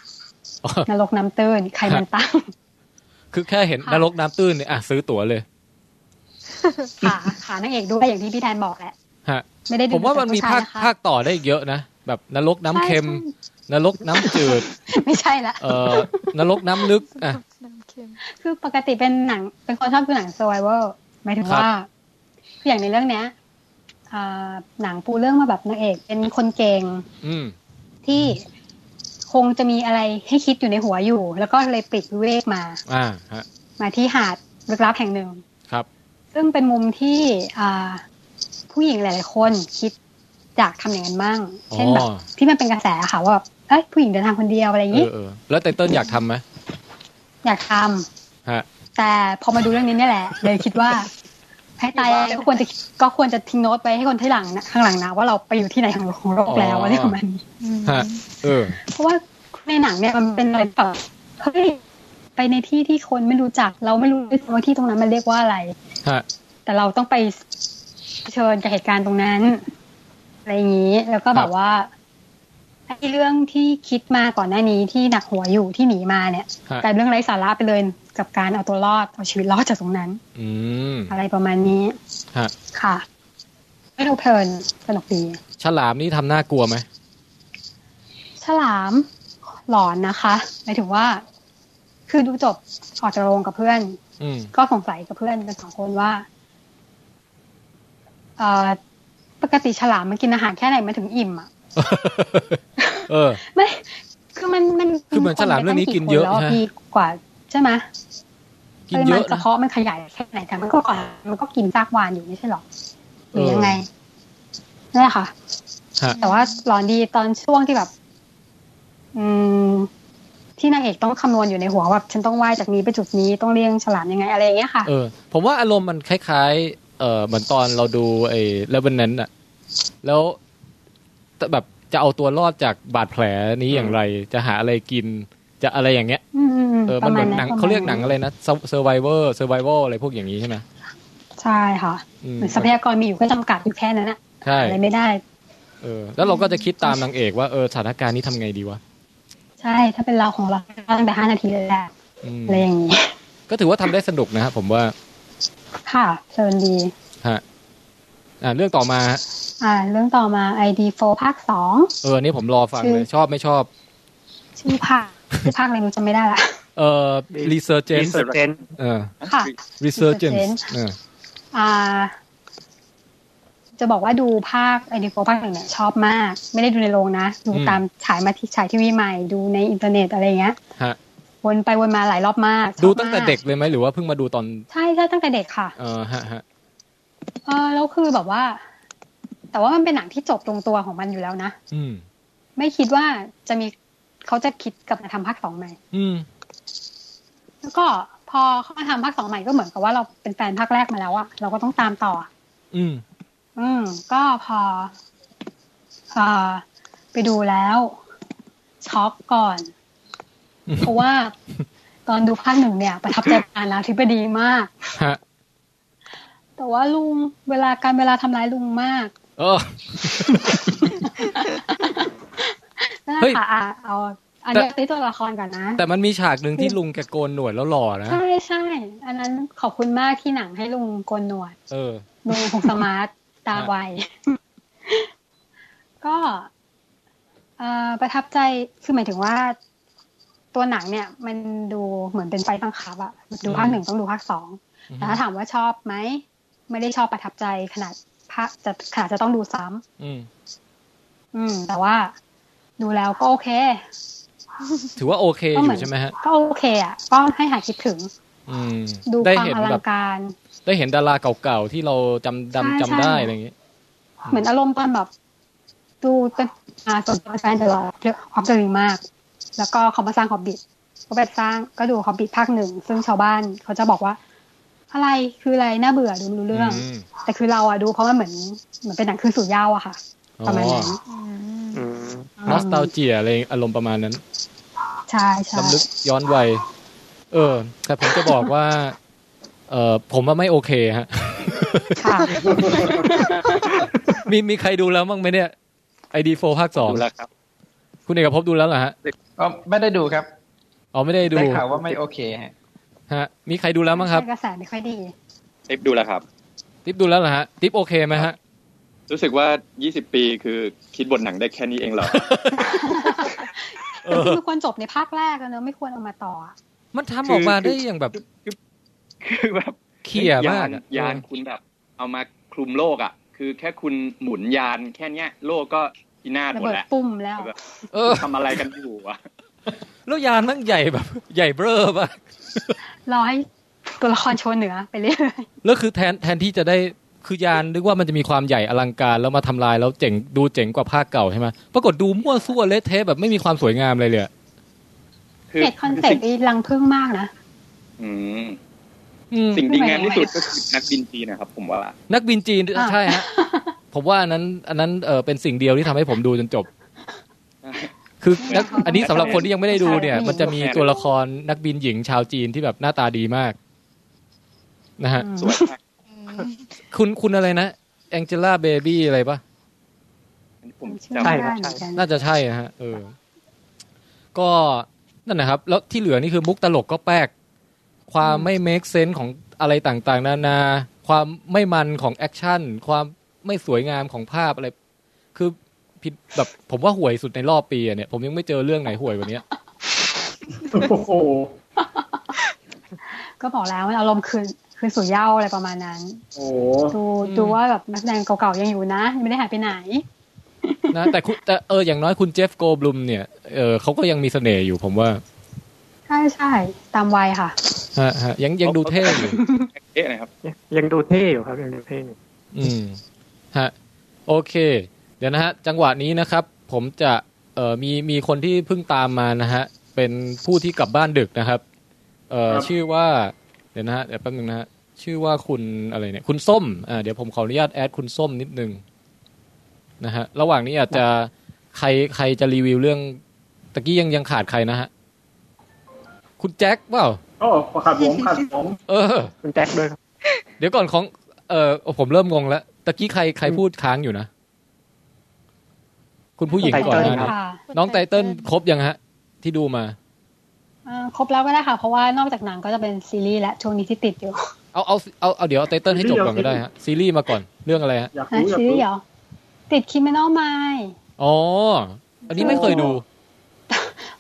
S1: อ๋อน
S8: รกน้ำตื้นใครมันตั้ง
S1: คือแค่เห็น
S8: ค่ะ
S1: นรกน้ำตื้นเนี่ยอ่ะซื้อตั๋วเลย
S8: ขาขานางเอกด้วยอย่างที่พี่แทนบอกแหละ
S1: ฮะ
S8: ไม่ได้ดู
S1: ผมว่ามันมีภา
S8: แต่
S1: ค
S8: ผู้ชยนะคะ
S1: ภาคต่อได้อีกเยอะนะ แบบนรกน้ำเค็ม นรกน้ำจืด
S8: ใช่ไม่ใช่ละ
S1: เอ่อนรกน้ำลึก อ่ะ
S11: น้ำเค็ม
S8: คือปกติเป็นหนัง เป็นคนชอบดูหนัง survivor หมายถึงว่า อย่างในเรื่องเนี้ยอ่าหนังปูเรื่องมาแบบนางเอก เป็นคนเก่ง
S1: อืม
S8: ที่คงจะมีอะไรให้คิดอยู่ในหัวอยู่ แล้วก็เลยปลีกวิเวกมา
S1: อ่าฮะ
S8: มาที่หาดลึกลับแห่งหนึ่ง
S1: ครับ
S8: ซึ่งเป็นมุมที่อ่าผู้หญิงหลายๆคนคิดจากทำอย่างนั้นมั่ง เช่นแบ
S1: อ๋
S8: บ
S1: อ
S8: ที่มันเป็นกระแสอะค่ะว่าแบบเอ้ยผู้หญิงเดินทางคนเดียวอะไรอย่าง
S1: เอ
S8: นี้
S1: อเออแล้วไตเติ้ลอยากทำไหม
S8: อยากทำ
S1: ฮะ
S8: แต่พอมาดูเรื่องนี้เนี่ยแหละ เลยคิดว่าให้ตายก็ควรจะก็ควรจะทิ้งโน้ตไปให้คนที่หลังนะข้างหลังนะว่าเราไปอยู่ที่ไหนของของโลกแล้วอะไรของมัน
S1: ฮะ เออ
S8: เพราะว่าในหนังเนี่ยมันเป็นอะไรแบบเฮ้ยไปในที่ที่คนไม่รู้จัก เราไม่รู้ด้วยซ้ำว่าที่ตรงนั้นมันเรียกว่าอะไร
S1: ฮะ
S8: แต่เราต้องไปเผชิญกับเหตุการณ์ตรงนั้น อะไรอย่างนี้ แล้วก็แบ
S1: ครับ บ
S8: ว่าไอ้เรื่องที่คิดมาก่อนหน้านี้ที่หนักหัวอยู่ที่หนีมาเนี่ย
S1: ฮะ
S8: กลายเป็นเรื่องไร้สาระไปเลยกับการเอาตัวรอดเอาชีวิตรอดจากตรงนั้น
S1: อืม
S8: อะไรประมาณนี้
S1: ฮะ
S8: ค่ะไม่ดูเพลินสนุกดี
S1: ฉลามนี่ทำน่ากลัวไหม
S8: ฉลามหลอนนะคะหมายถึงว่า คือดูจบออกจากโรงกับเพื่อน
S1: อืม
S8: ก็สงสัยกับเพื่อนกันสองคนว่าเอ่อปกติฉลามมันกินอาหารแค่ไหนมันถึงอิ่มอ่ะ
S1: เออ
S8: ไม่คือมันมัน
S1: คือเหมือนฉลามเรื่องนี้กินเยอะ
S8: คไปตั้ง
S1: ฮะ
S8: กี่คนแล้วปีกว่าใช่ไหม
S1: กินเย
S8: ปริ
S1: อะ
S8: มาณกระ
S1: นะ
S8: เพาะมันขยายแค่ไหนแต่มันก็ก่อนมันก็กินซากวานอยู่ไม่ใช่หรอหรือยังไงนั่นแหละค่ะ
S1: ฮะ
S8: แต่ว่าหลอนดีตอนช่วงที่แบบ อืม ที่นางเอกต้องคำนวณอยู่ในหัวว่าฉันต้องว่ายจากนี้ไปจุดนี้ต้องเลี้ยงฉลามยังไงอะไรอย่างเงี้ยค่ะ
S1: เออผมว่าอารมณ์มันคล้ายๆ เออเหมือนตอนเราดูไอ้เลเวนแนนอะแล้วแต่แบบจะเอาตัวรอดจากบาดแผลนี้อย่างไร จะหาอะไรกินจะอะไรอย่างเงี้ย
S8: อืมอืมอืม
S1: เออมันเหมือน
S8: ประาณ
S1: หนังเขาเรียกหนัง
S8: ประมณ
S1: อะไรนะเซอร์ไวเวอร์เซอร์ไวเวอร์อะไรพวกอย่างนี้ใช่ไหม
S8: ใช่ค่ะ
S1: อืม
S8: เหมือนทรัพยากรมีอยู่ก็จำกัดอยู่แค่นั้นอะ
S1: ใช่
S8: อะไรไม่ได้
S1: เออแล้วเราก็จะคิดตามนางเอกว่าเออสถานการณ์นี้ทำไงดีวะ
S8: ใช่ ถ้าเป็นเราของเราตั้งแต่ห้านาทีแรก
S1: อืม
S8: อะไรอย่างนี้
S1: ก็ถือว่าทำได้สนุกนะครับผมว่า
S8: ค่ะเพลินดี
S1: ฮะอ่าเรื่องต่อมาฮะ
S8: อ่า เรื่องต่อมา ID4 ภาคสอง
S1: เอออนนี่ผมรอฟังเลย
S8: ชื่อ
S1: ชอบไม่ชอบ
S8: ชื่อภาค ชื่อภาคอะไรไม่รู้จำไม่ได้ละ
S1: เออรีเซอร์เจน
S3: มี
S1: ส์
S3: เซอร์เจน
S1: เออ
S8: ค่ะ
S1: รีเซอร์เจน
S8: Resurgence
S1: ส์เออ
S8: อ่า จะบอกว่าดูภาค ID4 ภาคหนึ่งเนี่ยชอบมาก ไม่ได้ดูในโรงนะ ดู
S1: อืม
S8: ตามฉายมาที่ฉายทีวีใหม่ ดูในอินเทอร์เน็ตอะไรอย่างเงี้ย
S1: ฮะ
S8: วนไปวนมาหลายรอบมากชอบ
S1: ดูตั้งแต่
S8: มาก
S1: เด็กเลยไหมหรือว่าเพิ่งมาดูตอน
S8: ใช่ใช่ตั้งแต่เด็กค่ะ
S1: เออฮะฮะ
S8: เออแล้วคือแบบว่า แต่ว่ามันเป็นหนังที่จบตรงตัวของมันอยู่แล้วนะ
S1: อืม
S8: ไม่คิดว่าจะมีเขาจะคิดกลับมาทำภาคสองใหม่
S1: อืม
S8: แล้วก็พอเขามาทำภาคสองใหม่ก็เหมือนกับว่าเราเป็นแฟนภาคแรกมาแล้วอะเราก็ต้องตามต่ออะ
S1: อืม
S8: อืม ก็พอพอไปดูแล้วช็อกก่อน
S1: อืม
S8: เพราะว่า ตอนดูภาคหนึ่งเนี่ย ประทับใจการลาธิบดีมาก
S1: ฮะ
S8: แต่ว่าลุงเวลาการเวลาทำร้ายลุงมาก
S1: เออ
S8: นั่นแห
S1: เฮ้
S8: ละ
S1: ย
S8: ค่ะอ่ะเอาอัน
S1: แต่
S8: นี้ตีตัวละครก่อนนะ
S1: แต่มันมีฉากหนึ่งที่ลุงแกโกนหนวดแล้วหล่อนะ
S8: ใช่ใช่อันนั้นขอบคุณมากที่หนังให้ลุงโกนหนวด
S1: เออ
S8: ลุงคงสมาร์ท ตาไว ก็เอ่อประทับใจคือหมายถึงว่า ตัวหนังเนี่ย มันดูเหมือนเป็นไฟบังคับอะดูภาคหนึ่งต้องดูภาคสอง แต่ถ้าถามว่าชอบไหม ไม่ได้ชอบประทับใจขนาดภาคจะขนาดจะต้องดูซ้ำ
S1: อืม
S8: อืม แต่ว่าดูแล้วก็โอเค
S1: ถือว่าโอเค
S8: ก็
S1: อ
S8: เหมื
S1: ยู่
S8: น
S1: ใช่ไหมฮะ
S8: ก็โอเคอ่ะ ก็ให้หายคิดถึง
S1: อืม
S8: ดู
S1: ได้
S8: ความ
S1: เห็น
S8: อลั
S1: แบ
S8: ง
S1: บ
S8: การ
S1: ได้เห็นดาราเก่าๆ ที่เราจำดำ
S8: ใช่
S1: จำ
S8: ใช่
S1: ได้อะไรอย่างเงี้ย
S8: เหมือนอารมณ์ตอนแบบ ดูเป็นอ่าส่วนตัวแฟนตลอดความสริงมาก แล้วก็เขามาสร้างฮอบบิทก็แบบสร้างก็ดูฮอบบิทภาคหนึ่ง ซึ่งชาวบ้านเขาจะบอกว่า อะไรคืออะไรน่าเบื่อดูไม่รู้เรื่อง
S1: อืม
S8: แต่คือเราอะดูเพราะมันเหมือนเหมือนเป็นหนังคืนสู่เหย้าอะค่ะ ประมาณนั้น
S11: อืม
S3: อืม
S1: นอสตาเจียอะไรอารมณ์ประมาณนั้น
S8: ใช่ใช่
S1: ลำลึกย้อนวัย เออ แต่ผมจะบอกว่า เออผมว่าไม่โอเคฮะ
S8: ค่ะ
S1: มีมีใครดูแล้วมั้างไหมเนี่ยไอดีโฟภาคสอง
S5: ดูแล้วครับ
S1: คุณเอกภพดูแล้วเหรอฮะ
S4: ก็ไม่ได้ดูครับ
S1: อ๋อไม่ได้ดู
S4: ได้ข่าวว่าไม่โอเคฮะ
S1: ฮะ มีใครดูแล้วมั้งครับ
S8: กระแสไม่ค่อยดี
S5: ติ๊บดูแล้วครับ
S1: ติ๊บดูแล้วเหรอฮะ ติ๊บโอเคไหมฮะ
S5: รู้สึกว่า 20 ปีคือคิดบทหนังได้แค่นี้เองเหรอ
S1: เอ
S8: คือ
S1: อ
S8: มันควรจบในภาคแรกแล้วเนอะไม่ควรเอามาต่ออะ
S1: มันทำออกมาได้อย่างแบบ
S5: คือแบบ
S1: เขี่ยมาก
S5: ย
S1: อะ
S5: นยานคุณแบบ เอามาคลุมโลกอ่ะ คือแค่คุณหมุนยานแค่เนี้ย โลกก็พินาศ
S8: ระ
S5: หมด
S8: เบิด
S5: แล้ว
S8: ปุ่มแล้ว
S5: แบบ
S1: เออ
S5: ทำอะไรกันอยู่อ่ะ
S1: แล้วยานมันใหญ่แบบ ใหญ่เบ้อปะ
S8: รอให้ตัวละครโชว์เหนือไปเรื่อย
S1: แล้วคือแทนแทนที่จะได้ คือยานนึกว่ามันจะมีความใหญ่อลังการแล้วมาทำลายแล้วเจ๋งดูเจ๋งกว่าภาคเก่าใช่ไหมปรากฏดูมั่วซั่วเละเทะแบบไม่มีความสวยงามเลยเลยอะ
S5: คือ
S8: เน็ตคอนเซ็ปต์นี่รังพึ่งมากนะ
S5: อืม
S1: อืม
S5: สิ่งดีงามที่สุดก็คือนักบินจีนนะครับ ผมว่า
S1: นักบินจีนด้วย
S8: อ่ะ
S1: ใช่ ฮะ ผมว่าอันนั้น อันนั้นเออเป็นสิ่งเดียวที่ทำให้ผมดูจนจบ คือนักอันนี้สำหรับคนที่ยังไม่ได้ดูเนี่ย มันจะมีตัวละครนักบินหญิงชาวจีนที่แบบหน้าตาดีมาก นะฮะ
S5: สวยมาก
S11: อืม
S1: คุณคุณอะไรนะแองเจล่าเบบี้อะไรปะ
S5: อันนี้ผม
S8: ชื่อ
S5: จำ
S3: ใช่
S8: ไม่
S3: ครั
S8: ได้
S3: บ
S8: เหมือนกัน
S3: ใช่
S1: น่าจะใช่นะฮะ เออ ก็นั่นนะครับ แล้วที่เหลือนี่คือมุกตลกก็แปลก ความไม่ make sense ของอะไรต่างๆ นานา ความไม่มันของแอคชั่น ความไม่สวยงามของภาพอะไร คือผิดแบบผมว่าห่วยสุดในรอบปีอะเนี่ย ผมยังไม่เจอเรื่องไหนห่วยกว่านี้
S2: โอ้โห
S8: ก็บอกแล้วมันอารมณ์คืนคืนสู่เหย้าอะไรประมาณนั้น
S2: โอ้โห
S8: ดูดูว่าแบบนักแสดงเก่าๆยังอยู่นะยังไม่ได้หายไปไหน
S1: นะแต่คุณแต่เอออย่างน้อยคุณเจฟโกบลูมเนี่ยเออเขาก็ยังมีเสน่ห์อยู่ผมว่า
S8: ใช่ใช่ตามวัยค่ะ
S1: ฮะฮะยังยังดูเท่อยู่
S5: เอ๊ะนะครับ
S3: ยังดูเท่อยู่ครับยังดูเท่อยู่
S1: อืมฮะโอเค เดี๋ยวนะฮะ จังหวะนี้นะครับ ผมจะเอ่อมีมีคนที่เพิ่งตามมานะฮะ เป็นผู้ที่กลับบ้านดึกนะครับ เอ่อชื่อว่า เดี๋ยวนะฮะเดี๋ยวแป๊บนึงนะฮะชื่อว่าคุณอะไรเนี่ย คุณส้มอ่าเดี๋ยวผมขออนุญาตแอดคุณส้มนิดนึงนะฮะระหว่างนี้อาจจะใครใครจะรีวิวเรื่องตะกี้ยังยังขาดใครนะฮะ คุณแจ็คเปล่า
S2: อ๋อขับผมขับผม
S1: เออ
S3: คุณแจ็คด้วยครับ
S1: เดี๋ยวก่อนของ เออผมเริ่มงงแล้วตะกี้ใครใครพูดค้างอยู่นะ คุณผู้หญิงก่อนหนะ
S8: ค่ะ
S1: น้องไตเติ้ลครบยังฮะ ที่ดูมา
S8: เอ่อครบแล้วก็ได้ค่ะ เพราะว่านอกจากหนังก็จะเป็นซีรีส์และช่วงนี้ที่ติดอยู่
S1: เอาเอาเอาเอาเดี๋ยวเอาไตเติ้ลให้จบก่อนก็ได้ฮะซีรีส์มาก่อนเรื่องอะไรฮะ
S2: อยาก
S8: นะ
S2: รู้อยาก
S8: ซีรี
S2: รู้
S8: ส์เหรอติดคิมเมนอลไมล์
S1: อ๋ออันนี้ไม่เคยดู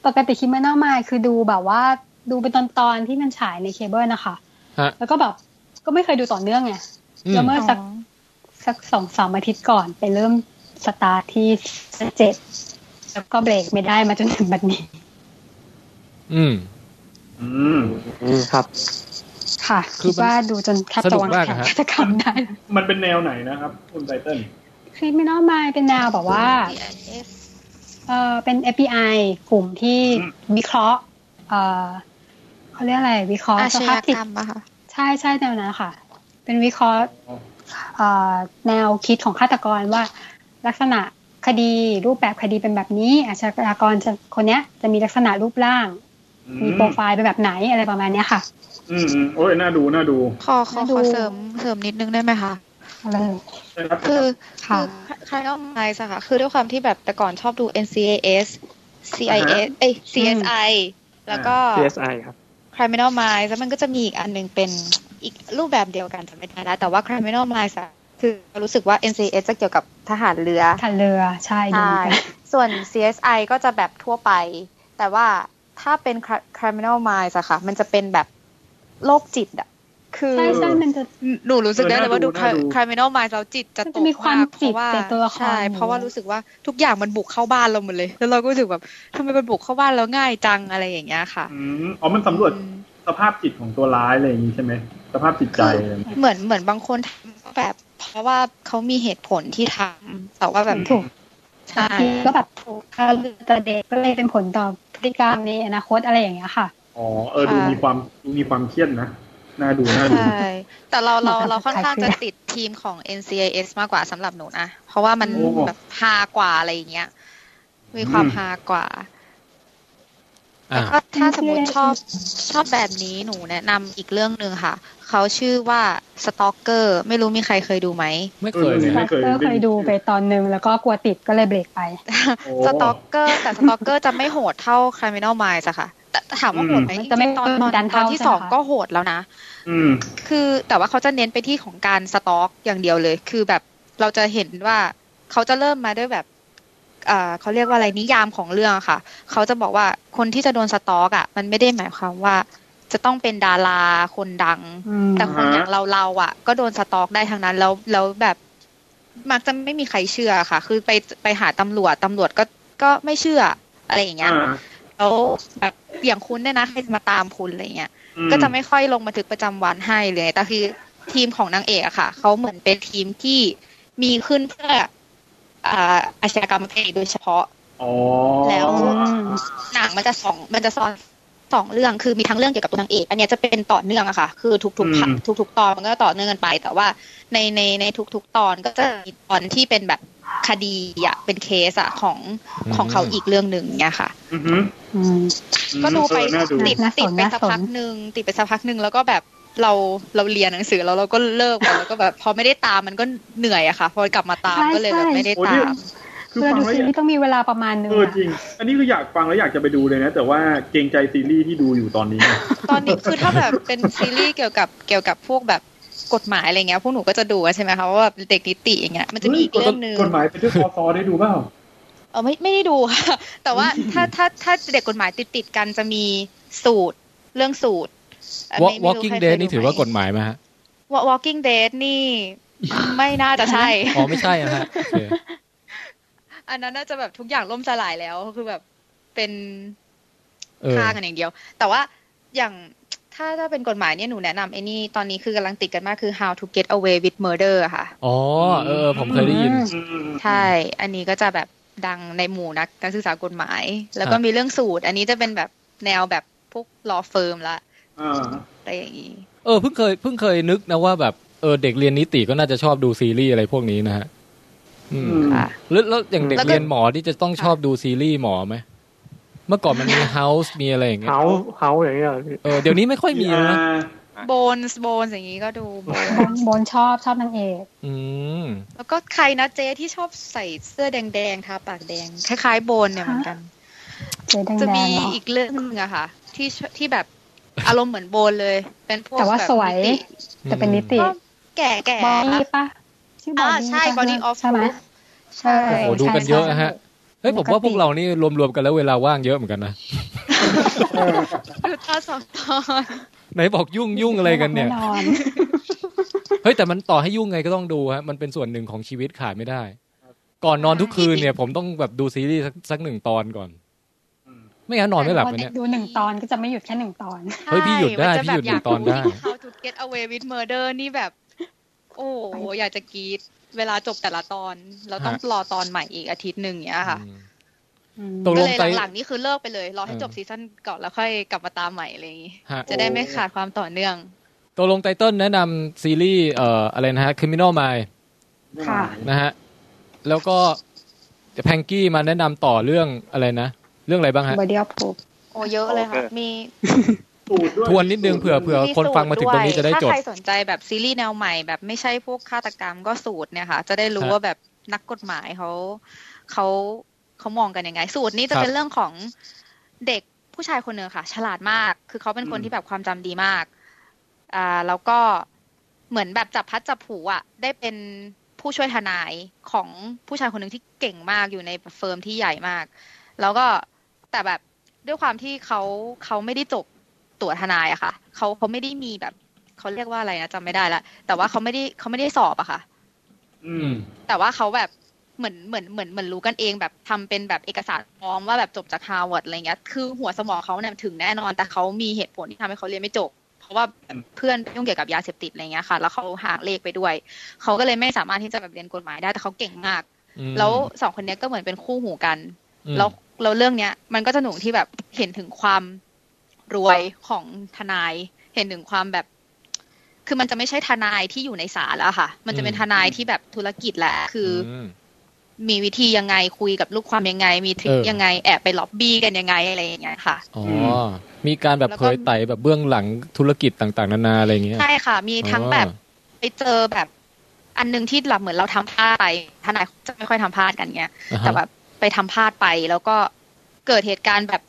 S8: ปกติคิมเมนอลไมล์คือดูแบบว่าดูเป็นตอนตอนๆที่มันฉายในเคเบิลนะคะ
S1: ฮะ
S8: แล้วก็แบบก็ไม่เคยดูต่อเนื่องไง
S1: อืม
S8: แล้วเมื่อสักสักสองสามอาทิตย์ก่อนไปเริ่มสตาร์ทที่เจ็ดแล้วก็เบรกไม่ได้มาจนถึงบัดนี้
S1: อืม
S2: อืม
S3: อืมครับ
S8: ค่ะ
S1: คือ
S8: คิดว่าดูจนแทบ
S1: สนุ
S8: จะ
S1: ก
S8: วาง
S1: มาก
S8: แผน
S1: อะฮะ
S8: ฆาตกรรมได้
S2: มันเป็นแนวไหนนะครับ คุณไตเติ้ล
S8: คลิปไม่นอมาเป็นแนวแบบว่า
S11: BIS
S8: เออเป็น FBI กลุ่มที่วิเคราะห์เออเขาเรียกอะไร วิเคราะห์
S15: อา
S8: ส
S15: ช
S8: ภาพ
S15: ญา
S8: จิต
S15: กรรมอะค่ะ
S8: ใช่ใช่แนวนั้นค่ะ เป็นวิเคราะห์เอ่อแนวคิดของฆาตกรว่า ลักษณะคดีรูปแบบคดีเป็นแบบนี้ อาชญากรจะคนเนี้ยจะมีลักษณะรูปร่าง มีโปรไฟล์เป็นแบบไหนอะไรประมาณเนี้ยค่ะ
S2: อืมอืมโอ้ยน่าดูน่าดู
S11: ขอขอ
S8: มาดู
S11: ขอเสริมเสริมนิดนึงได้ไหมคะ
S8: อะไร
S2: นะครับ
S11: คือ
S8: ค่ะ
S11: ใครก็ไม่สะค่ะ คือด้วยความที่แบบแต่ก่อนชอบดู NCIS CIS เอ้ย CSI แล้วก็
S3: CSI ครับ
S11: Criminal Minds แล้วมันก็จะมีอีกอันหนึงเป็นอีกรูปแบบเดียวกันจำไม่ได้แล้วแต่ว่า Criminal Minds อะคือรู้สึกว่า NCIS จะเกี่ยวกับทหารเรือ
S8: ทันเรือใช่ดี
S11: ใช่
S8: เหมือนกัน
S11: ส่วน CSI ก็จะแบบทั่วไป แต่ว่าถ้าเป็น Cri- Criminal Minds อะค่ะ มันจะเป็นแบบโรคจิตอะคือ
S8: ใช่ใช่มันจะ
S11: หนูรู้สึกได้เลยว่าดู
S2: น่าดู
S11: Criminal Minds เราจิตจะ
S8: มัน
S11: ต
S8: จะ
S11: ก
S8: มีความ
S11: กเพ
S8: จิต
S11: ระว่า
S8: ในตัวละคร
S11: ใช่
S8: อยู่
S11: เพราะว่ารู้สึกว่าทุกอย่างมันบุกเข้าบ้านเราหมดเลย แล้วเราก็รู้สึกแบบทำไมมันบุกเข้าบ้านเราง่ายจังอะไรอย่างเงี้ยค่ะ
S2: อืมอ๋อมันสำรวจ
S11: อืม
S2: สภาพจิตของตัวร้ายอะไรอย่างนี้ใช่ไหมสภาพจิตใจอะไรอย่างงี้
S11: เหมือนเหมือนบางคนทำแบบ เพราะว่าเขามีเหตุผลที่ทำแต่ว่าแบบ
S8: ถูก
S11: ใช่
S8: ก็แบบถูกถ้าเลือกแต่เด็กก็เลยเป็นผลต่อพฤติกรรมในอนาคตอะไรอย่างเงี้ยค่ะ
S2: อ๋อเออดูมีความดูมีความเครียดนะน่าดูน่าดู
S11: ใช่ แต่เรา เราเรา
S8: เหมื
S11: ค่
S8: อ
S11: อน น
S8: กับ
S11: ข้างจะ
S8: ขายเครื่อง
S11: ติดทีมของ NCIS มากกว่าสำหรับหนูนะเพราะว่ามันแบบฮากว่าอะไรอย่างเงี้ยมีความฮากว่า
S1: อ่า
S11: ก็ถ้าสมมติชอบชอบแบบนี้หนูแนะนำอีกเรื่องหนึ่งค่ะ เขาชื่อว่าสตอกเกอร์ไม่รู้มีใครเคยดูไหม
S1: ไม่เคยเลย
S8: ด
S1: ฮะ
S8: รเคยดูไปตอนนึงแล้วก็กลัวติดก็เลยเบรก ไป
S2: โอ้
S11: สตอกเกอร์แต่สตอกเกอร์จะไม่โหดเท่า Criminal Minds อะค่ะ แต่ถามว่าโหดไหม
S8: อืมจะไม่
S11: ตอน
S8: กดดัน
S11: ต
S8: เท่า
S11: อนที่
S8: ใช่ไหม
S11: สอง
S8: คะ
S11: ก็โหดแล้วนะ
S2: อืม
S11: คือแต่ว่าเขาจะเน้นไปที่ของการสต็อกอย่างเดียวเลย คือแบบเราจะเห็นว่าเขาจะเริ่มมาด้วยแบบเอ่อเขาเรียกว่าอะไรนิยามของเรื่องอะค่ะ เขาจะบอกว่าคนที่จะโดนสต็อกอ่ะ มันไม่ได้หมายความว่า จะต้องเป็นดาราคนดัง
S8: อืม
S11: แต่คน
S2: อ่าฮะ
S11: อย่างเราเราอ่ะ ก็โดนสต็อกได้ทั้งนั้นแล้วแล้วแบบมักจะไม่มีใครเชื่อค่ะ คือไปไปหาตำรวจตำรวจก็ก็ไม่เชื่ออะไรอย่างเงี้ย
S2: อ่า
S11: แล้วแบบอย่างคุณเนี่ยนะใครจะมาตามคุณอะไรอย่างเงี้ย
S2: อื
S11: ก็จะไม่ค่อยลงบันทึกประจำวันให้เลยแต่คือทีมของนางเอกอะค่ะ เขาเหมือนเป็นทีมที่มีขึ้นเพื่ออ่าอาชญากรรมประเภทโดยเฉพาะ
S2: อ๋อ
S11: แล้ว
S2: อ่า
S11: หนังมันจะสองมันจะซ้อนสองเรื่องคือมีทั้งเรื่องเกี่ยวกับตัวนางเอกอันเนี้ยจะเป็นต่อเนื่องอะค่ะ คือทุกๆภาคทุก ๆ ตอนมันก็ต่อเนื่องกันไป แต่ว่าในในในทุก ๆ ตอนก็จะมีตอนที่เป็นแบบคดีอะเป็นเคสอะของของเขาอีกเรื่องหนึ่งเนี่ยค่ะ
S2: อือหือ
S8: อืม
S11: ก็ดูไป
S2: เออน่าดู
S11: ติด
S8: น่าสน
S11: ติดไป
S8: น่า
S11: สัก
S8: สน
S11: พักหนึ่งติดไปสักพักหนึ่งแล้วก็แบบเราเราเรียนหนังสือแล้วเราก็เลิกไปแล้วก็แบบ พอไม่ได้ตามมันก็เหนื่อยอะค่ะ พอกลับมาตาม
S8: ใช่
S11: ก็เลยแบบ
S8: ใช่
S11: ไม่ได้
S2: โอ้เนี่
S11: ตาย ม
S2: คือ
S8: เรา
S2: ฟัง
S8: ดู
S2: แล้ว
S8: ซีรีส์ต้องมีเวลาประมาณนึง
S2: เออ
S8: นะ
S2: จริง อันนี้คืออยากฟังแล้วอยากจะไปดูเลยนะ แต่ว่าเกรงใจซีรีส์ที่ดูอยู่ตอนนี้
S11: ตอนนี้คือถ้าแบบเป็นซีรีส์เกี่ยวกับเกี่ยวกับพวกแบบกฎหมายอะไรเงี้ยพวกหนูก็จะดูอะใช่ไหมคะว่าแบบเด็กนิติอย่างเงี้ยมันจะมีอีกเรื่องหนึ่ง
S2: กฎหมายเป็นเรื่องคอซอได้ดูเปล่า
S11: เออไม่ไม่ได้ดูค่ะ แต่ว่าถ้าถ้าถ้าเด็กกฎหมายติดติดๆกันจะมีสูตรเรื่องสูตรเอ่อ
S1: วอ
S11: ไม่ไม่รู้
S1: Walking
S11: ใครเคย
S1: Dead
S11: ดู
S1: นี่ถือว่า
S11: ไหม
S1: กฎหมายไหมฮะ
S11: Walking Dead นี่ ไม่น่าจะใช่
S1: อ๋อไม่ใช่อะฮะโอเค
S11: อันนั้นน่าจะแบบทุกอย่างล่มสลายแล้วคือแบบเป็น
S1: เออ
S11: ฆ่ากันอย่างเดียว แต่ว่าอย่างถ้าถ้าเป็นกฎหมายเนี่ยหนูแนะนำไอ้นี่ตอนนี้คือกำลังติดกันมากคือ how to get away with murder อะค่ะ
S1: อ๋อเออ ผมเคยได้ยิน
S2: อืม
S11: ใช่ อันนี้ก็จะแบบดังในหมู่นักนักศึกษากฎหมาย แล้ว
S1: ค
S11: ก็
S1: รับ
S11: มีเรื่องสูตร อันนี้จะเป็นแบบแนวแบบพวก law firm ละ
S2: อ่า
S11: อะไรอย่างนี้
S1: เออเพิ่งเคยเพิ่งเคยนึกนะว่าแบบเออเด็กเรียนนิติก็น่าจะชอบดูซีรีส์อะไรพวกนี้นะฮะอืม
S2: อืม
S11: ค่ะ
S1: แล้วแล้วอย่างเด็ก
S11: แล้วก็
S1: เรียนหมอที่จะต้องชอบดูซีรีส์หมอไหมเมื่อก่อนมันมี House มีอะไรอย่างเงี้ย
S3: เฮาเฮาอย่างเงี้ยเหรอพี่
S1: เออเดี๋ยวนี้ไม่ค่อยมีแล้วนะ
S11: bones bones อย่างนี้ก็ดู Bones
S8: บอลบอลชอบชอบนางเอก
S1: อืม
S11: แล้วก็ใครนะเจ๊ที่ชอบใส่เสื้อแดงๆทาปากแดง คล้ายๆโบนเนี่ยเหมือนกัน
S8: เจ๊แดง
S11: จะ
S8: แด
S11: มี
S8: งเนาะ
S11: อีกเรื่องหนึงอะค่ะ ที่ชที่แบบอารมณ์เหมือนโบนเลย เป็นพวก
S8: แต่ว่า
S11: บบ
S8: สวย
S11: นิติ
S8: แต่เป็นนิติ
S11: ก็แก่แก่
S8: บอดี้ปะชื่อบอ
S11: อ่า
S8: ดี้
S11: ใช่
S8: ปะ
S11: body of
S8: ใช่ไหม
S11: Proof
S8: ใช่
S11: ใช่
S1: โอ้โหดูกันเยอะนะฮะเฮ้ยผมว่าพวกเรานี่รวมๆกันแล้วเวลาว่างเยอะเหมือนกันนะ
S11: ดูตอนสองตอน
S1: ไหนบอกยุ่งยุ่งอะไรกันเนี่ย
S8: แอ
S1: เฮ้ยแต่มันต่อให้ยุ่งไงก็ต้องดูฮะมันเป็นส่วนหนึ่งของชีวิตขาดไม่ได้ ก่อนนอนทุกคืนเนี่ย ผมต้องแบบดูซีรีส์สักสักหนึ่งตอนก่อน ไม่งั้นนอนไม่หลับ
S8: พอ
S1: เลยเนี่ย
S8: ดูหนึ่งตอนก็จะไม่หยุดแค่หนึ่งตอน
S1: เฮ้ยพี่หยุดได้
S11: ใช่
S1: พี่หยุดห
S11: มัจะแบบ
S1: นึ่งตอนได้
S11: ยากรู้ How to get away with murder นี่แบบ โอ้โหอยากจะกรีดเวลาจบแต่ละตอน เราต้องรอตอนใหม่อีกอาทิตย์หนึ่งอย่างเงี้ยค่ะ
S1: อืม
S8: อืม
S1: ตก
S11: ก็
S1: ลง
S11: เลย
S1: ไป
S11: หลังๆนี่คือเลิกไปเลย รอให้จบซีซั่นก่อนแล้วค่อยกลับมาตามใหม่อะไรอย่างงี้
S1: ฮะ
S11: จะได้ไม่ขาดความต่อเนื่อง
S1: ตัวลงไตเติ้ลแนะนำซีรีส์เอ่ออะไรนะฮะ Criminal Mind
S8: ค่ะ
S1: นะฮะ แล้วก็แพงกี้มาแนะนำต่อเรื่องอะไรนะ เรื่องอะไรบ้างฮะ
S8: บอดี้ออฟพู
S11: โอ้เยอะเลยค่ะ มี
S2: สูตรด้วย
S1: ทวนนิดนึงเผื่อเผื่อ
S11: มี
S1: คนฟังมาถึงตรงนี้
S11: สู
S1: จะ
S11: วย
S1: ได้จ
S11: ถ้า
S1: ด
S11: ใครสนใจแบบซีรีส์แนวใหม่แบบไม่ใช่พวกฆาตกรรมก็สูตรเนี่ยค่ะ จะได้
S1: ค
S11: รู้
S1: รับ
S11: ว่าแบบนักกฎหมายเขาเขาเขามองกันยังไง สูตรนี้จะ
S1: ครับ
S11: เป็นเรื่องของเด็กผู้ชายคนหนึ่งค่ะ ฉลาดมาก คือเขาเป็นคน
S1: อืม
S11: ที่แบบความจำดีมากอ่าแล้วก็เหมือนแบบจับพลัดจับผลูอ่ะ ได้เป็นผู้ช่วยทนายของผู้ชายคนหนึ่งที่เก่งมากอยู่ในเฟิร์มที่ใหญ่มาก แล้วก็แต่แบบด้วยความที่เขาเขาไม่ได้จบตัวทนายอะค่ะเขาเขาไม่ได้มีแบบเขาเรียกว่าอะไรนะจำไม่ได้ละแต่ว่าเขาไม่ได้เขาไม่ได้สอบอะค่ะ
S2: อืม
S11: แต่ว่าเขาแบบเหมือนเหมือนเหมือนเหมือนรู้กันเองแบบทำเป็นแบบเอกสารปลอมว่าแบบจบจากฮาร์วาร์ดอะไรเงี้ยคือหัวสมองเขาเนี่ยถึงแน่นอน แต่เขามีเหตุผลที่ทำให้เขาเรียนไม่จบ เพราะว่าเพื่อนยุ่งเกี่ยวกับยาเสพติดอะไรเงี้ยค่ะ แล้วเขาหางเลขไปด้วย เขาก็เลยไม่สามารถที่จะแบบเรียนกฎหมายได้แต่เขาเก่งมาก
S1: อืม
S11: แล้วสองคนเนี้ยก็เหมือนเป็นคู่หูกัน
S1: อืม
S11: แล้วแล้วเรื่องเนี้ยมันก็จะหนุกที่แบบเห็นถึงความรวยของทนาย เห็นถึงความแบบ คือมันจะไม่ใช่ทนายที่อยู่ในศาลแล้วค่ะ มันจะเป็นทนายที่แบบธุรกิจแหละ คืออ
S1: ม
S11: มีวิธียังไงคุยกับลูกความยังไง มีทริค
S1: เออ
S11: ยังไงแอบไปล็อบบี้กันยังไงอะไรอย่างเงี้ยค่ะ
S1: อ๋อมีการแบบ
S11: แล้วก็
S1: เผยไต่แบบเบื้องหลังธุรกิจต่างๆ นานาอะไรอย่างเงี้ย
S11: ใช่ค่ะ มีทั้งแบบ ไปเจอแบบอันหนึงที่แบบเหมือนเราทำพลาดไปทนายจะไม่ค่อยทำพลาดกันเงี้ย
S1: อ่าฮะ
S11: แต่แบบไปทำพลาดไปแล้วก็เกิดเหตุการณ์แบบ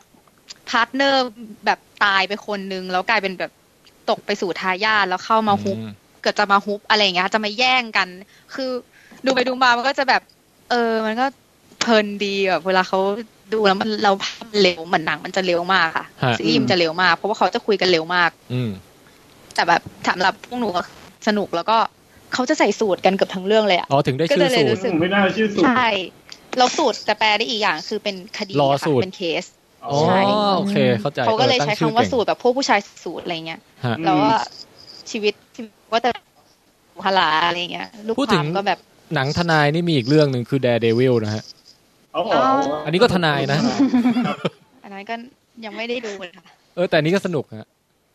S11: พาร์ทเนอร์แบบตายไปคนนึง แล้วกลายเป็นแบบตกไปสู่ทายาทแล้วเข้ามาฮุบ
S1: อื
S11: เกิดจะมาฮุบอะไรอย่างเงี้ยค่ะจะมาแย่งกัน คือดูไปดูมามันก็จะแบบ เออ มันก็เพลินดีแบบเวลาเขาดูแล้วมันเราภาพมันเร็วเหมือนหนังมันจะเร็วมากค่ะ
S1: ฮะ
S11: ซีรีส์มันจะเร็วมากเพราะว่าเขาจะคุยกันเร็วมาก
S1: อืม
S11: แต่แบบสำหรับพวกหนูก็สนุกแล้วก็เขาจะใส่สูตรกันเกือบทั้งเรื่องเลยอะ
S1: อ๋อถึงได้ชื่อ
S11: ก็เลย
S1: สูต
S11: รู้
S1: ร
S11: สึก
S2: ไม่น่าชื่อสูตร
S11: ใช่แล้วสูตรจะแปลได้อีกอย่างคือเป็นคดี
S1: รอ
S11: อะค่ะ
S1: สูตร
S11: เป็นเคส
S1: อ๋อ
S11: ใช่
S1: โอเคเข้าใจ
S11: เขาก็เลย
S1: ออ
S11: ใช้
S1: ตั้ง
S11: คำว่า
S1: อเก่ง
S11: สูตรแบบพวกผู้ชายสูตรอะไรเงี้ย
S1: ฮะ
S11: แล้วว่าชีวิตชีวิตก็จะพลาอะไรเงี้ย ลูก
S1: พูด
S11: ค
S1: ถึ
S11: วาง มก็แบบ
S1: หนังทนายนี่มีอีกเรื่องหนึ่งคือแดร์เดวิลนะฮะ
S2: เอาออก
S11: อ๋อ
S1: อันนี้ก็ทนายนะ
S11: อันนั้นก็ยังไม่ได้ดูเลยค่ะ
S1: เออแต่อันนี้ก็สนุกฮะ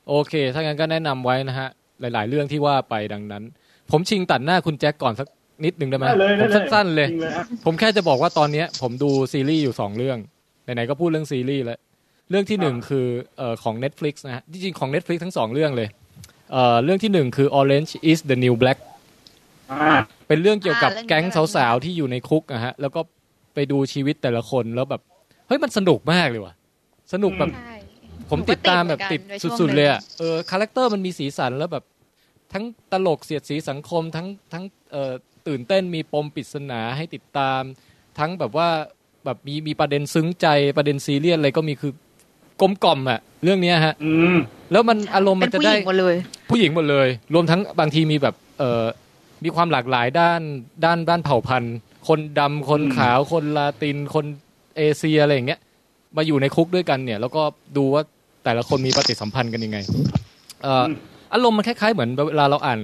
S1: โอเค ถ้างั้นก็แนะนำไว้นะฮะ หลาย ๆ เรื่องที่ว่าไปดังนั้น ผมชิงตัดหน้าคุณแจ็คก่อนสักนิดหนึ่งได้ไหม
S2: ได้เลย
S1: ผ
S2: ได้
S1: ม
S2: เลย
S1: สั้น ๆ เลย
S2: จริงฮะ
S1: ผมแค่จะบอกว่าตอนเนี้ย ผมดูซีรีส์อยู่สองเรื่อง ไหน ๆ ก็พูดเรื่องซีรีส์แล้ว เรื่องที่หนึ่งคือเอ่อของ Netflix นะฮะจริง ๆ ของ Netflix ทั้งสองเรื่องเลยเอ่อเรื่องที่หนึ่งคือ Orange is the New Black
S2: อ่า
S1: เป็นเรื่องเกี่ยวกับ
S11: อ่าเรื่องนี้
S1: แก๊ง
S11: เรื่องนี้
S1: สาวๆที่อยู่ในคุกอะฮะ แล้วก็ไปดูชีวิตแต่ละคนแล้วแบบ เฮ้ยมันสนุกมากเลยว่ะ สนุกแบบ
S11: ใช่
S1: ผมติดตามแบบติด
S11: หนูก็ติดเหมือนกัน
S1: สุดๆ
S11: ในช่วงหนึ่ง
S1: เลยอ่ะ เออคาแรคเตอร์มันมีสีสันแล้วแบบ ทั้งตลกเสียดสีสังคมทั้งทั้งเอ่อตื่นเต้นมีปมปริศนาให้ติดตาม ทั้งแบบว่าแบบมีมีประเด็นซึ้งใจประเด็นซีเรียสอะไรก็มีคือกลมกล่อมอ่ะ เรื่องเนี้ยฮะ
S2: อืม
S1: แล้วมันอารมณ์
S11: เป็
S1: มัน นจะ
S11: ผู้ห
S1: ได้
S11: ญิงหมดเลย
S1: ผู้หญิงหมดเลย รวมทั้งบางทีมีแบบเอ่อมีความหลากหลายด้านด้านด้านเผ่าพันธุ์ คนดำคน
S2: อืม
S1: ขาวคนลาตินคนเอเชียอะไรอย่างเงี้ย มาอยู่ในคุกด้วยกันเนี่ย แล้วก็ดูว่าแต่ละคนมีปฏิสัมพันธ์กันยังไง เอ่ออ
S2: ม
S1: อารมณ์มันคล้ายๆ เหมือนเวลาเราอ่าน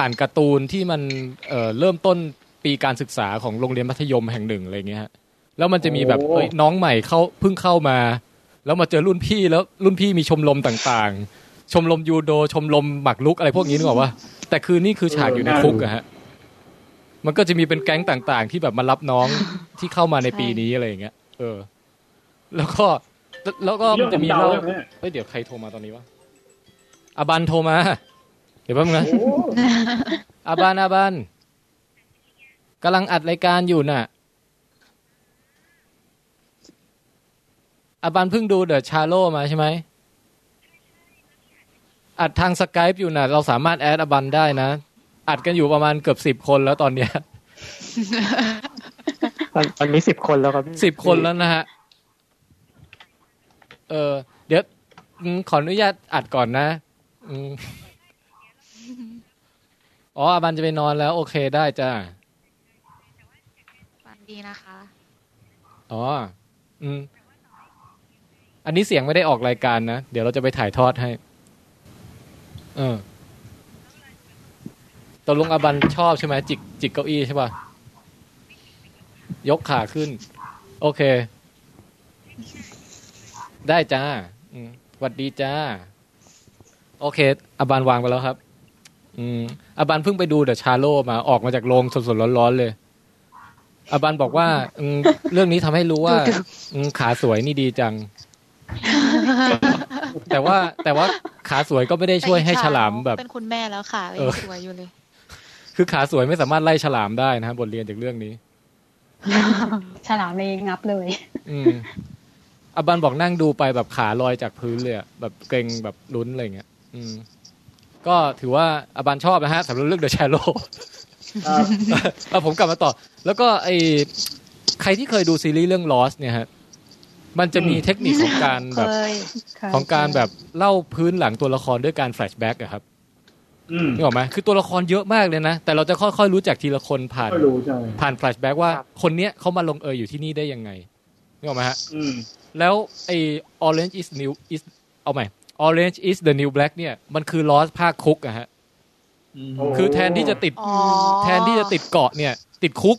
S1: อ่านการ์ตูนที่มันเอ่อเริ่มต้นปีการศึกษาของโรงเรียนมัธยมแห่งหนึ่งอะไรเงี้ยฮะแล้วมันจะมีแบบ
S2: โอ้
S1: เอ้ยน้องใหม่เข้าเพิ่งเข้ามา แล้วมาเจอรุ่นพี่แล้วรุ่นพี่มีชมรมต่างๆ ชมรมยูโดชมรมหมักลุกอะไรพวกนี้นึกออกปะแต่คือนี่คือฉากอยู่ในคุกอะฮะมันก็จะมีเป็นแก๊งต่างๆ ที่แบบมารับน้องที่เข้ามาในปีนี้อะไรอย่างเงี้ยเออ แล้วก็แล้วก็
S2: เรื่
S1: มั
S2: องข
S1: นจะ
S2: อง
S1: มี
S2: เดา
S1: เล่า
S2: ใช่ไหมเนี่ย
S1: เอ้ยเดี๋ยวใครโทรมาตอนนี้วะอาบันโทรมา เดี๋ยวแป๊บนึงนะ
S2: โอ้
S1: อาบันอาบันกำลังอัดรายการอยู่น่ะอาบันเพิ่งดูเดอะชาโลมาใช่ไหมอัดทางสกายปอยู่น่ะ เราสามารถแอดอาบันได้นะ อัดกันอยู่ประมาณเกือบสิบคนแล้วตอนเนี้ย
S3: ตอนตอนนี้สิบคนแล้วครับ
S1: สิบคนแล้วนะฮะ เออ เดี๋ยวอืมขออนุญาตอัดก่อนนะอืมอ๋ออาบันจะไปนอนแล้ว โอเคได้จ้า
S11: ฟังดีนะคะ
S1: อ๋อ อืม อันนี้เสียงไม่ได้ออกรายการนะ เดี๋ยวเราจะไปถ่ายทอดให้ เออตกลงอาบันชอบใช่ไหมจิกจิกเก้าอี้ใช่ป่ะ ยกขาขึ้น โอเค ได้จ้าอืมสวัสดีจ้า โอเคอาบันวางไปแล้วครับ อืมอาบันเพิ่งไปดูเดอะชาโลมาออกมาจากโรงสดๆร้อนๆเลยอาบันบอกว่าอืมเรื่องนี้ทำให้รู้ว่าอืมขาสวยนี่ดีจัง แต่ว่าแต่ว่าขาสวยก็ไม่ได้ช่วยให้ฉลามแบบ
S15: เป็นคุณแม่แล้วค่ะ
S1: เออ
S15: ยังสวยอยู่เลย
S1: คือขาสวยไม่สามารถไล่ฉลามได้นะฮะบทเรียนจากเรื่องนี้
S8: ฉลามเลยงับเลย
S1: อืมอะบันบอกนั่งดูไปแบบขาลอยจากพื้นเลยอะแบบเกรงแบบลุ้นอะไรเงี้ย อืม ก็ถือว่าอะบันชอบนะฮะสำหรับเรื่องเดอะแชโล เอาผมกลับมาต่อ แล้วก็ไอใครที่เคยดูซีรีส์เรื่อง Lost เนี่ยฮะ มันจะมีเทคนิคของการ
S7: เค
S1: แบบ
S7: ย
S1: ของการแบบเล่าพื้นหลังตัวละครด้วยการแฟลชแบ็กอะครับ
S2: อืม
S1: นึกออกไหมคือตัวละครเยอะมากเลยนะ แต่เราจะค่อยๆรู้จักทีละคนผ่าน
S2: ก็รู้ใช่
S1: ผ่านแฟลชแบ็กว่า
S3: ครับ
S1: คนเนี้ยเขามาลงเอยอยู่ที่นี่ได้ยังไงนึกออกไหมฮะ
S2: อืม
S1: แล้วไอ้ Orange is new is เอาใหม่ Orange is the new black เนี่ย มันคือ Lost ภาคคุกอะฮะ
S2: โอ้
S1: คือแทนที่จะติด
S15: อ๋อ
S1: แทนที่จะติดเกาะเนี่ย ติดคุก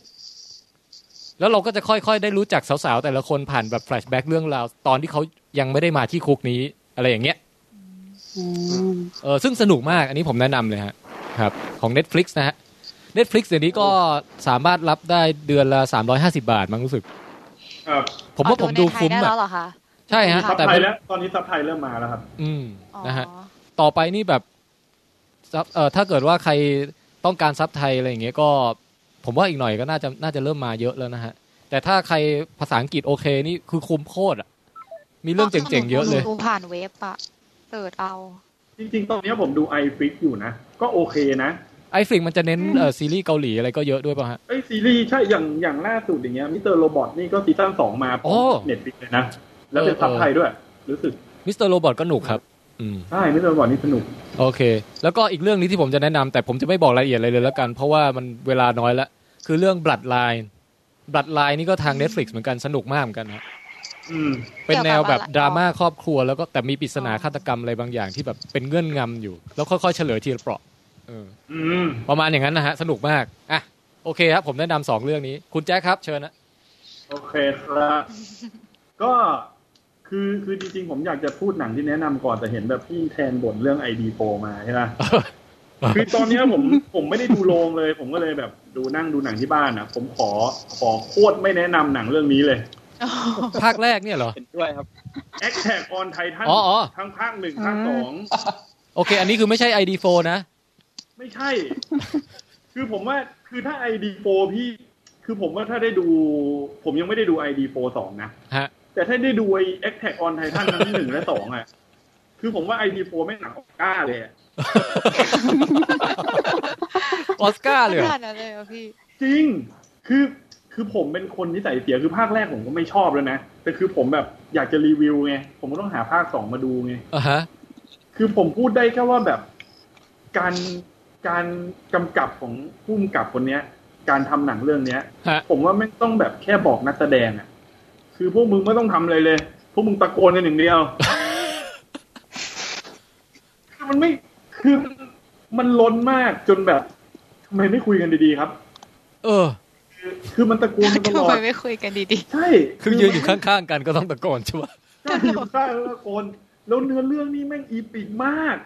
S1: แล้วเราก็จะค่อยๆ ได้รู้จักสาวๆ แต่ละคนผ่านแบบแฟลชแบ็กเรื่องราว ตอนที่เขายังไม่ได้มาที่คุกนี้ อะไรอย่างเงี้ย
S8: อืม
S1: เออซึ่งสนุกมาก อันนี้ผมแนะนำเลยฮะครับ ของ Netflix นะฮะ Netflix เดี๋ยวนี้ก็สามารถรับได้เดือนละ 350 บาทมั้งรู้สึก
S2: ครับ
S1: ผมว่าผมดูคุ้ม
S15: เอาในไทยได้
S1: อะ
S15: แล้วเหรอคะ
S1: ใช่ฮะ
S2: ซับ
S1: แต่
S2: ไท
S1: ไม่
S2: ยแล้วตอนนี้ซับไทยเริ่มมาแล้วครับ
S1: อืม
S15: อ๋อ
S1: นะฮะ ต่อไปนี่แบบซับเอ่อถ้าเกิดว่าใครต้องการซับไทยอะไรอย่างเงี้ยก็ ผมว่าอีกหน่อยก็น่าจะน่าจะเริ่มมาเยอะแล้วนะฮะ แต่ถ้าใครภาษาอังกฤษโอเคนี่คือคุ้มโคตรอ่ะ มีเรื่องเจ๋งๆเยอะเลย
S11: ดูผ่านเว็บอะเสิร์ชเอา
S2: จริง ๆ ตอนนี้ผมดูไอฟิกอยู่นะ ก็โอเคนะ
S1: ไอฟิกมันจะเน้นเอ่อซีรีส์เกาหลีอะไรก็เยอะด้วยป่ะฮะ
S2: ไอยซีรีส์ใช่อย่างอย่างล่าสุดอย่างเงี้ยมิสเตอร์โรบอทนี่ก็ซีซั่นสองมา
S1: โอ้
S2: เน็ตฟิกเลยนะ แล้วเป็น
S1: เออ
S2: ซับไทยด้วย รู้สึก
S1: มิสเตอร์โรบอทก็หนุกครับ อืม
S2: ใช่มิสเตอร์โรบอทนี่สนุก
S1: โอเค แล้วก็อีกเรื่องนี้ที่ผมจะแนะนำแต่ผมจะไม่บอกรายละเอียดอะไรเลยแล้วกัน เพราะว่ามันเวลาน้อยละคือเรื่อง Bloodline Bloodline นี่ก็ทาง Netflix เหมือนกันสนุกมากเหมือนกันฮะ
S2: อืม
S1: เป็นแนวแบบ
S15: เกี่ยวกับอะไร
S1: ดราม่าครอบครัวแล้วก็แต่มีปริศนาฆาตกรรมอะไรบางอย่างที่แบบเป็นเงื่อนงำอยู่ แล้วค่อยๆเฉลยทีละเปราะเออ
S2: อืม
S1: ประมาณอย่างนั้นนะฮะ สนุกมากอ่ะโอเคครับผมแนะนำสองเรื่องนี้ คุณแจ๊คครับเชิญนะ
S2: โอเคครับ ก็คือคือจริง ๆ ผมอยากจะพูดหนังที่แนะนำก่อนแต่เห็นแบบพี่แทนบ่นเรื่อง ID4 มาใช่ไหม คือตอนเนี้ยผมผมไม่ได้ดูโรงเลย ผมก็เลยแบบดูนั่งดูหนังที่บ้านนะผมขอขอโคตรไม่แนะนำหนังเรื่องนี้เลย
S1: ภาคแรกเนี่ยเหรอ
S5: เห็นด้วยครับ
S2: a t t a c on Titan
S1: อ๋ออ๋อ
S2: ทั้งภาคหนึ่งภาคสอง
S1: โอเค อันนี้คือไม่ใช่ ID4 นะ
S2: ไม่ใช่ คือผมว่า คือถ้า ID4 พี่ คือผมว่าถ้าได้ดู ผมยังไม่ได้ดู ID4 สองนะ
S1: ฮะ
S2: แต่ถ้าได้ดูไอ้ Attack on Titan ทั้งหนึ่งและสองอ่ะ คือผมว่า ID4 ไม่งหนังออกก้าเลย อะ
S1: ออสการ์เลยเหรอ
S15: ขนาดนั้นเลยเหรอพี่
S2: จริง คือ คือผมเป็นคนนิสัยเสีย คือภาคแรกผมก็ไม่ชอบแล้วนะ แต่คือผมแบบอยากจะรีวิวไง ผมก็ต้องหาภาคสองมาดูไง
S1: อ่าฮะ
S2: คือผมพูดได้แค่ว่าแบบการการกำกับของผู้กำกับคนเนี้ย การทำหนังเรื่องเนี้ย
S1: ฮะ
S2: ผมว่าไม่ต้องแบบแค่บอกนักแสดงอะคือพวกมึงไม่ต้องทำอะไรเลย พวกมึงตะโกนกันอย่างเดียว คือมันไม่คือมันล้นมากจนแบบทำไมไม่คุยกันดีๆครับ
S1: เออ
S2: คือคือมันตะโกนกันตลอ
S15: ทำไม
S2: ด
S15: ไม่คุยกันดี
S2: ใช่
S1: คือยืนอยู่ข้างๆกันก็ต้องตะโกนใช่ปะ
S2: ใช่อยู่ข้างแล้วตะโกนแล้วเนื้อเรื่องนี่แม่งอีปิกมาก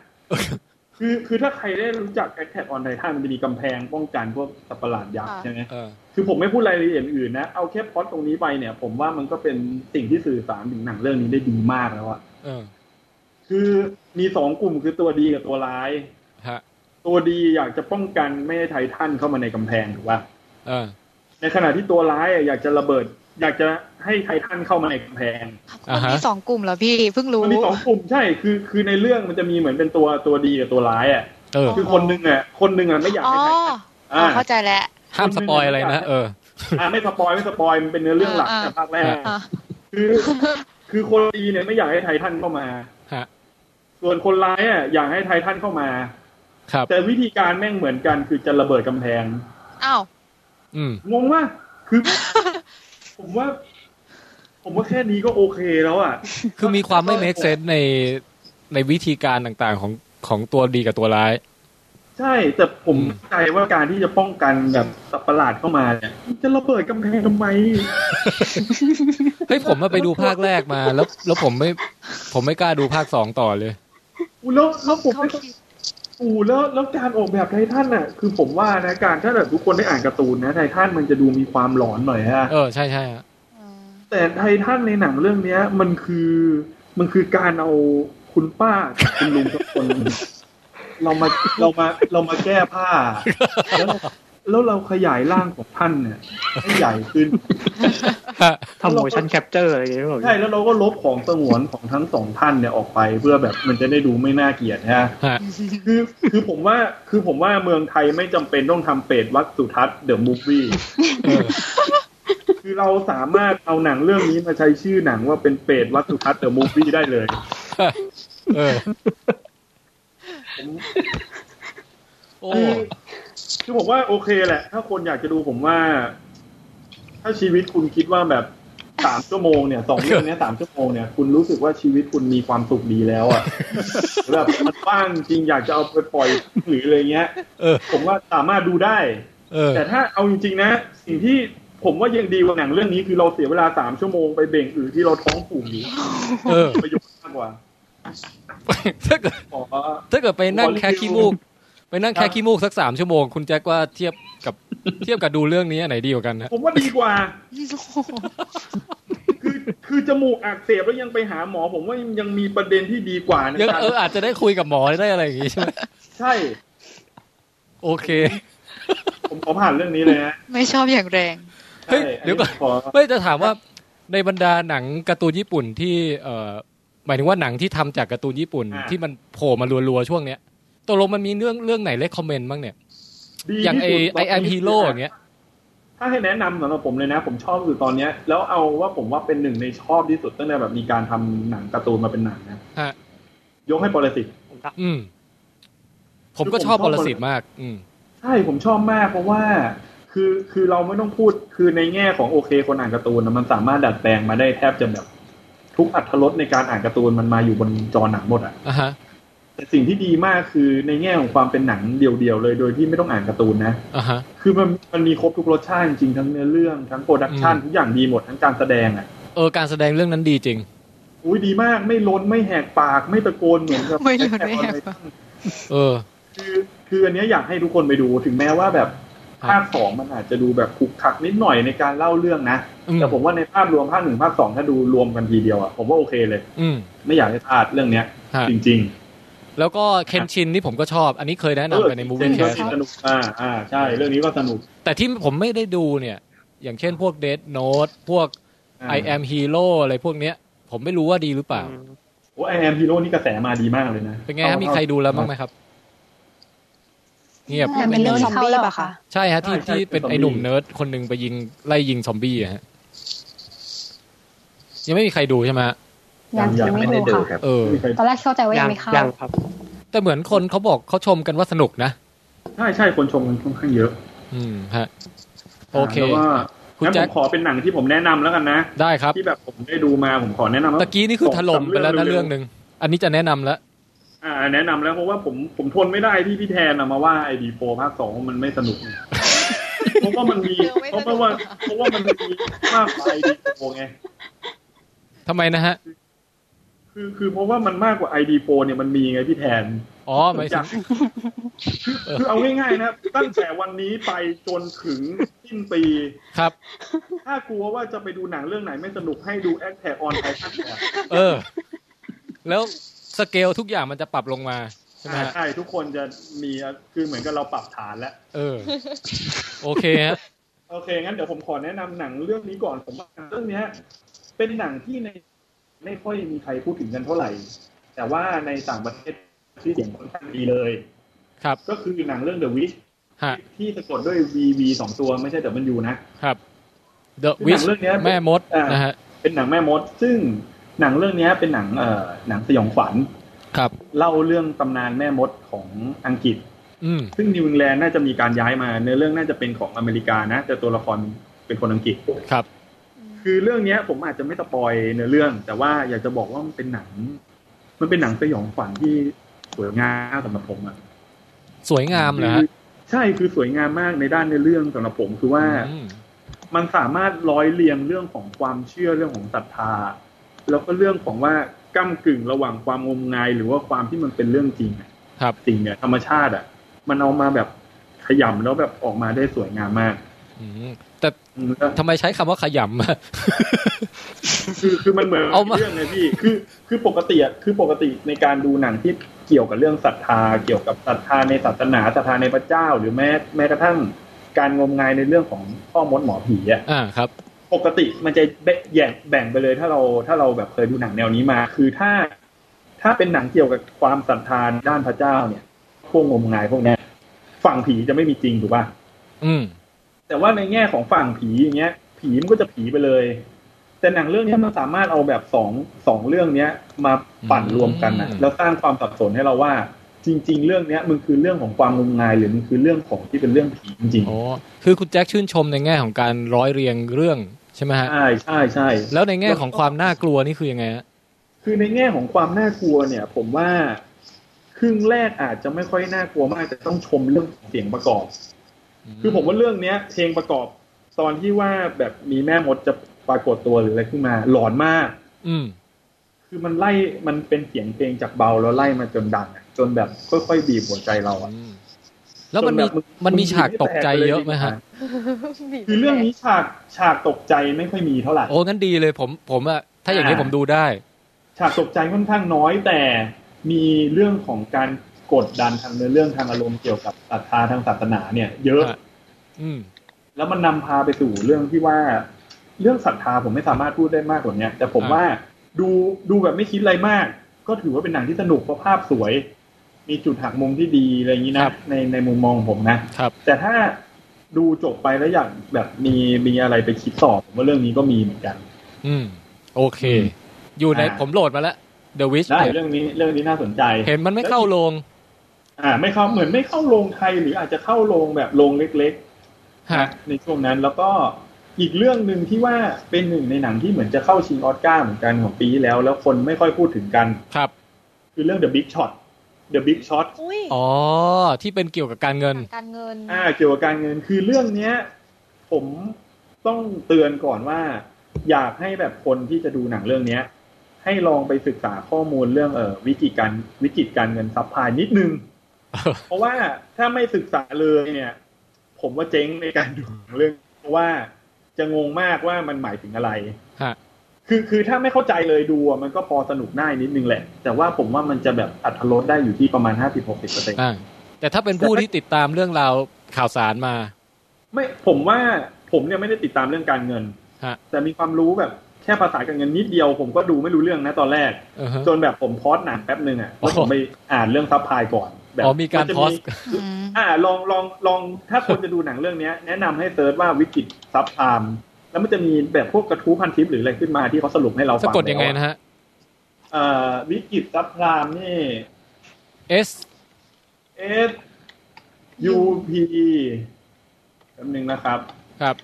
S2: คือคือถ้าใครได้รู้จัก a t t a c k on Titan มันจะมีกำแพงป้องกันพวกสัตว์ประหลาดยักษ์ใช่ไหม
S1: เออ
S2: คือผมไม่พูดรายละเอียดอื่นนะ เอาแค่พล็อตตรงนี้ไปเนี่ย ผมว่ามันก็เป็นสิ่งที่สื่อสารถึงหนังเรื่องนี้ได้ดีมากแล้วอะ
S1: เออ
S2: คือมีสองกลุ่มคือตัวดีกับตัวร้าย
S1: ฮะ
S2: ตัวดีอยากจะป้องกันไม่ให้ไททันเข้ามาในกำแพงถูกป่ะ
S1: เออ
S2: ในขณะที่ตัวร้ายอะอยากจะระเบิด อยากจะให้ไททันเข้ามาในกำแพง
S11: มั
S1: อ่านฮะ
S11: มีสองกลุ่มเหรอพี่เพิ่งรู้
S2: มันมีสองกลุ่มใช่ คือคือในเรื่องมันจะมีเหมือนเป็นตัวตัวดีกับตัวร้ายอะ
S1: เออ
S2: คือคนหนึงอะคนหนึงอะไม่อยาก
S11: อ๋อ
S2: ให้ไททัน
S11: อ๋
S2: อ่า
S11: อเข้าใจแล้ว
S1: ห้ามสปอยอะไรนะ เออ
S2: อ่าไม่สปอยไม่สปอยมันเป็นเนื้อเรื่องหลัก
S11: อ่า
S2: จากภาคแรก
S11: อ่ะ
S2: คือ คือคนดีเนี่ยไม่อยากให้ไททันเข้ามา
S1: ฮะ
S2: ส่วนคนร้ายอ่ะอยากให้ไททันเข้ามา
S1: ครับ
S2: แต่วิธีการแม่งเหมือนกันคือจะระเบิดกำแพง
S11: อ้าว
S1: อืม
S2: งงว่าคือ ผมว่า ผมว่าแค่นี้ก็โอเคแล้วอ่ะ
S1: คือมีความไม่ make sense ใน ในวิธีการต่างๆของของตัวดีกับตัวร้าย
S2: ใช่ แต่ผมเข้าใจว่าการที่จะป้องกันแบบสัตว์ประหลาดเข้ามาเนี่ยจะระเบิดกำแพงทำไม
S1: เฮ้ย ผมมาไปดูภาคแรกมา แล้ว แล้วผมไม่ ผมไม่กล้าดูภาคสองต่อเลย
S2: อูแล้วแล้วผมไม่อูแล้วแล้วการออกแบบไททันน่ะ คือผมว่านะการถ้าแบบทุกคนได้อ่านการ์ตูนนะไททันมันจะดูมีความหลอนหน่อยฮะ
S1: เออ ใช่ใช่ฮะ
S2: แต่ไททันในหนังเรื่องเนี้ย มันคือ มันคือการเอาคุณป้ากับคุณลุงทุกคน เรามาเรามาเรามาแก้ผ้า แล้วเราแล้วเราขยายร่างของท่านเนี่ยให้ใหญ่ขึ้น
S3: ทำ motion capture อะไรอย่างเงี้ยหรอ
S2: ใช่แล้วเราก็ลบของสงวนของทั้งสองท่านเนี่ยออกไปเพื่อแบบมันจะได้ดูไม่น่าเกลียดนะฮะ
S1: ฮะ
S2: คือคือผมว่าคือผมว่าเมืองไทยไม่จำเป็นต้องทำเป็ดวัดสุทัศน์เดอะมูฟวี่คือเราสามารถเอาหนังเรื่องนี้มาใช้ชื่อหนังว่าเป็นเป็ดวัดสุทัศน์เดอะมูฟวี่ได้เลย
S1: เออโอ้
S2: คือคือผมว่าโอเคแหละ ถ้าคนอยากจะดูผมว่า ถ้าชีวิตคุณคิดว่าแบบสามชั่วโมงเนี่ยสองเรื่องเนี้ยสามชั่วโมงเนี่ยคุณรู้สึกว่าชีวิตคุณมีความสุขดีแล้วอะ่ะ หรือแบบมันว่างจริงอยากจะเอาไปปล่อยหรืออะไรเงี้ย
S1: เออ
S2: ผมว่าสามารถดูได้
S1: เออ
S2: แต่ถ้าเอาจริงๆนะ สิ่งที่ผมว่ายังดีกว่าหนังเรื่องนี้คือเราเสียเวลาสามชั่วโมงไปเบ่งอือที่เราท้องผูกอยู่
S1: เออ
S2: ประโยชน์มากกว่า
S1: ถ้าเกิด
S2: ขอ
S1: ถ้าเกิดไปนั่งแค่ขี้มูก ไปนั่งแค่ขี้มูกสักสามชั่วโมง คุณแจ็คว่าเทียบ กับเทียบกับดูเรื่องนี้อันไหนดีกว่ากันนะ
S2: ผมว่าดีกว่า คือคือจมูกอักเสบแล้วยังไปหาหมอ ผมว่ายังมีประเด็นที่ดีกว่านะ
S1: ยัง
S2: ครับ
S1: เอออาจจะได้คุยกับหมอได้อะไรอย่างงี้ใช่ไหม
S2: ใช่
S1: โอเค
S2: ผมขอผ่านเรื่องนี้เลยฮะ
S11: ไม่ชอบอย่างแรง
S1: เฮ้ย
S2: ใช่
S1: เดี๋ยวก่อน
S2: ผมขอ
S1: ไม่จะถามว่าในบรรดาหนังการ์ตูนญี่ปุ่นที่เอ่อหมายถึงว่าหนังที่ทำจากการ์ตูนญี่ปุ่น ที่มันโผล่มารัวๆช่วงเนี้ยตกลงมันมีเรื่องเรื่องไหนเลคคอมเมนต์บ้างเนี่ย
S2: ดี
S1: อย่างไอ
S2: ที่สุด
S1: ไอแอมฮีโร่อย่างเงี้ย
S2: ถ้าให้แนะนำสำหรับผมเลยนะ ผมชอบสุดตอนเนี้ย แล้วเอาว่าผมว่าเป็นหนึ่งในชอบที่สุดตั้งแต่แบบมีการทำหนังการ์ตูนมาเป็นหนังนะ
S1: ฮะ
S2: ยกให้ปรสิต
S1: อืม ผมก็ชอบ
S2: ผมช
S1: ป
S2: อบป
S1: ร
S2: รสิ
S1: สิต
S2: ต
S1: มาก อืม
S2: ใช่ผมชอบมากเพราะว่า คือคือเราไม่ต้องพูดคือในแง่ของโอเคคนอ่านการ์ตูนนะมันสามารถดัดแปลงมาได้แทบจะแบบทุกอัตรสในการอ่านการ์ตูนมันมาอยู่บนจอหนังหมดอะ
S1: อ่ะฮะ
S2: แต่สิ่งที่ดีมากคือในแง่ของความเป็นหนังเดียวๆเลยโดยที่ไม่ต้องอ่านการ์ตูนนะ
S1: อ่ะฮะ
S2: คือมันมันมีครบทุกรสชาติจริงๆทั้งเนื้อเรื่องทั้งโปรดักชัน
S1: อืม
S2: ทุกอย่างดีหมดทั้งการแสดงอ่ะ
S1: เออการแสดงเรื่องนั้นดีจริง
S2: อุ้ยดีมากไม่ล้นไม่แหกปากไม่ตะโกนเหมือนกับ
S11: ไม่ล้นไม่แหกปาก
S1: เออ
S2: คือคืออันเนี้ยอยากให้ทุกคนไปดูถึงแม้ว่าแบบ
S1: ครับ
S2: ภาคสองมันอาจจะดูแบบขลุกขลักนิดหน่อยในการเล่าเรื่องนะ
S1: อืม
S2: แต่ผมว่าในภาพรวมภาคหนึ่งภาคสองถ้าดูรวมกันทีเดียวอ่ะผมว่าโอเคเลย
S1: อืม
S2: ไม่อยากให้พลาดเรื่องเนี้ย
S1: ฮะ
S2: จริง
S1: แล้วก็เคนชินนี่ผมก็ชอบ อันนี้เคยแนะ
S2: ๆ
S1: นำไปในมูวี่แค
S2: ก็
S1: ส
S2: สนุกอ่าอ่าใช่ เรื่องนี้ก็สนุก
S1: แต่ที่ผมไม่ได้ดูเนี่ย อย่างเช่นพวกเด n โน e พวก
S2: า
S1: I am Hero อะไรพวกเนี้ย ผมไม่รู้ว่าดีหรือเปล่า
S3: อืม
S2: โอ้ไอแอมฮีโร่นี่กระแสมาดีมากเลยนะ
S1: เป็นไงฮะมีใครดูแล้วบ้างไหมครับ เงียบ
S8: แต่เป็นเรื่องซอมบี้ป่ะคะ
S1: ใช่ฮะที่ที่เป็นไอหนุ่มเนิร์ดคนหนึ่งไปยิงไล่ยิงซอมบี้อะฮะยังไม่มีใครดูใช่ไหมฮะ
S8: ยังยังไม่ดูค่ะ
S1: เออ
S2: ไม่มีใคร
S8: ตอนแรกเข้าใจว่ายั
S3: ยัง ง
S8: ไม่เข้า
S3: ยังครับ
S1: แต่เหมือนคนเขาบอกเขาชมกันว่าสนุกนะ
S2: ใช่ใช่คนชมกันค่อนข้างเยอะ
S1: อืมฮะ โอเค
S2: แล้วว่า
S1: คุณ
S2: งั้น
S1: แจ็
S2: ผม
S1: ค
S2: ขอเป็นหนังที่ผมแนะนำแล้วกันนะ
S1: ได้ครับ
S2: ที่แบบผมได้ดูมาผมขอแนะนำว่า
S1: ตะกี้นี่คือถล่มไปแล้วนะเรื่องหนึ่งอันนี้จะแนะนำแล้ว
S2: อ่า แนะนำแล้วเพราะว่าผมผมทนไม่ได้ที่พี่แทนน่ะมาว่าไอดีโฟภาคสองมันไม่สนุกเนี่ยเพราะว่ามันมี
S11: เออไม่
S2: เพ
S11: สนุ
S2: ราะ
S11: ก
S2: ว่าเพราะว่ามันมีมากกว่าไอดีโฟไง
S1: ทำไมนะฮะ
S2: คือคือเพราะว่ามันมากกว่า ID 4เนี่ยมันมีไงพี่แทน
S1: อ๋อไม่ใช่
S2: จากคือคือเอาง่ายๆนะตั้งแต่วันนี้ไปจนถึงสิ้นปี
S1: ครับ
S2: ถ้ากลัวว่าจะไปดูหนังเรื่องไหนไม่สนุกให้ดู a อ t แท on Titan ก่อน
S1: เออ แล้วสเกลทุกอย่างมันจะปรับลงมาใช่ไหม
S2: อ่า
S1: ฮะ
S2: ใช่ทุกคนจะมีคือเหมือนกับเราปรับฐานแล้ว
S1: เออ โอเคฮะ
S2: โอเค งั้นเดี๋ยวผมขอแนะนำหนังเรื่องนี้ก่อนผมว่าเรื่องเนี้ย เป็นหนังที่ในไม่ค่อยมีใครพูดถึงกันเท่าไหร่ แต่ว่าในต่างประเทศที่อเสียงค่อนข้างดีเลย
S1: ครับ
S2: ก็คือหนังเรื่อง The Witch
S1: ฮะ
S2: ที่สะกดด้วย VV สองตัวไม่ใช่ W นะ
S1: ครับ The
S2: คือหนัง
S1: Witch
S2: เรื่องเนี้ย
S1: แม่มด
S2: อ่าน
S1: นะฮะ
S2: เป็นหนังแม่มด ซึ่งหนังเรื่องเนี้ยเป็นหนังเอ่อหนังสยองขวัญ
S1: ครับ
S2: เล่าเรื่องตำนานแม่มดของอังกฤษ
S1: อืม
S2: ซึ่งนิวอิงแลนด์น่าจะมีการย้ายมาเนื้อเรื่องน่าจะเป็นของอเมริกานะ แต่ตัวละครเป็นคนอังกฤษ
S1: ครับ
S2: คือเรื่องเนี้ย ผมอาจจะไม่สปอยเนื้อเรื่อง แต่ว่าอยากจะบอกว่ามันเป็นหนัง มันเป็นหนังสยองขวัญที่สวยงามสำหรับผมอะ
S1: สวยงามเหรอฮะ
S2: ใช่คือสวยงามมากในด้านในเรื่องสำหรับผมคือว่า
S1: อืม
S2: มันสามารถร้อยเรียงเรื่องของความเชื่อเรื่องของศรัทธา แล้วก็เรื่องของว่าก้ากึ่งระหว่างความงมงายหรือว่าความที่มันเป็นเรื่องจริงอะ
S1: ครับ
S2: สิ่งเนี่ยธรรมชาติอ่ะ มันเอามาแบบขยำแล้วแบบออกมาได้สวยงามมาก
S1: อืมแต่
S2: อืมก็
S1: ทำไมใช้คำว่าขยำอะ
S2: คือคือมันเหมือน
S1: เอามา
S2: เรื่องเลยพี่คือคือปกติอะคือปกติในการดูหนังที่เกี่ยวกับเรื่องศรัทธา เกี่ยวกับศรัทธาในศาสนาศรัทธาในพระเจ้า หรือแม้แม้กระทั่งการงมงายในเรื่องของพ่อมดหมอผีอะ
S1: อ่าครับ
S2: ปกติมันจะแบ่งแยกแบ่งไปเลยถ้าเราถ้าเราแบบเคยดูหนังแนวนี้มา คือถ้า ถ้าเป็นหนังเกี่ยวกับความศรัทธาด้านพระเจ้าเนี่ย พวกงมงายพวกเนี้ยฝั่งผีจะไม่มีจริงถูกป่ะ
S1: อืม
S2: แต่ว่าในแง่ของฝั่งผีอย่างเงี้ย ผีมันก็จะผีไปเลย แต่หนังเรื่องเนี้ยมันสามารถเอาแบบสองสองเรื่องเนี้ย มาปั่นรวมกันนะ
S1: อืม
S2: แล้วสร้างความสับสนให้เราว่า จริง ๆ เรื่องเนี้ยมันคือเรื่องของความงมงายหรือมันคือเรื่องของที่เป็นเรื่องผีจริง
S1: อ๋อคือคุณแจ็คชื่นชมในแง่ของการร้อยเรียงเรื่องใช่ไหมฮะ
S2: ๆใช่ใช่ใช่
S1: แล้วในแง่ของความน่ากลัวนี่คือยังไงฮะ
S2: คือในแง่ของความน่ากลัวเนี่ย ผมว่าครึ่งแรกอาจจะไม่ค่อยน่ากลัวมากแต่ต้องชมเรื่องเสียงประกอบ คือผมว่าเรื่องเนี้ย เพลงประกอบ ตอนที่ว่าแบบมีแม่มดจะปรากฏตัวหรืออะไรขึ้นมา หลอนมาก
S1: อืม
S2: คือมันไล่มันเป็นเสียงเพลงจากเบาแล้วไล่มาจนดังอะจนแบบค่อยๆบีบหัวใจเราอะ
S1: อืมแล้วมันมี
S2: จนแบบมึง
S1: มันมีฉากตกใจเยอะไหมฮะ
S2: คือเรื่องนี้ฉากฉากตกใจไม่ค่อยมีเท่าไหร่
S1: โอ้งั้นดีเลยผมผมอะถ้าอย่างนี้ผมดูได้
S2: ฉากตกใจค่อนข้างน้อยแต่มีเรื่องของการกดดันทางเนื้อเรื่องทางอารมณ์เกี่ยวกับศรัทธาทางศาสนาเนี่ย เยอะ
S1: ฮะ อืม
S2: แล้วมันนำพาไปสู่เรื่องที่ว่า เรื่องศรัทธาผมไม่สามารถพูดได้มากกว่าเนี้ยแต่ผม
S1: อ่า
S2: ว่าดูดูแบบไม่คิดอะไรมาก ก็ถือว่าเป็นหนังที่สนุกเพราะภาพสวย มีจุดหักมุมที่ดีอะไรอย่างนี้นะในในมุมมองผมนะ
S1: ครับ
S2: แต่ถ้าดูจบไปแล้วอยากแบบมีมีอะไรไปคิดต่อผมว่าเรื่องนี้ก็มีเหมือนกัน
S1: อืม โอเค อยู่ใน
S2: อ่า
S1: ผมโหลดมาแล้ว The Witch
S2: ได้
S1: เนี่ย
S2: เรื่องนี้เรื่องนี้น่าสนใจ
S1: เห็นมันไม่เข้าโรง
S2: อ่า ไม่เข้าเหมือนไม่เข้าโรงไทยหรืออาจจะเข้าโรงแบบโรงเล็ก ๆ
S1: ฮะ
S2: ในช่วงนั้นแล้วก็อีกเรื่องหนึ่งที่ว่าเป็นหนึ่งในหนังที่เหมือนจะเข้าชิงออสการ์เหมือนกันของปีที่แล้ว แล้วคนไม่ค่อยพูดถึงกัน
S1: ครับ
S2: คือเรื่อง The Big Shot The Big Shot
S11: อุ้ย
S1: อ๋อ ที่เป็นเกี่ยวกับการเงิน
S11: การเงิน
S2: อ่าเกี่ยวกับการเงินคือเรื่องเนี้ย ผมต้องเตือนก่อนว่า อยากให้แบบคนที่จะดูหนังเรื่องเนี้ย ให้ลองไปศึกษาข้อมูลเรื่องเออวิกฤตการวิกฤตการเงินซับไพลายนิดนึง เพราะว่าถ้าไม่ศึกษาเลยเนี่ย ผมว่าเจ๊งในการดูหนังเรื่อง เพราะว่าจะงงมากว่ามันหมายถึงอะไร
S1: ฮะ
S2: คือคือถ้าไม่เข้าใจเลยดูอะมันก็พอสนุกได้นิดนึงแหละ แต่ว่าผมว่ามันจะแบบอัตรสได้อยู่ที่ประมาณห้าสิบหกสิบเปอร์เซ็นต์
S1: อ่าแต่ถ้าเป็นผู้ที่ติดตามเรื่องราวข่าวสารมา
S2: ไม่ผมว่าผมเนี่ยไม่ได้ติดตามเรื่องการเงิน
S1: ฮะ
S2: แต่มีความรู้แบบแค่ภาษาการเงินนิดเดียว ผมก็ดูไม่รู้เรื่องนะตอนแรก
S1: อือฮะ
S2: จนแบบผมพอสหนังแป๊บหนึ่งอ่ะแล้วผม
S1: อ๋อ
S2: ไปอ่านเรื่องซับไพลายก่อนแบบ
S1: อ๋อมีการ
S2: นจะ
S1: พอส
S2: อ่าลองลองลองถ้าคนจะดูหนังเรื่องเนี้ย แนะนำให้เซิร์ชว่าวิกฤตซับไพลามแล้วมันจะมีแบบพวกกระทู้พันทิปหรืออะไรขึ้นมาที่เขาสรุปให้เรา
S1: สะ
S2: ฟัง
S1: กดยังไง
S2: แล้วอะ
S1: นะฮะ
S2: เอ่อวิกฤตซับไพลามนี่
S1: S
S2: S U P แป๊บหนึ่งนะครับ
S1: ครับ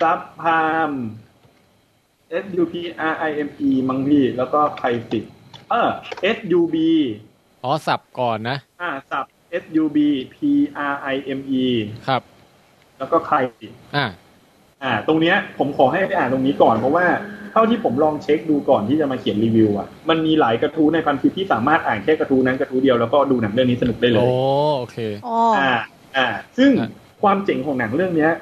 S2: ซับพาม S U P R I M E มังพี่แล้วก็ไพสิทเออ S U B
S1: อ๋อสับก่อนนะ
S2: อ่าสับ S U B P R I M E
S1: ครับ
S2: แล้วก็ไพสิท
S1: อ่า
S2: อ่า ตรงเนี้ยผมขอให้ไปอ่านตรงนี้ก่อนเพราะว่าเท่าที่ผมลองเช็คดูก่อนที่จะมาเขียนรีวิวอ่ะ มันมีหลายกระทู้ในพันทิปที่สามารถอ่านแค่กระทู้นั้นกระทู้เดียวแล้วก็ดูหนังเรื่องนี้สนุกได้เล
S1: โอ้
S2: ย
S1: โอเค
S7: อ๋อ
S2: อ่า อ่า ซึ่ง
S1: อ่ะ
S2: ความเจ๋งของหนังเรื่องเนี้ย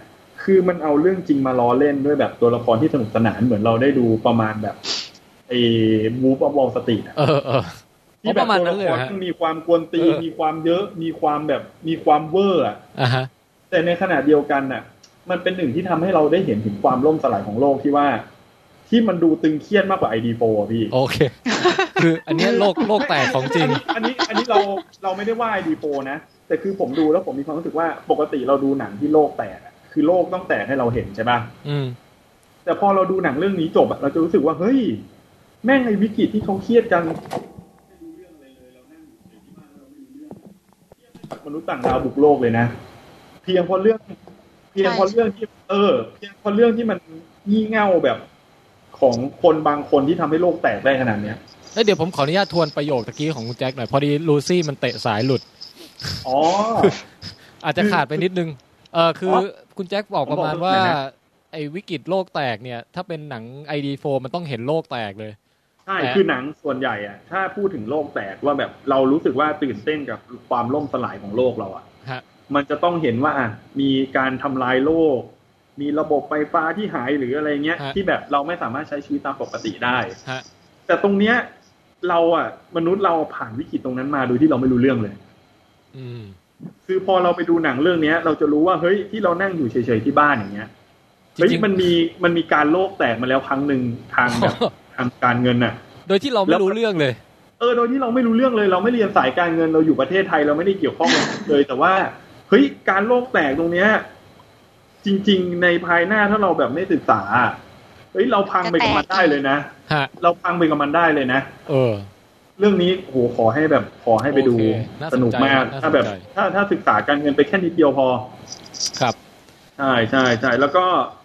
S2: คือมันเอาเรื่องจริงมาล้อเล่นด้วยแบบตัวละครที่สนุกสนานเหมือนเราได้ดูประมาณแบบไอ้บูฟออฟวอลสตรีท
S1: เออเออ
S2: ที่แบบ
S1: ประมาณ
S2: ตัว
S1: นั้
S2: ละค
S1: นเลยเหร
S2: ร
S1: อฮะ
S2: มีความกวนตีน
S1: เออ
S2: มีความเยอะมีความแบบมีความเวอร์อะ
S1: อ่าฮะ
S2: แต่ในขณะเดียวกันน่ะ มันเป็นหนึ่งที่ทำให้เราได้เห็นถึงความล่มสลายของโลกที่ว่า ที่มันดูตึงเครียดมากกว่าไอดีโฟพี่
S1: โอเค คืออันเนี้ยโลกโลกแตกของจริง
S2: อันนี้อันนี้เราเราไม่ได้ว่าไอดีโปนะ แต่คือผมดูแล้วผมมีความรู้สึกว่าปกติเราดูหนังที่โลกแตกอะคือโลกต้องแตกให้เราเห็นใช่ป่ะ
S1: อืม
S2: แต่พอเราดูหนังเรื่องนี้จบอะเราจะรู้สึกว่าเฮ้ย แม่งไอวิกฤตที่เขาเครียดกันไม่รู้เรื่องอะไรเลยเรานั่งอยู่เฉยที่บ้านเราไม่รู้เรื่องเครียดแบบมนุษย์ต่างดาวบุกโลกเลยนะ เพียงเพราะเรื่อง เพียงเพราะเรื่องที่ เออ เพียงเพราะเรื่องที่มันงี่เง่าแบบของคนบางคนที่ทำให้โลกแตกได้ขนาดเนี้ย
S1: เอ้ยเดี๋ยวผมขออนุญาตทวนประโยคตะกี้ของคุณแจ็คหน่อย พอดีลูซี่มันเตะสายหลุด
S2: อ๋อ
S1: อาจจะขาดไปนิดนึง เออคือคุณแจ็คบอกประมาณว่า
S2: ผมบอกเรื่องไหนนะ
S1: ไอ้วิกฤตโลกแตกเนี่ย ถ้าเป็นหนัง ID4 มันต้องเห็นโลกแตกเลย
S2: ใช่
S1: แต่
S2: คือหนังส่วนใหญ่อะถ้าพูดถึงโลกแตกว่าแบบเรารู้สึกว่าตื่นเต้นกับความล่มสลายของโลกเราอะ
S1: ฮะ
S2: มันจะต้องเห็นว่าอ่ะมีการทำลายโลก มีระบบไฟฟ้าที่หายหรืออะไรเงี้ย
S1: ฮะ
S2: ที่แบบเราไม่สามารถใช้ชีวิตตามปกติได้
S1: ฮะ
S2: แต่ตรงเนี้ยเราอ่ะ มนุษย์เราผ่านวิกฤตตรงนั้นมาโดยที่เราไม่รู้เรื่องเลย
S1: อืม
S2: คือพอเราไปดูหนังเรื่องเนี้ย เราจะรู้ว่าเฮ้ยที่เรานั่งอยู่เฉยๆที่บ้านอย่างเงี้ย
S1: จริงๆ
S2: เฮ้ยมันมีมันมีการโลกแตกมาแล้วครั้งหนึ่งทางแบบ ทางการเงินน่ะ
S1: โดยที่เราไม่รู้เรื่องเลย
S2: เออโดยที่เราไม่รู้เรื่องเลย เราไม่เรียนสายการเงินเราอยู่ประเทศไทยเราไม่ได้เกี่ยวข้องเลย แต่ว่าเฮ้ยการโลกแตกตรงเนี้ย จริง ๆ ในภายหน้าถ้าเราแบบไม่ศึกษาอะเฮ้ยเราพังไปกับมันได้เลยนะ
S1: ฮะ
S2: เราพังไปกับมันได้เลยนะ
S1: เออ
S2: เรื่องนี้โหขอให้แบบขอให้ไปดู
S1: โอเคน่าสนใจ
S2: สนุกมาก
S1: น่าสนใจ
S2: ถ้าแบบ ถ้าถ้าศึกษาการเงินไปแค่นิดเดียวพอ
S1: ครับ
S2: ใช่ใช่ใช่แล้วก็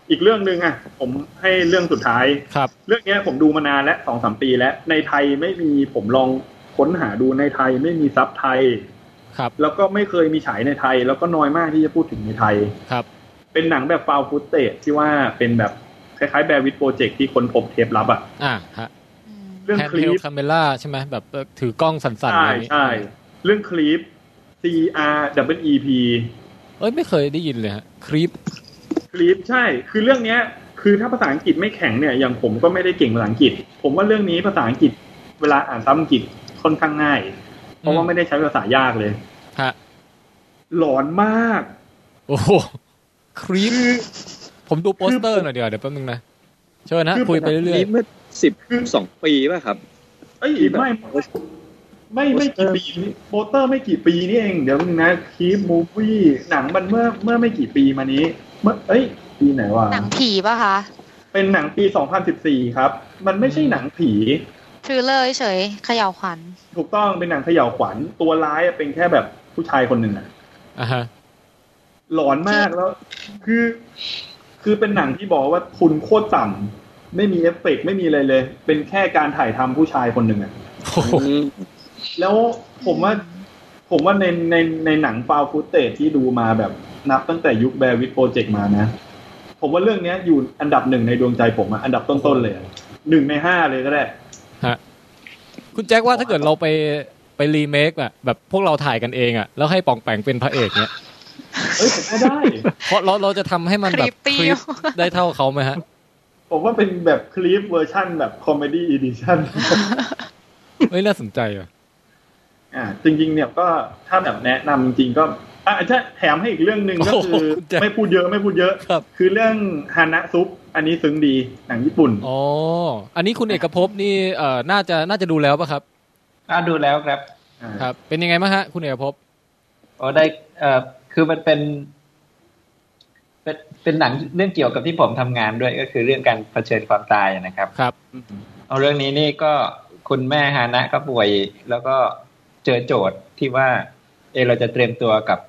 S2: อีกเรื่องหนึ่งอ่ะ ผมให้เรื่องสุดท้าย
S1: ครับ
S2: เรื่องเนี้ยผมดูมานานแล้วสองสามปีแล้ว ในไทยไม่มีผมลองค้นหาดูในไทยไม่มีซับไทย
S1: ครับ
S2: แล้วก็ไม่เคยมีฉายในไทย แล้วก็น้อยมากที่จะพูดถึงในไทย
S1: ครับ
S2: เป็นหนังแบบฟาวฟุตเตจที่ว่าเป็นแบบคล้ายๆแบวิดโปรเจกต์ที่คนพบเทปลับอ่ะ
S1: อ่าฮะ
S11: อืม
S2: เรื่อง
S1: แฮน
S2: ค
S1: ด์
S2: ลิ
S1: เฮล
S2: ป
S1: คาเมล่าใช่ไหมแบบเอ่อถือกล้องสั่นๆ
S2: ใช่
S1: อย่างนี้
S2: ใช่เรื่องคลิป C R W E P
S1: เอ้ยไม่เคยได้ยินเลยฮะคลิป
S2: คลิปใช่ คือเรื่องเนี้ย คือถ้าภาษาอังกฤษไม่แข็งเนี่ย อย่างผมก็ไม่ได้เก่งภาษาอังกฤษ ผมว่าเรื่องนี้ภาษาอังกฤษ เวลาอ่านซ้ำอังกฤษค่อนข้างง่าย เพราะว่าไม่ได้ใช้ภาษายากเลย
S1: ฮะ
S2: หลอนมาก
S1: โอ้โหคลิป
S2: คือ
S1: ผมดูโปสเตอร์หน่อยเดี๋ยวเดี๋ยวแป๊บนึงนะเชิญนะคุยไปเรื่อย
S5: นี่เมื่อสิบสองปีป่ะครับ
S2: เอ้ย
S5: ที่แบบ
S2: ไม่ไม่ไม่กี่ปีนี่โปสเตอร์ไม่กี่ปีนี่เอง เดี๋ยวนึงนะคลิปมูฟี่หนังมันเมื่อเมื่อไม่กี่ปีมานี้ เมื่อเอ้ย ปีไหนวะ
S11: หนังผีป่ะคะ
S2: เป็นหนังปี 2014 ครับ มันไม่ใช่หนังผี
S11: ทริลเลอร์เฉยๆเขย่าวขวัญ
S2: ถูกต้องเป็นหนังเขย่าวขวัญตัวร้ายอะเป็นแค่แบบผู้ชายคนหนึ่งอะ
S1: ๆอ่ะฮะ
S2: หลอนมากแล้ว คือ คือเป็นหนังที่บอกว่าทุนโคตรต่ำไม่มีเอฟเฟกต์ไม่มีอะไรเลย เป็นแค่การถ่ายทำผู้ชายคนหนึ่งอะ
S1: โอ้โห
S5: อืม
S2: แล้วผมว่า ผมว่าในในในหนังฟาวฟูเตจที่ดูมาแบบนับตั้งแต่ยุคแบร์วิดโปรเจกต์มานะ ผมว่าเรื่องเนี้ยอยู่อันดับหนึ่งในดวงใจผมอะอันดับต้นๆเลยอะหนึ่งในห้าเลยก็ได้
S1: คุณแจ็คว่าถ้าเกิดเราไปไปรีเมคอะแบบพวกเราถ่ายกันเองอะแล้วให้ปองแปงเป็นพระเอกเนี่ย
S2: เอ้ยผมว่าได้
S1: เพราะเราเราจะทำให้มันแบบ
S11: Creepy
S1: คลิปได้เท่าเขาไหมฮะ
S2: ผมว่าเป็นแบบคลิปเวอร์ชั่นแบบคอมเมดี้อีดิชั่น
S1: เฮ้ยน่าสนใจอ่ะ
S2: อ่าจริงๆเนี่ยก็ถ้าแบบแนะนำจริงๆก็อ่าถ้าแถมให้อีกเรื่องหนึ่งก็คือไม่พูดเยอะไม่พูดเยอะ
S1: ครับ
S2: คือเรื่องฮานะซุป อันนี้ซึ้งดีหนังญี่ปุ่น
S1: อ๋อ อันนี้คุณเอกภพนี่เอ่อน่าจะน่าจะดูแล้วป่ะครับ
S4: อ่ะดูแล้วครับ
S2: อ่า
S1: ครับ เป็นยังไงบ้างฮะ คุณเอกภพ
S4: โอ้ได้เอ่อคือมันเป็นเป็นเป็นหนังเรื่องเกี่ยวกับที่ผมทำงานด้วยก็คือเรื่องการเผชิญความตายนะครับ
S1: ครับ
S4: เอาเรื่องนี้นี่ก็คุณแม่ฮานะก็ป่วย แล้วก็เจอโจทย์ที่ว่า เออเราจะเตรียมตัวกับ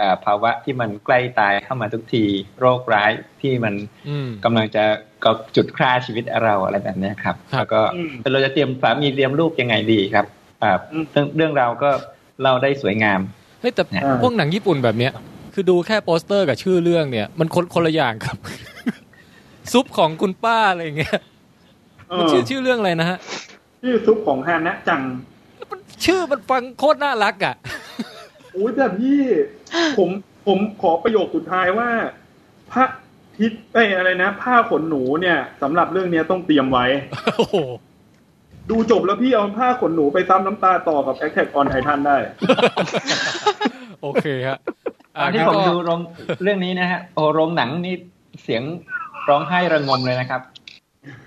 S4: อ่าภาวะที่มันใกล้ตายเข้ามาทุกทีโรคร้ายที่มัน
S1: อืม
S4: กำลังจะก็จุดฆ่าชีวิตเราอะไรแบบเนี้ยครับ
S1: ครับ
S4: แล้วก็
S2: อืม
S4: เราจะเตรียมสามีเตรียมลูกยังไงดีครับอ่า
S2: อืม
S4: เรื่องเรื่องเราวก็เล่าได้สวยงาม
S1: เฮ้ยแต่
S4: เนี่ย
S1: พวกหนังญี่ปุ่นแบบเนี้ย คือดูแค่โปสเตอร์กับชื่อเรื่องเนี่ย มันคนคนละอย่างครับ ซุปของคุณป้าอะไรอย่างเงี้ย
S2: เอ
S1: มัน
S2: อ
S1: ชื่อชื่อเรื่องอะไรนะฮะ
S2: ชื่อซุปของฮานะจัง
S1: มันชื่อมันฟังโคตรน่ารักอ่ะ
S2: อุ้ยแบบ ยี่ผมผมขอประโยคสุดท้ายว่าพระทิศเอ้ยอะไรนะ ผ้าขนหนูเนี่ยสำหรับเรื่องเนี้ยต้องเตรียมไว้
S1: โอ้โห
S2: ดูจบแล้วพี่เอาผ้าขนหนูไปซ้ำน้ำตาต่อกับ a อ t แทกออนไททันได้
S1: โอเคฮะ
S4: ตอนที่
S1: งั้
S4: ผม
S1: ก็
S4: ดูโรงเรื่องนี้นะฮะโอ้โรงหนังนี่เสียงร้องไห้ระงมเลยนะครับ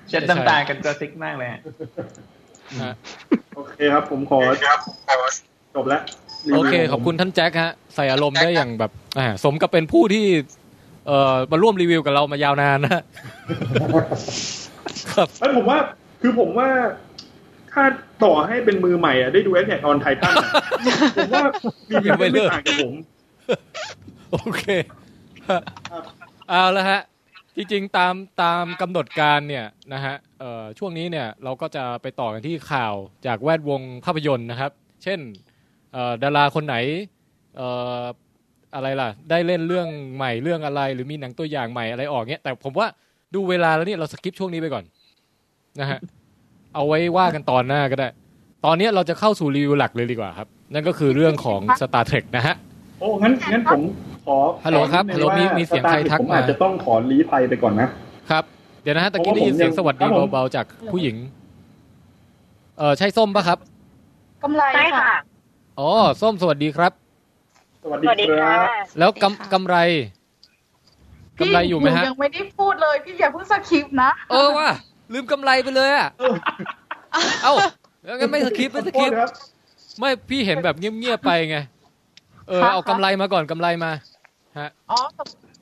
S4: เช็ดน้ำตากันกระซิกมากเลยฮะ
S1: ฮะ
S2: โอเคครับ ผมขอจบแล้ว
S1: โอเค ขอบคุณท่านแจ็คฮะ ใส่อารมณ์ได้อย่างแบบอ่าสมกับเป็นผู้ที่ เอ่อมาร่วมรีวิวกับเรามายาวนานนะฮะ ครับ
S2: ไอ้ยผมว่าคือผมว่า ถ้าต่อให้เป็นมือใหม่อะได้ดูแอคแอนออนไททันผมว่ามี
S1: ยังไม่
S2: ไม่
S1: เลิก
S2: ต่างจากผม
S1: โอเคฮะเอาละฮะ จริงๆ ตามตามกำหนดการเนี่ยนะฮะเอ่อช่วงนี้เนี่ยเราก็จะไปต่อกันที่ข่าวจากแวดวงภาพยนตร์นะครับ เช่นเอ่อดาราคนไหนเอ่ออะไรล่ะ ได้เล่นเรื่องใหม่เรื่องอะไร หรือมีหนังตัวอย่างใหม่อะไรออกเนี้ยแต่ผมว่าดูเวลาแล้วเนี่ยเราสกิปช่วงนี้ไปก่อนนะฮะเอาไว้ว่ากันตอนหน้าก็ได้ ตอนเนี้ยเราจะเข้าสู่รีวิวหลักเลยดีกว่าครับ นั่นก็คือเรื่องของ Star Trek นะฮะ
S2: โอ้งั้นงั้นผมขอ
S1: ฮัลโหลครับ
S2: แนะนำ
S1: ฮัลโหลมี
S2: ว่า
S1: มีเสียงใคร
S2: ตาผิด
S1: ทัก
S2: ผม
S1: มา
S2: อาจจะต้องขอรีภัยไปก่อนนะ
S1: ครับ เดี๋ยวนะฮะตะกี้ได้ยินเสียงสวัสดีเบาๆจากผู้หญิง เออใช่ส้มปะครับ
S6: กำไร
S15: ใช่ค่ะ
S1: อ๋อ ส้มสวัสดีครับ
S2: สวัส
S15: สวัส
S2: ดี
S15: ดี
S2: ค
S15: ค่ะ
S2: รับ
S1: แล้วกำกำไรกำไรอยู่ไหมฮะ
S6: ยังไม่ได้พูดเลยพี่อย่าเพิ่งสคริปต์นะ
S1: เออว่ะลืมกำไรไปเลย อ่ะ เอ้าแล้วงั้นไม่สคริปต์ไม่สคริปต์
S2: ขอโทษครับ
S1: ไม่พี่เห็นแบบเงียบๆไปไง เออเอากำไรมาก่อนกำไรมา
S6: อ๋อ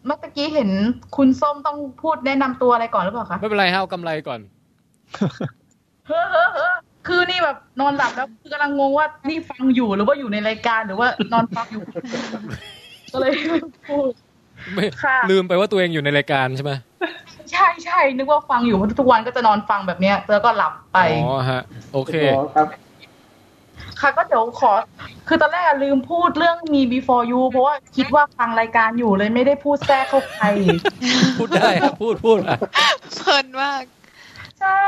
S6: เมื่อกี้เห็นคุณส้มต้องพูดแนะนำตัวอะไรก่อนหรือเปล่าคะ
S1: ไม่เป็นไรฮะเอากำไรก่อน
S6: เฮ้อเฮ้อเฮ้อคือนี่แบบนอนหลับแล้วคือกำลังงงว่านี่ฟังอยู่หรือว่าอยู่ในรายการหรือว่านอนฟังอยู่ ก็เลยไม่พูด
S1: ไม่
S6: ค่ะ
S1: ลืมไปว่าตัวเองอยู่ในรายการใช่ไหม
S6: ใช่ใช่นึกว่าฟังอยู่เพราะทุกวันก็จะนอนฟังแบบเนี้ยแล้วก็หลับไป
S1: อ๋อฮะ โอเค
S2: ขอครับ
S6: ค่ะก็เดี๋ยวขอ คือตอนแรกอะลืมพูดเรื่องมี before you เพราะว่าคิดว่าฟังรายการอยู่เลยไม่ได้พูดแทรกเข้าไป
S1: พูดได้ ครับพูดพูดอ่ะ
S11: เพลินมาก
S6: ใช่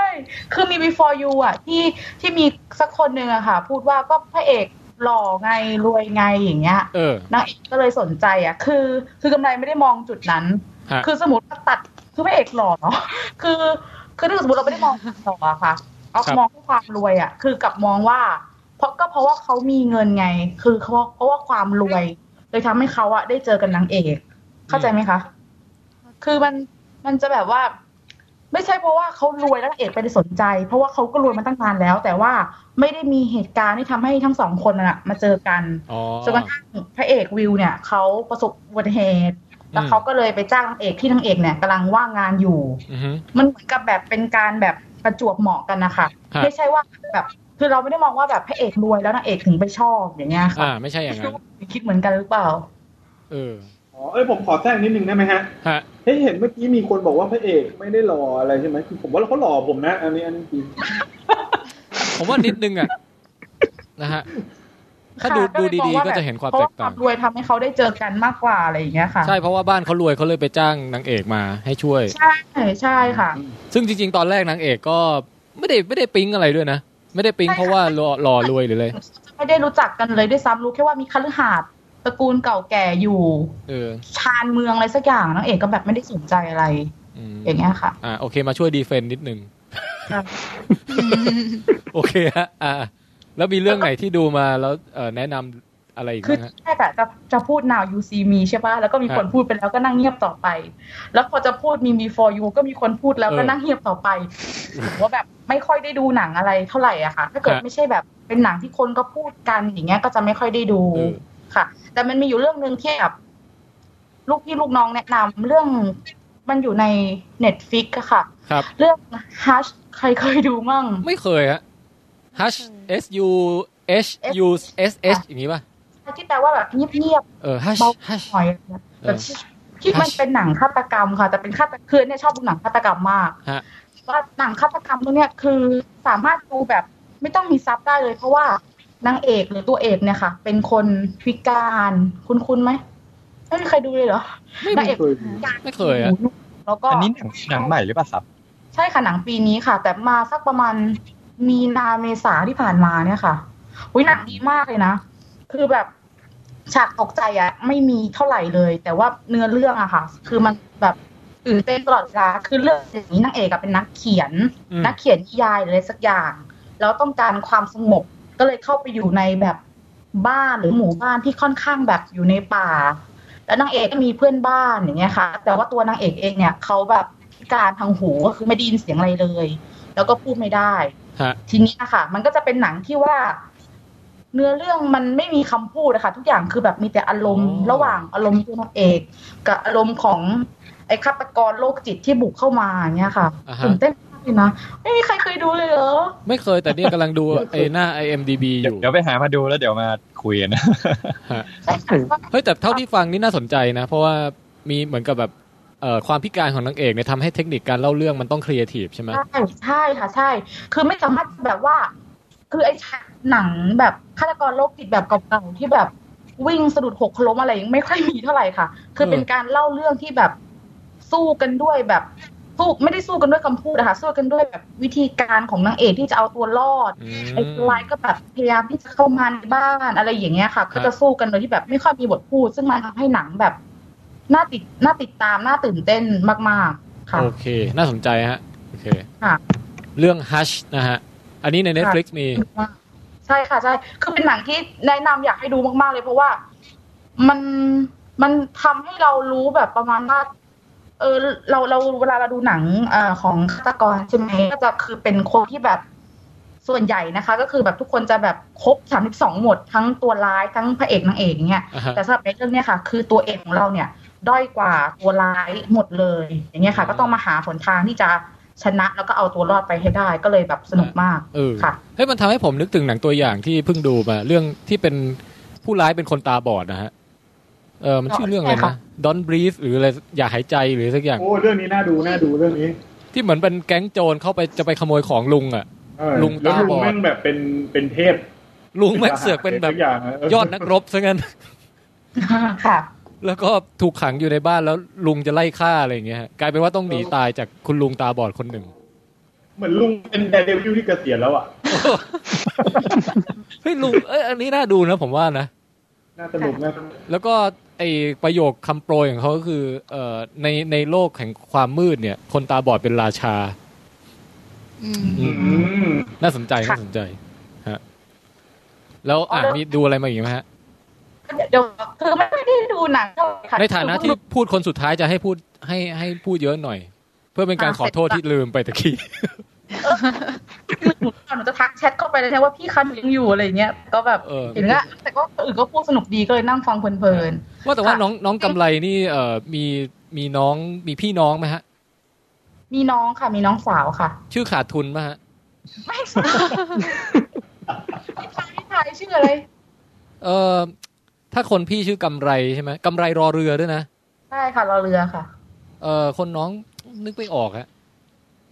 S6: คือมี before you อะที่ที่มีสักคนหนึ่งอะค่ะ พูดว่าก็พระเอกหล่อไงรวยไงอย่างเงี้ย
S1: เออน
S6: างเอกก็เลยสนใจอะคือ คือกำไรไม่ได้มองจุดนั้น
S1: ฮะ
S6: คือสมมติว่าตัดคือพระเอกหล่อเนาะ คือ คือถ้าสมมติเราไม่ได้มองความหล่ออะค่ะ เอามองที่ความรวยอะคือกลับมองว่า เพราะก็เพราะว่าเขามีเงินไง คือเขาเพราะว่าความรวยเลยทำให้เขาอะได้เจอกันนางเอก เข้าใจไหมคะ คือมันมันจะแบบว่า ไม่ใช่เพราะว่าเขารวยแล้วนางเอกไปสนใจ เพราะว่าเขาก็รวยมาตั้งนานแล้ว แต่ว่าไม่ได้มีเหตุการณ์ที่ทำให้ทั้งสองคนน่ะมาเจอกัน
S1: อ๋อ
S6: จนกระทั่งพระเอกวิวเนี่ยเขาประสบอุบัติเหตุ แล้วเขาก็เลยไปจ้างนางเอกที่นางเอกเนี่ยกำลังว่างงานอยู่
S1: อือฮึ
S6: มันเหมือนกับแบบเป็นการแบบประจวบเหมาะกันนะคะ
S1: ครับ
S6: ไม่ใช่ว่าแบบ คือเราไม่ได้มองว่าแบบพระเอกรวยแล้วนางเอกถึงไปชอบอย่างเงี้ยค่ะ
S1: อ่า ไม่ใช่อย่างนั้น
S6: คิดเหมือนกันหรือเปล่า
S1: เออ
S2: อ๋อเอ้ยผมขอแทรกนิดนึงได้ไหมฮะ
S1: ฮะ
S2: เฮ้ยเห็นเมื่อกี้มีคนบอกว่าพระเอกไม่ได้หล่ออะไรใช่ไหมคือผมว่าเขาหล่อผมนะ อันนี้อันนี้จริง
S1: ผมว่านิดนึงอ่ะนะฮะ ถ้า
S6: ค่ะ
S1: ดู
S6: ก็
S1: ดู
S6: เลยมอง
S1: ดี
S6: ว่า
S1: ๆ ก็
S6: แบบ
S1: จะเห็นความ
S6: เพราะ
S1: แต
S6: ว่าก
S1: ต่าว
S6: คาง มรวยทำให้เขาได้เจอกันมากกว่าอะไรอย่างเงี้ยค่ะ
S1: ใช่เพราะว่าบ้านเขารวยเขาเลยไปจ้างนางเอกมาให้ช่วย
S6: ใช่ใช่ค่ะ
S1: ซึ่งจริง ๆ ตอนแรกนางเอกก็ไม่ได้ไม่ได้ปิ๊งอะไรด้วยนะ ไม่ได้ปิ๊งเพราะว่าหล่อหล่อรวยหรือเลย
S6: ไม่ได้รู้จักกันเลยด้วยซ้ำรู้แค่ว่ามีคฤหาสน์ตระกูลเก่าแก่อยู่
S1: เออ
S6: ชานเมืองอะไรสักอย่างนางเอกก็แบบไม่ได้สนใจอะไร
S1: อืม
S6: อย่างเงี้ยค่ะ
S1: อ่าโอเคมาช่วยดีเฟนต์นิดนึง
S6: ครับ
S1: โอเค ฮะอ่า แล้วมีเรื่องไหนที่ดูมาแล้วเอ่อแนะนำอะไรอีก
S6: คือ
S1: บ้างฮะ
S6: แรกอะจะจะพูด now you see me ใช่ปะแล้วก็มี
S1: ครับ
S6: คนพูดไปแล้วก็นั่งเงียบต่อไป แล้วพอจะพูดมี before you ก็มีคนพูดแล้ว
S1: เออ
S6: ก็นั่งเงียบต่อไปผมว่าแบบไม่ค่อยได้ดูหนังอะไรเท่าไหร่อะค่ะ ถ้าเกิด
S1: ฮะ
S6: ไม่ใช่แบบเป็นหนังที่คนก็พูดกันอย่างเงี้ยก็จะไม่ค่อยได้ดู
S1: เออ
S6: ค่ะ แต่มันมีอยู่เรื่องหนึ่งที่แบบลูกพี่ลูกน้องแนะนำเรื่องมันอยู่ใน Netflix อะค่ะ
S1: ครับ
S6: เรื่อง Hush ใครเคยดูมั่ง
S1: ไม่เคยฮะ hush s u h u s h อย่างนี้ป่ะ
S6: ที่แปลว่าแบบเงียบๆ
S1: เออ hush
S6: เบา
S1: hush
S6: หน่อยนะแบบที่ที่มันเป็นหนังฆาตกรรมค่ะ แต่เป็นฆาตคือเนี่ยชอบดูหนังฆาตกรรมมาก
S1: ฮะ
S6: ว่าหนังฆาตกรรมตัวเนี้ยคือสามารถดูแบบไม่ต้องมีซับได้เลย เพราะว่านางเอกหรือตัวเอกเนี่ยค่ะ เป็นคนพิการคุณคุณไหมไม่มีใครดูเลยเหรอนางเอก
S2: เคย
S6: พิการ
S1: ไม่เคยอะ
S6: แล้วก็
S16: อันนี้หนังหนังใหม่หรือเปล่าครับ
S6: ใช่ค่ะหนังปีนี้ค่ะ แต่มาสักประมาณมีนาเมษาที่ผ่านมาเนี่ยค่ะอุ้ยหนังดีมากเลยนะ คือแบบฉากตกใจอะไม่มีเท่าไหร่เลย แต่ว่าเนื้อเรื่องอะค่ะ คือมันแบบตื่นเต้นตลอดเวลาคือเรื่องอย่างนี้นางเอกอะเป็นนักเขียน
S1: อืม
S6: นักเขียนนิยายหรืออะไรสักอย่าง แล้วต้องการความสงบก็เลยเข้าไปอยู่ในแบบบ้านหรือหมู่บ้านที่ค่อนข้างแบบอยู่ในป่า แล้วนางเอกก็มีเพื่อนบ้านอย่างเงี้ยค่ะ แต่ว่าตัวนางเอกเองเนี่ยเขาแบบพิการทางหูก็คือไม่ได้ยินเสียงอะไรเลย แล้วก็พูดไม่ได้
S1: ฮะ
S6: ทีนี้อะค่ะ มันก็จะเป็นหนังที่ว่า เนื้อเรื่องมันไม่มีคำพูดนะคะทุกอย่างคือแบบมีแต่อารมณ์
S1: อ๋อ
S6: ระหว่างอารมณ์ตัวนางเอก กับอารมณ์ของไอ้ฆาตกรโรคจิตที่บุกเข้ามาอย่างเงี้ยค่ะ
S1: อ่าฮะ
S6: ตื่นเต้นมากเลยนะไม่มีใครเคยดูเลยเหรอ
S1: ไม่เคยแต่เนี่ยกำลังดูไอ้หน้า IMDB อยู่
S16: เดี๋ยวไปหามาดูแล้วเดี๋ยวมาคุยกันนะ
S1: เฮ้ยแต่เท่าที่ฟังนี่น่าสนใจนะ เพราะว่ามีเหมือนกับแบบเอ่อความพิการของนางเอกเนี่ยทำให้เทคนิคการเล่าเรื่องมันต้องครีเอทีฟใช่ไหม
S6: ใช่ใช่ค่ะ ใช่ คือไม่สามารถแบบว่า คือไอ้ฉากหนังแบบฆาตกรโรคจิตแบบเก่าๆที่แบบวิ่งสะดุดหกล้มอะไรยังไม่ค่อยมีเท่าไหร่ค่ะ คือเป็นการเล่าเรื่องที่แบบสู้กันด้วยแบบ สู้ไม่ได้สู้กันด้วยคำพูดนะคะสู้กันด้วยแบบวิธีการของนางเอกที่จะเอาตัวรอด
S1: อื
S6: ไอ้
S1: ม
S6: ตัวร้ายก็แบบพยายามที่จะเข้ามาในบ้านอะไรอย่างเงี้ยค่ะ ก็จะสู้กันโดยที่แบบไม่ค่อยมีบทพูด ซึ่งมันทำให้หนังแบบน่าติดน่าติดตามน่าตื่นเต้นมาก ๆ ค่ะ
S1: โอเค น่าสนใจฮะ โอเค
S6: ค่ะ
S1: เรื่อง Hush นะฮะ อันนี้ใน Netflix มี
S6: ใช่ค่ะใช่คือเป็นหนังที่แนะนำอยากให้ดูมาก ๆ เลยเพราะว่ามันมันทำให้เรารู้แบบประมาณว่าเออเราเราเวลาเราดูหนังเอ่อของฆาตกรใช่ไหมก็จะคือเป็นคนที่แบบส่วนใหญ่นะคะ ก็คือแบบทุกคนจะแบบครบสามสิบสองหมด ทั้งตัวร้ายทั้งพระเอกนางเอกอย่างเงี้ย
S1: อ่าฮะ
S6: แต่สำหรับในเรื่องเนี้ยค่ะ คือตัวเอกของเราเนี่ย ด้อยกว่าตัวร้ายหมดเลย อย่างเงี้ยค่ะ ก็ต้องมาหาหนทางที่จะชนะ แล้วก็เอาตัวรอดไปให้ได้ก็เลยแบบสนุกมาก
S1: เออ
S6: ค่ะ
S1: เฮ้ย มันทำให้ผมนึกถึงหนังตัวอย่างที่เพิ่งดูมา เรื่องที่เป็นผู้ร้ายเป็นคนตาบอดนะฮะ เออ มันชื่อเรื่องอะไร
S6: ใช่ค่ะ
S1: นะ Don't breathe หรืออะไรอย่าหายใจหรือสักอย่าง
S2: โอ้เรื่องนี้น่าดูน่าดูเรื่องนี้
S1: ที่เหมือนเป็นแก๊งโจรเข้าไปจะไปขโมยของลุงอ่ะ
S2: เออ
S1: ลุง
S2: แล้ว
S1: ตา
S2: ลุ
S1: บ
S2: ง
S1: อด
S2: แม่งแบบเป็นเป็นเทพ
S1: ลุงแม่งเสือกเป็นแบบ
S2: ทุอย่างะเ
S1: ยอดนักรบซะงั้น
S6: ค่ะ
S1: แล้วก็ถูกขังอยู่ในบ้านแล้วลุงจะไล่ฆ่าอะไรอย่างเงี้ยฮะกลายเป็นว่าต้องหนีตายจากคุณลุงตาบอดคนหนึ่ง
S2: เหมือนลุงเป็นแดเดวิลที่เกษียณแล้วอ่ะ
S1: เฮ้ยลุงเอ้ยอันนี้น่าดูนะผมว่านะ
S2: น่าสนุกน่าสนุก
S1: แล้วก็ไอประโยคคำโปรยของเขาก็คือเอ่อในในโลกแห่งความมืดเนี่ย คนตาบอดเป็นราชา
S11: อืม
S1: อื
S2: อื
S1: ม
S2: ม
S1: น่าสนใจ
S6: ค่ะ
S1: น่าสนใจฮะแล้วอ่า
S6: อ๋อแล้ว
S1: มีดูอะไรมาอีกไหมฮะ
S6: เดี๋ยวคือไม่ได้ดูหนังเท่าไหร่ค่ะ
S1: ในฐานะที่พูดคนสุดท้ายจะให้พูดให้ให้พูดเยอะหน่อย เพื่อเป็นการขอโทษที่ลืมไปตะกี้
S6: หนูจะทักแชทเข้าไปเลยนะว่าพี่คะหนูยังอยู่อะไรเงี้ยก็แบบ
S1: เออ
S6: เห็นว่าแต่ก็อื่นก็พูดสนุกดีก็เลยนั่งฟังเพลิน
S1: ว่าแต่ว่า
S6: ค่ะ
S1: น้องน้องกำไรนี่เอ่อมีมีน้องมีพี่น้องไหมฮะ
S6: ๆมีน้องค่ะมีน้ องสาวค่ะ
S1: ชื่อขาดทุนไหมฮะ
S6: ไม่ใช่พี่ชายพี่ชายชื่ออะไร
S1: เอ่อถ้าคนพี่ชื่อกำไรใช่ไหมกำไรรอเรือด้วยนะ
S6: ใช่ค่ะรอเรือค่ะ
S1: เอ่อคนน้องนึกไม่ออกฮะ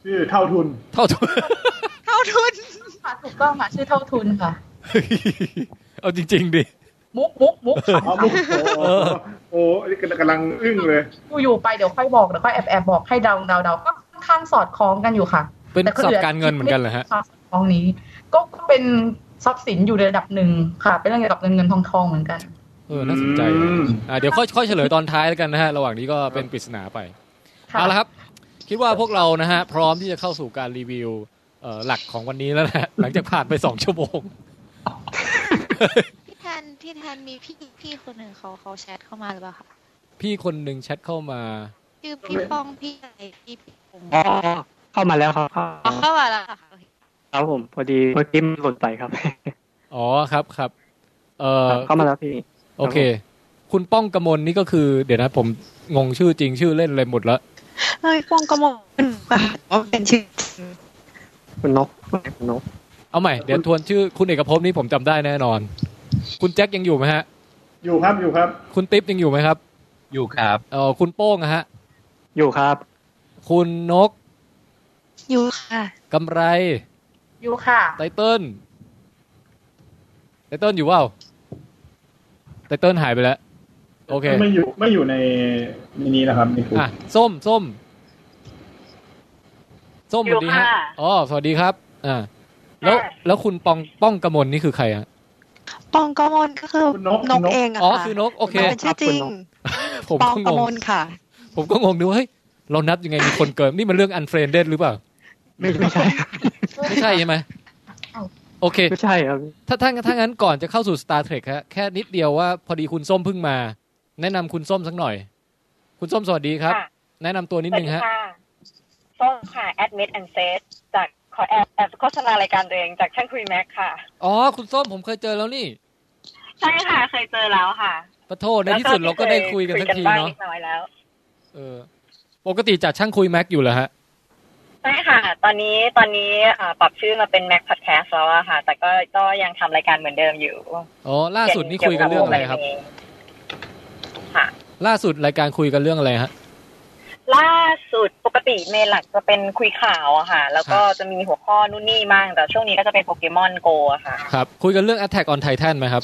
S2: ชื่อเท่าทุน
S1: เท่าทุน
S11: เท่าทุน
S6: ค่ะถูกต้องค่ะชื่อเท่าทุนค่ะ
S1: เอาจริง ๆดิ
S6: มุกมุกมุกค่ะ
S2: อ๋อมุกโอ้โหโอ้โหนี่กำลังอึ้งเลย
S6: อยู่ๆไปเดี๋ยวค่อยบอกเดี๋ยวค่อยแอบแอบๆบอกให้เดาเดาเดาก็ค่อนข้างสอดคล้องกันอยู่ค่ะ
S1: เป็น
S6: แต่ก็
S1: สั
S6: ห
S1: บ
S6: ลื
S1: การเงินเหมือนกันเหรอฮะ
S6: ทองทองนี้ก็ก็เป็นทรัพย์สินอยู่ในระดับหนึ่งค่ะ เป็นเรื่องเกี่ยวกับเงินเงินทองทองเหมือนกัน
S1: เออ น่าสนใจ
S2: อืม
S1: อ่ะเดี๋ยวค่อยค่อยเฉลยตอนท้ายแล้วกันนะฮะ ระหว่างนี้ก็เป็นปริศนาไป
S6: ค่ะ
S1: เอาละครับ คิดว่าพวกเรานะฮะ พร้อมที่จะเข้าสู่การรีวิวเอ่อหลักของวันนี้แล้วนะฮะ หลังจากผ่านไปสองชั่วโมง
S11: พี่แทนพี่แทนมีพี่พี่คนหนึ่งเขาเขาแชทเข้ามาหรือเปล่าคะ
S1: พี่คนหนึ่งแชทเข้ามา
S11: ชื่อพี่ป้องพี่อะไรพี่พี่พงษ์
S3: อ๋อเข้ามาแล้วครับ
S11: อ๋อเข้ามาแล้วค่ะโอเค
S3: ครับผมพอดีเมื่อกี้มันหลุดไปครับ
S1: อ๋อครับครับเออ
S3: เข้ามาแล้วพี่
S1: โอเค คุณป้องกมลนี่ก็คือ เดี๋ยวนะผมงงชื่อจริงชื่อเล่นอะไรหมดแล้ว
S7: เฮ้ยป้องกระหม่อมว่าเป็นชื่อ
S3: คุณนกคุณนก
S1: เอาใหม่เดี๋ยวทวนชื่อคุณเอกภพนี่ผมจำได้แน่นอน คุณแจ็คยังอยู่ไหมฮะ
S2: อยู่ครับอยู่ครับ
S1: คุณติ๊บยังอยู่ไหมครับ
S16: อยู่ครับ
S1: เออคุณโป้งนะฮะ
S3: อยู่ครับ
S1: คุณนก
S7: ยูค่ะ
S1: กำไร
S6: อยู่ค่ะ
S1: ไตเติ้ลไตเติ้ลอยู่เปล่าไตเติ้ลหายไปแล้ว โอเค
S2: ไม่อยู่ไม่อยู่ในในนี้นะครับในกลุ่ม
S1: อ่ะ ส้มส้ม ส้มสวัสดีฮะ
S15: อยู่ค่ะ
S1: อ๋อสวัสดีครับ อ่า แล้วแล้วคุณปองป้องกมลนี่คือใครฮะ
S7: ป้องกระหม่อมก็คือ
S2: คุณนก
S7: นกเองอะ
S1: อ๋อ
S7: ค่ะ
S1: คือนก โอเค
S7: มันเป็นชื่อจริง
S1: ผม
S7: ป้อง
S1: ก็ง
S7: กระห
S1: ง
S7: ม่อมค่ะ
S1: ผมก็งงดูว่าเฮ้ย เรานับยังไงมีคนเกินนี่มันเรื่องอันเฟรนเดหรือเปล่า
S3: ไม่ไม่ใช่
S1: ไม่ใช่ใช่ไหม
S6: อ้าว
S1: โอเค
S3: ไม่ใช่ครับ
S1: ถ้าถ้าถ้างั้นก่อนจะเข้าสู่ Star Trek ฮะแค่นิดเดียวว่าพอดีคุณส้มเพิ่งมา แนะนำคุณส้มสักหน่อย คุณส้มสวัสดีครับ
S15: ค่ะ
S1: แนะนำตัวนิดนึงฮะ
S15: สวัสดีค่ะส้มค่ะ admit and set จากขอแอบแอบโฆษณารายการตัวเองจากช่างคุยแม็กค่ะ
S1: อ๋อ คุณส้มผมเคยเจอแล้วนี่
S15: ใช่ค่ะ เคยเจอแล้วค่ะ
S1: ปะโทษในที่สุดเราก็ได้คุยกันสักที
S15: บ้ง
S1: เนาะ
S15: ดหน่อยแล้ว
S1: เออปกติจากช่างคุยแม็กอยู่เหรอฮะ
S15: ใช่ค่ะ ตอนนี้ตอนนี้อ่าปรับชื่อมาเป็นแม็กพอดแคสต์แล้วอะค่ะ แต่ก็ก็ยังทำรายการเหมือนเดิมอยู่
S1: อ๋อ ล่าสุดนี่คุยกันเรื่องอะไรครับ
S15: เกี่ยวกัวงนี้ค่ะ
S1: ล่าสุดรายการคุยกันเรื่องอะไรฮะ
S15: ล่าสุดปกติเมนหลักจะเป็นคุยข่าวอะค่ะ แล้วก็จะมีหัวข้อนู่นนี่มั่งแต่ช่วงนี้ก็จะเป็นโปเกมอนโกอะค่ะ
S1: ครับ คุยกันเรื่อง Attack on Titan ไหม ครับ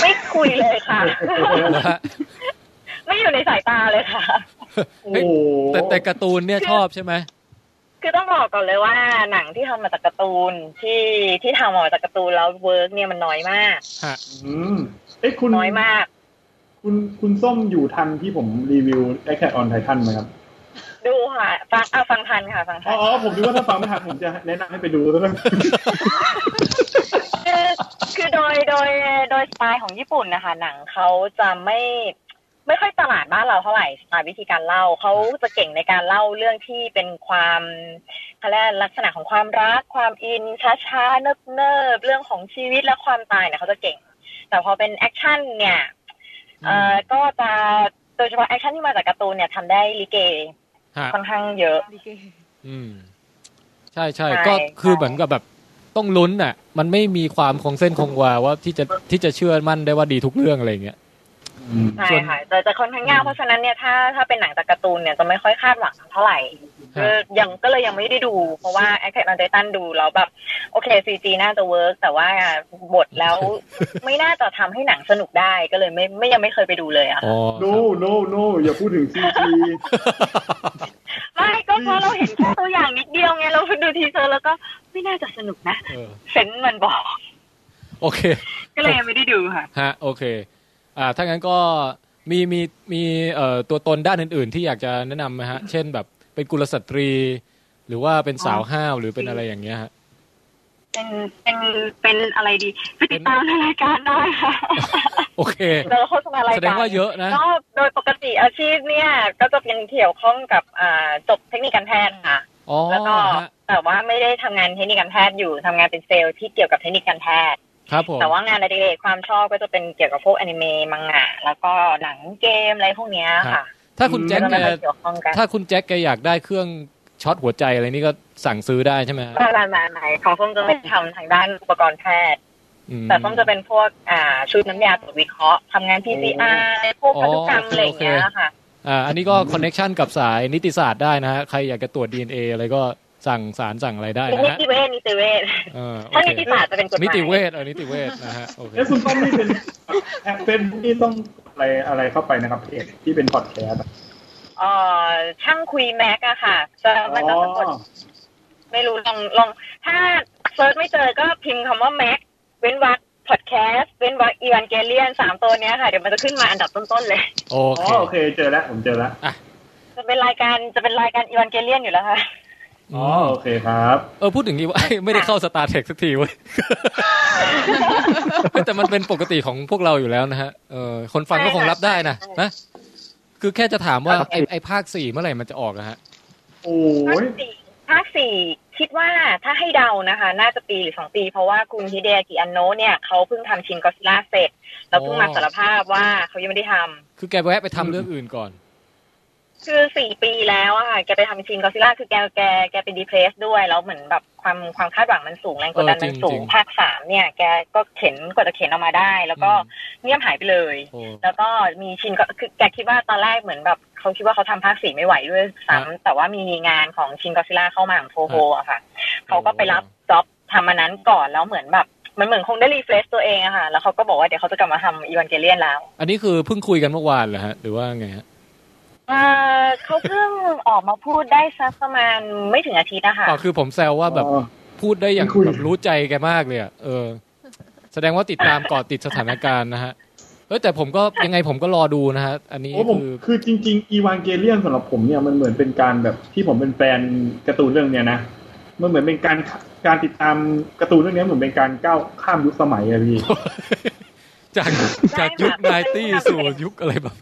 S15: ไม่คุยเลยค่ะ
S1: เหรอฮะ
S15: ไม่อยู่ในสายตาเลยค่ะ
S1: เฮ้ยแต่แต่การ์ตูนเนี่ยชอบใช่ไหม
S15: คือต้องบอกก่อนเลยว่าหนังที่ทำมาจากการ์ตูนที่ที่ทำออกมาจากการ์ตูนแล้วเวิร์กเนี่ยมันน้อยมาก
S1: ฮะ
S2: อืมเอ้ยคุณ
S15: น้อยมาก
S2: คุณคุณส้มอยู่ทันที่ผมรีวิวไอแค on ออนไททันไหมครับ
S15: ดูค่ะฟังอ่ะฟังทันค่ะฟังทั
S2: อ๋
S15: น
S2: ออ๋อผมคิดว่าถ้าฟังไม่ทันผมจะแนะนำให้ไปดูแล้วนะ
S15: คือคือโดยโดยโดยสไตล์ของญี่ปุ่นนะคะ หนังเขาจะไม่ไม่ค่อยตลาดบ้านเราเท่าไหร่สไตล์วิธีการเล่าเขาจะเก่งในการเล่าเรื่องที่เป็นความเขาเรียกลักษณะของความรัก ความอินช้าๆเนิบๆเรื่องของชีวิตและความตายเนี่ยเขาจะเก่ง แต่พอเป็นแอคชั่นเนี่ยเอ่อก็จะโดยเฉพาะแอคชั่นที่มาจากการ์ตูนเนี่ยทำได้ลิเก
S1: ฮะ
S15: ค่อนข้างเยอะ
S1: อืม ใช่ใช่
S15: ใช่
S1: ก็คือเหมือนกับแบบต้องลุ้นน่ะ มันไม่มีความคงเส้นคงวาว่าที่จะที่จะเชื่อมั่นได้ว่าดีทุกเรื่องอะไรอย่างเงี้ย
S15: ใช่ค่ะจะจะค่อนข้างยากเพราะฉะนั้นเนี่ยถ้าถ้าเป็นหนังจากการ์ตูนเนี่ยจะไม่ค่อยคาดหวังเท่าไหร่
S1: ฮะ
S15: คือยังก็เลยยังไม่ได้ดู เพราะว่าแอคแทนไททันดูแล้วแบบโอเคซีจีน่าจะเวิร์กแต่ว่าบท แล้ว ไม่น่าจะทำให้หนังสนุกได้ก็เลยไม่ไม่ยังไม่เคยไปดูเลยอะ
S1: อ๋อ
S2: no no no อย่าพูดถึงซีจี
S15: ไม่ก็เพราะเราเห็นแค่ตัวอย่างนิดเดียวไงเราดูทีเซอร์แล้วก็ไม่น่าจะสนุกนะ
S1: เออ
S15: เซนส์มันบอก
S1: โอเค
S15: ก็เลยยังไม่ได้ดูค่ะ
S1: ฮะ โอเค อ่า ถ้างั้นก็มีมีมีเอ่อตัวตนด้านอื่น ๆ ที่อยากจะแนะนำไหมฮะ เช่นแบบเป็นกุลสตรี หรือว่าเป็นสาวห้าวหรือเป็นอะไรอย่างเงี้ยฮะ
S15: เป็นเป็นเป็นอะไรดีไปติดตามในรายการได้ค่ะ
S1: โอเค
S15: เราโฆษณารายการ
S1: แสดงว่าเยอะนะ
S15: ก็โดยปกติอาชีพเนี่ยก็จะเป็นเกี่ยวข้องกับอ่าจบเทคนิคการแพทย์ค่ะ
S1: อ๋อ
S15: แล้วก็
S1: ฮะ
S15: แต่ว่าไม่ได้ทำงานเทคนิคการแพทย์อยู่ทำงานเป็นเซลล์ที่เกี่ยวกับเทคนิคการแพทย์
S1: ครับผม
S15: แต่ว่างานอดิเรกความชอบก็จะเป็นเกี่ยวกับพวกอนิเมะมังงะแล้วก็หนังเกมอะไรพวกเนี้ยค่ะ
S1: ถ้าคุณแจ็ค
S15: ก็
S1: แก
S15: จะมาเกี่ยวข้องกัน
S1: ถ้าคุณแจ็คแกอยากได้เครื่องช็อตหัวใจอะไรนี่ก็สั่งซื้อได้ใช่ไหมฮะ
S15: ก็ร้านมาไหนเขาส้มจะเป็นทำทางด้านอุปกรณ์แพทย์
S1: อืม
S15: แต่ส้มจะเป็นพวกอ่าชุดน้ำยาตรวจวิเคราะห์ทำงาน PCR พวกพันธุกรรมอะไรอย่างเงี้ยค่ะ
S1: อ่าอันนี้ก็คอนเน็ชันกับสายนิติศาสตร์ได้นะฮะ ใครอยากจะตรวจ DNA อะไรก็สั่งสารสั่งอะไรได้
S15: นิ
S1: นะฮะ
S15: ติเวชนิติเวช
S1: เออโอ
S15: ถ้า
S1: เค
S15: นิติศาสตร์จะเป็นกฎหมาย
S1: นิติเวชเออนิติเวชนะฮะ โอเค
S2: เอ้ยคุณส้มนี่เป็นแอปเป็นนี่ต้องอะไรอะไรเข้าไปนะครับเพจที่เป็นพอดแคสต์อะ
S15: เอ่อช่างคุยแม็กอะค่ะจะมันจะ
S2: อ๋อ
S15: สะกดไม่รู้ลองลอง ถ้าเซิร์ชไม่เจอก็พิมพ์คำว่าแม็กเว้นวรรคพอดแคสต์เว้นวรรคอีวานเกเลียนสามตัวเนี้ยค่ะ เดี๋ยวมันจะขึ้นมาอันดับต้นๆเลย
S1: โอ
S2: อ๋
S1: เค
S2: อโอเคเจอแล้วผมเจอแล้ว
S15: จะเป็นรายการจะเป็นรายการอีวานเกเลียนอยู่แล้วค่ะ
S1: อ๋
S2: อ๋
S1: อ
S2: อโอเคครับ
S1: เออ พูดถึงนี้ว่า ไม่ได้เข้าสตาร์เทคสักทีเว้ย แต่มันเป็นปกติของพวกเราอยู่แล้วนะฮะ เออคนฟังก็คงรับได้นะนะ คือแค่จะถามว่าไอไอภาคสี่เมื่อไหร่มันจะออกนะฮะ
S2: โอ้
S15: ภา
S2: ย
S15: คสี่ภาคสี่คิดว่าถ้าให้เดานะคะ น่าจะปีหรือสองปี เพราะว่าคุณฮิเดอากิอันโนะเนี่ยเขาเพิ่งทำชินก็อดซิลล่าเสร็จ แล้วเพิ่งมาสารภาพว่าเขายังไม่ได้ทำ
S1: คือแกแวะไปทำเรื่องอื่นก่อน
S15: คือสี่ปีแล้วอะค่ะแกไปทำชินก็อดซิลล่าคือแกแกแกเป็นดีเพรสด้วย แล้วเหมือนแบบความความคาดหวังมันสูงแรงกดดัน
S1: เออจริ
S15: มัน
S1: ง
S15: สู
S1: จริ
S15: ง
S1: ง
S15: ภาคสามเนี่ย แกก็เข็นกว่าจะเข็นออกมาได้ แล้วก็
S1: อืม
S15: เงียบหายไปเลย
S1: โอ้
S15: แล้วก็มีชินก็คือแกคิดว่าตอนแรกเหมือนแบบเขาคิดว่าเขาทำภาคสี่ไม่ไหวด้วยซ้ำแต่ว่ามีงานของชินก็อดซิลล่าเข้ามาของโทโฮอะค่ะ เขาก็ไปรับจ็อบทำอันนั้นก่อนแล้วเหมือนแบบมันเหมือนคงได้รีเฟรชตัวเองอะค่ะ แล้วเขาก็บอกว่าเดี๋ยวเขาจะกลับมาทำอีวานเกเลียนแล้ว
S1: อันนี้คือเพิ่งคุยกันเมื่อวานเหรอฮะ หรือว่าไงฮะ
S15: เอ่อเขาเพิ่ง ออกมาพูดได้สักประมาณไม่ถึงอาทิตย์นะคะ
S1: อ๋อคือผมแซวว่าแบบ
S2: อ๋อ
S1: พูดได้อย่าง
S2: คุย
S1: แบบรู้ใจแกมากเลยอะเออ แสดงว่าติดตามเกาะติดสถานการณ์นะฮะเออแต่ผมก็ยังไงผมก็รอดูนะฮะ อันนี้
S2: โอ้ผม
S1: คือ
S2: คือจริงๆอีวานเกเลียนสำหรับผมเนี่ยมันเหมือนเป็นการแบบที่ผมเป็นแฟนการ์ตูนเรื่องเนี้ยนะมันเหมือนเป็นการการติดตามการ์ตูนเรื่องเนี้ยเหมือนเป็นการก้าวข้ามยุคสมัยอะพี่
S1: จากจากยุคไนตี้สู่ยุคอะไรแบบ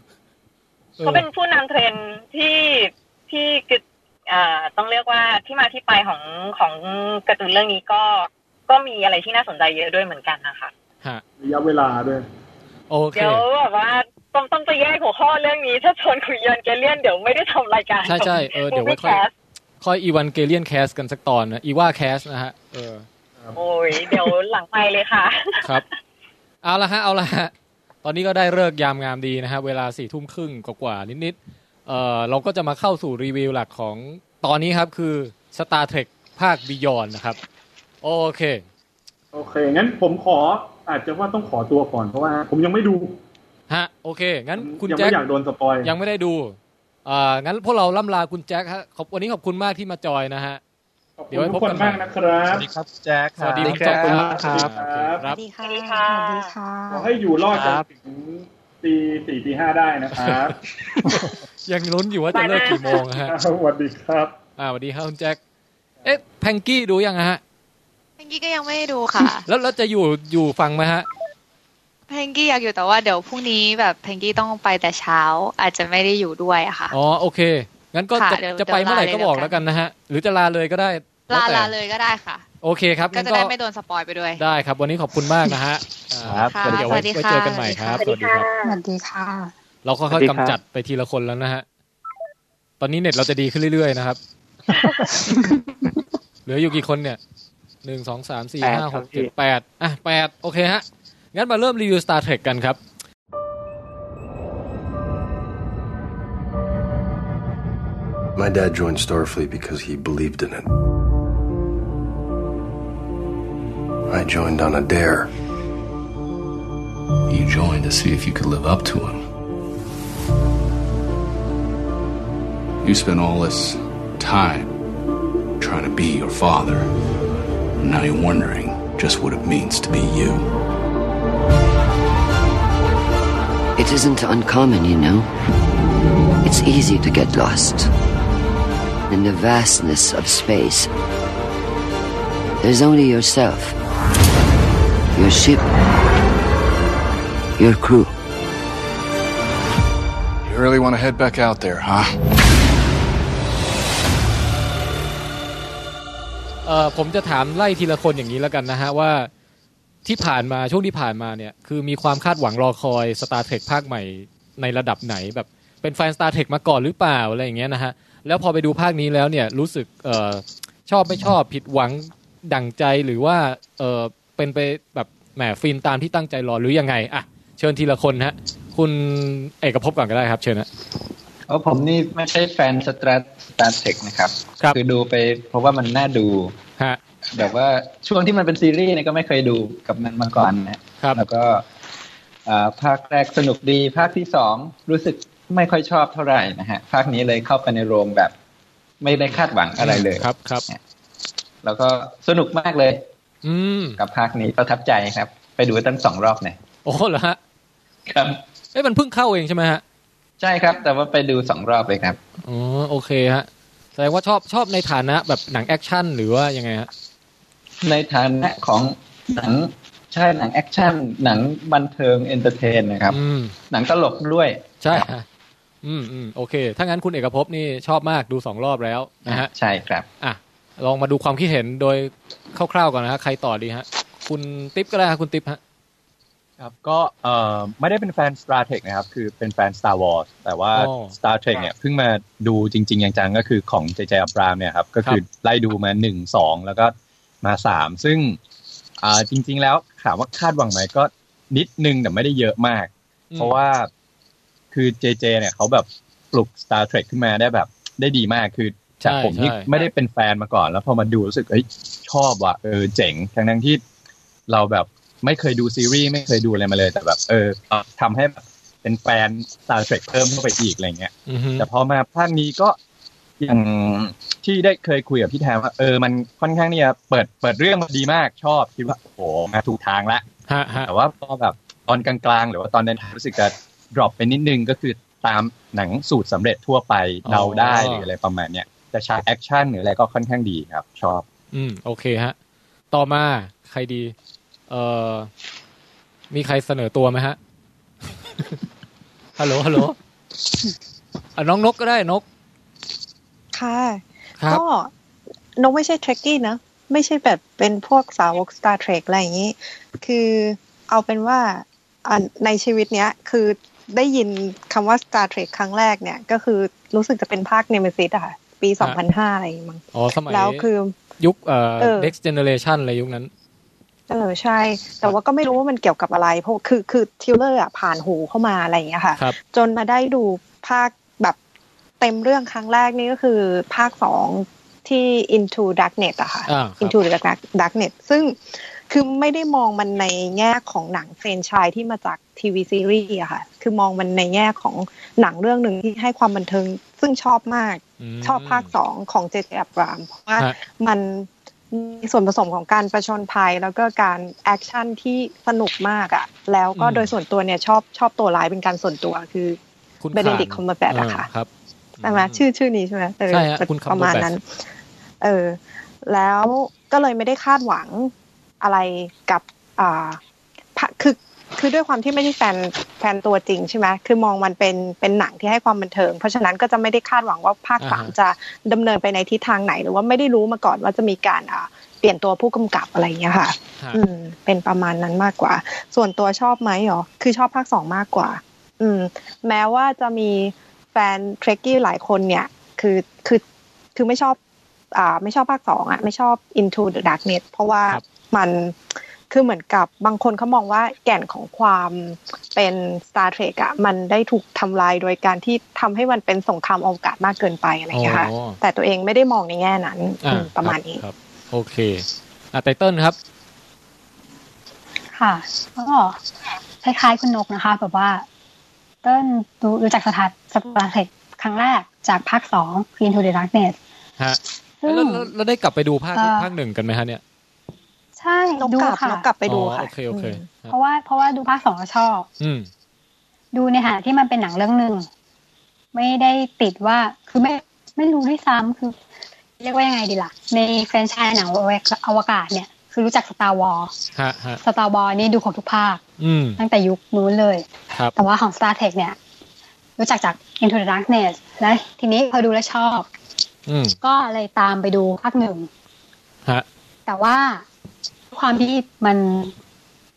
S1: เออ
S15: เขาเป็นผู้นำเทรนด์ที่ที่คืออ่าต้องเรียกว่าที่มาที่ไปของของการ์ตูนเรื่องนี้ก็ก็มีอะไรที่น่าสนใจเยอะด้วยเหมือนกันนะคะ
S1: ฮะ
S2: ระยะเวลาด้วย
S1: โอเค
S15: เดี๋ยวแบบว่าต้องต้องจะแยกหัวข้อเรื่องนี้ถ้าชวนคุยยอนเกเลียนเดี๋ยวไม่ได้ทำรายการ
S1: ใช่ใช่เออเดี๋ยวไว้ค่อย ค่อยอีวันเกเลียนแคสกันสักตอนนะอีว่าแคสนะฮะเออ
S15: โอ้ยเดี๋ยวหลังไปเลยค่ะ
S1: ครับ เอาละฮะเอาละฮะตอนนี้ก็ได้เลิกษ์ยามงามดีนะฮะ เวลาสี่ทุ่มครึ่งกว่าๆนิดๆเออเราก็จะมาเข้าสู่รีวิวหลักของตอนนี้ครับคือ Star Trek ภาค Beyond นะครับ โอเค
S2: โอเค งั้นผมขออาจจะว่าต้องขอตัวก่อนเพราะว่า ผมยังไม่ดู
S1: ฮะโอเค งั้นคุณ
S2: ยัง
S1: แจ็ค
S2: ไม่อยากโดนสปอย
S1: ยังไม่ได้ดู อ่างั้นพวกเราล่ำลาคุณแจ็คฮะขอบวันนี้ขอบคุณมากที่มาจอยนะฮะเดี๋ยวไว้พบกันใหม่
S2: นะครับ
S16: สวัสดีครับแจ็ค
S1: สวัสดีคุณ
S16: ค
S1: แจ็
S16: รับ
S1: ค
S2: สวัสดีค
S1: ค
S2: รั
S1: รับ บครับ
S7: ดี
S15: ส
S7: ค่ะ
S15: วัสดีค่ะ
S8: สวัสดีค่ะ
S2: ขอให้อยู่รอดจนถึงตีสี่ตีห้าได้นะครับ
S1: ยังลุ้นอยู่ว่าจะเลิกกี่โมงฮะ
S2: สวัสดีครับ
S1: อ่าสวัสดีครับคุณแจ็คเอ๊ะแพงกี้ดูยังฮะ
S11: เพงกี้ก็ยังไม่ได้ดูค่ะ
S1: แล้วแล้วจะอยู่อยู่ฟังไหมฮะ
S11: เพงกี้อยากอยู่แต่ว่าเดี๋ยวพรุ่งนี้แบบเพงกี้ต้องไปแต่เช้า อาจจะไม่ได้อยู่ด้วยอะค่ะ
S1: อ๋อโอเค งั้นก็
S11: ค่ะ
S1: จะ
S11: เดี๋ยว
S1: จะไป
S11: เดี๋ยว
S1: เมื่อไหร่
S11: ลาเลย
S1: ก็บอก
S11: แล้วกัน
S1: แล้วกันนะฮะ หรือจะลาเลยก็ได้แว
S11: ลา
S1: แต่
S11: ลาเลยก็ได้ค่ะ
S1: โอเคครับ
S11: ก็
S1: งั้น
S11: จะ
S1: ก็
S11: ได้ไม่โดนสปอยไปด้วย
S1: ได้ครับ วันนี้ขอบคุณมากนะฮะ
S16: ค
S1: อ่า
S16: รับ
S11: ค่ะ
S1: เดี๋ยวไว้
S11: สวัสดี
S1: ไว้
S11: ค่ะ
S1: เจอกันใหม่ครับ สวัสดีครับ
S8: สวัสดีค่ะ
S1: เราค่
S3: สวั
S1: อย
S3: สดี
S1: ๆ
S3: ครับ
S1: กำจัดไปทีละคนแล้วนะฮะ ตอนนี้เน็ตเราจะดีขึ้นเรื่อย ๆนะครับ เหลืออยู่กี่คนเนี่ยหนึ่งสองสามสี่
S3: แปด
S1: ห้า
S3: ค
S1: ห
S3: รับ
S1: ก
S3: พี่
S1: เจ็ดแปดอ่ะแปดโอเคฮะ งั้นมาเริ่มรีวิว Star Trek กันครับ
S17: My dad joined Starfleet because he believed in it. I joined on a dare. You joined to see if you could live up to him. You spent all this time trying to be your father. And now you're wondering just what it means to be you.
S18: It isn't uncommon, you know. It's easy to get lost. In the vastness of space, there's only yourself, your ship, your crew.
S17: You really want to head back out there, huh?
S1: เอ่อผมจะถามไล่ทีละคนอย่างนี้แล้วกันนะฮะว่าที่ผ่านมาช่วงที่ผ่านมาเนี่ยคือมีความคาดหวังรอคอย Star Trek ภาคใหม่ในระดับไหนแบบเป็นแฟน Star Trek มาก่อนหรือเปล่าอะไรอย่างเงี้ยนะฮะแล้วพอไปดูภาคนี้แล้วเนี่ยรู้สึกเอ่อชอบไม่ชอบผิดหวังดั่งใจหรือว่าเอ่อเป็นไปแบบแหมฟินตามที่ตั้งใจรอหรือยังไงอ่ะเชิญทีละคนฮะคุณเอกภพก่อนก็ได้ครับ เชิญนะ
S4: เพราะผมนี่ไม่ใช่แฟนสตาร์สตาร์เทคนะครับ
S1: ครับ
S4: อดูไปเพราะว่ามันน่าดู
S1: ฮะ
S4: แบบว่าช่วงที่มันเป็นซีรีส์เนี่ยก็ไม่เคยดูกับมันมาก่อนนะครับแล้วก็อ่าภาคแรกสนุกดี ภาคที่สองรู้สึกไม่ค่อยชอบเท่าไหร่นะฮะ ภาคนี้เลยเข้าไปในโรงแบบ ไม่ได้คาดหวังอะไรเลย
S1: ครับครับ
S4: แล้วก็สนุกมากเลย
S1: อืม
S4: กับภาคนี้ประทับใจครับ ไปดูตั้งสองรอบเนี่ย
S1: โอ้โหเหรอฮะ
S4: ครับ
S1: เอ้ยมันเพิ่งเข้าเองใช่ไหมฮะ
S4: ใช่ครับ แต่ว่าไปดูสองรอบเลยครับ
S1: อ๋อโอเคฮะแสดงว่าชอบชอบในฐานะแบบหนังแอคชั่นหรือว่ายังไงฮะ
S4: ในฐานะของหนังใช่หนังแอคชั่นหนังบันเทิงเอนเตอร์เทนนะครับ
S1: อืม
S4: หนังตลกด้วย
S1: ใช่ฮะอืมอืมโอเค ถ้างั้นคุณเอกภพนี่ชอบมากดูสองรอบแล้วนะฮะ
S4: ใช่ครับ
S1: อ่ะลองมาดูความคิดเห็นโดยคร่าวๆก่อนนะฮะใครต่อดีฮะ คุณติ๊บก็ได้ฮะคุณติ๊บฮะ
S16: ครับก็เอ่อไม่ได้เป็นแฟน Star Trek นะครับ คือเป็นแฟน Star Wars แต่ว่า
S1: อ๋อ
S16: Star Trek เนี่ยเพิ่งมาดูจริง ๆ จังๆ ก็คือของ JJ อับรามเนี่ยครับ ก็คือไล่ดูมาหนึ่งสองแล้วก็มาสามซึ่งอ่าจริง ๆ แล้วถามว่าคาดหวังไหมก็นิดนึงแต่ไม่ได้เยอะมาก
S1: อืม
S16: เพราะว่าคือ JJ เนี่ยเขาแบบปลุก Star Trek ขึ้นมาได้แบบได้ดีมากคือจาก
S1: ใช่
S16: ผมที่
S1: ใช่
S16: ไม่ได้เป็นแฟนมาก่อน แล้วพอมาดูรู้สึกเอ้ยชอบว่ะเออเจ๋งทั้งทั้งๆที่เราแบบไม่เคยดูซีรีส์ไม่เคยดูอะไรมาเลย แต่แบบเออทำให้แบบเป็นแฟน Star Trek เพิ่มเข้าไปอีกอะไรเงี้ย
S1: อือ
S17: Mm-hmm.
S1: ฮึ
S16: แต่พอมาภาคนี้ก็อย่างที่ได้เคยคุยกับพี่แทนว่าเออมันค่อนข้างเนี่ยเปิดเปิดเรื่องมาดีมากชอบคิดว่าโอ้โหมาถูกทางละ
S1: ฮะฮะ
S16: แต่ว่าพอแบบตอนกลางๆ หรือว่าตอนเดินทางรู้สึกจะดรอปไปนิดนึงก็คือตามหนังสูตรสำเร็จทั่วไปเดาได้หรืออะไรประมาณเนี้ยแต่ฉากแอคชั่นหรืออะไรก็ค่อนข้างดีครับ ชอบ
S1: อืมโอเคฮะ ต่อมาใครดี เอ่อมีใครเสนอตัวไหมฮะ ฮัลโหลฮัลโหลอ่ะน้องนกก็ได้นก
S7: ค่ะ
S1: ครับ
S7: ก็นกไม่ใช่เทร k กี้นะ ไม่ใช่แบบเป็นพวกสาวก Star Trek อะไรอย่างนี้ คือเอาเป็นว่าอ่ะในชีวิตเนี้ย คือได้ยินคำว่า Star Trek ครั้งแรกเนี่ย ก็คือรู้สึกจะเป็นภาคเนม e ซิสอะค่ะ ปี
S1: ฮะ
S7: 2005 อะไรอย่างงี้มั้ง
S1: อ๋อสมัย
S7: แล้วคือ
S1: ยุคเอ่อ
S7: เออ
S1: next generation อะไรยุคนั้น
S7: เออใช่ แต่ว่าก็ไม่รู้ว่ามันเกี่ยวกับอะไร เพราะคือคือทิลเลอร์อะผ่านหูเข้ามาอะไรอย่างเงี้ยค่ะ
S1: ครับ
S7: จนมาได้ดูภาคแบบเต็มเรื่องครั้งแรกนี่ก็คือภาคสองที่ Into Darkness อะค่ะ
S17: Ah.
S1: อ่าครับ
S7: Into the Dark- Darkness ซึ่ง คือไม่ได้มองมันในแง่ของหนังเฟรนไชายที่มาจากทีวีซีรีส์อะค่ะ คือมองมันในแง่ของหนังเรื่องหนึ่งที่ให้ความบันเทิง ซึ่งชอบมาก ชอบภาคสองของเจเจอับรามเพราะว่า
S1: ฮะ
S7: มันมีส่วนผสมของการประชนภัย แล้วก็การแอคชั่นที่สนุกมากอะแล้วก็
S1: อืม
S7: โดยส่วนตัวเนี่ยชอบชอบตัวร้ายเป็นการส่วนตัวคือ
S1: คุณ
S7: เบเนดิก
S1: ข่า
S7: คอมเบอร์แบทอะค่ะ
S1: เครับ
S7: ใช่ไหมชื่อชื่อนี้ใช่ไหมเออ
S1: ใช่ฮะคุณคำ
S7: ประมาณ
S1: โรแบท
S7: นั้น เออ แล้วก็เลยไม่ได้คาดหวังอะไรกับ อ่าพะคือคือด้วยความที่ไม่ใช่แฟนแฟนตัวจริงใช่ไหมคือมองมันเป็นเป็นหนังที่ให้ความบันเทิง เพราะฉะนั้นก็จะไม่ได้คาดหวังว่าภาค
S1: อ่าฮะ
S7: สามจะดำเนินไปในทิศทางไหน หรือว่าไม่ได้รู้มาก่อนว่าจะมีการอ่าเปลี่ยนตัวผู้กำกับอะไรอย่างเงี้ยค่ะ
S1: ฮะ
S7: อืม เป็นประมาณนั้นมากกว่า ส่วนตัวชอบไหมเหรอ คือชอบภาคสองมากกว่า อืม แม้ว่าจะมีแฟนเทรกกี้หลายคนเนี่ย คือคือคือไม่ชอบ อ่า ไม่ชอบภาคสองอ่ะ ไม่ชอบ Into the Darkness เพราะว่ามันคือเหมือนกับบางคนเขามองว่าแก่นของความเป็น Star Trek อ่ะ มันได้ถูกทำลายโดยการที่ทำให้มันเป็นสงครามอวกาศมากเกินไปอะไรอย่างเงี้ยค่ะ
S1: อ๋อ
S7: แต่ตัวเองไม่ได้มองในแง่นั้น
S1: อ่
S7: อืมประมาณนี้
S1: ครับ โอเคอ่ะไตเติ้ลครับ
S8: ค่ะก็คล้ายๆคุณนกนะคะ แบบว่า เติ้ลดูรู้จักสถานสตาร์เทคครั้งแรกจากภาคสอง Into the Darkness
S1: ฮะ
S8: ซึ่ง
S1: แล้วแล้วแล้วได้กลับไปดูภาค
S8: เอ่อ
S1: ภาคหนึ่งกันไหมฮะเนี่ย
S8: ใช่
S7: นก
S8: ดู
S7: กลับ
S8: ค่ะ
S7: นกกลับไปดู
S1: อ๋อโอ
S7: ค่ะ
S1: เคโอเค
S8: เพราะว่าเพราะว่าดูภาคสองแล้วชอบ
S1: อืม
S8: ดูในฐานะที่มันเป็นหนังเรื่องหนึ่งไม่ได้ติดว่าคือไม่ไม่รู้ด้วยซ้ำคือ เรียกว่ายังไงดีล่ะ ในแฟรนไชส์หนังอวกาศเนี่ย คือรู้จักสตาร์วอล
S1: ฮะฮะ
S8: สตาร์วอลนี่ดูของทุกภาค
S1: อืม
S17: Mm,
S8: ตั้งแต่ยุคนู้นเลย
S1: ครับ
S8: แต่ว่าของ Star Trek เนี่ย รู้จักจาก Into the Darkness และทีนี้พอดูแล้วชอบ
S1: อื
S17: mm.
S1: ม
S8: ก็เลยตามไปดูภาคหนึ่ง
S1: ฮะ
S8: แต่ว่าความที่มัน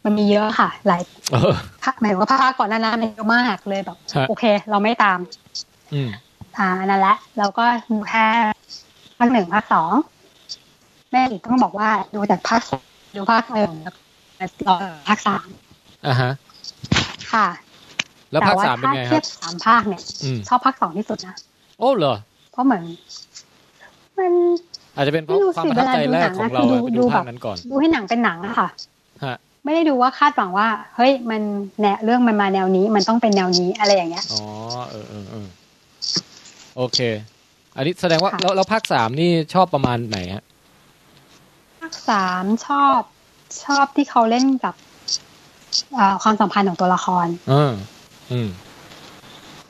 S8: มันมีเยอะค่ะ หลาย
S1: เออ
S17: Oh,
S8: ภาคหมายถึงว่าภาคก่อนหน้านั้นมันเยอะมากเลยแบบ
S1: ฮะ
S8: โอเค เราไม่ตาม
S1: อื
S17: mm.
S1: ม
S8: อ่านั่นแหละเราก็ดูแค่ภาคหนึ่งภาคสองแม่อีกต้องบอกว่าดูจากภาคสองดูภาคหนึ่งแล้วก็รอภาคสาม
S1: อ่ะฮะ
S8: ค่ะ
S1: แล้วภาคสามเป็น
S8: ถ้า
S1: ไงค
S8: เทีย
S1: รับ
S8: บสามภาคเนี่ย
S1: อืม
S8: ชอบภาคสองที่สุดนะ
S1: โอ้เหรอ
S8: เพราะเหมือน มัน
S1: อาจจะเป็นเพ
S8: ไม่
S1: ราะ
S8: รู้
S1: ความ
S8: สิ
S1: ประ
S8: เว
S1: ทับ
S8: ลา
S1: ใจ
S8: ดูห
S1: แรก
S8: นัง
S1: ของ
S8: นะ
S1: เรา
S8: คือดูดู
S1: ไปดู
S8: แบ
S1: ภาค
S8: บ
S1: นั้นก่อน
S8: ดูให้หนังเป็นหนังอะค่ะ
S1: ฮะ
S8: ไม่ได้ดูว่าคาดหวังว่า เฮ้ยมันแนวเรื่องมันมาแนวนี้ มันต้องเป็นแนวนี้อะไรอย่างเงี้ย
S1: อ๋อ เออเออเออโอเค อันนี้แสดงว่าแล้วแล้วภาคสามนี่ชอบประมาณไหนฮะ
S8: ภาคสามชอบชอบที่เขาเล่นกับเอ่อความสัมพันธ์ของตัวละคร
S1: เออ อืม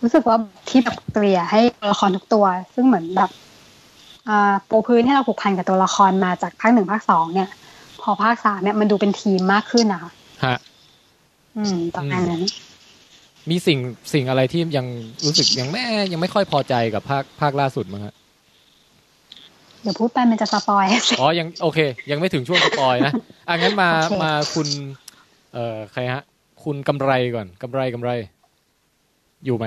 S8: รู้สึกว่าที่แบบเกลี่ยให้ตัวละครทุกตัว ซึ่งเหมือนแบบเอ่อปูพื้นให้เราผูกพันกับตัวละครมาจากภาคหนึ่งภาคสองเนี่ย พอภาคสามเนี่ยมันดูเป็นทีมมากขึ้นนะคะ
S1: ฮะ
S8: อืมประมาณนั้น
S1: มีสิ่งสิ่งอะไรที่ยังรู้สึกยังไม่ยังไม่ค่อยพอใจกับภาคภาคล่าสุดมั้งฮะ
S8: เดี๋ยวพูดไปมันจะสปอย
S1: อ๋อ ยังโอเค ยังไม่ถึงช่วงสปอยนะ อ่ะงั้นมา
S8: โอเค
S1: มาคุณ เอ่อใครฮะ คุณกำไรก่อนกำไรกำไร อยู่ไหม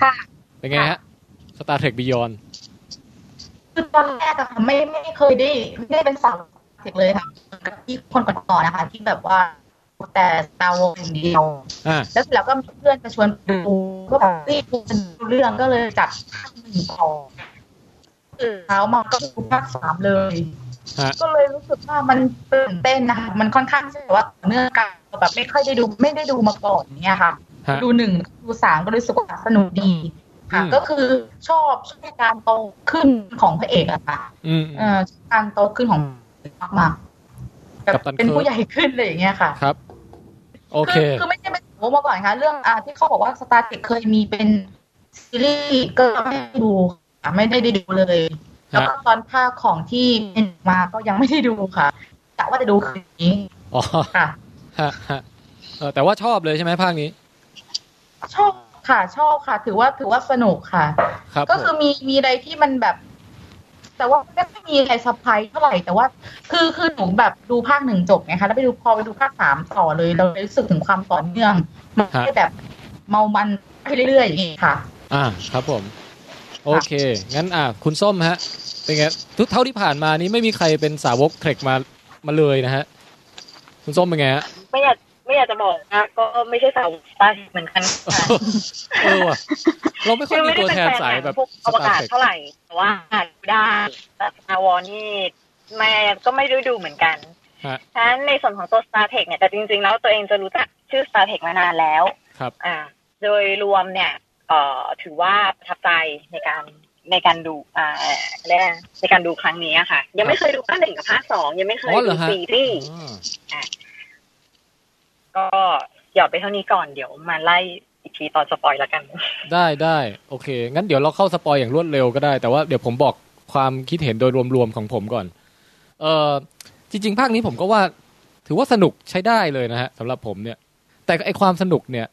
S6: ค่ะ
S1: เป็นไงฮะสตาร์เทคบิยอน
S6: คือตอนแรกอะค่ะไม่ไม่เคยได้ไม่ได้เป็นสาวเด็กเลยค่ะเหมือนกับที่คนก่อนๆนะคะที่แบบว่าดูแต่ตาวงอย่างเดียว
S1: อ่ะ
S6: แล้วเสร็จแล้วก็มีเพื่อนจะชวนไปดูก็แบบรีบดูเรื่องก็เลยจัดภาคหนึ่งต่อคือเช้ามาก็ดูภาคสามเลย
S1: ฮะ
S6: ก็เลยรู้สึกว่ามันตื่นเต้นนะคะมันค่อนข้างที่จะว่าเนื่องกันแบบไม่ค่อยได้ดูไม่ได้ดูมาก่อนอย่างเนี้ยค่ะ
S1: ฮะ
S6: ดูหนึ่งดูสามก็รู้สึกว่าสนุกดีค่ะ
S1: อืม
S6: ก็คือชอบชอบการโตขึ้นของพระเอกอะค่ะ
S1: อืม
S6: เอ่อชอบการโตขึ้นของมากมากๆแบบ
S1: กัปตัน
S6: เป็น
S1: เคิร์ก
S6: ผู้ใหญ่ขึ้นอะไรอย่างเงี้ยค่ะ
S1: ครับ โอเค
S6: คือคือไม่ใช่เป็นสาวกมาก่อนค่ะ เรื่องอ่าที่เขาบอกว่าสตาร์เทคเคยมีเป็นซีรีส์ก็ไม่ได้ดูค่ะไม่ได้ได้ดูเลย
S1: ฮะ
S6: แล้วก็ตอนภาคของที่เป็นมาก็ยังไม่ได้ดูค่ะกะว่าจะดูคืนนี้
S1: อ๋อ
S6: ค่ะ
S1: ฮะฮะเออแต่ว่าชอบเลยใช่ไหมภาคนี้
S6: ชอบค่ะชอบค่ะ ถือว่าถือว่าสนุกค่ะ
S1: ครับ
S6: ก็คือ
S1: ผม
S6: มีมีอะไรที่มันแบบ แต่ว่าไม่ไม่มีอะไรเซอร์ไพรส์เท่าไหร่แต่ว่า คือคือหนูแบบดูภาคหนึ่งจบไงคะแล้วไปดูพอไปดูภาคสามต่อเลยเราเลยรู้สึกถึงความต่อเนื่องมันไม่ได้แบบเมามันไปเรื่อยๆอย่างนี้ค่ะ
S1: อ่าครับผม โอเค งั้นอ่ะคุณส้มฮะ เป็นไงทุกเท่าที่ผ่านมานี้ไม่มีใครเป็นสาวกเทรคมามาเลยนะฮะ คุณส้มเป็นไงฮะ
S15: ไม่อยากไม่อยากจะบอกนะก็ไม่ใช่สาวสตาร์เหมือนกันค่ะ
S1: เออว่ะ เราไม่ค่อยมีตัวแทนสายแบบ
S15: พวก
S1: ส
S15: อว
S1: ตาร์
S15: กาศ
S1: เทค
S15: เท่าไหร่แต่ว่าอ่านได้แต่สตาร์วอนี่แม่ก็ไม่ได้ดูเหมือนกัน
S1: ฮะ
S15: ฉะนั้นในส่วนของตัว Star t e c h เนี่ยแต่จริงๆแล้วตัวเองจะรู้จักชื่อ Star t e c h มานานแล้ว
S1: ครับ
S15: อ่า โดยรวมเนี่ยเอ่อถือว่าประทับใจในการในการดูอ่าเรียกอะไรนะในการดูครั้งนี้อะค่ะ ยังไม่เคยดูภาคหนึ่งกับภาคสองยังไม่เคย
S1: อ๋อเหร
S15: ดู
S1: อฮะ
S15: ซีรีส์อ่ะก็หยอดไปเท่านี้ก่อนเดี๋ยวมาไล่อีกทีตอนสปอยแล้วกัน
S1: ได้ได้โอเค งั้นเดี๋ยวเราเข้าสปอยอย่างรวดเร็วก็ได้ แต่ว่าเดี๋ยวผมบอกความคิดเห็นโดยรวมๆของผมก่อน เออจริง ๆ ภาคนี้ผมก็ว่า ถือว่าสนุกใช้ได้เลยนะฮะสำหรับผมเนี่ย แต่ไอความสนุกเนี่ย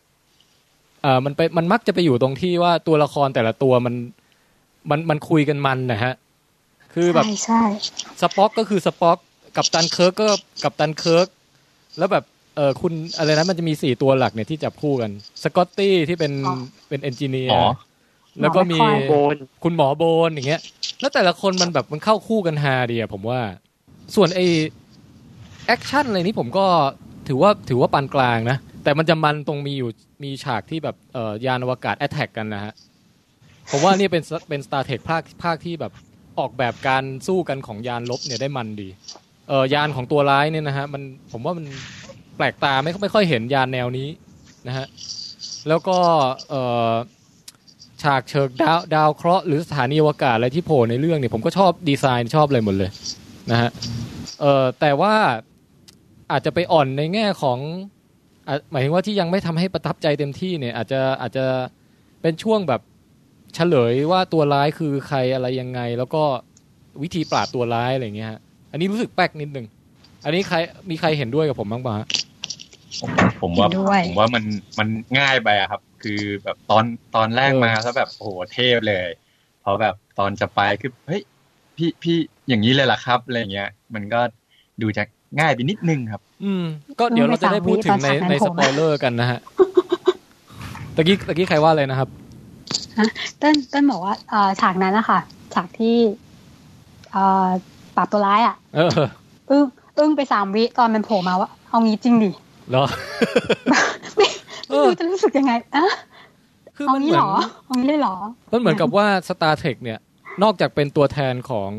S1: เออมันไปมันมักจะไปอยู่ตรงที่ว่าตัวละครแต่ละตัวมันมันมันคุยกันมันนะฮะ คือแบบ
S8: ใช่ใช่
S1: สป็อกก็คือสป็อกกับตันเคิร์กก็กับตันเคิร์กแล้วแบบเออคุณอะไรนะมันจะมีสี่ตัวหลักเนี่ยที่จับคู่กันสกอตตี้ที่เป็นเป็นเอนจิเนีย
S16: หมอ
S1: ร์แล้วก็มี
S16: หมอแมคคอย
S1: คุณหมอโบนอย่างเงี้ย แล้วแต่ละคนมันแบบมันเข้าคู่กันฮาดีอะผมว่า ส่วนไอแอคชั่นอะไรนี่ผมก็ถือว่าถือว่าปานกลางนะ แต่มันจะมันตรงมีอยู่มีฉากที่แบบเอ่อยานอวกาศแอ t แทกกันนะฮะ ผมว่านี่เป็นเป็น Star Trek ภาคภาคที่แบบออกแบบการสู้กันของยานลบเนี่ยได้มันดีเออยานของตัวร้ายเนี่ยนะฮะมันผมว่ามันแปลกตาไม่ไม่ค่อยเห็นยานแนวนี้นะฮะแล้วก็เอ่อฉากเชิงดาวดาวเคราะห์หรือสถานีอวกาศอะไรที่โผล่ในเรื่องเนี่ยผมก็ชอบดีไซน์ชอบอะไรหมดเลยนะฮะเอ่อแต่ว่าอาจจะไปอ่อนในแง่ของอ่ะหมายถึงว่าที่ยังไม่ทำให้ประทับใจเต็มที่เนี่ย อาจจะอาจจะเป็นช่วงแบบ เฉลยว่าตัวร้ายคือใครอะไรยังไง แล้วก็วิธีปราบตัวร้ายอะไรอย่างเงี้ยฮะอันนี้รู้สึกแป๊กนิดนึงอันนี้ใครมีใครเห็นด้วยกับผมบ้างปะฮะ
S16: ผมว่า
S1: เห็นด้วย
S16: ผมว่ามันมันง่ายไปอะครับ คือแบบตอนตอนแรกมาแล้วแบบโอ้โหเทพเลยพอแบบตอนจะไปคือเฮ้ยพี่พี่อย่างนี้เลยล่ะครับอะไรเงี้ย มันก็ดูจะง่ายไปนิดนึงครับ
S1: อืม ก็เดี๋ยวเราจะได้พูดถึงในในสปอยเลอร์กันนะฮะตะกี้ตะกี้ใครว่าอะไรนะครับ
S8: ฮะเต้นเต้นบอกว่าเอ่อฉากนั้นนะคะฉากที่เอ่อปราบตัวร้ายอ่ะ
S1: เออ
S8: อึ้งอึ้งไปสามวิตอนมันโผล่มาว่า เอางี้จริงดิ
S1: เหรอ
S8: ไม่รู้จะรู้สึกยังไงอะ
S1: คือ
S8: เอา
S1: มัน
S8: งี้
S1: เหมื
S8: เห
S1: อ
S8: ร
S1: น
S8: อเอางี้เลยเหรอ
S1: มันเหมือนกับว่า Star Trek เนี่ย นอกจากเป็นตัวแทนของ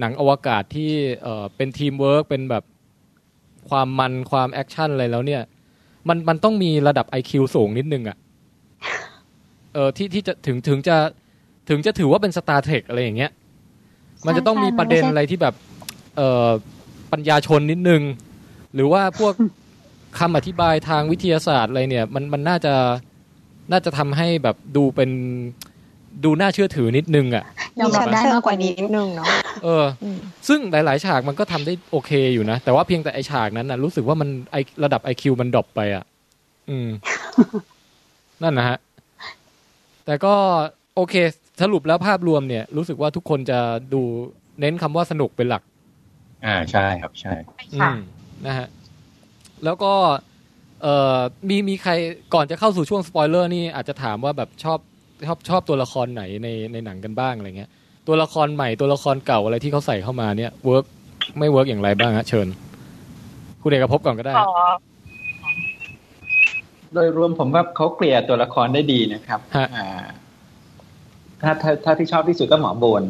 S1: หนังอวกาศที่เอ่อเป็นทีมเวิร์กเป็นแบบความมันความแอคชั่นอะไรแล้วเนี่ย มันมันต้องมีระดับ IQ สูงนิดนึงอะ่ะเออที่ที่จะถึงถึงจะถึงจะถือว่าเป็น Star Trek อะไรอย่างเงี้ย มันจะต้องมีประเด็นอะไรที่แบบ เอ่อปัญญาชนนิดนึง หรือว่าพวก คำอธิบายทางวิทยาศาสตร์อะไรเนี่ย มันมันน่าจะน่าจะทำให้แบบดูเป็นดูน่าเชื่อถือนิดนึงอะ่ะ
S8: ยอมรับได้มากกว่านี้
S7: นิดนึงเนาะ
S1: เออ ซึ่งหลาย ๆ ฉากมันก็ทำได้โอเคอยู่นะ แต่ว่าเพียงแต่ไอฉากนั้นนะรู้สึกว่ามันไอระดับ IQ มันดรอปไปอะ่ะ อืม
S17: mm.
S1: นั่นนะฮะ แต่ก็โอเค สรุปแล้วภาพรวมเนี่ย รู้สึกว่าทุกคนจะดูเน้นคำว่าสนุกเป็นหลัก
S16: อ่าใช่ครับใช่
S1: อืมนะฮะ แล้วก็ เอ่อมีมีใครก่อนจะเข้าสู่ช่วงสปอยเลอร์นี่อาจจะถามว่าแบบชอบชอบชอบตัวละครไหนในในหนังกันบ้างอะไรเงี้ย ตัวละครใหม่ตัวละครเก่าอะไรที่เขาใส่เข้ามาเนี่ยเวิร์กไม่เวิร์กอย่างไรบ้างฮะเชิญ คุณเอกภพก่อนก็ได้
S15: ขอ
S4: โดยรวมผมว่าเขาเกลี่ยตัวละครได้ดีนะครับอ่าถ้าถ้าถ้าที่ชอบที่สุดก็หมอโบน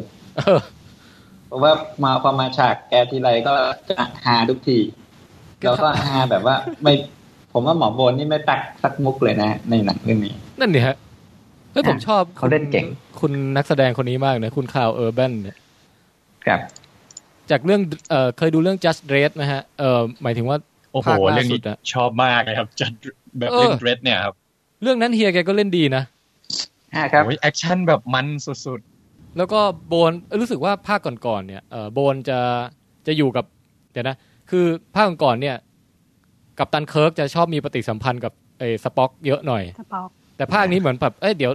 S4: เพราะว่ามาพอมาฉากแกทีไรก็จะฮาทุกที แล้วก็ฮาแบบว่า ไม่ผมว่าหมอโบนนี่ไม่ตักสักมุกเลยนะ ในหนังเรื่องนี้
S1: นั่นเนี่ยฮะเฮ้ยผมชอบ
S4: เขาเล่นเก่ง
S1: คุณนักแสดงคนนี้มากนะคุณข่าวเออร์แบนเนี่ย
S4: ครับ
S1: จากเรื่องเอ่อเคยดูเรื่อง just dress ไหมฮะเอ่อหมายถึงว่า
S16: โอ้โห
S1: ภาคล่า
S16: เรื่อง
S1: สุ
S16: นี้
S1: ดะ
S16: ชอบมากเลยครับจัดแบบ
S1: เออ
S16: เล่นเดรสเนี่ยครับ
S1: เรื่องนั้นเฮียแกก็เล่นดีนะ
S16: โอ้ยแอคชั่นแบบมันสุด
S1: แล้วก็โบนเอ้ยรู้สึกว่าภาคก่อนๆเนี่ยเอ่อโบนจะจะอยู่กับเดี๋ยวนะ คือภาคก่อนๆเนี่ย กับตันเคิร์กจะชอบมีปฏิสัมพันธ์กับไอ้สป็อกเยอะหน่อย
S8: กระเป๋า
S1: แต่ภาคนี้เหมือนแบบเอ้ยเดี๋ยว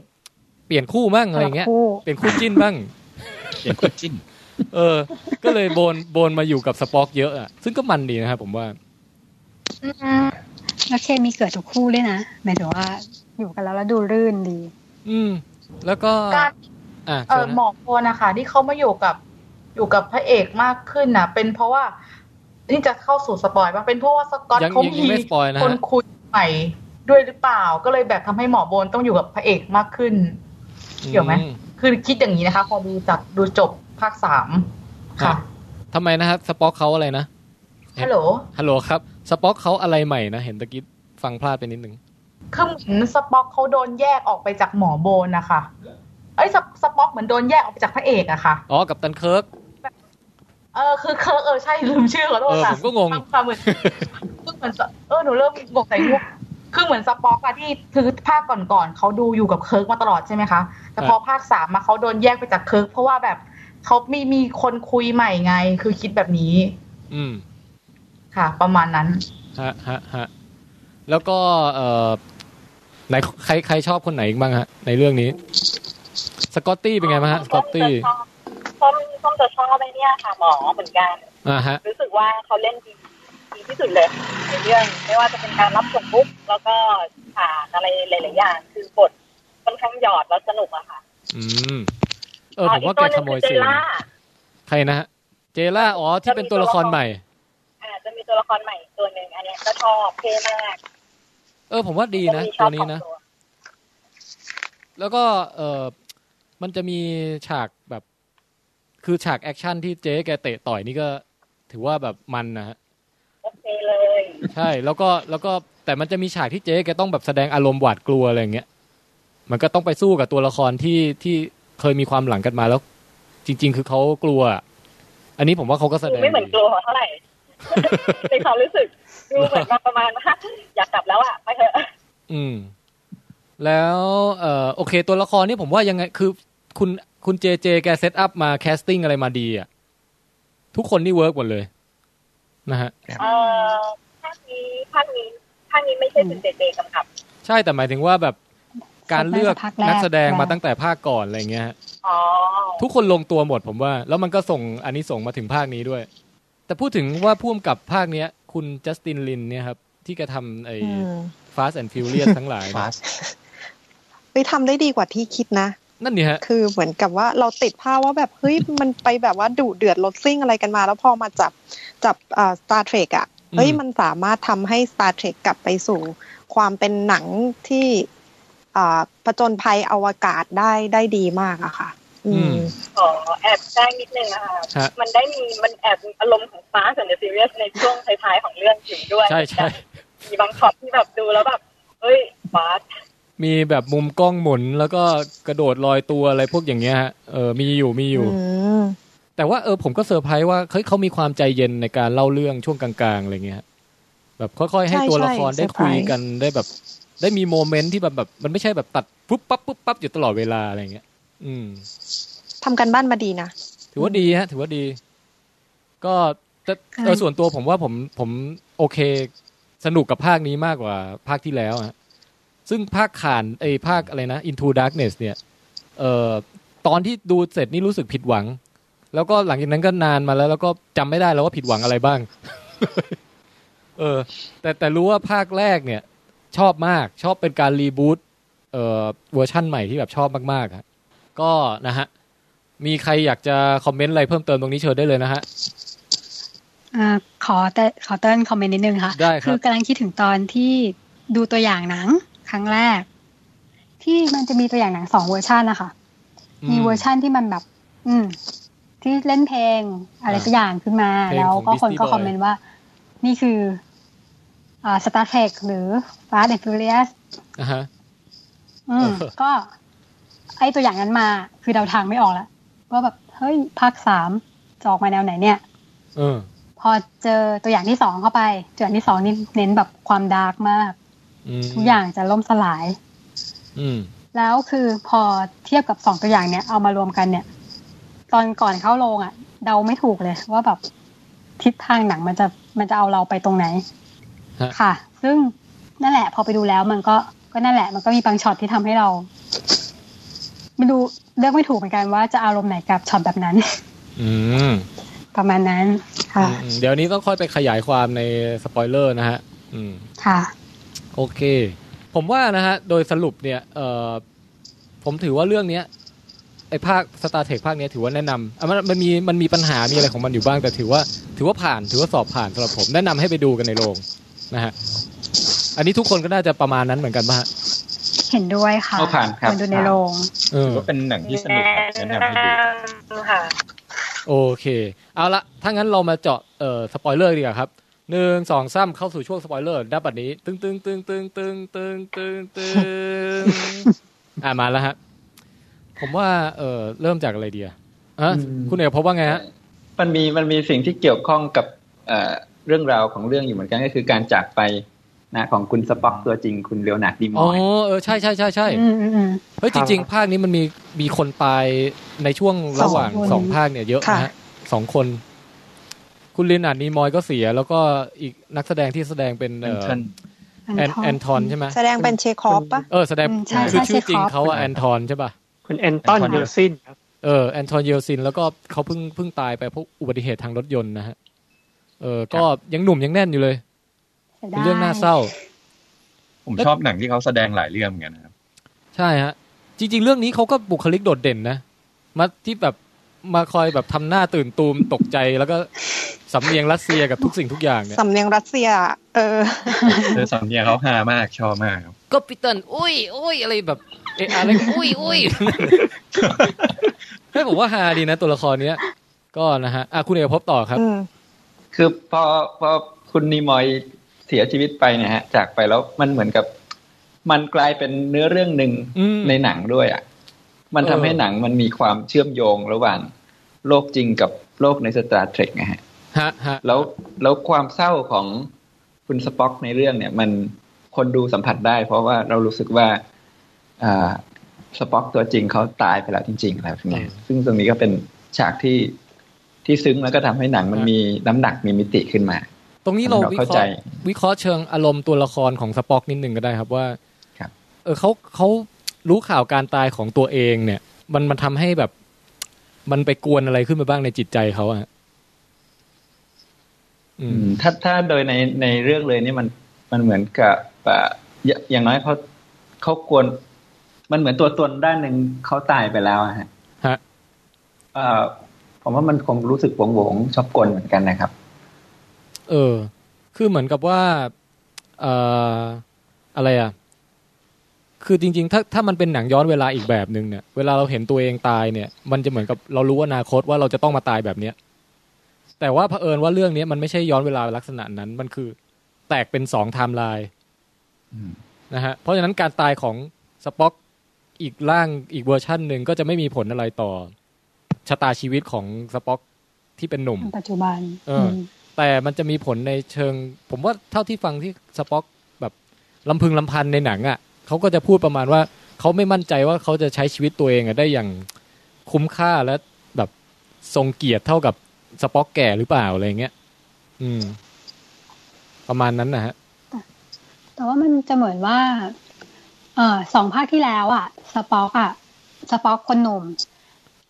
S1: เปลี่ยนคู่บ้างอะไรเงี้ย
S8: สลับคู่
S1: เปลี่ยนคู่จิ้นบ้าง
S16: ๆเสียงคุณจิ้น
S1: เออ ก็เลยโบนโบนมาอยู่กับสป็อกเยอะอ่ะซึ่งก็มันดีนะครับผมว่า
S8: แล้วเคมีเกิดทุกคู่ด้วยนะหมายถึงว่าอยู่กันแล้วแล้วดูรื่นดี
S1: อืม แล้วก็
S6: การ
S17: Ah,
S1: อ่ะ
S6: เอ
S1: เชิ
S6: อ
S1: ญ
S6: หม
S1: นะ
S6: อกโคนนะคะที่เขามาอยู่กับอยู่กับพระเอกมากขึ้นนะเป็นเพราะว่านี่จะเข้าสู่สปอยป่ะเป็นเพราะว่าสกอต
S1: ยัง
S6: เขา
S1: ยัง
S6: มี
S1: ไม่สปอยนะ
S6: คน
S1: ฮะ
S6: คุยใหม่ด้วยหรือเปล่า ก็เลยแบบทำให้หมอโบนต้องอยู่กับพระเอกมากขึ้น เกี่ยวไหม
S1: อื
S6: คือคิดอย่างนี้นะคะ พอดูจากดูจบภาคสาม ค่ะ
S1: ทำไมนะครับสป็อกเขาอะไรนะ
S6: ฮัลโหล
S1: ฮัลโหลครับ สป็อกเขาอะไรใหม่นะ เห็นตะกี้ฟังพลาดไปนิดนึง
S6: คือเหมือนสป็อกเขาโดนแยกออกไปจากหมอโบนนะคะเอ้ยสปสป็อกเหมือนโดนแยกออกไปจากพระเอกอะค่ะ
S1: อ๋อ กับตันเคิร์ก
S6: เออคือเคิร์กเออใช่ลืมชื่อขอโทษ
S1: เออ
S6: ค่ะ
S1: ผมก็งง
S6: ความเหมือนคือเหมือนสเออหนูเริ่มงงใส่มุกคือเหมือนสป็อกอะที่คือภาคก่อนๆเขาดูอยู่กับเคิร์กมาตลอดใช่ไหมคะ แต่พอภาคสามมาเขาโดนแยกไปจากเคิร์กเพราะว่าแบบเขามีมีคนคุยใหม่ไง คือคิดแบบนี้
S1: อืม
S6: ค่ะ ประมาณนั้น
S1: ฮะฮะฮะแล้วก็เอ่อไหนใครใครชอบคนไหนอีกบ้างฮะ ในเรื่องนี้ สกอตตี้เป็นไงบ้างฮะ สกอตตี้
S15: ส้มส้มจะชอบไอ้เนี่ยค่ะหมอเหมือนกัน
S1: อ่าฮะ
S15: รู้สึกว่าเขาเล่นดีดีที่สุดเลยในเรื่อง ไม่ว่าจะเป็นการรับส่งมุกแล้วก็ฉากอะไรหลายๆอย่าง คือบทค่อนข้างหยอดแล้วสนุกอะค่ะ
S1: อืม เออ ผมว่าแกขโมยเสียง
S15: ล่า
S1: ใครนะฮะ เจล่า อ๋อ ที่เป็นตัวละครใหม่
S15: อ่าจะมีตัวละครใหม่อีกตัวหนึ่งอันเนี้ยก็ชอบเท่มาก
S1: เออ ผมว่าดีนะ
S15: มีช
S1: ตั
S15: อ
S1: ว
S15: บ
S1: นี้นะ แล้วก็ เออมันจะมีฉากแบบ คือฉากแอคชั่นที่เจ๊แกเตะต่อยนี่ก็ ถือว่าแบบมันนะฮะ
S15: โอเคเลย
S1: ใช่ แล้วก็ แล้วก็ แต่มันจะมีฉากที่เจ๊แกต้องแบบแสดงอารมณ์หวาดกลัวอะไรอย่างเงี้ย มันก็ต้องไปสู้กับตัวละครที่ ที่เคยมีความหลังกันมาแล้ว จริง ๆ คือเขากลัวอะอันนี้ผมว่าเขาก็แส
S15: ดู
S1: ดง
S15: ไม่เหมือน
S1: ดี
S15: กลัวเท่าไห ร่ ในความรู้สึกดูเหมือนมาประมาณว่า อยากกลับแล้วอะไปเถอะ
S1: อืม แล้วเออโอเค ตัวละครนี่ผมว่ายังไงคือ คุณคุณเจเจแกเซตอัพมาแคสติ้งอะไรมาดีอ่ะ ทุกคนนี่เวิร์กหมดเลย นะฮะ
S15: เออภาคนี้ภาคนี้ภาคนี้ไม่ใช่คุณเจเจกำกับ
S1: ใช่แต่หมายถึงว่าแบบการเลือก
S15: เซตมาจากภาคแรก
S1: นักแสดงมาตั้งแต่ภาคก่อนอะไรเงี้ยฮะ
S15: อ๋อ
S1: ทุกคนลงตัวหมดผมว่า แล้วมันก็ส่งอันนี้ส่งส์มาถึงภาคนี้ด้วย แต่พูดถึงว่าพ่วมกับภาคเนี้ย คุณจัสตินลินเนี่ยครับ ที่แกทำไอ้
S7: อืม
S1: Fast and Furious ทั้งหลายเนี่ย
S7: ไปทำได้ดีกว่าที่คิดนะ
S1: นั่นนี่ฮะ
S7: คือเหมือนกับว่าเราติดภาพว่าแบบเฮ้ย มันไปแบบว่าดุเดือดรถซิ่งอะไรกันมา แล้วพอมาจับจับอ่า Star Trek อ่ะเฮ้ย
S1: อืม
S7: มันสามารถทำให้ Star Trek กลับไปสู่ ความเป็นหนังที่อ่าผจญภัยอวกาศได้ได้ดีมากอะค่ะ อืม
S17: Mm.
S15: ขอแอบแจ้งนิดนึงนะคะ
S7: ฮะ
S15: มันได้มีมันแอบมีอารมณ์ของฟ้าสันเดอร์ซีเรียสในช่วงท้ายๆของเรื่องอยู่ด้วย
S1: ใช่ใช่
S15: มีบางช็อตที่แบบดูแล้วแบบ เฮ้ยฟ้า
S1: มีแบบมุมกล้องหมุนแล้วก็กระโดดลอยตัวอะไรพวกอย่างเงี้ยฮะเออมีอยู่มีอยู่ แต่ว่าเออผมก็เซอร์ไพรส์ว่าเฮ้ยเขามีความใจเย็นในการเล่าเรื่องช่วงกลางๆอะไรเงี้ยฮะแบบค่อยๆให้
S7: ใช่
S1: ตัวละคร
S7: ใช่
S1: ได้คุย
S7: เซอร์ไพรส์
S1: กันได้แบบ ได้มีโมเมนต์ที่แบบแบบ มันไม่ใช่แบบตัดปุ๊บปั๊บปุ๊บปั๊บอยู่ตลอดเวลาอะไรเงี้ย อืม
S7: ทำกันบ้านมาดีนะ
S1: ถือว่าดีฮะ ถือว่าดี ก็แต่เออ
S7: ค่ะ
S1: ส่วนตัวผมว่าผมผมโอเค สนุกกับภาคนี้มากกว่าภาคที่แล้วอะซึ่งภาคขานไอภาคอะไรนะ Into Darkness เนี่ย เอ่อตอนที่ดูเสร็จนี่รู้สึกผิดหวัง แล้วก็หลังจากนั้นก็นานมาแล้ว แล้วก็จำไม่ได้แล้วว่าผิดหวังอะไรบ้าง เออ แต่แต่รู้ว่าภาคแรกเนี่ย ชอบมากชอบเป็นการรีบูตเอ่อเวอร์ชั่นใหม่ที่แบบชอบมากๆอะก็นะฮะ มีใครอยากจะคอมเมนต์อะไรเพิ่มเติมตรงนี้เชิญได้เลยนะฮะ
S8: อ่าขอแต่ขอเติ้ลคอมเมนต์นิดนึงค่ะ
S1: ได้ครับ
S8: อกำลังคิดถึงตอนที่ดูตัวอย่างหนังครั้งแรก ที่มันจะมีตัวอย่างหนังสองเวอร์ชันนะคะ
S1: อื
S8: มีเวอร์ชันที่มันแบบ อืม ที่เล่นเพลงอะไรสักอย่างขึ้นมา
S1: เพลง
S8: แล้ว
S1: ของ
S8: ก็คน
S1: Beastie
S8: ก็
S1: Boy
S8: คอมเมนต์ว่า นี่คือ อ่า Star Trek หรือ Fast and Furious
S1: อ่าฮะ
S8: อืม
S1: เออ
S8: ก็ ไอตัวอย่างนั้นมา คือเดาทางไม่ออกแล้วว่าแบบเฮ้ยภาคสามจะออกมาแนวไหนเนี่ย
S1: เออ
S17: Oh,
S8: พอเจอตัวอย่างที่สองเข้าไปตัวอย่างที่สองนี่เน้นแบบความดาร์กมาก
S1: อืม
S8: ทุ
S17: mm.
S8: กอย่างจะล่มสลาย
S1: อืม
S8: แล้วคือพอเทียบกับสองตัวอย่างเนี้ยเอามารวมกันเนี่ย ตอนก่อนเข้าโรงอะ่ะ เดาไม่ถูกเลย ว่าแบบทิศทางหนังมันจะมันจะเอาเราไปตรงไหน
S1: ฮะ
S8: ค่ะ ซึ่งนั่นแหละ พอไปดูแล้วมันก็ก็นั่นแหละ มันก็มีบางช็อตที่ทำให้เราไม่ดูเลือกไม่ถูกเหมือนกันว่าจะอารมณ์ไหนกับช็อตแบบนั้น
S1: อืม
S8: ประมาณนั้นค่ะ
S1: อืมเดี๋ยวนี้ต้องค่อยไปขยายความในสปอยเลอร์นะฮะ อืม
S8: ค่ะ
S1: โอเค ผมว่านะฮะ โดยสรุปเนี่ย เอ่อ ผมถือว่าเรื่องเนี้ย ไอภาคสตาร์เทคภาคเนี้ยถือว่าแนะนำอ่ะมันมันมีมันมีปัญหา มีอะไรของมันอยู่บ้าง แต่ถือว่า ถือว่าผ่าน ถือว่าสอบผ่านสำหรับผม แนะนำให้ไปดูกันในโรงนะฮะ อันนี้ทุกคนก็น่าจะประมาณนั้นเหมือนกันป่ะฮะ
S8: เห็นด้วยค่ะ
S1: เอาผ่านครับ
S8: มาดูในโรง
S1: เออ
S16: เป็นหนังที่สนุกครับแนะนำให้ดู
S15: ค่ะ
S1: โอเค เอาละถ้างั้นเรามาเจาะเอ่อสปอยเลอร์ดีกว่าครับ หนึ่งสองสามเข้าสู่ช่วงสปอยเลอร์ณบัดนี้ ตึ้งตึ้งตึ้งตึ้งตึ้งตึ้งตึ้งตึ้งอ่ามาแล้วฮะ ผมว่า เออเริ่มจากอะไรดีอะอ่ะคุณเอกพบว่าไงฮะ
S4: มันมีมันมีสิ่งที่เกี่ยวข้องกับเอ่อเรื่องราวของเรื่องอยู่เหมือนกันก็คือการจากไปนะของคุณสป็อกตัวจริงคุณเลโอนาร์ดดีม
S1: อ๋อ
S4: อย
S1: เออ ใช่ใช่ใช่ใช่
S4: อืมอืมอืม
S1: เฮ้ย จริง ๆ ภาคนี้มันมีมีคนตายในช่วงระหว่าง
S4: สองคน
S1: สองภาคเนี่ยเยอะนะฮะสองคน คุณลินอาร์ดนีมอยก็เสีย แล้วก็อีกนักแสดงที่แสดงเป็นเอ่อแอนแอนทอนใช่ไหม
S7: แสดงเป็นเชคอฟปะ
S1: เออแสดง
S7: อืมใช่
S1: คือ
S7: ใช่
S1: ชื่อจริง
S7: เชคอฟ
S1: เขาอะแอนทอนใช่ป่ะ
S3: คุณแอนตันเยลซินครับ
S1: เออแอนโทนเยลซิน แล้วก็เขาเพิ่งเพิ่งตายไปเพราะอุบัติเหตุทางรถยนต์นะฮะ เออ ก็ยังหนุ่มยังแน่นอยู่เลย เป็นเรื่องน่าเศร้า
S16: ผม
S1: แล้ว
S16: ชอบหนังที่เขาแสดงหลายเรื่องเหมือนกันนะครับ
S1: ใช่ฮะ จริง ๆ เรื่องนี้เขาก็บุคลิกโดดเด่นนะมาที่แบบมาคอยแบบทำหน้าตื่นตูมตกใจแล้วก็สำเนียงรัสเซียกับทุกสิ่งทุกอย่างเนี่ย
S7: สำเนียงรัสเซีย เออ
S16: เจอสำเนียงเขาฮามากชอบมากครับ
S1: ก็ปีเตอร์อุ้ยอุ้ยอะไรแบบเอะอะไรก็อุ้ยอุ้ยให้ยผมว่าฮาดีนะ ตัวละครเนี้ย ก็นะฮะอ่ะคุณเอกภพบต่อครับ
S4: คือพอพอคุณนีมอยเสียชีวิตไปเนี่ยฮะ จากไปแล้วมันเหมือนกับ มันกลายเป็นเนื้อเรื่องหนึ่งในหนังด้วยอะ่ะ มันทำให้หนังมันมีความเชื่อมโยงระหว่างโลกจริงกับโลกในสตาร์เทรกนะฮะ
S1: ฮะฮะ
S4: แล้วแล้วความเศร้าของคุณสป็อกในเรื่องเนี่ย มันคนดูสัมผัสได้ เพราะว่าเรารู้สึกว่าอ่าสป็อกตัวจริงเขาตายไปแล้วจริงๆอะไรแบบนี้ซึ่งตรงนี้ก็เป็นฉากที่ที่ซึ้งแล้วก็ทำให้หนังมันมีน้ำหนักมีมิติขึ้นมา
S1: ตรงนี้เรา
S4: เรา
S1: วิ
S4: เข้า
S1: เคราะ
S4: ใจ
S1: ห์วิเคราะห์เชิงอารมณ์ตัวละครของสป็อกนิดหนึ่งก็ได้ครับว่าเออเขาเขารู้ข่าวการตายของตัวเองเนี่ย มันมันทำให้แบบ มันไปกวนอะไรขึ้นมาบ้างในจิตใจเขาอะ อื
S4: มถ้าถ้าโดยในในเรื่องเลยนี่มันมันเหมือนกับอ่าอย่าอย่างน้อยเขาเขากวนมันเหมือนตัวตนด้านหนึ่งเขาตายไปแล้วอะฮะ
S1: ฮะ
S4: เอ่อ ผมว่ามันคงรู้สึกหวงหวงๆชอบกลเหมือนกันนะครับ
S1: เออ คือเหมือนกับว่า เอ่อ อะไรอ่ะ คือจริง ๆ ถ้าถ้ามันเป็นหนังย้อนเวลาอีกแบบหนึ่งเนี่ย เวลาเราเห็นตัวเองตายเนี่ย มันจะเหมือนกับเรารู้อนาคตว่าเราจะต้องมาตายแบบเนี้ย แต่ว่าเผอิญว่าเรื่องเนี้ยมันไม่ใช่ย้อนเวลาลักษณะนั้น มันคือ แตกเป็นสองไทม์ไลน์นะฮะ เพราะฉะนั้นการตายของสป็อกอีกร่างอีกเวอร์ชั่นหนึ่งก็จะไม่มีผลอะไรต่อ ชะตาชีวิตของสป็อกที่เป็นหนุ่ม
S8: ปัจจุบัน
S1: เอออแต่มันจะมีผลในเชิง ผมว่าเท่าที่ฟังที่สป็อกแบบลำพึงลำพันในหนังอะ่ะเขาก็จะพูดประมาณว่าเขาไม่มั่นใจว่าเขาจะใช้ชีวิตตัวเองอะได้อย่างคุ้มค่าและแบบทรงเกียรติเท่ากับสป็อกแก่หรือเปล่าอะไรเงี้ยอืม ประมาณนั้นนะฮะ
S8: แต่ว่ามันจะเหมือนว่า เออสองภาคที่แล้วอะสป็อกอะสป็อกคนหนุ่ม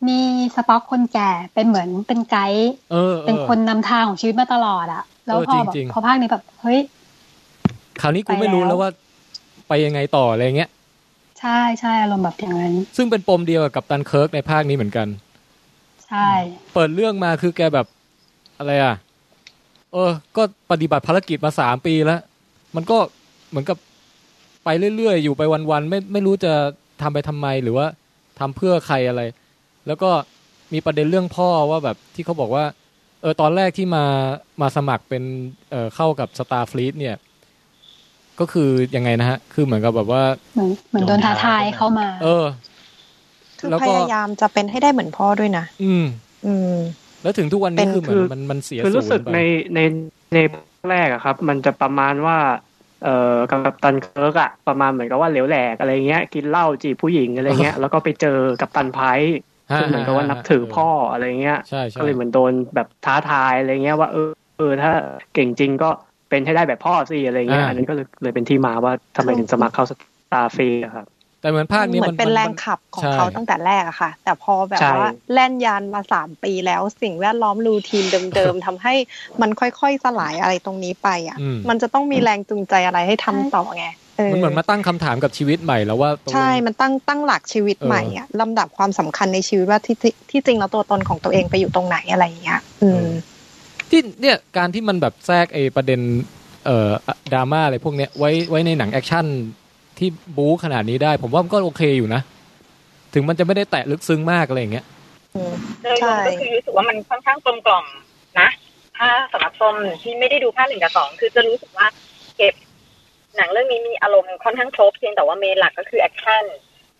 S8: มีสป็อกคนแก่เป็นเหมือนเป็นไกด์
S1: เออ
S8: เป็นคนนำทางของชีวิตมาตลอดอะแล้ว
S1: เออ
S8: พอ
S1: จริง
S8: แบบพ
S1: ๆ
S8: อภาคนี้แบบเฮ้ย
S1: คราวนี้กูไม่รู้
S8: ไปแล้ว
S1: แล้วว่า ไปยังไงต่ออะไรเงี้ย
S8: ใช่ใช่อารมณ์แบบอย่างนั้น
S1: ซึ่งเป็นปมเดียวกับตันเคิร์กในภาคนี้เหมือนกัน
S8: ใช่
S1: เปิดเรื่องมาคือแกแบบอะไรอ่ะ เออ ก็ปฏิบัติภารกิจมาสามปีแล้ว มันก็เหมือนกับไปเรื่อยๆ อยู่ไปวันๆ ไม่ไม่รู้จะทำไปทำไมหรือว่าทำเพื่อใครอะไร แล้วก็มีประเด็นเรื่องพ่อว่าแบบที่เขาบอกว่า เออตอนแรกที่มามาสมัครเป็นเออเข้ากับสตาร์ฟลีตเนี่ย ก็คือยังไงนะฮะ คือเหมือนกับแบบว่า
S8: เหมือนเหมือนโดนท้าทายเข้ามา
S1: เออ
S7: คือ
S1: แล้ว
S7: พ
S1: ก็
S7: ยายามจะเป็นให้ได้เหมือนพ่อด้วยนะ
S1: อืม
S7: อืม
S1: แล้วถึงทุกวันนี้คือเหมือนมันมันเสีย
S3: คือ
S1: ศู
S3: รู้สึ
S1: น
S3: ก
S1: ย์ไป
S3: ในในในภาคแรกอะครับ มันจะประมาณว่า เอ่อกับตันเคิร์กอะประมาณเหมือนกับว่าเหลวแหลกอะไรเงี้ย กินเหล้าจีบผู้หญิงอะไรเงี้ย แล้วก็ไปเจอกับตันไพร์
S1: ฮะ
S3: ซึ่งเหมือนกับว่า
S1: ฮะ
S3: นับถือพ่ออะไรเงี้ย
S1: ใช่ใช่
S3: ก็เลยเหมือนโดนแบบท้าทายอะไรเงี้ยว่าเออเออถ้าเก่งจริงก็เป็นให้ได้แบบพ่อสิอะไรเงี้ยอันนั้นก็เลยเลยเป็นที่มาว่าทำไมถึงสมัครเข้าสตาร์ฟรีอะครับ
S1: แต่เหมือนภาคนี้
S7: เหมื
S1: มั
S7: อน นเป็น
S1: มั
S7: แรงขับของ
S1: ใช่
S7: เขาตั้งแต่แรกอะค่ะ แต่พอแบบ
S1: ใช่
S7: ว่าแล่นยานมาสามปีแล้วสิ่งแวดล้อมรูทีนเดิม ๆ ทำให้มันค่อยๆสลายอะไรตรงนี้ไปอะ
S1: อืม
S7: มันจะต้องมีแรงจูงใจอะไรให้ทำต่อไงเออ
S1: มันเหมือนมาตั้งคำถามกับชีวิตใหม่แล้วว่าตกลง
S7: ใช่มันตั้งตั้งหลักชีวิต
S1: เออ
S7: ใหม่อะลำดับความสำคัญในชีวิตว่าที่ที่ที่จริงแล้วตัวตนของตัวเองไปอยู่ตรงไหนอะไรอย่างเงี้ยอืม
S1: ที่เนี่ยการที่มันแบบแทรกไอ้ประเด็นเอ่อดราม่าอะไรพวกเนี้ยไว้ไว้ในหนังแอคชั่นที่บู๊ขนาดนี้ได้ ผมว่ามันก็โอเคอยู่นะ ถึงมันจะไม่ได้แตะลึกซึ้งมากอะไรอย่างเงี้ย
S15: โดยรวมก็คือรู้สึกว่ามันค่อนข้างกลมกล่อมนะ ถ้าสำหรับส้มที่ไม่ได้ดูภาคหนึ่งกับสองคือจะรู้สึกว่าเก็บหนังเรื่องนี้มีอารมณ์ค่อนข้างครบเพียงแต่ว่าเมนหลักก็คือแอคชั่น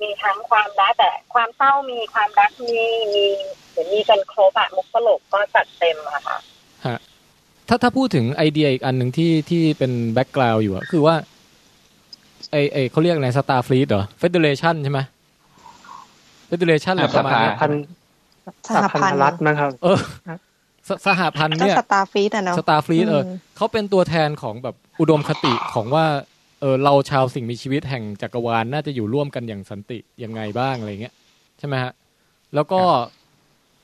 S15: มีทั้งความรักแต่ความเศร้ามีความรักมีมีเหมือนมีกันครบอะมุกตลกก็จัดเต็มอะค่ะ
S1: ฮะถ้าถ้าพูดถึงไอเดียอีกอันหนึ่งที่ที่เป็นแบ็กกราวด์อยู่อะคือว่า ไอไอเขาเรียกอะไรสตาร์ฟลีดเหรอเฟเดเรชันใช่ไหมเฟเดเรชันอะไรประมาณเนี้ย
S3: สหพันธ์ สหพันธรัฐนะครับ
S1: เออสสหพันธ์
S7: ก็
S1: เนี่ย
S7: สตาร์ฟีดอะเนาะ
S1: สตาร์ฟลีดเอออ
S7: ม
S1: เขาเป็นตัวแทนของแบบอุดมคติของว่าเออเราชาวสิ่งมีชีวิตแห่งจักรวาลน่าจะอยู่ร่วมกันอย่างสันติยังไงบ้างอะไรเงี้ยใช่ไหมฮะแล้วก็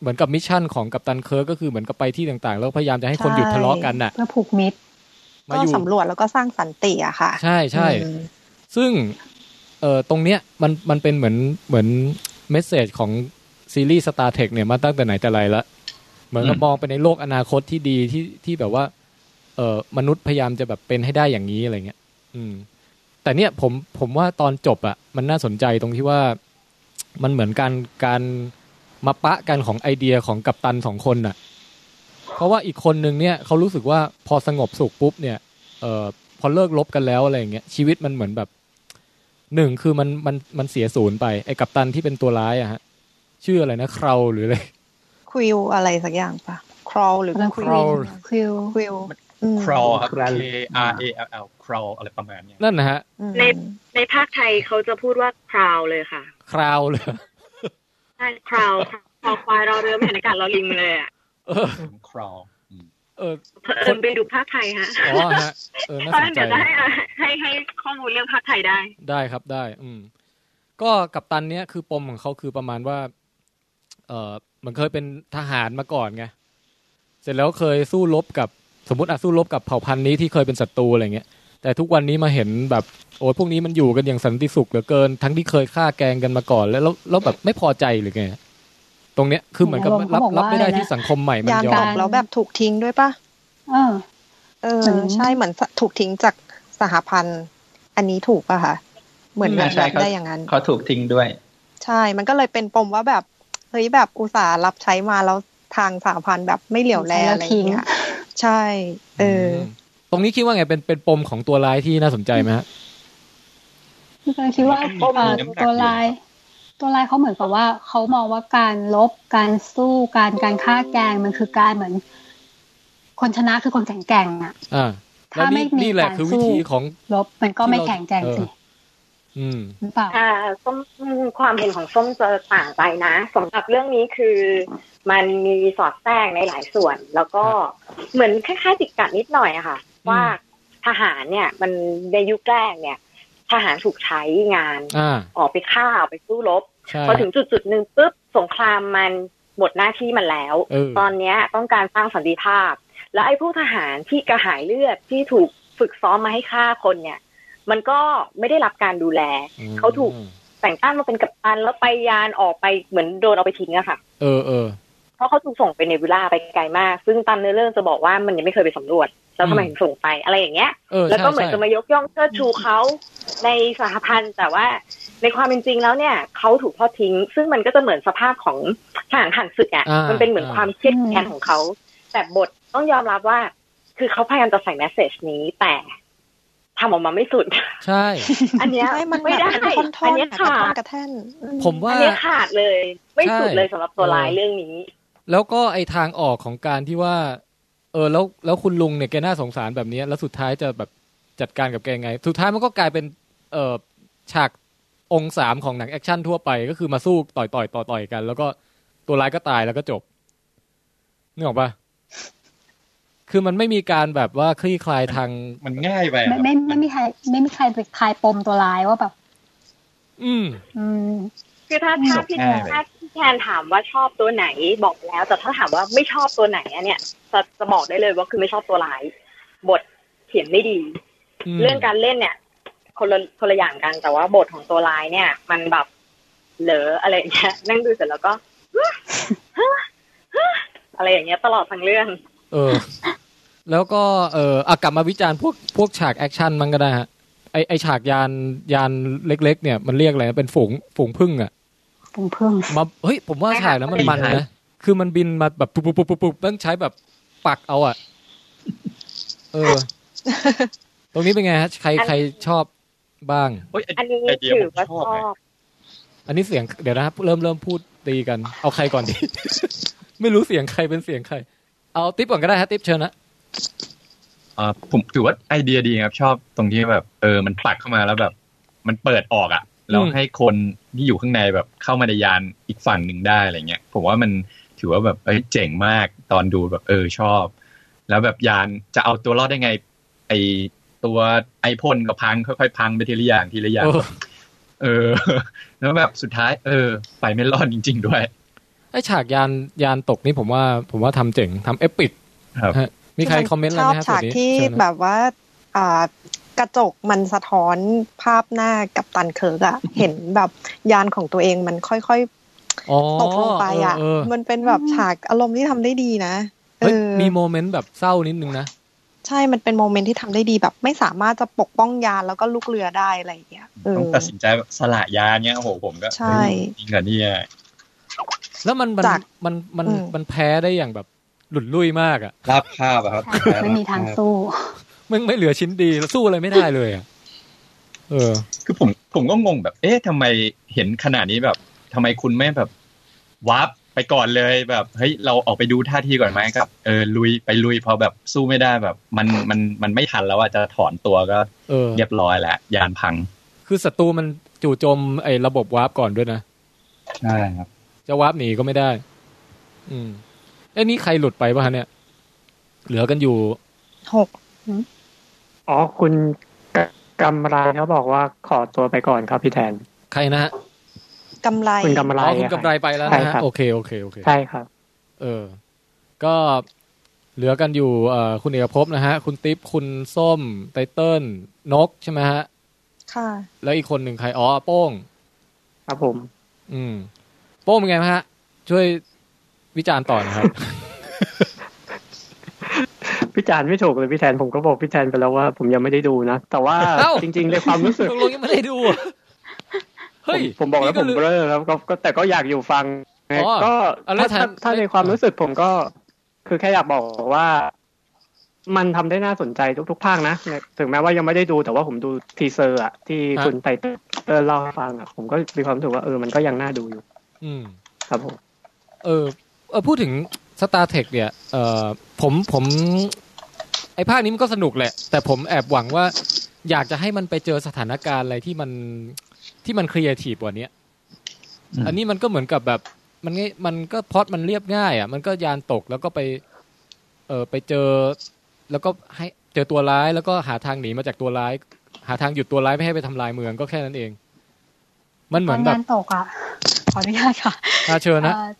S1: เหมือนกับมิชชั่นของกัปตันเคิร์กก็คือเหมือนกับไปที่ต่างๆ แล้วพยายามจะให้คนหยุดทะเลาะกันน่ะ
S8: เพื่อผูกมิตร
S1: มา
S7: ก็
S1: อยู่
S7: สำรวจแล้วก็สร้างสันติอะค่ะ
S1: ใช่ใช่
S7: อืม
S1: ซึ่งเออตรงเนี้ยมันมันเป็นเหมือนเหมือนเมสเซจของซีรีส์ Star Trek เนี่ยมาตั้งแต่ไหนแต่ไรละเหมือนกับมองไปในโลกอนาคตที่ดีที่ที่แบบว่า เออมนุษย์พยายามจะแบบเป็นให้ได้อย่างนี้อะไรเงี้ย อืม แต่เนี่ยผมผมว่าตอนจบอะมันน่าสนใจตรงที่ว่ามันเหมือนการการมาปะกันของไอเดียของกัปตันสองคนน่ะ เพราะว่าอีกคนนึงเนี่ยเขารู้สึกว่าพอสงบสุขปุ๊บเนี่ย เอ่อพอเลิกลบกันแล้วอะไรอย่างเงี้ยชีวิตมันเหมือนแบบหนึ่งคือมันมันมันเสียศูนย์ไปไอ้กัปตันที่เป็นตัวร้ายอะฮะชื่ออะไรนะคราวหรืออะไร
S7: ควิวอะไรสักอย่างปะครอลหรือ
S1: มัน
S7: ควิว
S1: crawl
S8: ควิว
S7: ควิวอืม
S16: crawl ครับ K R A L L crawl อะไรประมาณเนี้ย
S1: นั่นนะฮะ
S15: ในในภาคไทยเขาจะพูดว่าคราวเลยค่ะ
S1: คราวเลย
S15: ใช่คราวคอควายเราเริ่มเห็นอากาศเราลิงเลยอะ
S1: เออ
S16: crawl
S1: เออ
S15: เพิ่นไปดูภาคไทยฮะ
S1: อ๋อฮะเออน่าสนใจ
S15: เพราะฉะเดี๋ยวจะให้อ่ะให้ให้ข้อมูลเรื่องภาคไทยได้
S1: ได้ครับได้ อืม ก็กัปตันเนี้ยคือปมของเขาคือประมาณว่า เออมันเคยเป็นทหารมาก่อนไงเสร็จแล้วเคยสู้รบกับสมมติอะสู้รบกับเผ่าพันธุ์นี้ที่เคยเป็นศัตรูอะไรเงี้ย แต่ทุกวันนี้มาเห็นแบบโอ้ยพวกนี้มันอยู่กันอย่างสันติสุขเหลือเกิน ทั้งที่เคยฆ่าแกล้งกันมาก่อน แล้วแล้วแล้วแบบไม่พอใจหรือไงตรงเนี้ยคือเหมือนกับ
S8: เขา
S1: รับ
S8: บอกว่า
S1: รับไม่ได้
S8: อะไรนะ
S1: ที่สังคมใหม่มัน
S7: ยาม
S1: ยอ
S7: ต
S1: ม
S7: กแล้วแบบถูกทิ้งด้วยปะ
S8: เออ
S7: เออ
S8: เหมือน
S7: ใช่เหมือนถูกทิ้งจากสหพันธ์ อันนี้ถูกปะคะเหมือนแบ
S4: อ่า
S7: บ
S4: ใช่
S7: รับ
S4: เขา
S7: ได้อย่างนั้น
S4: เขาถูกทิ้งด้วย
S7: ใช่ มันก็เลยเป็นปมว่าแบบเฮ้ยแบบอุตสาห์รับใช้มาแล้วทางสหพันธ์แบบไม่เหลียวแลอะไรอย่างเงี้ยใช่ เอออ
S1: ตรงนี้คิดว่าไงเป็นเป็นปมของตัวร้ายที่น่าสนใจไหมฮะ
S8: พี่กำลังคิดว่า
S16: ปม
S8: เอ่อ
S16: มีน้ำหนักอยู่
S8: ตัวลาย ตัวลายเขาเหมือนกับว่าเขามองว่าการลบการสู้การการฆ่าแกล้งมันคือการเหมือน คนชนะคือคนแข็งแกร่งอะ
S1: อ่า
S17: Ah.
S1: แล้ว
S8: ถ้าไม่
S1: นี่
S8: มี
S1: นี่แหละ
S8: การ
S1: คือวิธี
S8: สู้
S1: ของ
S8: ลบมันก็ไม่
S1: ที่เรา
S8: แข็งแกร่ง
S1: เออ
S8: สิ
S1: อืม
S8: หรือเปล่า
S15: อ่าส้มความเห็นของส้มจะต่างไปนะสำหรับเรื่องนี้คือ มันมีสอดแทรกในหลายส่วน แล้วก็เหมือนคล้ายๆติดกัดนิดหน่อยอะค่ะ ว่าทหารเนี่ย มันในยุคแรกเนี่ย ทหารถูกใช้งาน
S1: อ่า
S15: ออกไปฆ่าออกไปสู้รบ
S1: ใช่
S15: พอถึงจุดจุดๆหนึ่งปุ๊บสงครามมันหมดหน้าที่มันแล้ว
S1: เออ
S15: ตอนเนี้ยต้องการสร้างสันติภาพ แล้วไอ้พวกทหารที่กระหายเลือดที่ถูกฝึกซ้อมมาให้ฆ่าคนเนี่ย มันก็ไม่ได้รับการดูแล
S1: อืม
S15: เขาถูก แต่งตั้งมาเป็นกัปตันแล้วไปยานออกไปเหมือนโดนเอาไปทิ้งอะค่ะ
S1: เออเออ
S15: เพราะเขาถูกส่งไปในวิลล่าไปไกลมาก ซึ่งตามเนื้อเรื่องจะบอกว่ามันยังไม่เคยไปสำรวจ แล้วทำไม
S1: อืม
S15: ถึงส่งไปอะไรอย่างเงี้ย
S1: เออ
S15: แล้วก็เหมือน
S1: ใช่
S15: จะมายกย่องเชิดชูเขาในสหพันธ์แต่ว่าในความเป็นจริงแล้วเนี่ยเขาถูกทอดทิ้ง ซึ่งมันก็จะเหมือนสภาพของทหารหันศึกอ่ะ
S1: อ่ามั
S15: มันเป็นเหมือน
S1: อ่า
S15: ความเครียดแค้นของเขา แต่บทต้องยอมรับว่า คือเขาพยายามจะใส่แมสเซจนี้แต่ทำออกมาไม่สุด
S1: ใช่
S15: อันเนี้ย
S7: ใช่มัน
S15: ไม่
S7: แบบมั
S15: ได้
S7: นเป็นท่อ
S15: อั
S7: นๆ
S15: นเนี้
S7: อะ
S15: ย
S7: กระท่
S15: ขา
S7: อน
S15: ด
S7: กระแท่นอื
S1: ผมว่า
S15: อันเนี้ยขาดเลย ไม่สุดเลยสำหรับตัวร้าย
S1: ใช่
S15: เรื่องนี้
S1: แล้วก็ไอทางออกของการที่ว่า เออแล้วแล้วคุณลุงเนี่ยแกน่าสงสารแบบเนี้ยแล้วสุดท้ายจะแบบจัดการกับแกยังไง สุดท้ายมันก็กลายเป็นเออฉากองค์สามของหนังแอคชั่นทั่วไปก็คือมาสู้ต่อยต่อยต่อต่อยกัน แล้วก็ตัวร้ายก็ตายแล้วก็จบนึกออกปะคือมันไม่มีการแบบว่าคลี่คลายทาง
S16: มันง่ายไปอะค
S8: ไม่
S16: รับ
S8: ไม่ไม่มีใครไม่มีใครไปคลายปมตัวลายว่าแบบ
S1: อืม
S8: อืม
S15: คือถ้าถ้าพี่
S16: ง่ายไป
S15: ถ้าพี่แทนถามว่าชอบตัวไหนบอกแล้ว แต่ถ้าถามว่าไม่ชอบตัวไหนอันเนี้ยจะจะบอกได้เลยว่าคือไม่ชอบตัวร้าย บทเขียนไม่ดี
S1: อืม
S15: เรื่องการเล่นเนี่ย คนละคนละอย่างกันแต่ว่าบทของตัวร้ายเนี่ย มันแบบเหลออะไรอย่างเงี้ยนั่งดูเสร็จแล้วก็ อะไรอย่างเงี้ย ตลอดทั้งเรื่อง
S1: เออ แล้วก็เอออะกลับมาวิจารณ์พวกพวกฉากแอคชั่นมันก็ได้ฮะไอไอฉากยานยานเล็ก ๆ เนี่ยมันเรียกอะไรนะเป็นฝูงฝูงพึ่งอะ
S8: ปุ่งเพิ่ง
S1: มาเฮ้ยผมว่าฉากนั้นมันมันนะคือมันบินมาแบบปุ๊บปุ๊บปุ๊บปุ๊บปุ๊บต้องใช้แบบ ปักเอาอ่ะ เอ อ ตรงนี้เป็นไงฮะใครใครชอบบ้าง
S15: อันนี้
S16: ไอเดียผม
S15: ถือว่า
S16: ช
S15: ช
S16: อบ
S15: อบ
S1: อันนี้เสียงเดี๋ยวนะครับเริ่มเริ่มพูดตีกัน เอาใครก่อนดี ไม่รู้เสียงใครเป็นเสียงใคร เอาติ๊บก่อนก็ได้ฮะติ๊บเชิญนะ
S16: อ่าผมถือว่าไอเดียดีครับ ชอบตรงที่แบบ เออ มันปักเข้ามาแล้วแบบ มันเปิดออกอะ่ะแล้วให้คนที่อยู่ข้างในแบบเข้ามาในยานอีกฝั่งหนึ่งได้อะไรเงี้ยผมว่ามันถือว่าแบบเอ้ยเจ๋งมากตอนดูแบบเออชอบ แล้วแบบยานจะเอาตัวรอดได้ไง ไอตัวไอพ่นก็พังค่อยๆพังไปทีละอย่างทีละอย่างเออ แล้วแบบสุดท้าย เออ ไปไม่รอดจริง ๆ ด้วย
S1: ไอฉากยานยานตกนี่ผมว่า ผมว่าทำเจ๋งทำเอปิกฮะมีใครคอมเมนต์อะไร
S7: ช
S1: ไหม
S7: อบ
S1: ครับ
S7: ฉาก
S1: เดี๋ยวนี้
S7: ที่
S1: เชิญนะ
S7: แบบว่าอ่ากระจกมันสะท้อนภาพหน้ากับตันเคิร์ก อะ เห็นแบบยานของตัวเองมันค่อย
S1: อ๋อ
S7: ๆตกลงไปอะ
S1: เออเออ
S7: มันเป็นแบบฉากอารมณ์ที่ทำได้ดีนะเอ
S1: เฮ้ย
S7: อ
S1: มีโมเมนต์แบบเศร้านิดนึงนะ
S7: ใช่มันเป็นโมเมนต์ที่ทำได้ดีแบบ ไม่สามารถจะปกป้องยานแล้วก็ลูกเรือได้อะไรอย่างเงี้ยเออ
S16: ต้องตัดสินใจแบบสละยานเนี้ยโอ้โหผมก็
S7: ใช่
S16: เฮ้ยจริงเหรอเนี่ย
S1: แล้วมันมัน
S7: จาก
S1: มันมัน
S7: อืม
S1: มันแพ้ได้อย่างแบบหลุดลุ่ยมากอะ
S16: รับภาพอะครับ
S8: ไม่มีทางสู้
S1: มึงไม่เหลือชิ้นดีแล้วสู้อะไรไม่ได้เลยอะเออ
S16: คือผมผมก็งงแบบ เอ๊ะทำไมเห็นขนาดนี้แบบทำไมคุณไม่แบบวับไปก่อนเลยแบบเฮ้ยเราออกไปดูท่าทีก่อนไหมกับเออลุยไปลุยพอแบบสู้ไม่ได้แบบ มันมันมันไม่ทันแล้วอะจะถอนตัวก็
S1: เออ
S16: เรียบร้อยแล้วยานพัง
S1: คือศัตรูมันจู่โจมไอ้ระบบวาร์ปก่อนด้วยนะ
S16: ใช่ครับ
S1: จะวาร์ปหนีก็ไม่ได้ อืมไอ้ยนี่ใครหลุดไปป่ะฮะเนี่ย เหลือกันอยู่
S7: หก
S3: อ๋อคุณกำไรเขาบอกว่าขอตัวไปก่อนครับพี่แทน
S1: ใครนะฮะ
S7: กำไร
S3: คุณกำไร
S1: อ๋อคุณ
S3: รับ
S1: กำไรไปแล้วนะ
S3: ใช่
S1: ฮะ
S3: ครับ
S1: โอเคโอเคโอเค
S3: ใช่ครับ
S1: เออ ก็เหลือกันอยู่เอ่อคุณเอกภพนะฮะ คุณติ๊บ คุณส้ม ไตเติ้ล นกใช่ไหมฮะ
S7: ค่ะ
S1: แล้วอีกคนหนึ่งใคร อ๋อ โป้ง
S3: ครับผม
S1: อืม โป้งเป็นไงบ้างฮะ ช่วยวิจารณ์ต่อนะครับ
S3: พี่จานไม่ถูกเลยพี่แทนผมก็บอกพี่แทนไปแล้วว่า ผมยังไม่ได้ดูนะ แต่ว่า
S1: เอ้า
S3: จริงๆในความรู้สึก
S1: ตกลงยังไม่ได้ดูอ่ะเฮ้ย
S3: ผมบอกแล้วผมเบลอแล้วก็ก็แต่ก็อยากอยู่ฟังไง
S1: อ๋อ
S3: ก็
S1: เอาแล้ว
S3: ถ้าถ้า
S1: แทน
S3: ถ้าในความรู้สึกผมก็ คือแค่อยากบอกว่า มันทำได้น่าสนใจทุกๆภาคนะถึงแม้ว่ายังไม่ได้ดูแต่ว่าผมดูทีเซอร์อะที่คุณไตเติ้ลเล่าให้ฟังอะผมก็มีความรู้สึกว่าเออมันก็ยังน่าดูอยู่
S1: อื
S17: Mm,
S1: ม
S3: ครับผม
S1: เออเออพูดถึง Star Trek เนี่ย เออผมผม ไอ้ภาคนี้มันก็สนุกแหละ แต่ผมแอบหวังว่า อยากจะให้มันไปเจอสถานการณ์อะไรที่มันที่มันครีเอทีฟกว่านี้
S16: อืม
S1: อันนี้มันก็เหมือนกับแบบมันง่ายมันก็พล็อดมันเรียบง่ายอ่ะ มันก็ยานตกแล้วก็ไป เออไปเจอ แล้วก็ให้เจอตัวร้ายแล้วก็หาทางหนีมาจากตัวร้าย หาทางหยุดตัวร้ายไม่ให้ไปทำลายเมืองก็แค่นั้นเอง มัน
S8: ต
S1: เหมื
S8: อ
S1: อน
S8: น
S1: แบ
S8: ยา
S1: บ
S8: นตกอ่ะ ขออนุญาตค่ะ
S1: อาเชิญนะ
S8: เอ่อ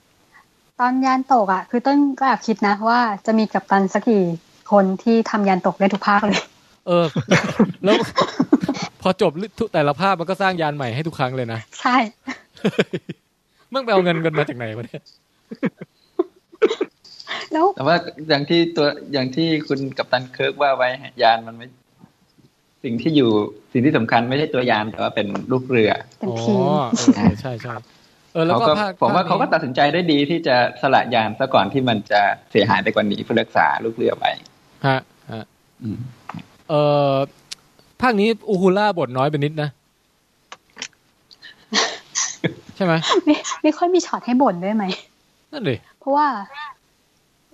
S8: ตอนยานตกอ่ะ คือต้นก็แอบคิดนะว่าจะมีกัปตันสักกี่คนที่ทำยานตกได้ทุกภาคเลย
S1: เออ แล้ว พอจบทุกแต่ละภาพมันก็สร้างยานใหม่ให้ทุกครั้งเลยนะ
S8: ใช่
S1: เมื่อไปเอาเงินกันมาจากไหนวะเนี่ย
S8: แล้ว
S4: แต่ว่าอย่างที่ตัวอย่างที่คุณกัปตันเคิร์กว่าไว้ฮะยานมันไม่ สิ่งที่อยู่สิ่งที่สำคัญไม่ใช่ตัวยานแต่ว่าเป็นลูกเรือ
S8: เป็น
S1: อ๋อ
S8: ทีม
S1: เออใช่ใช่เออแล้ว
S4: เขา
S1: ก็
S4: ก็
S1: ภาค
S4: ผมว่า
S1: ภคนี้
S4: เขาก็ตัดสินใจได้ดีที่จะสละยานซะก่อนที่มันจะเสียหายไปกว่านี้เพื่อรักษาลูกเรือไว้
S1: ฮะฮะ
S4: อืม
S1: เออภาคนี้อูฮูล่าบทน้อยไปนิดนะ ใช่ไหม
S8: ไม่ไม่ค่อยมีช็อตให้บ่นด้วยไหม
S1: นั่นเลย
S8: เพราะว่า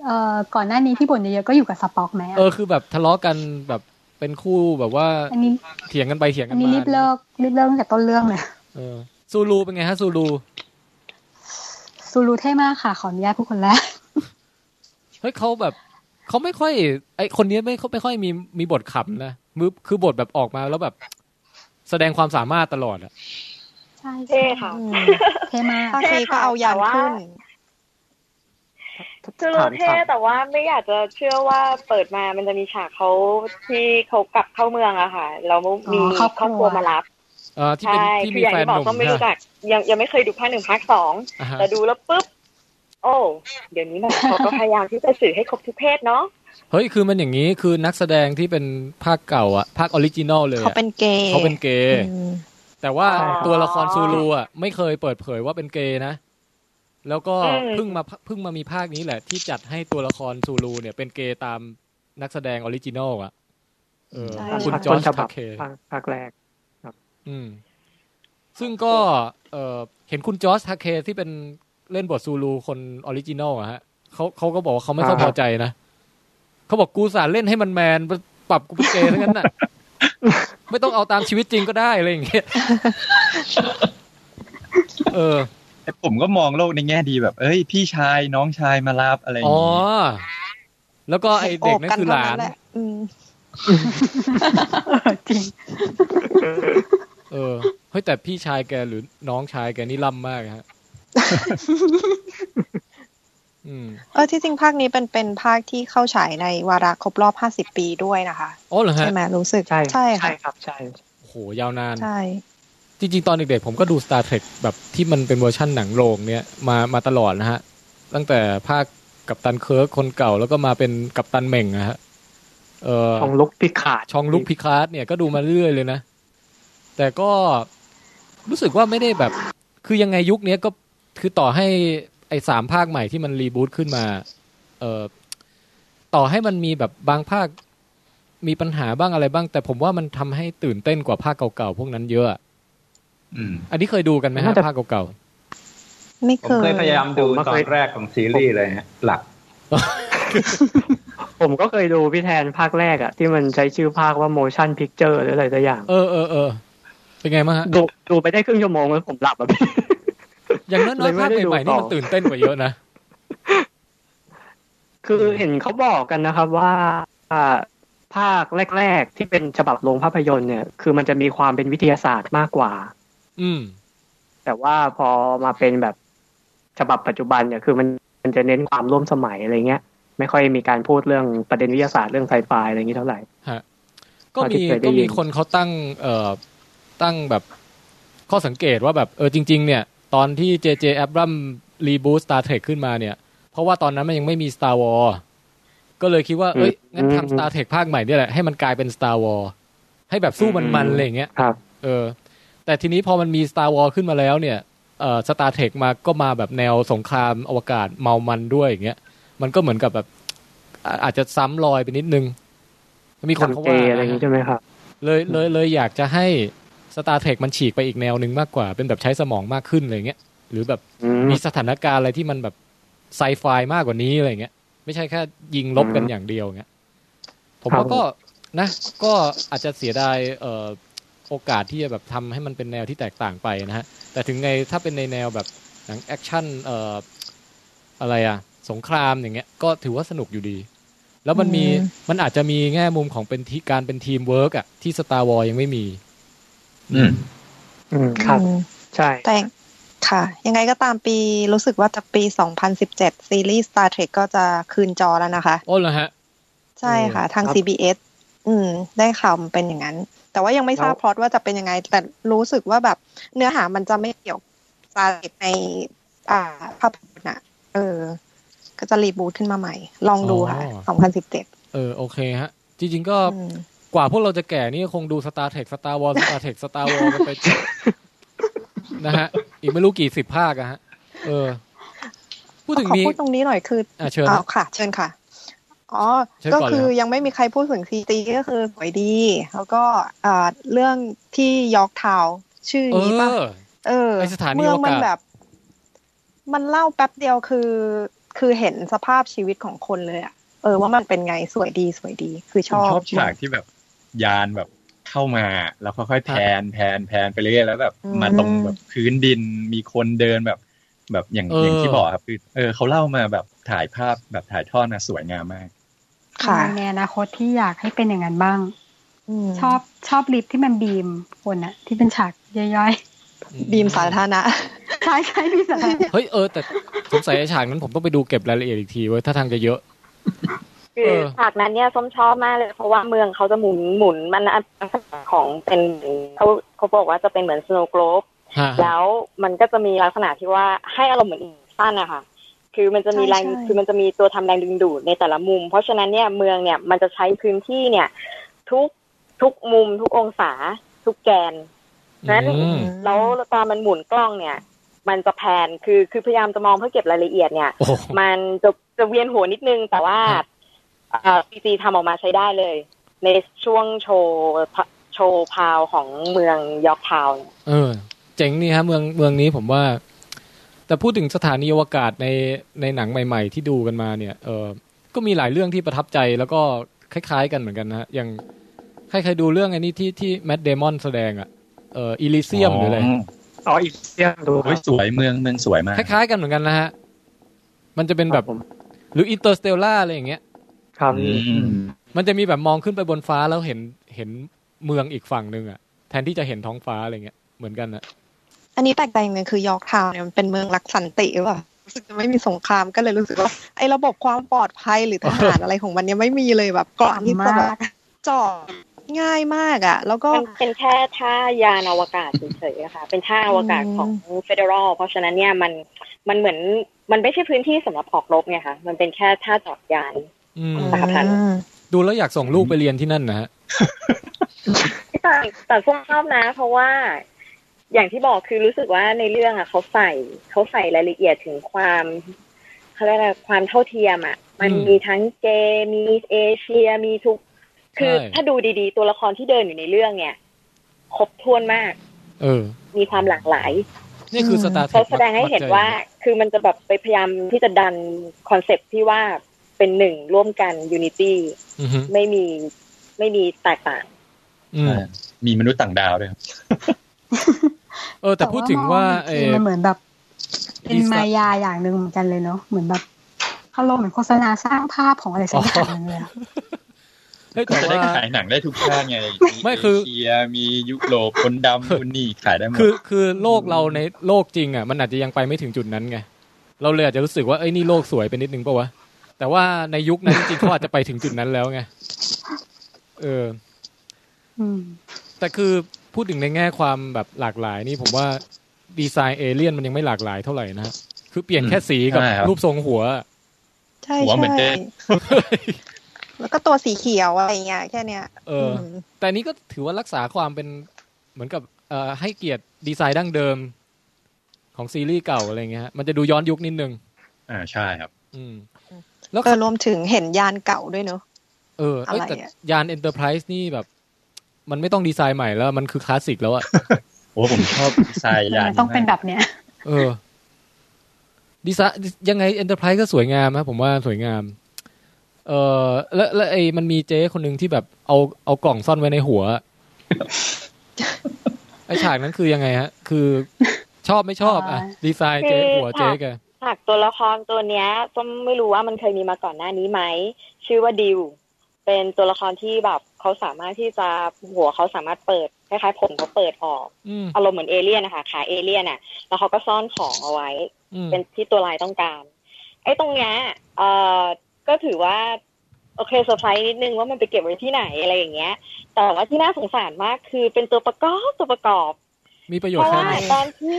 S8: เอ่อก่อนหน้านี้ที่บ่นเยอะๆก็อยู่กับสปอคไหมอะ
S1: เออคือแบบทะเลาะกันแบบเป็นคู่แบบว่า
S8: อันนี้
S1: เถียงกันไปเถียงกั
S8: อั
S1: น
S8: นนี้
S1: มา
S8: รีบเลิกรีบเลิกตั้งแต่ต้นเรื่องเลย
S1: เออซูรูเป็นไงฮะซูรู
S8: ซูรูเท่มากค่ะ ขออนุญาตผู้คนแรก
S1: เฮ้ยเขาแบบเขาไม่ค่อย ไอคนนี้ไม่เขาไม่ค่อยมีมีบทขำนะมือคือบทแบบออกมาแล้วแบบ แสดงความสามารถตลอดอะ
S8: ใช่ใช่
S15: เท่ค่ะ
S7: อืม
S8: เท่มาก
S7: ภาคนี้ก็เอายานขึ้น
S15: คือรู้เท่
S3: ถาม
S15: แต่ว่าไม่อยากจะเชื่อว่าเปิดมามันจะมีฉากเขาที่เขากลับเข้าเมืองอะค่ะแล้วมี
S8: อ๋อ
S15: ค
S8: ค
S15: ร
S8: ร
S15: อ
S8: อ
S15: บบ ค
S8: ครัว
S15: รัวมารับ
S1: เอ่อที่เป็น
S15: ใช่
S1: ที่
S15: คื
S1: มี
S15: ออย่าง
S1: แฟน
S15: ที่
S1: ห
S15: บอก
S1: นุ่ม
S15: ก็ไม่รู้จัก ยังยังไม่เคยดูภาคหนึ่งภาคสอง
S1: อ่าฮะ
S15: แต่ดูแล้วปุ๊บ โอ้ เดี๋ยวนี้มัน เขาก็พยายามที่จะสื่อให้ครบทุกเพศเนาะ
S1: เฮ้ยคือมันอย่างนี้คือนักแสดงที่เป็นภาคเก่าอะภาคออริจินอลเลยอะ
S7: เขาเป็นเกย์
S1: เขาเป็นเกย์
S7: อืม
S1: แต่ว่าตัวละครซูลูอะไม่เคยเปิดเผยว่าเป็นเกย์นะ แล้วก็
S19: อืม
S1: เพิ่งมาเพิ่งมามีภาคนี้แหละ ที่จัดให้ตัวละครซูลูเนี่ย เป็นเกย์ตามนักแสดงออริจินอลอ่ะเออ
S3: ใช่
S1: คุณ
S3: ภาค
S1: จอร์
S3: ต้นฉ
S1: จ
S3: บั
S1: ทา
S3: บ
S1: เค
S3: ภาคภาคแรก
S1: อืม ซึ่งก็เออเห็นคุณจอร์จทาเคที่เป็นเล่นบทซูลูคนออริจินอลอะฮะเขาเขาก็บอกว่าเขาไม่ค่อย
S3: อ่า
S1: พอใจนะเขาบอกกูสารเล่นให้มันแมนปรับกูเป็นเกย์ทั้งนั้นน่ะ ไม่ต้องเอาตามชีวิตจริงก็ได้อะไรอย่างเงี้ย เออ
S16: แต่ผมก็มองโลกในแง่ดีแบบ เอ้ย พี่ชายน้องชายมารับอะไรอย่าง
S1: อ๋อ
S16: งี้
S1: แล้วก็ไอเด็กนั่นคือหลาน
S7: อืม
S1: เออเฮ้ยแต่พี่ชายแกหรือน้องชายแกนี่ล่ำมากฮะ อืม
S7: เออที่จริงภาคนี้เป็นเป็นภาคที่เข้าฉายในวาระครบรอบ 50 ปีด้วยนะคะ
S1: อ๋อเหรอฮะ
S7: ใช่ไหมรู้สึก ใช่ใช่ค่ะ
S3: ครับใช่
S1: โอ้โหยาวนาน
S7: ใช่
S1: จริงๆ ตอนเด็กๆ ผมก็ดู Star Trek แบบที่มันเป็นเวอร์ชั่นหนังโรงเนี่ยมามาตลอดนะฮะ ตั้งแต่ภาคกัปตันเคิร์กคนเก่าแล้วก็มาเป็นกัปตันเหม่งนะฮะเออ
S3: ช่องลุกพิฆาต
S1: ช่องลุกพิคาร์ดเนี่ยก็ดูมาเรื่อยเลยนะ แต่ก็รู้สึกว่าไม่ได้แบบ คือยังไงยุคเนี้ยก็คือต่อให้ไอ้สามภาคใหม่ที่มันรีบูตขึ้นมา เออต่อให้มันมีแบบบางภาคมีปัญหาบ้างอะไรบ้าง แต่ผมว่ามันทำให้ตื่นเต้นกว่าภาคเก่าๆพวกนั้นเยอะอะ
S4: อืม
S1: อันนี้เคยดูกันไหมฮะ
S4: น่าจะ
S1: ภาคเก่า
S7: ไม่
S4: ผมเคยพยายามดูตอนแรกของซีรีส์เลยฮะหลัก
S3: ผมก็เคยดูพี่แทนภาคแรกอะที่มันใช้ชื่อภาคว่า motion picture หรืออะไรสักอย่าง
S1: ๆ เออเออเออเป็นไงมั้างฮะ
S3: ดูดูไปได้ครึ่งชั่วโมงแล้วผมหลับอะพี่
S1: อย่างน้อยๆภาคใหม่ๆนี่มันตื่นเต้นกว่าเยอะนะ
S3: คือเห็นเขาบอกกันนะครับว่าอ่าภาคแรก ๆ ที่เป็นฉบับโรงภาพยนตร์เนี่ย คือมันจะมีความเป็นวิทยาศาสตร์มากกว่า
S1: อื
S17: mm.
S1: ม
S3: แต่ว่าพอมาเป็นแบบฉบับปัจจุบันเนี่ยคือมันมันจะเน้นความร่วมสมัยอะไรเงี้ย ไม่ค่อยมีการพูดเรื่องประเด็นวิทยาศาสตร์เรื่องไซไฟอะไรอย่างนี้เท่าไหร่
S1: ฮะ ก็
S3: ภาคที่
S1: มี
S3: เคยได้
S1: ก็
S3: ยิ
S1: มี
S3: น
S1: คนเขาตั้ง เอ่อ ตั้งแบบข้อสังเกตว่าแบบ เออจริง ๆ เนี่ย ตอนที่ JJ a b r a m รีบูต Star Trek ขึ้นมาเนี่ย เพราะว่าตอนนั้นมันยังไม่มี Star War ก็เลยคิดว่า เอ้ย งั้นทำ Star Trek ภาคใหม่เนี่ยแหละ ให้มันกลายเป็น Star War ให้แบบสู้มันๆอะไรอย่างเงี้ย
S3: ครับ
S1: เออ แต่ทีนี้พอมันมี Star War ขึ้นมาแล้วเนี่ย เอ่อ Star Trek มาก็มาแบบแนวสงครามอวกาศเมามันด้วยอย่างเงี้ย มันก็เหมือนกับแบบอ่าอาจจะซ้ำรอยไปนิดนึง มีคนเขา
S3: ทำเจ
S1: ว่า
S3: อะไรอย่างนี้ใช่ไหมครับ
S1: เลยเลยเลยอยากจะให้ Star Trek มันฉีกไปอีกแนวหนึ่งมากกว่า เป็นแบบใช้สมองมากขึ้นอะไรเงี้ย หรือแบบ
S3: อืม
S1: มีสถานการณ์อะไรที่มันแบบไซไฟมากกว่านี้อะไรเงี้ย ไม่ใช่แค่ยิงลบกัน
S3: อืม
S1: อย่างเดียวเงี้ย ผมว่าก็นะ ก็อาจจะเสียดายเอ่อโอกาสที่จะแบบทำให้มันเป็นแนวที่แตกต่างไปนะฮะ แต่ถึงไงถ้าเป็นในแนวแบบหนังแอคชั่นเอ่ออะไรอะสงครามอย่างเงี้ย ก็ถือว่าสนุกอยู่ดี แล้วมันมี
S3: อืม
S1: มันอาจจะมีแง่มุมของเป็นที่การเป็นทีมเวิร์กอะที่สตาร์วอลยังไม่มี
S4: อืม
S3: อืมครับ ใช่
S7: แต่ค่ะ ยังไงก็ตามปีรู้สึกว่าจากปี 2017 ซีรีส์ Star Trek ก็จะคืนจอแล้วนะคะ
S1: โอ้เหรอฮะ
S7: ใช่ค่ะ ทาง
S1: ครับ
S7: CBS อืม ได้ข่าวมันเป็นอย่างนั้น แต่ว่ายังไม่ทราบพล็อตว่าจะเป็นยังไง แต่รู้สึกว่าแบบเนื้อหามันจะไม่เกี่ยวกับในอ่าภาพยนตร์นะเออ ก็จะรีบูตขึ้นมาใหม่ ลองดูค่ะ
S1: อ๋อ
S7: 2017
S1: เออโอเคฮะ จริง ๆ ก็กว่าพวกเราจะแก่นี่คงดู Star Trek Star Wars Star Trek Star Wars กันไป นะฮะ อีกไม่รู้กี่สิบภาคอะฮะ เออ พูดถึง
S7: ขอ
S1: มี
S7: พูดตรงนี้หน่อยคือ
S1: อ่ะเชิญ
S7: าค่ะ เชิญค่ะ อ๋อ
S1: เชิญก่
S7: ก็
S1: อนเลย
S7: คือ
S1: ครับ
S7: ยังไม่มีใครพูดถึงซีตีก็คือสวยดี แล้วก็อ่าเรื่องที่ยอร์กทาวน์ชื่อ
S1: เอ
S7: นี้ป่ะ
S1: อ
S7: เออ
S1: ไอ้สถานี
S7: เมือง
S1: อวกาศ
S7: มันแบบ มันเล่าแป๊บเดียวคือ คือเห็นสภาพชีวิตของคนเลยอะเออ ว่ามันเป็นไงสวยดีสวยดี คือช
S16: ผม
S7: อบ
S16: ชอบฉากที่แบบยานแบบเข้ามา แล้วค่อยๆแพนแพนแพนไปเรื่อยๆแล้วแบบ
S7: อืม
S16: มาตรงแบบพื้นดินมีคนเดินแบบ แบบอย่าง
S1: เออ
S16: อ
S1: อ
S16: ย่างที่บอกครับคือเออเขาเล่ามาแบบถ่ายภาพแบบถ่ายทอดมาสวยงามมาก
S7: ค่ะ
S8: ในอนาคตที่อยากให้เป็นอย่างนั้นบ้าง
S7: ม
S8: ชอบชอบลิฟต์ที่มันบีมคนอะที่เป็นฉากย่อย
S7: บีมสาธารณะ
S8: ๆ ใช่ใช่บีมสาธารณะ
S1: เฮ้ยเออแต่สงสัยไอ้ฉากนั้นผมต้องไปดูเก็บรายละเอียดอีกทีเว้ยถ้าทางจะเยอะ
S15: คือ
S1: เออ
S15: ฉากนั้นเนี่ยส้มชอบมากเลย เพราะว่าเมืองเขาจะหมุนหมุนมันอันของเป็นเขาเขาบอกว่าจะเป็นเหมือนสโนว์โกลบ
S1: ฮะ
S15: แล้วมันก็จะมีลักษณะที่ว่าให้อารมณ์เหมือนอีกสั้นนะคะคือมันจะมีแรง
S7: ใช่ใช่
S15: คือมันจะมีตัวทำแรงดึงดูดในแต่ละมุม เพราะฉะนั้นเนี่ยเมืองเนี่ยมันจะใช้พื้นที่เนี่ย ทุกทุกมุม ทุกองศา ทุกแกน นั้น
S1: อืม
S15: แล้วตอนมันหมุนกล้องเนี่ย มันจะแพนคือคือพยายามจะมองเพื่อเก็บรายละเอียดเนี่ย
S1: โอ้โห
S15: มันจะจะเวียนหัวนิดนึง แต่ว่าซีซีทำออกมาใช้ได้เลย ในช่วงโชว์พะโชว์พาวของเมืองยอร์กทาวน์
S1: เออ เจ๋งนี่ฮะเมืองเมืองนี้ผมว่า แต่พูดถึงสถานีอวกาศในในหนังใหม่ ๆ ที่ดูกันมาเนี่ยเออก็มีหลายเรื่องที่ประทับใจแล้วก็คล้าย ๆ กันเหมือนกันนะฮะอย่างใครๆดูเรื่องไอ้นี่ที่ที่แมดเดมอนแสดงอะเอออิลิเซียมหรืออะไร
S3: อ๋ออีเซียมดู
S16: โอ้ยสวยเมืองเมืองสวยมาก
S1: คล้ายๆกันเหมือนกันนะฮะ มันจะเป็นแบบ หรืออินเตอร์สเตลล่าอะไรอย่างเงี้ย
S3: ครับ
S1: มันจะมีแบบมองขึ้นไปบนฟ้าแล้วเห็นเห็นเมืองอีกฝั่งหนึ่งอะแทนที่จะเห็นท้องฟ้าอะไรเงี้ย เหมือนกันนะ
S7: อันนี้แปลกใจอย่างหนึ่งคือยอร์กทาวน์เนี่ยมันเป็นเมืองรักสันติหรือเปล่ารู้สึกจะไม่มีสงครามก็เลยรู้สึกว่าไอ้ระบบความปลอดภัยหรือทหารอะไรของมันเนี่ยไม่มีเลยแบบเกราะที่จะแบบเจาะง่ายมากอ่ะ แล้วก็
S15: มันเป็นแค่ท่ายานอวกาศเฉยๆอะค่ะ เป็นท่าอวกาศของเฟเดอรัลเพราะฉะนั้นเนี่ยมันมันเหมือนมันไม่ใช่พื้นที่สำหรับออกรบไงคะมันเป็นแค่ท่าจอดยาน
S1: อืม
S15: สหพันธ์
S1: ดูแล้วอยากส่งลูกไปเรียนที่นั่นนะฮะ
S15: แต่แต่พวกชอบนะ เพราะว่าอย่างที่บอกคือรู้สึกว่าในเรื่องอ่ะเขาใส่เขาใส่รายละเอียดถึงความเขาเรียกอะไรความเท่าเทียมอ่ะ มัน
S19: อืม
S15: มีทั้งเกย์มีเอเชียมีทุก คือ
S1: ใช่
S15: ถ้าดูดีๆ ตัวละครที่เดินอยู่ในเรื่องเนี่ย ครบถ้วนมาก
S1: เออ
S15: มีความหลากหลาย
S1: นี่คือ Star Trek
S15: เขาแสดงให้เห็นว่า คือมันจะแบบไปพยายามที่จะดันคอนเซปต์ที่ว่าเป็นหนึ่งร่วมกันยูนิตี้
S1: อือฮึ
S15: ไม่มีไม่มีแตกต่าง
S16: อ่ามีมนุษย์ต่างดาวด้วยครับ
S1: เออ แต่พูดถึงว่าเออ
S8: มันเหมือนแบบ เป็น
S1: อีสัตว์
S8: มายาอย่างหนึ่งเหมือนกันเลยเนาะเหมือนแบบอารมณ์เหมือนโฆษณาสร้างภาพของอะไรสักอย่างหนึ่งเลยอะ
S1: เฮ้ย
S16: ก็
S1: แต่
S16: จะได้
S1: ว่า
S16: ขายหนังได้ทุกชาติไง
S1: ไม่คือ
S16: เอเชียมียุโรปคนดำคนนี่ขายได้หมด
S1: คือคือโลกเราในโลกจริงอ่ะมันอาจจะยังไปไม่ถึงจุดนั้นไงเราเลยอาจจะรู้สึกว่าเอ้ยนี่โลกสวยไปนิดนึงปะวะแต่ว่าในยุคนั้นจริงๆเขาอาจจะไปถึงจุดนั้นแล้วไงเออ
S8: อืม
S1: แต่คือพูดถึงในแง่ความแบบหลากหลายนี่ผมว่าดีไซน์เอเลี่ยนมันยังไม่หลากหลายเท่าไหร่นะฮะคือเปลี่ยนแค่สีกับ
S16: ใช่ครับ
S1: รูปทรงหัว
S7: ใช่
S1: หัวเหมือน
S7: ใช่
S1: เดิม
S7: แล้วก็ตัวสีเขียวอะไรเงี้ยแค่เนี้ย
S1: เอออแต่อันนี้ก็ถือว่ารักษาความเป็นเหมือนกับเอ่อให้เกียรติดีไซน์ดั้งเดิม ของซีรีส์เก่าอะไรเงี้ยฮะมันจะดูย้อนยุคนิดนึง
S16: อ่าใช่ครับ
S1: อืม
S7: แล้วก็รวมถึงเห็นยานเก่าด้วยเนอะ
S1: เออเอ้ย
S7: อะไร
S1: แต่
S7: อะ
S1: ยานเอ็นเตอร์ไพรส์นี่แบบ มันไม่ต้องดีไซน์ใหม่แล้ว มันคือคลาสสิกแล้วอะ
S16: โอ้ผมชอบดีไซน์ยาน
S8: ต้องเป็นแบบเนี้ย
S1: เออ ดีไซน์ยังไงเอ็นเตอร์ไพรส์ก็สวยงามนะผมว่าสวยงาม เออแล้วแล้วไอ้มันมีเจ๊คนหนึ่งที่แบบเอาเอากล่องซ่อนไว้ในหัว ไอ้ฉากนั้นคือยังไงฮะ คือชอบไม่ชอบอ่ะ ดีไซน์เจ๊หัวเจ๊แก
S15: ฉากตัวละครตัวเนี้ยก็ไม่รู้ว่ามันเคยมีมาก่อนหน้านี้ไหม ชื่อว่าดิว เป็นตัวละครที่แบบเขาสามารถที่จะหัวเขาสามารถเปิดคล้ายๆผมเขาเปิดออก
S1: อืม
S15: อารมณ์เหมือนเอเลี่ยนนะคะขาเอเลี่ยนอ่ะ แล้วเขาก็ซ่อนของเอาไว้
S1: อืม
S15: เป็นที่ตัวลายต้องการ ไอ้ตรงเนี้ยเอ่อก็ถือว่า โอเคเซอร์ไพรส์นิดนึงว่ามันไปเก็บไว้ที่ไหนอะไรอย่างเงี้ย แต่ว่าที่น่าสงสารมากคือเป็นตัวประกอบตัวประกอบ
S1: มีประโยชน์
S15: เพราะ
S1: แค่
S15: ว่า
S1: ไหน
S15: ตอนที่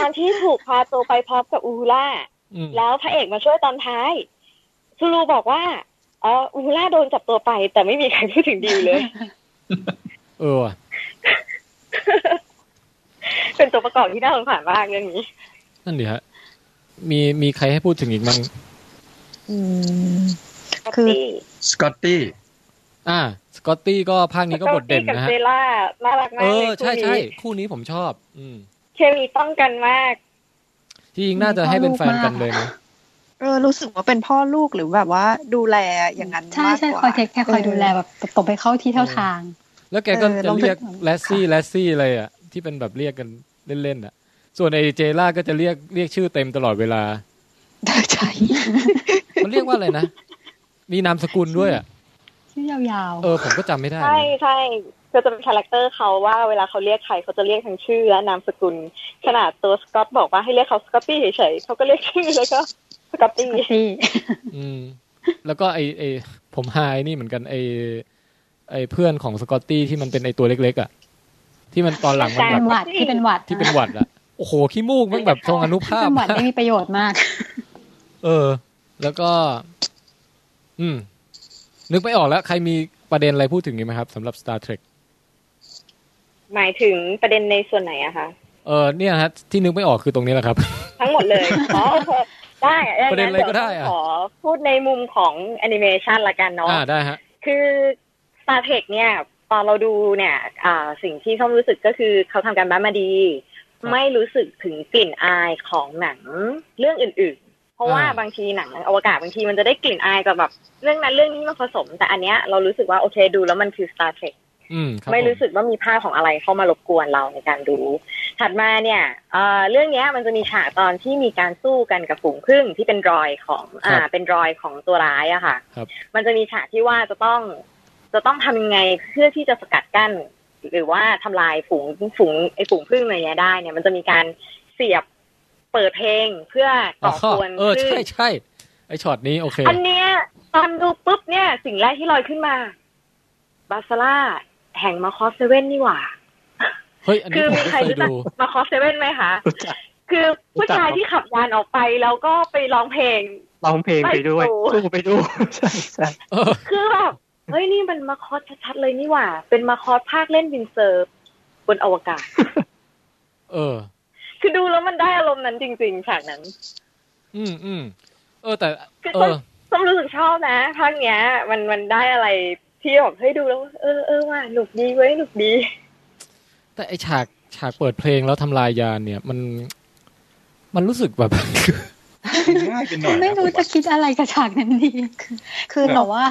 S15: ตอนที่ถูกพาตัวไปพร้อมกับอูฮูล่า
S1: อืม
S15: แล้วพระเอกมาช่วยตอนท้ายซูลูบอกว่าเอออูฮูล่าโดนจับตัวไป แต่ไม่มีใครพูดถึงดิวเลย
S1: เออว่ะ
S15: เป็นตัวประกอบที่น่าสงสารมากเรื่องนี้
S1: นั่นดีฮะ มีมีใครให้พูดถึงอีกมั้ง
S7: คือ
S16: สกอตตี้
S1: อ่า สกอตตี้ก็ภาคนี้ก็บทเด่น
S15: กับ
S1: นะฮะ
S15: เซล่าน่ารักมา
S1: เอก
S15: เล
S1: อย ใช่
S15: คู่นี้
S1: ใช่คู่นี้ผมชอบ อืม
S15: เคมีต้องกันมาก
S1: ที่จริงน่าจะให้เป็นแฟนกันเลยนะ
S7: เออรู้สึกว่าเป็นพ่อลูกหรือแบบว่าดูแลอย่างนั้น
S8: ใช่
S7: มาก
S8: ใช่
S7: ก
S8: ค
S7: ว่า
S8: อยเทคแค่คอยดูแลแบบตบไปเข้าที่เท่าทาง
S1: แล้วแกก็
S8: เออ
S1: จะ
S8: ลองไป
S1: เรียกแลสซี่แลสซี่เลยอ่ะ ที่เป็นแบบเรียกกันเล่นๆอ่ะ ส่วนไอเจล่าก็จะเรียกเรียกชื่อเต็มตลอดเวลา ใช่ มันเรียกว่าอะไรนะ มีนามสกุลด้วยอ่ะ
S8: ชื่อยาว
S1: เออ ผมก็จำไม่ได้นะ
S15: ใช่ใช่ก็จะเป็นคาแรคเตอร์เขาว่าเวลาเขาเรียกใครเขาจะเรียกทั้งชื่อและนามสกุล ขนาดตัวสกอตบอกว่าให้เรียกเขาสกอตตี้เฉยๆเขาก็เรียกชื่อแล้วก็สกอตตี้
S1: อืม แล้วก็ไอไอผมหายนี่เหมือนกันไอไอเพื่อนของสกอตตี้ที่มันเป็นไอตัวเล็กๆอ่ะ ที่มันตอนหลัง
S8: ๆ
S1: มัน
S8: เป็นห
S1: แบ
S8: วั
S1: บ
S8: ดที่เป็นหวัด
S1: ที่เป็นหวัดอ่ะ โอ้โหขี้มูกมันแบบทรงอนุภาพ
S8: เป็นหวัดได้มีประโยชน์มาก
S1: เออ แล้วก็ อืม นึกไม่ออกแล้ว ใครมีประเด็นอะไรพูดถึงนี้ไหมครับสำหรับ Star Trek
S15: หมายถึงประเด็นในส่วนไหนอะคะ
S1: เออเนี่ยฮะที่นึกไม่ออกคือตรงนี้แหละครับ
S15: ทั้งหมด เลย อ๋อโอเคได้งั้
S1: ประเด็นอะไรก็ได้อะ
S15: เยวขอพูดในมุมของแอนิเมชันละกันเนาะ
S1: อ่าได้ฮะ
S15: คือ Star Trek เนี่ยตอนเราดูเนี่ยอ่าสิ่งที่ส้มรู้สึกก็คือเขาทำการบ้านมาดี ไม่รู้สึกถึงกลิ่นอายของหนังเรื่องอื่นๆ เพราะว่า
S19: อ่า
S15: บางทีหนังอวกาศบางทีมันจะได้กลิ่นอายกับแบบเรื่องนั้นเรื่องนี้มาผสม แต่อันเนี้ยเรารู้สึกว่าโอเคดูแล้วมันคือ Star Trek
S1: อืมครับ
S15: ไม่รู้
S1: ผ
S15: สึกว่ามีภาพของอะไรเข้ามารบกวนเราในการดู ถัดมาเนี่ยเอ่อเรื่องเนี้ยมันจะมีฉากตอนที่มีการสู้กันกับฝูงผึ้งที่เป็นรอยของอ่า
S19: ครับ
S15: เป็นรอยของตัวร้ายอะค่ะ
S1: ครับ
S15: มันจะมีฉากที่ว่าจะต้องจะต้องทำยังไงเพื่อที่จะสกัดกั้น หรือว่าทำลายฝูงฝูงไอฝูงผึ้งอะไรเงี้ยได้เนี่ยมันจะมีการเสียบเปิดเพลงเพื่อก่อ
S1: ข้
S15: กวน
S1: เออ
S15: คลื่
S1: ใช่
S15: น
S1: ใช่ไอช็อตนี้โอเค
S15: อันเนี้ยตอนดูปุ๊บเนี่ย สิ่งแรกที่ลอยขึ้นมาบาซาร่าแห่งมาคอสเซเว่นนี่หว่า
S1: เฮ้ย อันนี้
S15: คือ
S1: ผม
S15: มี
S1: ไม่
S15: ใคร
S1: เคย
S15: รู้จัก
S1: ดู
S15: มาคอสเซเว่นไหมคะ คือผู้ชายที่ขับยานออกไปแล้วก็ไปร้องเพลง
S3: ร้องเพลงไปด้วย
S15: ไม่ดู
S3: สู้ไปด้วยใช่ใช่
S15: คือแบบเฮ้ยนี่มันมาคอสชัดๆเลยนี่หว่า เป็นมาคอสภาคเล่นวินเซอร์บนอวกาศ
S1: เออ
S15: คือดูแล้วมันได้อารมณ์นั้นจริงๆฉากนั้น
S1: อืมอืมเออแต่
S15: คือ
S1: เอ
S15: ต้อง
S1: อ
S15: ต้องรู้สึกชอบนะภาคเนี้ย มันมันได้อะไรที่แบบเฮ้ยดูแล้วเออเออว่าหนุกดีเว้ยหนุกดี
S1: แต่ไอฉากฉากเปิดเพลงแล้วทำลายยานเนี่ย มัน มันรู้สึกแบบ
S16: ง่ายเป็นหน่
S8: คื
S16: อย
S8: อไม่รู้จะคิดอะไรกับฉากนั้นดี คือคือหนูว่า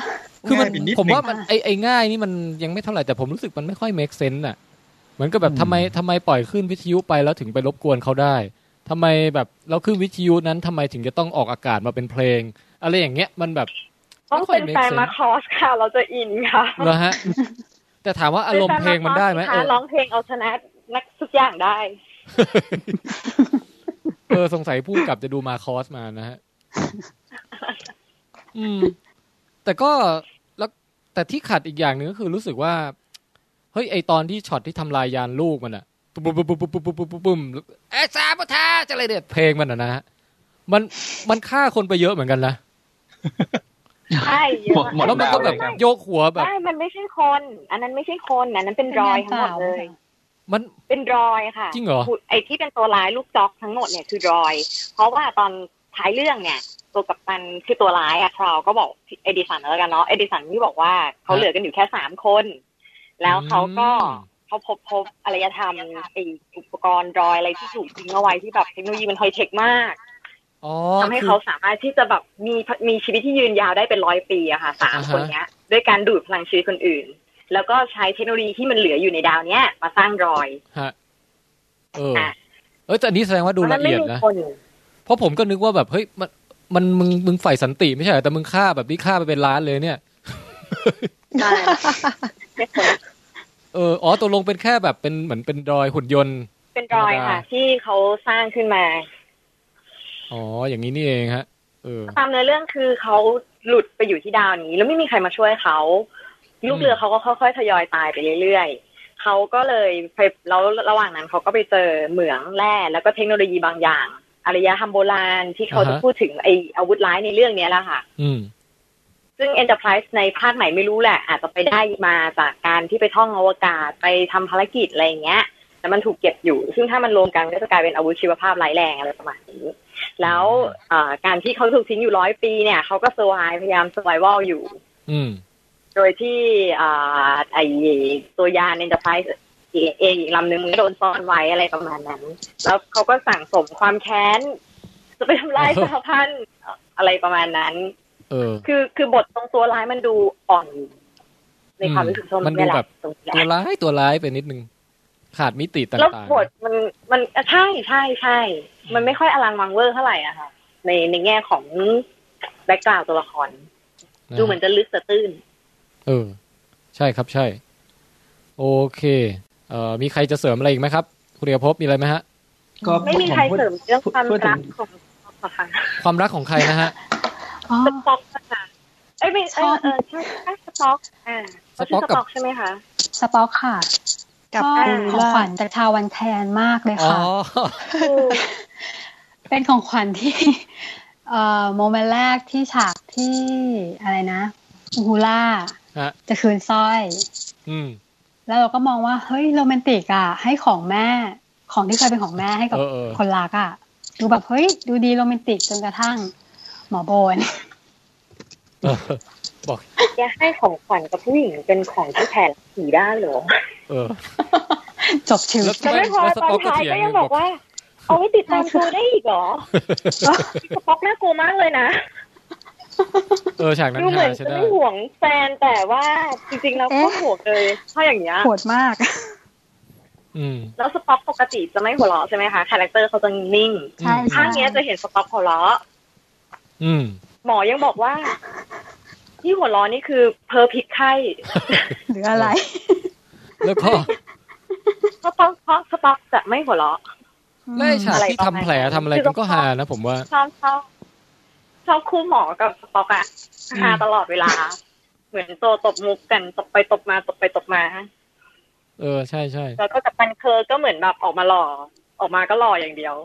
S1: คือมัน
S8: ง่ายไปนิดนึง
S1: ผมว่ามันไอไอง่ายนี่มันยังไม่เท่าไหร่แต่ผมรู้สึกมันไม่ค่อย make sense อ่ะเหมือนกับแบบทำไมทำไมปล่อยขึ้นวิทยุไปแล้วถึงไปรบกวนเขาได้ทำไมแบบเราขึ้นวิทยุนั้นทำไมถึงจะต้องออกอากาศมาเป็นเพลง อะไรอย่างเงี้ยมันแบบ
S15: ต้อง
S1: ไม่ค่อย
S15: เป็
S1: make
S15: นแฟน
S1: sense
S15: มาคอสค่ะ เราจะอินค่ะ
S1: เหรอฮะ แต่ถามว่าอารมณ์เพลงมันได้ไหม
S15: เป็
S1: เออ
S15: แฟนมาคอสสิคะร้องเพลงเอาชนะนักทุกอย่างได้
S1: เออสงสัยผู้กำกับจะดูมาคอสมานะฮะ อืม แต่ก็แล้วแต่ที่ขัดอีกอย่างหนึ่งก็คือรู้สึกว่า เฮ้ยไอตอนที่ช็อตที่ทำลายยานลูกมันอะปุ๊บปุ๊บปุ๊บปุ๊บปุ๊บปุ๊บปุ๊บปุ๊บเอยสาบุทาจะอะไรเด็ดเพลงมันอะนะฮะมันมันฆ่าคนไปเยอะเหมือนกันนะ
S15: ใช่เยอะาก
S1: แล้วมันก็แบบโยกหัวแบบ
S15: ใช่มันไม่ใช่คน อันนั้นไม่ใช่คน อันนั้นเป็นรอยทั้งหมดเลย
S1: มัน
S15: เป็นรอยค่ะ
S1: จริงเหรอ
S15: คุณไอ้ที่เป็นตัวร้ายลูกจอกทั้งหมดเนี่ยคือรอย เพราะว่าตอนท้ายเรื่องเนี่ย ตัวกัปตันคือตัวร้ายอะคราวก็บอกเอดิสันแล้วกันเนาะ เอดิสันที่บอกว่าเขาเหลือกันอยู่แค่สามคน แล้วเขาก็เขาพบพบอารยธรรมไออุปกรณ์รอยอะไรที่ถูกทิ้งเอาไว้ที่แบบเทคโนโลยีมันไฮเทคมาก
S1: อ๋อ
S15: ทำให้
S1: คือ
S15: เขาสามารถที่จะแบบมีมีชีวิตที่ยืนยาวได้เป็นร้อยปีอะค่ะสาม
S1: อ่าฮะ
S15: คนเนี้ย ด้วยการดูดพลังชีวิตคนอื่น แล้วก็ใช้เทคโนโลยีที่มันเหลืออยู่ในดาวเนี้ย มาสร้างรอย
S1: ฮะ เออ เอยแต่อันนี้แสดงว่าดูละเอียดนะ
S15: พรามัไม่มีค
S1: เพราะผมก็นึกว่าแบบเฮ้ยมันมันมึงมึงฝ่ายสันติไม่ใช่เหรอแต่มึงฆ่าแบบนี้ฆ่าไปเป็นล้านเลยเนี่ย
S15: ใช่
S1: เอออ๋อตกลงเป็นแค่แบบเป็นเหมือนเป็นดอยหุ่นยนต์
S15: เป็นรอยค่ะ ที่เขาสร้างขึ้นมา
S1: อ๋อ อย่างนี้นี่เองฮะ เออ
S15: ตามในอเรื่องคือเขาหลุดไปอยู่ที่ดาวนี้ แล้วไม่มีใครมาช่วยเขาลูกเรือเขาก็ค่อยๆทยอยตายไปเรื่อยๆเขาก็เลยไปแล้วระหว่างนั้นเขาก็ไปเจอเหมืองแร่แล้วก็เทคโนโลยีบางอย่างอารยธรรมโบราณที่เขาจะ
S1: อ่าฮะ
S15: พูดถึงไออาวุธร้ายในเรื่องเนี้ยแหละค่ะ
S1: อืม
S15: ซึ่ง Enterprise ในภาคไหนไม่รู้แหละ อาจจะไปได้มาจากการที่ไปท่องอวกาศไปทำภารกิจอะไรอย่างเงี้ย แต่มันถูกเก็บอยู่ ซึ่งถ้ามันรวมกันก็จะกลายเป็นอาวุธชีวภาพร้ายแรงอะไรประมาณนี้ แล้วเอ่อการที่เขาถูกทิ้งอยู่ร้อยปีเนี่ยเขาก็ survive พยายาม survival อยู่
S1: อืม
S15: โดยที่เอ่อไอตัวยาน Enterprise เองเองอีกลำหนึ่งมันก็โดนซ่อนไว้อะไรประมาณนั้น แล้วเขาก็สั่งสมความแค้นจะไปทำลายสหพันธ์อะไรประมาณนั้น
S1: เออ
S15: คือคือบทตรงตัวร้ายมันดูอ่อน ในความรู้สึกส้ม
S1: มันดู
S15: เนี่ยแห
S1: แบ
S15: ละ
S1: บ
S15: ตรง
S1: ตัว
S15: นี้แหละ
S1: ร้ายตัวร้ายไปนิดนึง ขาดมิติต่า
S15: แล้ว
S1: ง
S15: บทมันมันอ่ะใช่ใช่ใช่ มันไม่ค่อยอลังวังเวอร์เท่าไหร่อะค่ะ ในในแง่ของแบ็กกราวตัวละคร
S1: ๆะ
S15: ดูเหมือนจะลึกจะตื้น
S1: เออ ใช่ครับใช่ โอเค เอ่อ มีใครจะเสริมอะไรอีกไหมครับ คุณเรียภพมีอะไรไหมฮะ
S15: ไม่มีใครเสริมเรื่องความรักของค่ะ
S1: ความรักของใครนะ ฮะ
S15: สต็อกค่ะเอ้ยไม่เออเออใช่ใช่สต็อกอ่าเขาชื่อ
S1: ส
S15: ส
S1: ต็
S15: ต็
S1: อ
S15: อ
S1: กั
S15: ก ก
S1: บ
S15: ใช่ไหมคะ
S8: สปอคค่ะ
S15: กับ
S8: ก็
S15: อ่า
S8: เป็นของขวัญจากชาววันแทนมากเลย
S1: อ๋อ
S8: ค่ะ เป็นของขวัญที่ เอ่อโมเมนต์แรกที่ฉากที่อะไรนะอูฮูล่า
S1: ฮะ
S8: จะคืนสร้อย
S1: อืม
S8: แล้วเราก็มองว่า เฮ้ยโรแมนติกอ่ะ ให้ของแม่ ของที่เคยเป็นของแม่ให้กับ
S1: เออเออ
S8: คนรักอ่ะดูแบบเฮ้ยดูดีโรแมนติกจนกระทั่ง หมอโบน
S15: จะให้ของขวัญกับผู้หญิงเป็นของที่แผนผีได้เหรอ
S1: เออ
S8: จบชีวิต
S15: แต่ไม่พอตอนท้ายก็ยังบอกว่า เอาไว้ติดตามดูได้อีกเหรอสป็อกน่ากลัวมากเลยนะ
S1: เออฉากนั้น
S15: ดูเหมือน
S1: ฮาใช่
S15: จะ
S1: ได้
S15: ไม่ห่วงแฟนแต่ว่าจริงๆแล้วก็ห่วงเลยถ้าอย่างเงี้ย
S8: โหดมาก
S1: อืม
S15: แล้วสป็อกปกติจะไม่หัวเราะใช่ไหมคะคาแรคเตอร์เขาจะนิ่ง
S1: ใช่
S15: ข้างเนี้ยจะเห็นสป็อกหัวเราะ
S1: อืม
S15: หมอยังบอกว่า ที่หัวเร้อนนี่คือเพอพิษไข้
S8: หรืออะไร
S1: แล้ว ก็
S15: เพราะเพราะสต็อกจะไม่หัวเราะ
S1: ไล่ฉากที่ทำแผลทำอะไรกันก็ฮานะผมว่า
S15: ชอบชอบชอบคู่หมอกับสต็อกอะ
S1: อืม
S15: ฮาตลอดเวลา เหมือนตัวตบมุกกันตบไปตบมาตบไปตบมา
S1: เออใช่ใช่
S15: แล้วก็กับปันเคอร์ก็เหมือนแบบออกมาหล่อ ออกมาก็หล่ออย่างเดียว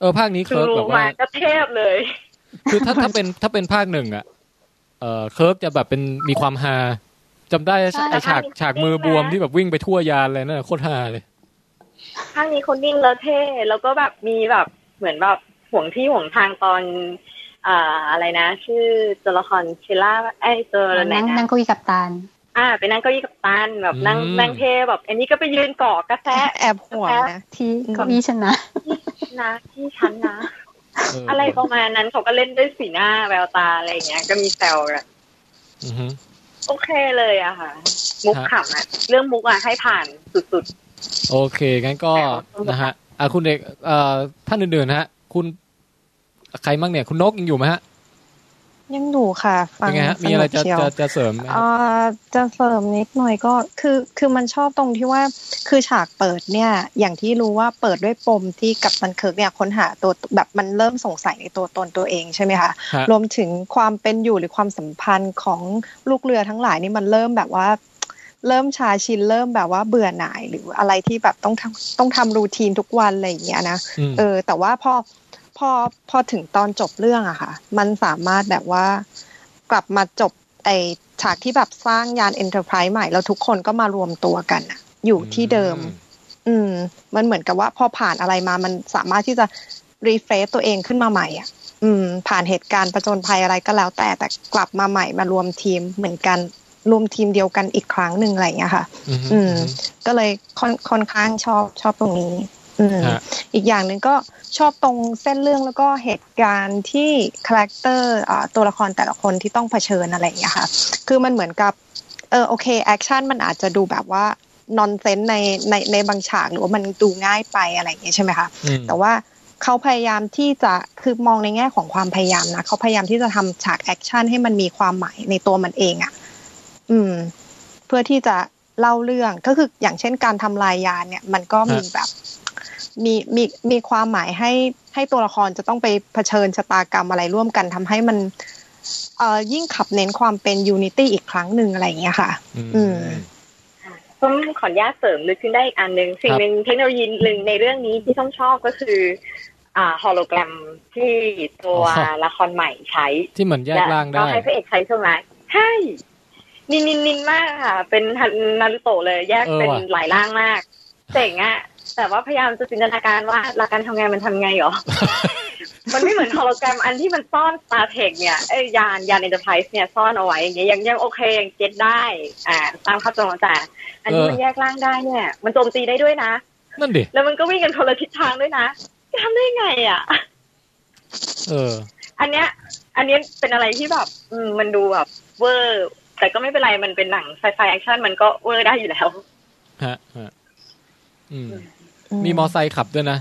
S1: เออภาคนี้
S15: คื
S1: เคิร์ก
S15: รู้
S1: แบบ
S15: มา
S1: ว่า
S15: ก็เทพเลย
S1: คือถ้า ถ้าเป็นถ้าเป็นภาคหนึ่งอะเออเคิร์กจะแบบเป็นมีความฮาจำได้
S15: ใช่
S1: ไอฉาก
S15: แต่ภาคนี้
S1: ฉากมือบวม
S15: จริงนะ
S1: ที่แบบวิ่งไปทั่วยานเลยนะโคตรฮาเลย
S15: ข้างนี้คนนิ่งแล้วเท่ แล้วก็แบบมีแบบเหมือนแบบห่วงที่ห่วงทางตอน อ่าอะไรนะ ชื่อตัวละครเชล่าไอ้ยตัวไหน
S8: นั่ง
S15: นะ
S8: นั่งเกุยกับตาล
S15: อ่าไปนั่งเก้าอี้กับตันแบบนั่ง
S8: อืม
S15: นั่งเท่แบบ อันนี้ก็ไปยืนก่อกระแส
S7: แอบห่วงนะ
S8: ที่เก้าอี้ชนะ
S15: นะที่ฉันนะ อะไรประมาณนั้นเขาก็เล่นด้วยสีหน้าแววตาอะไรอย่างเงี้ย ก็มีแซวกัน
S1: อือฮึ
S15: โอเคเลยอะค่ะ มุก
S1: ฮะ
S15: ขำอะเรื่องมุกอะให้ผ่านสุด
S1: โอเคงั้นก็นะฮะอ่ะคุณเอกเอ่อท่านอื่นๆนะฮะ คุณใครบ้างเนี่ย คุณนกยังอยู่ไหมฮะ
S7: ยังอยู่ค่ะ ฟัง
S1: เป็นไงฮะ
S7: สนุก
S1: มีอะไรจะ
S7: เชียว
S1: จะจะเสริมไหมฮะ
S7: อ่าจะเสริมนิดหน่อยก็คือคือมันชอบตรงที่ว่าคือฉากเปิดเนี่ย อย่างที่รู้ว่าเปิดด้วยปมที่กับตันเคิร์กเนี่ยค้นหาตัวแบบมันเริ่มสงสัยในตัวตนตัวเองใช่ไหมคะ
S19: ฮะ
S7: รวมถึงความเป็นอยู่หรือความสัมพันธ์ของลูกเรือทั้งหลายนี่มันเริ่มแบบว่า เริ่มชาชินเริ่มแบบว่าเบื่อหน่ายหรืออะไรที่แบบต้องทำต้องทำรูทีนทุกวันอะไรอย่างเงี้ยนะ
S19: อืม
S7: เออ แต่ว่าพอพอพอถึงตอนจบเรื่องอะค่ะ มันสามารถแบบว่า กลับมาจบไอฉากที่แบบสร้างยาน Enterprise ใหม่ แล้วทุกคนก็มารวมตัวกันอะอยู่ที่เดิม อืม มันเหมือนกับว่าพอผ่านอะไรมามันสามารถที่จะรีเฟรชตัวเองขึ้นมาใหม่อ่ะ อืม ผ่านเหตุการณ์ประจนภัยอะไรก็แล้ว แต่แต่กลับมาใหม่มารวมทีมเหมือนกันรวมทีมเดียวกันอีกครั้งหนึ่งอะไรอย่างเงี้ยค่ะ
S19: อือฮึ
S7: อืม ก็เลยค่อนค่อนข้างชอบชอบตรงนี้ อืม
S19: ฮะ
S7: อีกอย่างหนึ่งก็ชอบตรงเส้นเรื่องแล้วก็เหตุการณ์ที่คาแรคเตอร์อ่าตัวละครแต่ละคนที่ต้องเผชิญอะไรอย่างเงี้ยค่ะ คือมันเหมือนกับ เออโอเคแอคชั่นมันอาจจะดูแบบว่านอนเซนในในในบางฉากหรือว่ามันดูง่ายไปอะไรอย่างเงี้ยใช่ไหมคะ
S19: อืม
S7: แต่ว่าเขาพยายามที่จะคือมองในแง่ของความพยายามนะเขาพยายามที่จะทำฉากแอคชั่นให้มันมีความหมายในตัวมันเองอะ่ะ อืม เพื่อที่จะเล่าเรื่องก็คืออย่างเช่นการทำลายยานเนี่ย มันก็มีแบบ มีมีมีความหมายให้ให้ตัวละครจะต้องไปเผชิญชะตากรรมอะไรร่วมกันทำให้มัน เอ่อยิ่งขับเน้นความเป็นยูนิตี้อีกครั้งหนึ่งอะไรอย่างเงี้ยค่ะ อืม
S15: ๆผมขออนุญาตเสริมนึกขึ้นได้อีกอันหนึ่งสิ่งหนึ่งเทคโนโลยีหนึ่งในเรื่องนี้ที่ต้องชอบก็คือ อ่าฮอลโลแกรมที่ตัว
S1: อ๋อ
S15: ละครใหม่ใช้
S1: ที่เหมือนแยกร่างได้
S15: เให้พระเอกใช้ใช่ไหมใช่นินนินนินมากค่ะ เป็นฮันนารุโตะเลย แยก
S1: เออ
S15: เป็น
S1: ว่ะ
S15: หลายร่างมากเจ๋งอะแต่ว่าพยายามจะจินตนาการว่าหลักการทำงานมันทำไงเหรอ มันไม่เหมือนฮอลโลแกรมอันที่มันซ่อนตาเทคเนี่ยเอ้ยยานยานเอ็นเตอร์ไพรส์เนี่ยซ่อนเอาไว้อย่างเงี้ยยังยังโอเคยังเก็ตได้ อ่าตามข้อจำกัดแต่อันนี้มันแยกร่างได้เนี่ย มันโจมตีได้ด้วยนะ
S1: นั่นดิ
S15: แล้วมันก็วิ่งกันคนละทิศทางด้วยนะจะทำได้ไงอ่ะ
S1: เออ
S15: อันเนี้ย อันเนี้ยเป็นอะไรที่แบบอืมมันดูแบบเวอร์ แต่ก็ไม่เป็นไร มันเป็นหนังไซไฟแอคชั่นมันก็เวอร์ได้อยู่แล้ว
S1: ฮะฮะอืม มีมอไซค์ขับด้วยนะ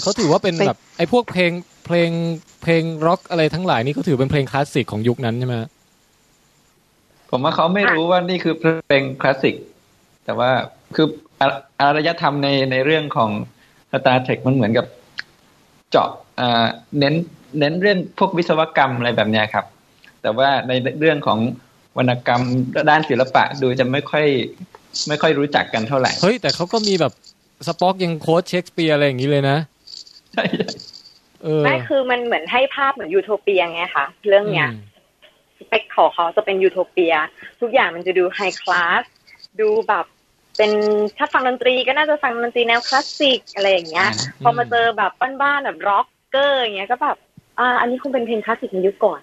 S1: เขาถือว่าเป็นแบบ ไอ้พวกเพลงเพลงเพลงร็อกอะไรทั้งหลายนี่ก็ถือเป็นเพลงคลาสสิกของยุคนั้นใช่ไหมฮะ
S4: ผมว่าเขาไม่รู้ว่านี่คือเพลงคลาสสิก แต่ว่าคืออาอารยธรรมในในเรื่องของสตาร์เทคมันเหมือนกับเจาะอ่าเน้นเน้นเรื่องพวกวิศวกรรมอะไรแบบเนี้ยครับ แต่ว่าในเรื่องของวรรณกรรมด้านศิลปะดูจะไม่ค่อย ไม่ค่อยรู้จักกันเท่าไหร่
S1: เฮ้ย แต่เขาก็มีแบบสป็อกยังโค้ชเชคสเปียร์อะไรอย่างนี้เลยนะ ใช่เออ
S15: ไม่คือมันเหมือนให้ภาพเหมือนยูโทเปียไงคะเรื่องเนี้ยสเปคของเขาจะเป็นยูโทเปีย ทุกอย่างมันจะดูไฮคลาสดูแบบ เป็นถ้าฟังดนตรีก็น่าจะฟังดนตรีแนวคลาสสิกอะไรอย่างเงี้ย พอมาเจอแบบบ้านๆแบบร็อกเกอร์อย่างเงี้ยก็แบบอ่าอันนี้คงเป็นเพลงคลาสสิกในยุคก่อน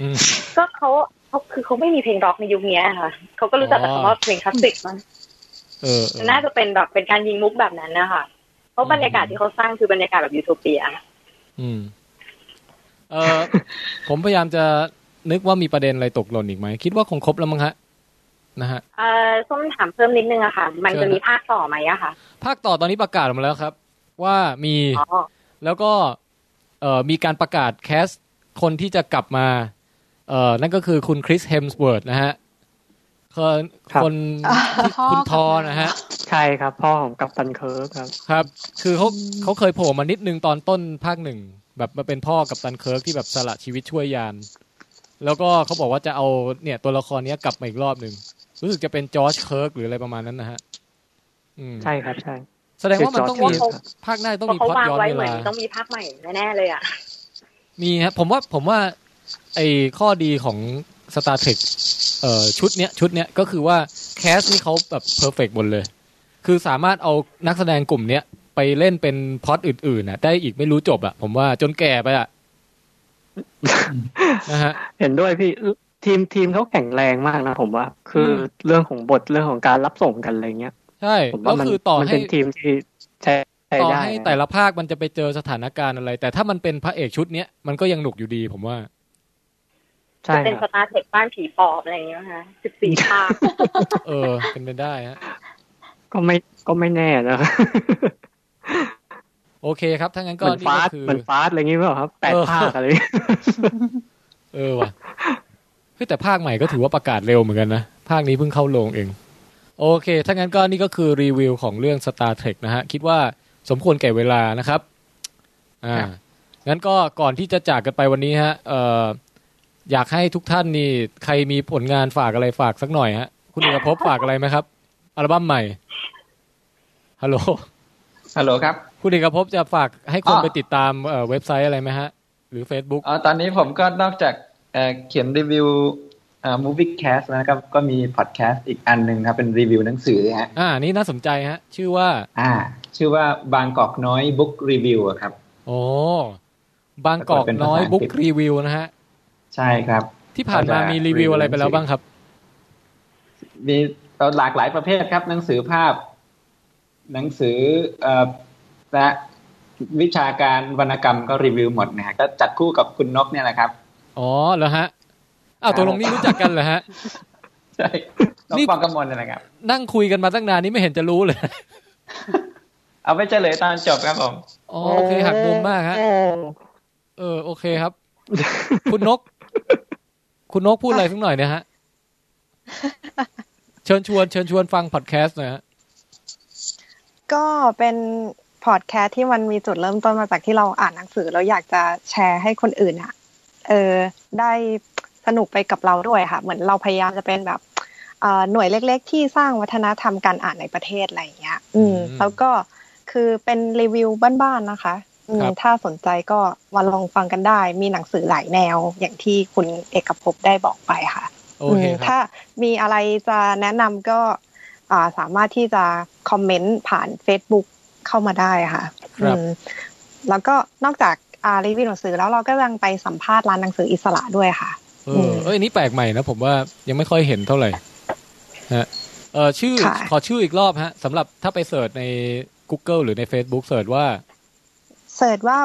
S1: อืม
S15: ก็เขาเขาคือเขาไม่มีเพลงร็อกในยุคเนี้ยค่ะเขาก็รู้จักแต่
S1: อ๋อ
S15: คำว่าเพลงคลาสสิกมัน
S1: เออเออ
S15: น่าจะเป็นแบบเป็นการยิงมุกแบบนั้นนะคะเพราะบรรยากาศที่เขาสร้างคือบรรยากาศแบบยูโทเปีย
S1: อืมเออ ผมพยายามจะนึกว่ามีประเด็นอะไรตกหล่นอีกไหมคิดว่าคงครบแล้วมั้งฮะนะฮะ
S15: เอ่อส้มถามเพิ่มนิดนึงอะค่ะ มัน
S1: เชิ
S15: จะ
S1: ญ
S15: มีภาคต่อไหมอะค่ะ
S1: ภาคต่อตอนนี้ประกาศออกมาแล้วครับ ว่ามีแล้วก็เอ่อมีการประกาศแคสคนที่จะกลับมาเอ่อนั่นก็คือคุณคริสเฮมส์เวิร์ดนะฮะคนคนที่คุณทอนะฮะ
S3: ใช่ครับ พ่อของกัปตันเคิร์กครับ
S1: ครับ คือเขาเขาเคยโผล่มานิดนึงตอนต้นภาคหนึ่ง แบบมาเป็นพ่อกับตันเคิร์กที่แบบสละชีวิตช่วยยาน แล้วก็เขาบอกว่าจะเอาเนี่ยตัวละครเนี้ยกลับมาอีกรอบหนึ่งรู้สึกจะเป็นจอร์จเคิร์กหรืออะไรประมาณนั้นนะฮะอืม
S3: ใช่ครับใช่
S1: แสดงว่ามันต้องมี
S15: คือจอร์จเคิร์ก
S1: ภาคหน้าต้องมี
S15: เพราะ
S1: พล็อดย้
S15: เขาวาง
S1: อน
S15: ไว้
S1: เว
S15: เหมือน
S1: ลา
S15: ต้องมีภาคใหม่แน่ๆเลยอะ
S1: มีครับผมว่าผมว่าไอข้อดีของ Star Trek เอ่อชุดเนี้ยชุดเนี้ยก็คือว่าแคสนี่เขาแบบเพอร์เฟกหมดเลย คือสามารถเอานักแสดงกลุ่มเนี้ยไปเล่นเป็นพล็อตอื่นๆนะได้อีกไม่รู้จบอะผมว่าจนแก่ไปอะนะฮะ
S3: เห็นด้วยพี่ทีมทีมเขาแข็งแรงมากนะผมว่า คืออ
S1: ม
S3: เรื่องของบทเรื่องของการรับส่งกันอะไรเงี้ย
S1: ใช่
S3: ผม
S1: แล้
S3: ว่าว มัน
S1: คือต่อ
S3: มัน
S1: ให้
S3: เป็นทีมที่ใช้ใช้
S1: ต่อ
S3: ได้
S1: ให้
S3: นะ
S1: แต่ละภาคมันจะไปเจอสถานการณ์อะไร แต่ถ้ามันเป็นพระเอกชุดเนี้ยมันก็ยังหนุกอยู่ดีผมว่า
S15: จะเป็นสตาร์เทคบ้านผีปอบอะไรอย่างเงี้ยนะคะสิบสี่ภาค
S1: เออ เป็นไปได้ฮะ
S3: ก็ไม่ก็ไม่แน่ นะ
S1: โอเคครับถ้างั้น
S3: เห
S1: ก็
S3: มือน
S1: นี่
S3: ฟา
S1: ก็
S3: ส
S1: คือ
S3: เหมือนฟาสอะไรเงงี้ยเปล่าครับแปด
S1: เออ
S3: ภาคอะไรเงี้ย
S1: เออว่ะเฮ้ยแต่ภาคใหม่ก็ถือว่าประกาศเร็วเหมือนกันนะ ภาคนี้เพิ่งเข้าโรงเอง โอเค ถ้างั้นก็นี่ก็คือรีวิวของเรื่อง Star Trek นะฮะ คิดว่าสมควรแก่เวลานะครับ อ่า งั้นก็ก่อนที่จะจากกันไปวันนี้ฮะ เอ่อ อยากให้ทุกท่านนี่ ใครมีผลงานฝากอะไรฝากสักหน่อยฮะ คุณเอกภพฝากอะไรไหมครับ อัลบั้มใหม่ ฮัลโหล
S4: ฮัลโหลครับ
S1: คุณเอกภพจะฝากให้คน
S4: อ๋อ
S1: ไปติดตามเอ่อเว็บไซต์อะไรไหมฮะ หรือ Facebook
S4: อ๋อตอนนี้ผมก็นอกจากเอ่อเขียนรีวิวเอ่อ movie cast แล้วนะครับก็มีพอดแคสต์อีกอันหนึ่งครับ เป็นรีวิวหนังสือฮะ
S1: อ่า นี่น่าสนใจฮะ ชื่อว่า
S4: อ่า ชื่อว่าบางกอกน้อยบุ๊กรีวิวครับ
S1: โอ้บางกอกน้อย
S4: ปรากฏเป็นภาษาอังกฤษ
S1: บุ๊กรีวิวนะฮะ
S4: ใช่ครับ
S1: ที่ผ่านมามีรีวิวอะไรไปแล้วบ้างครับ
S4: มีเอ่อหลากหลายประเภทครับ หนังสือภาพ หนังสือเอ่อและวิชาการวรรณกรรมก็รีวิวหมดนะฮะก็จัดคู่กับคุณนกเนี่ยแหละครับ
S1: อ๋อเหรอฮะอ้าวตกลงนี่รู้จักกันเหรอฮะ
S4: ใช่นก
S1: นี่
S4: ปองกมลเนี่ยแหละครับ
S1: นั่งคุยกันมาตั้งนานนี่ไม่เห็นจะรู้เลย
S4: เอาไปเฉลยตอนจบครับผม
S1: อ๋อโอเคหักมุมมากฮะ เออโอเคครับ คุณนก คุณนกพูดอะไรสักหน่อย เนี่ยฮะ เชิญชวน เชิญชวนฟังพอดแคสต์หนะฮะ
S7: ก็เป็นพอดแคสต์ที่มันมีจุดเริ่มต้นมาจากที่เราอ่านหนังสือแล้วอยากจะแชร์ให้คนอื่นอะเออได้สนุกไปกับเราด้วยค่ะ เหมือนเราพยายามจะเป็นแบบเอ่อหน่วยเล็ก ๆ ที่สร้างวัฒนธรรมการอ่านในประเทศอะไรอย่างเงี้ย อืม
S1: อืม
S7: แล้วก็คือเป็นรีวิวบ้านๆนะคะอืม
S1: ครับ
S7: ถ้าสนใจก็มาลองฟังกันได้ มีหนังสือหลายแนวอย่างที่คุณเอกภพได้บอกไปค่ะ
S1: โอเค
S7: อืม
S1: ค
S7: ถ้า
S1: รับ
S7: มีอะไรจะแนะนำก็อ่าสามารถที่จะคอมเมนต์ผ่าน Facebook เข้ามาได้ค่ะ
S1: ครับ
S7: อืมแล้วก็นอกจากอ่ารีวิวหนังสือแล้วเราก็ยังไปสัมภาษณ์ร้านหนังสืออิสระด้วยค่ะ
S1: เออเอ้ยอันนี่แปลกใหม่นะผมว่ายังไม่ค่อยเห็นเท่าไหร่ฮะเออชื่อ
S7: ค่ะ
S1: ขอชื่ออีกรอบฮะสำหรับถ้าไปเสิร์ชใน Google หรือใน Facebook เสิร์ชว่า
S7: เสิร์ชว่า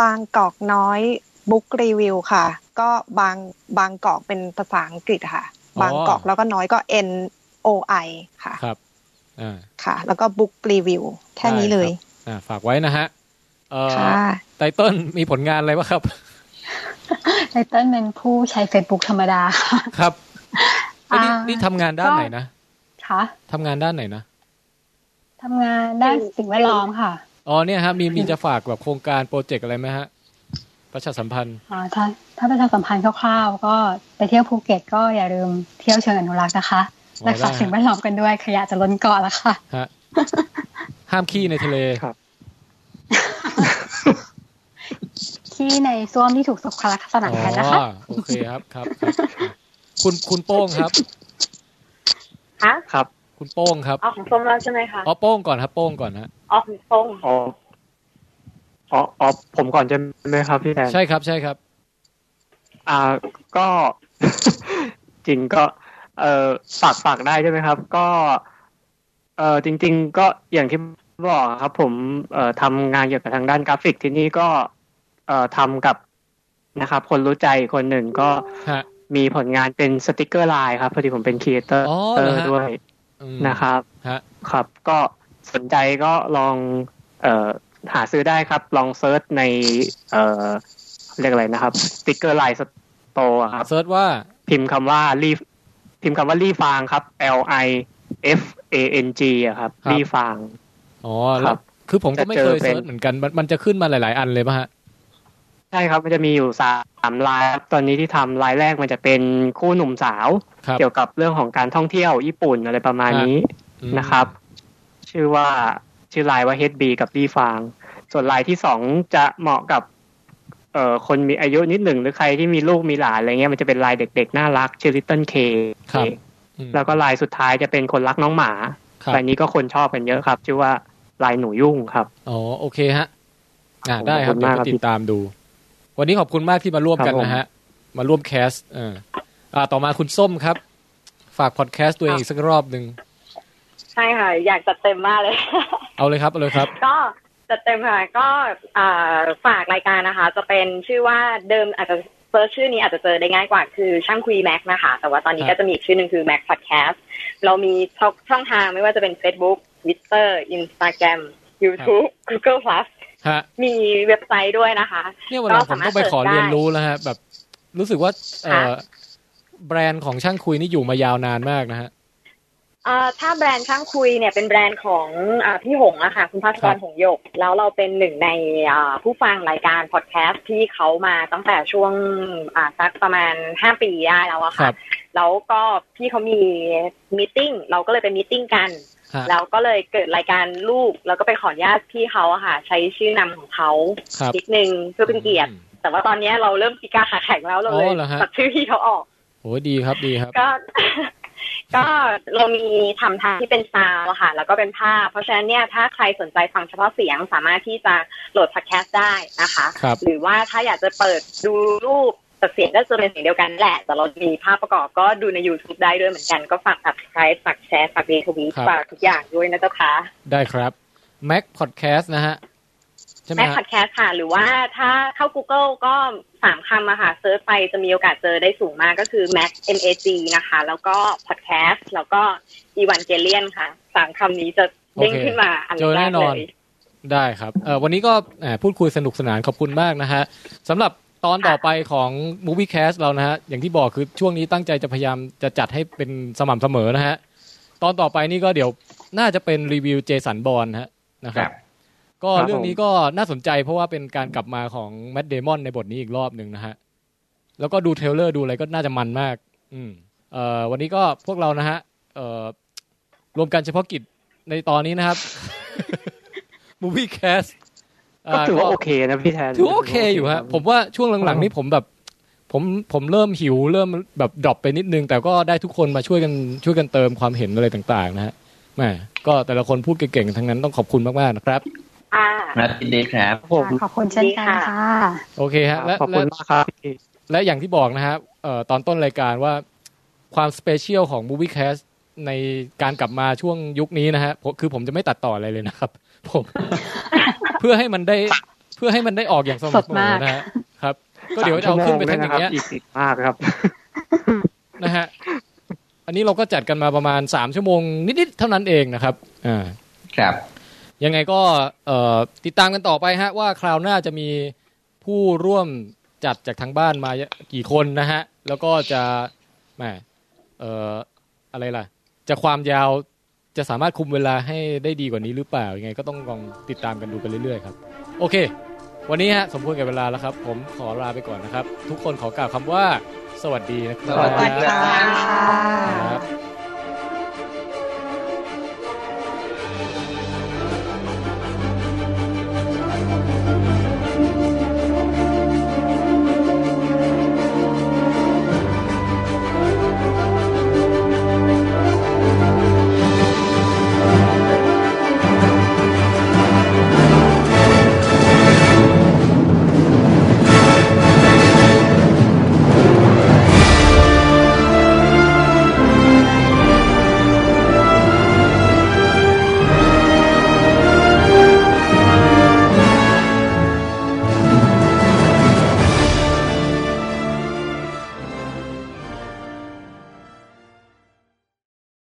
S7: บางกอกน้อยบุ๊กรีวิวค่ะ ก็บางบางกอกเป็นภาษาอังกฤษค่ะ
S1: อ๋อ
S7: บางกอกแล้วก็น้อยก็ N O I ค่ะ
S1: ครับ อ่า
S7: ค่ะ แล้วก็บุ๊กรีวิวแค่นี้เลย
S1: อ่าฝากไว้นะฮะเอ่อ
S7: ค่ะ
S1: ไตเติ้ลมีผลงานอะไรบ้างครับ
S8: ไตเติ้ลเป็นผู้ใช้ Facebook ธรรมดาค่ะ
S1: ครับเอ้ยนี่
S8: อ่านี่
S1: นี่ทำงานด้านไหนนะ
S8: ค่ะ
S1: ทำงานด้านไหนนะ
S8: ทำงานด้านสิ่งแวดล้อมค่ะ
S1: อ๋อเนี่ยฮะมีมีจะฝากแบบโครงการโปรเจกต์อะไรไหมฮะ ประชาสัมพันธ์
S8: อ๋อถ้าถ้าประชาสัมพันธ์คร่าวๆ ก็ไปเที่ยวภูเก็ตก็อย่าลืมเที่ยวเชิงอนุรักษ์นะคะ
S1: โอ้
S8: รักษา
S1: ได้
S8: สิ่งแวดล้อมกันด้วยขยะจะล้นเกาะแล้วค่ะ
S1: ฮะ ห้ามขี้ในทะเล
S8: ที่ในส้วมที่ถูกสุขลักษณะ
S1: อ๋อ
S8: แทนนะคะ
S1: โอเคครับครับครับ คุณคุณโป้งครับ
S15: ฮะ
S3: ครับ
S1: คุณโป้งครับ
S15: เอาของส้มแล้วใช่ไหมคะ
S1: อ๋อโป้งก่อนครับโป้งก่อนฮะ
S15: เอาของส้ม
S3: อ๋ออ๋ออ๋อผมก่อนจะไหมครับพี่แทน
S1: ใช่ครับใช่ครับ
S3: อ่าก็ จริงก็ เออฝากฝากได้ใช่ไหมครับ ก็ เออจริง ๆ ก็อย่างที่บอกครับ ผมเอ่อทำงานเกี่ยวกับทางด้านกราฟิกที่นี่ก็ เอ่อทำกับนะครับ คนรู้ใจคนหนึ่งก็
S1: ฮะ
S3: มีผลงานเป็นสติกเกอร์ไลน์ครับพอดีผมเป็นครีเอเตอร์
S1: อ๋อเหรอฮะ
S3: ด้วย
S1: อืม
S3: นะครับ
S1: ฮะ
S3: ครับ ก็สนใจก็ลองเอ่อหาซื้อได้ครับ ลองเซิร์ชในเอ่อเรียกอะไรนะครับ สติกเกอร์ไลน์สโตร์ครับ
S1: เซิร์ชว่า
S3: พิมพ์คำว่ารีพิมพ์คำว่ารีฟางครับ L I F A N G อะครับ
S1: ครับ
S3: รีฟาง
S1: อ๋อ
S3: ค
S1: แล้
S3: รั
S1: ว
S3: บ
S1: คือผมก็ไม่เคย
S3: จะเจอเป็น
S1: เซิร์ชเหมือนกันมันมันจะขึ้นมาหลาย ๆ อันเลยป่ะฮะ
S3: ใช่ครับ มันจะมีอยู่สามลายครับตอนนี้ที่ทำลายแรกมันจะเป็นคู่หนุ่มสาว
S1: ครับ
S3: เกี่ยวกับเรื่องของการท่องเที่ยวญี่ปุ่นอะไรประมาณนี้
S1: อืม
S3: นะครับ ชื่อว่าชื่อลายว่า HB กับรีฟาง ส่วนลายที่สองจะเหมาะกับ เอ่อคนมีอายุนิดหนึ่งหรือใครที่มีลูกมีหลานอะไรเงี้ยมันจะเป็นลายเด็กๆ น่ารักชื่อ Little K
S1: ครับ
S3: แล้วก็ลายสุดท้ายจะเป็นคนรักน้องหมา
S1: ครับ
S3: ลายนี้ก็คนชอบกันเยอะครับ ชื่อว่าลายหนูยุ่งครับ
S1: อ๋อโอเคฮะอ่าได้ครั
S3: ขอบ
S1: บ
S3: คุณ
S1: เดี๋
S3: มา
S1: ย
S3: ว ก
S1: ไป
S3: ครับ
S1: ติดตามดู วันนี้ขอบคุณมากที่มาร่วม
S3: ครับ
S1: กันนะฮะ มาร่วมแคสเอออ่าต่อมาคุณส้มครับ ฝากพอดแคสต์ตัวเองอีกสักรอบหนึ่ง
S15: ใช่ค่ะ อยากจัดเต็มมากเลย
S1: เอาเลยครับเอาเลยครับ
S15: ก็จัดเต็มค่ะก็อ่าฝากรายการนะคะ จะเป็นชื่อว่าเดิมอาจจะเซิร์ชชื่อนี้อาจจะเจอได้ง่ายกว่าคือช่างคุยแม็กนะคะ แต่ว่าตอนนี้
S1: ครั
S15: ก็
S1: บ
S15: จะมีอีกชื่อหนึ่งคือ Mac Podcast เรามีช่องทางไม่ว่าจะเป็น Facebook Twitter Instagram YouTube Google Plus
S1: ฮะ
S15: มีเว็บไซต์ด้วยนะคะ
S1: เนี่ยวันหลังผมต้องไปขอเรียน
S15: ก็สามารถสิชได้
S1: รู้แล้วฮะ แบบรู้สึกว่าเออ
S15: ค่ะ
S1: แบรนด์ของช่างคุยนี่อยู่มายาวนานมากนะฮะ
S15: เอ่อถ้าแบรนด์ช่างคุยเนี่ยเป็นแบรนด์ของอาพี่หงอะค่ะคุณภาสก
S1: ครั
S15: ร
S1: บ
S15: หงหยก แล้วเราเป็นหนึ่งในอ่าผู้ฟังรายการพอดแคสต์ที่เขามาตั้งแต่ช่วงอ่าสักประมาณห้าปีได้แล้วอะ
S1: ครั
S15: ค่ะ
S1: บ
S15: แล้วก็พี่เขามีมตติ팅เราก็เลยไปมตติ팅กัน
S1: ฮะ
S15: แล้วก็เลยเกิดรายการลูก แล้วก็ไปขออนุญาตพี่เขาอะค่ะใช้ชื่อนำของเขา
S1: ครับ
S15: นิดนึงเพื่อเป็นเกียรติ แต่ว่าตอนเนี้ยเราเริ่มปีกาขาแข็งแล้วเราเลย
S1: อ๋อเหรอฮะ
S15: ตัดชื่อพี่เขาออก
S1: โอ้ดีครับดีครับ
S15: ก็ ก็เรามีทำทางที่เป็นซาวด์อะค่ะ แล้วก็เป็นภาพ เพราะฉะนั้นเนี่ยถ้าใครสนใจฟังเฉพาะเสียงสามารถที่จะโหลดพอดแคสต์ได้นะคะ
S1: ครับ
S15: หรือว่าถ้าอยากจะเปิดดูรูปแต่เสียงก็จะเป็นเสียงเดียวกันแหละ แต่เรามีภาพประกอบก็ดูใน YouTube ได้ด้วยเหมือนกัน ก็ฝาก subscribe ฝากแชร์ฝากรีทวีต
S1: ครับ
S15: ฝากทุกอย่างด้วยนะเจ้าค่ะ
S1: ได้ครับ Mac Podcast นะฮะ ใช่ไหม
S15: แม็ก
S1: ฮะ
S15: พอดแคสต์ค่ะ หรือว่าถ้าเข้า Google ก็สามคำอะค่ะเซิร์ชไปจะมีโอกาสเจอได้สูงมากก็คือ Mac M A G นะคะ แล้วก็พอดแคสต์แล้วก็อีวานเกเลียนค่ะสามคำนี้จะเด้ง
S1: โอเค
S15: ขึ้นมาอัน
S1: เจอ
S15: แร
S1: แน่
S15: ก
S1: นอน
S15: เลย
S1: ได้ครับเอ่อวันนี้ก็เอ่อพูดคุยสนุกสนานขอบคุณมากนะฮะสำหรับตอนต่อไปของ Movie Cast เรานะฮะ อย่างที่บอกคือช่วงนี้ตั้งใจจะพยายามจะจัดให้เป็นสม่ำเสมอนะฮะ ตอนต่อไปนี่ก็เดี๋ยวน่าจะเป็นรีวิวเจสันบอลฮะนะครับ ก็
S3: ครับ
S1: เรื่องนี้ก็น่าสนใจเพราะว่าเป็นการกลับมาของแมดเดมอนในบทนี้อีกรอบหนึ่งนะฮะ แล้วก็ดูเทรลเลอร์ดูอะไรก็น่าจะมันมาก อืมเอ่อวันนี้ก็พวกเรานะฮะเอ่อรวมกันเฉพาะกิจในตอนนี้นะครับ มูฟี่แคส
S3: ก็ถือว่าโอเคนะพี่แทน
S1: ถือว่าโอเคอยู่ฮะ ผมว่าช่วงหลังๆนี่ผมแบบ ผมผมเริ่มหิว เริ่มแบบดรอปไปนิดนึง แต่ก็ได้ทุกคนมาช่วยกันช่วยกันเติมความเห็นอะไรต่างๆ นะฮะแหมก็แต่ละคนพูดเก่งๆทั้งนั้นต้องขอบคุณมากๆนะครับ
S15: อ่า
S4: ครับยินดีครับ
S3: ผม
S8: ขอบคุณเช่นกันค่ะ
S1: โอเคฮะและ
S3: ขอบคุ
S1: และ
S3: ณมากครับพี่
S1: และอย่างที่บอกนะครับเอ่อตอนต้นรายการว่าความสเปเชียลของ Movie Cast ในการกลับมาช่วงยุคนี้นะฮะผมคือผมจะไม่ตัดต่ออะไรเลยนะครับ ผม เพื่อให้มันได้เพื่อให้มันได้ออกอย่างสม่ำเส
S8: สด
S1: มอ
S8: มาก
S1: นะฮะครับ ก็เดี๋ยวจะเอาขึ้นไปทั้งอย่างเงี้ย
S3: สมชั่วโมด้วยะครับอีกสิบมากครับ
S1: นะฮะ อันนี้เราก็จัดกันมาประมาณสามชั่วโมงนิด ๆ เท่านั้นเองนะครับ อ่า
S4: ครับ
S1: ยังไงก็เอ่อติดตามกันต่อไปฮะ ว่าคราวหน้าจะมีผู้ร่วมจัดจากทางบ้านมากี่คนนะฮะ แล้วก็จะแหมเอ่ออะไรล่ะ จะความยาวจะสามารถคุมเวลาให้ได้ดีกว่านี้หรือเปล่า ยังไงก็ต้องลองติดตามกันดูไปเรื่อย ๆ ครับ โอเค วันนี้ฮะสมควรกับเวลาแล้วครับ ผมขอลาไปก่อนนะครับ ทุกคนขอกล่าวคำว่า สวัสดีนะครับ
S4: สวัสดีครับ
S1: ครับ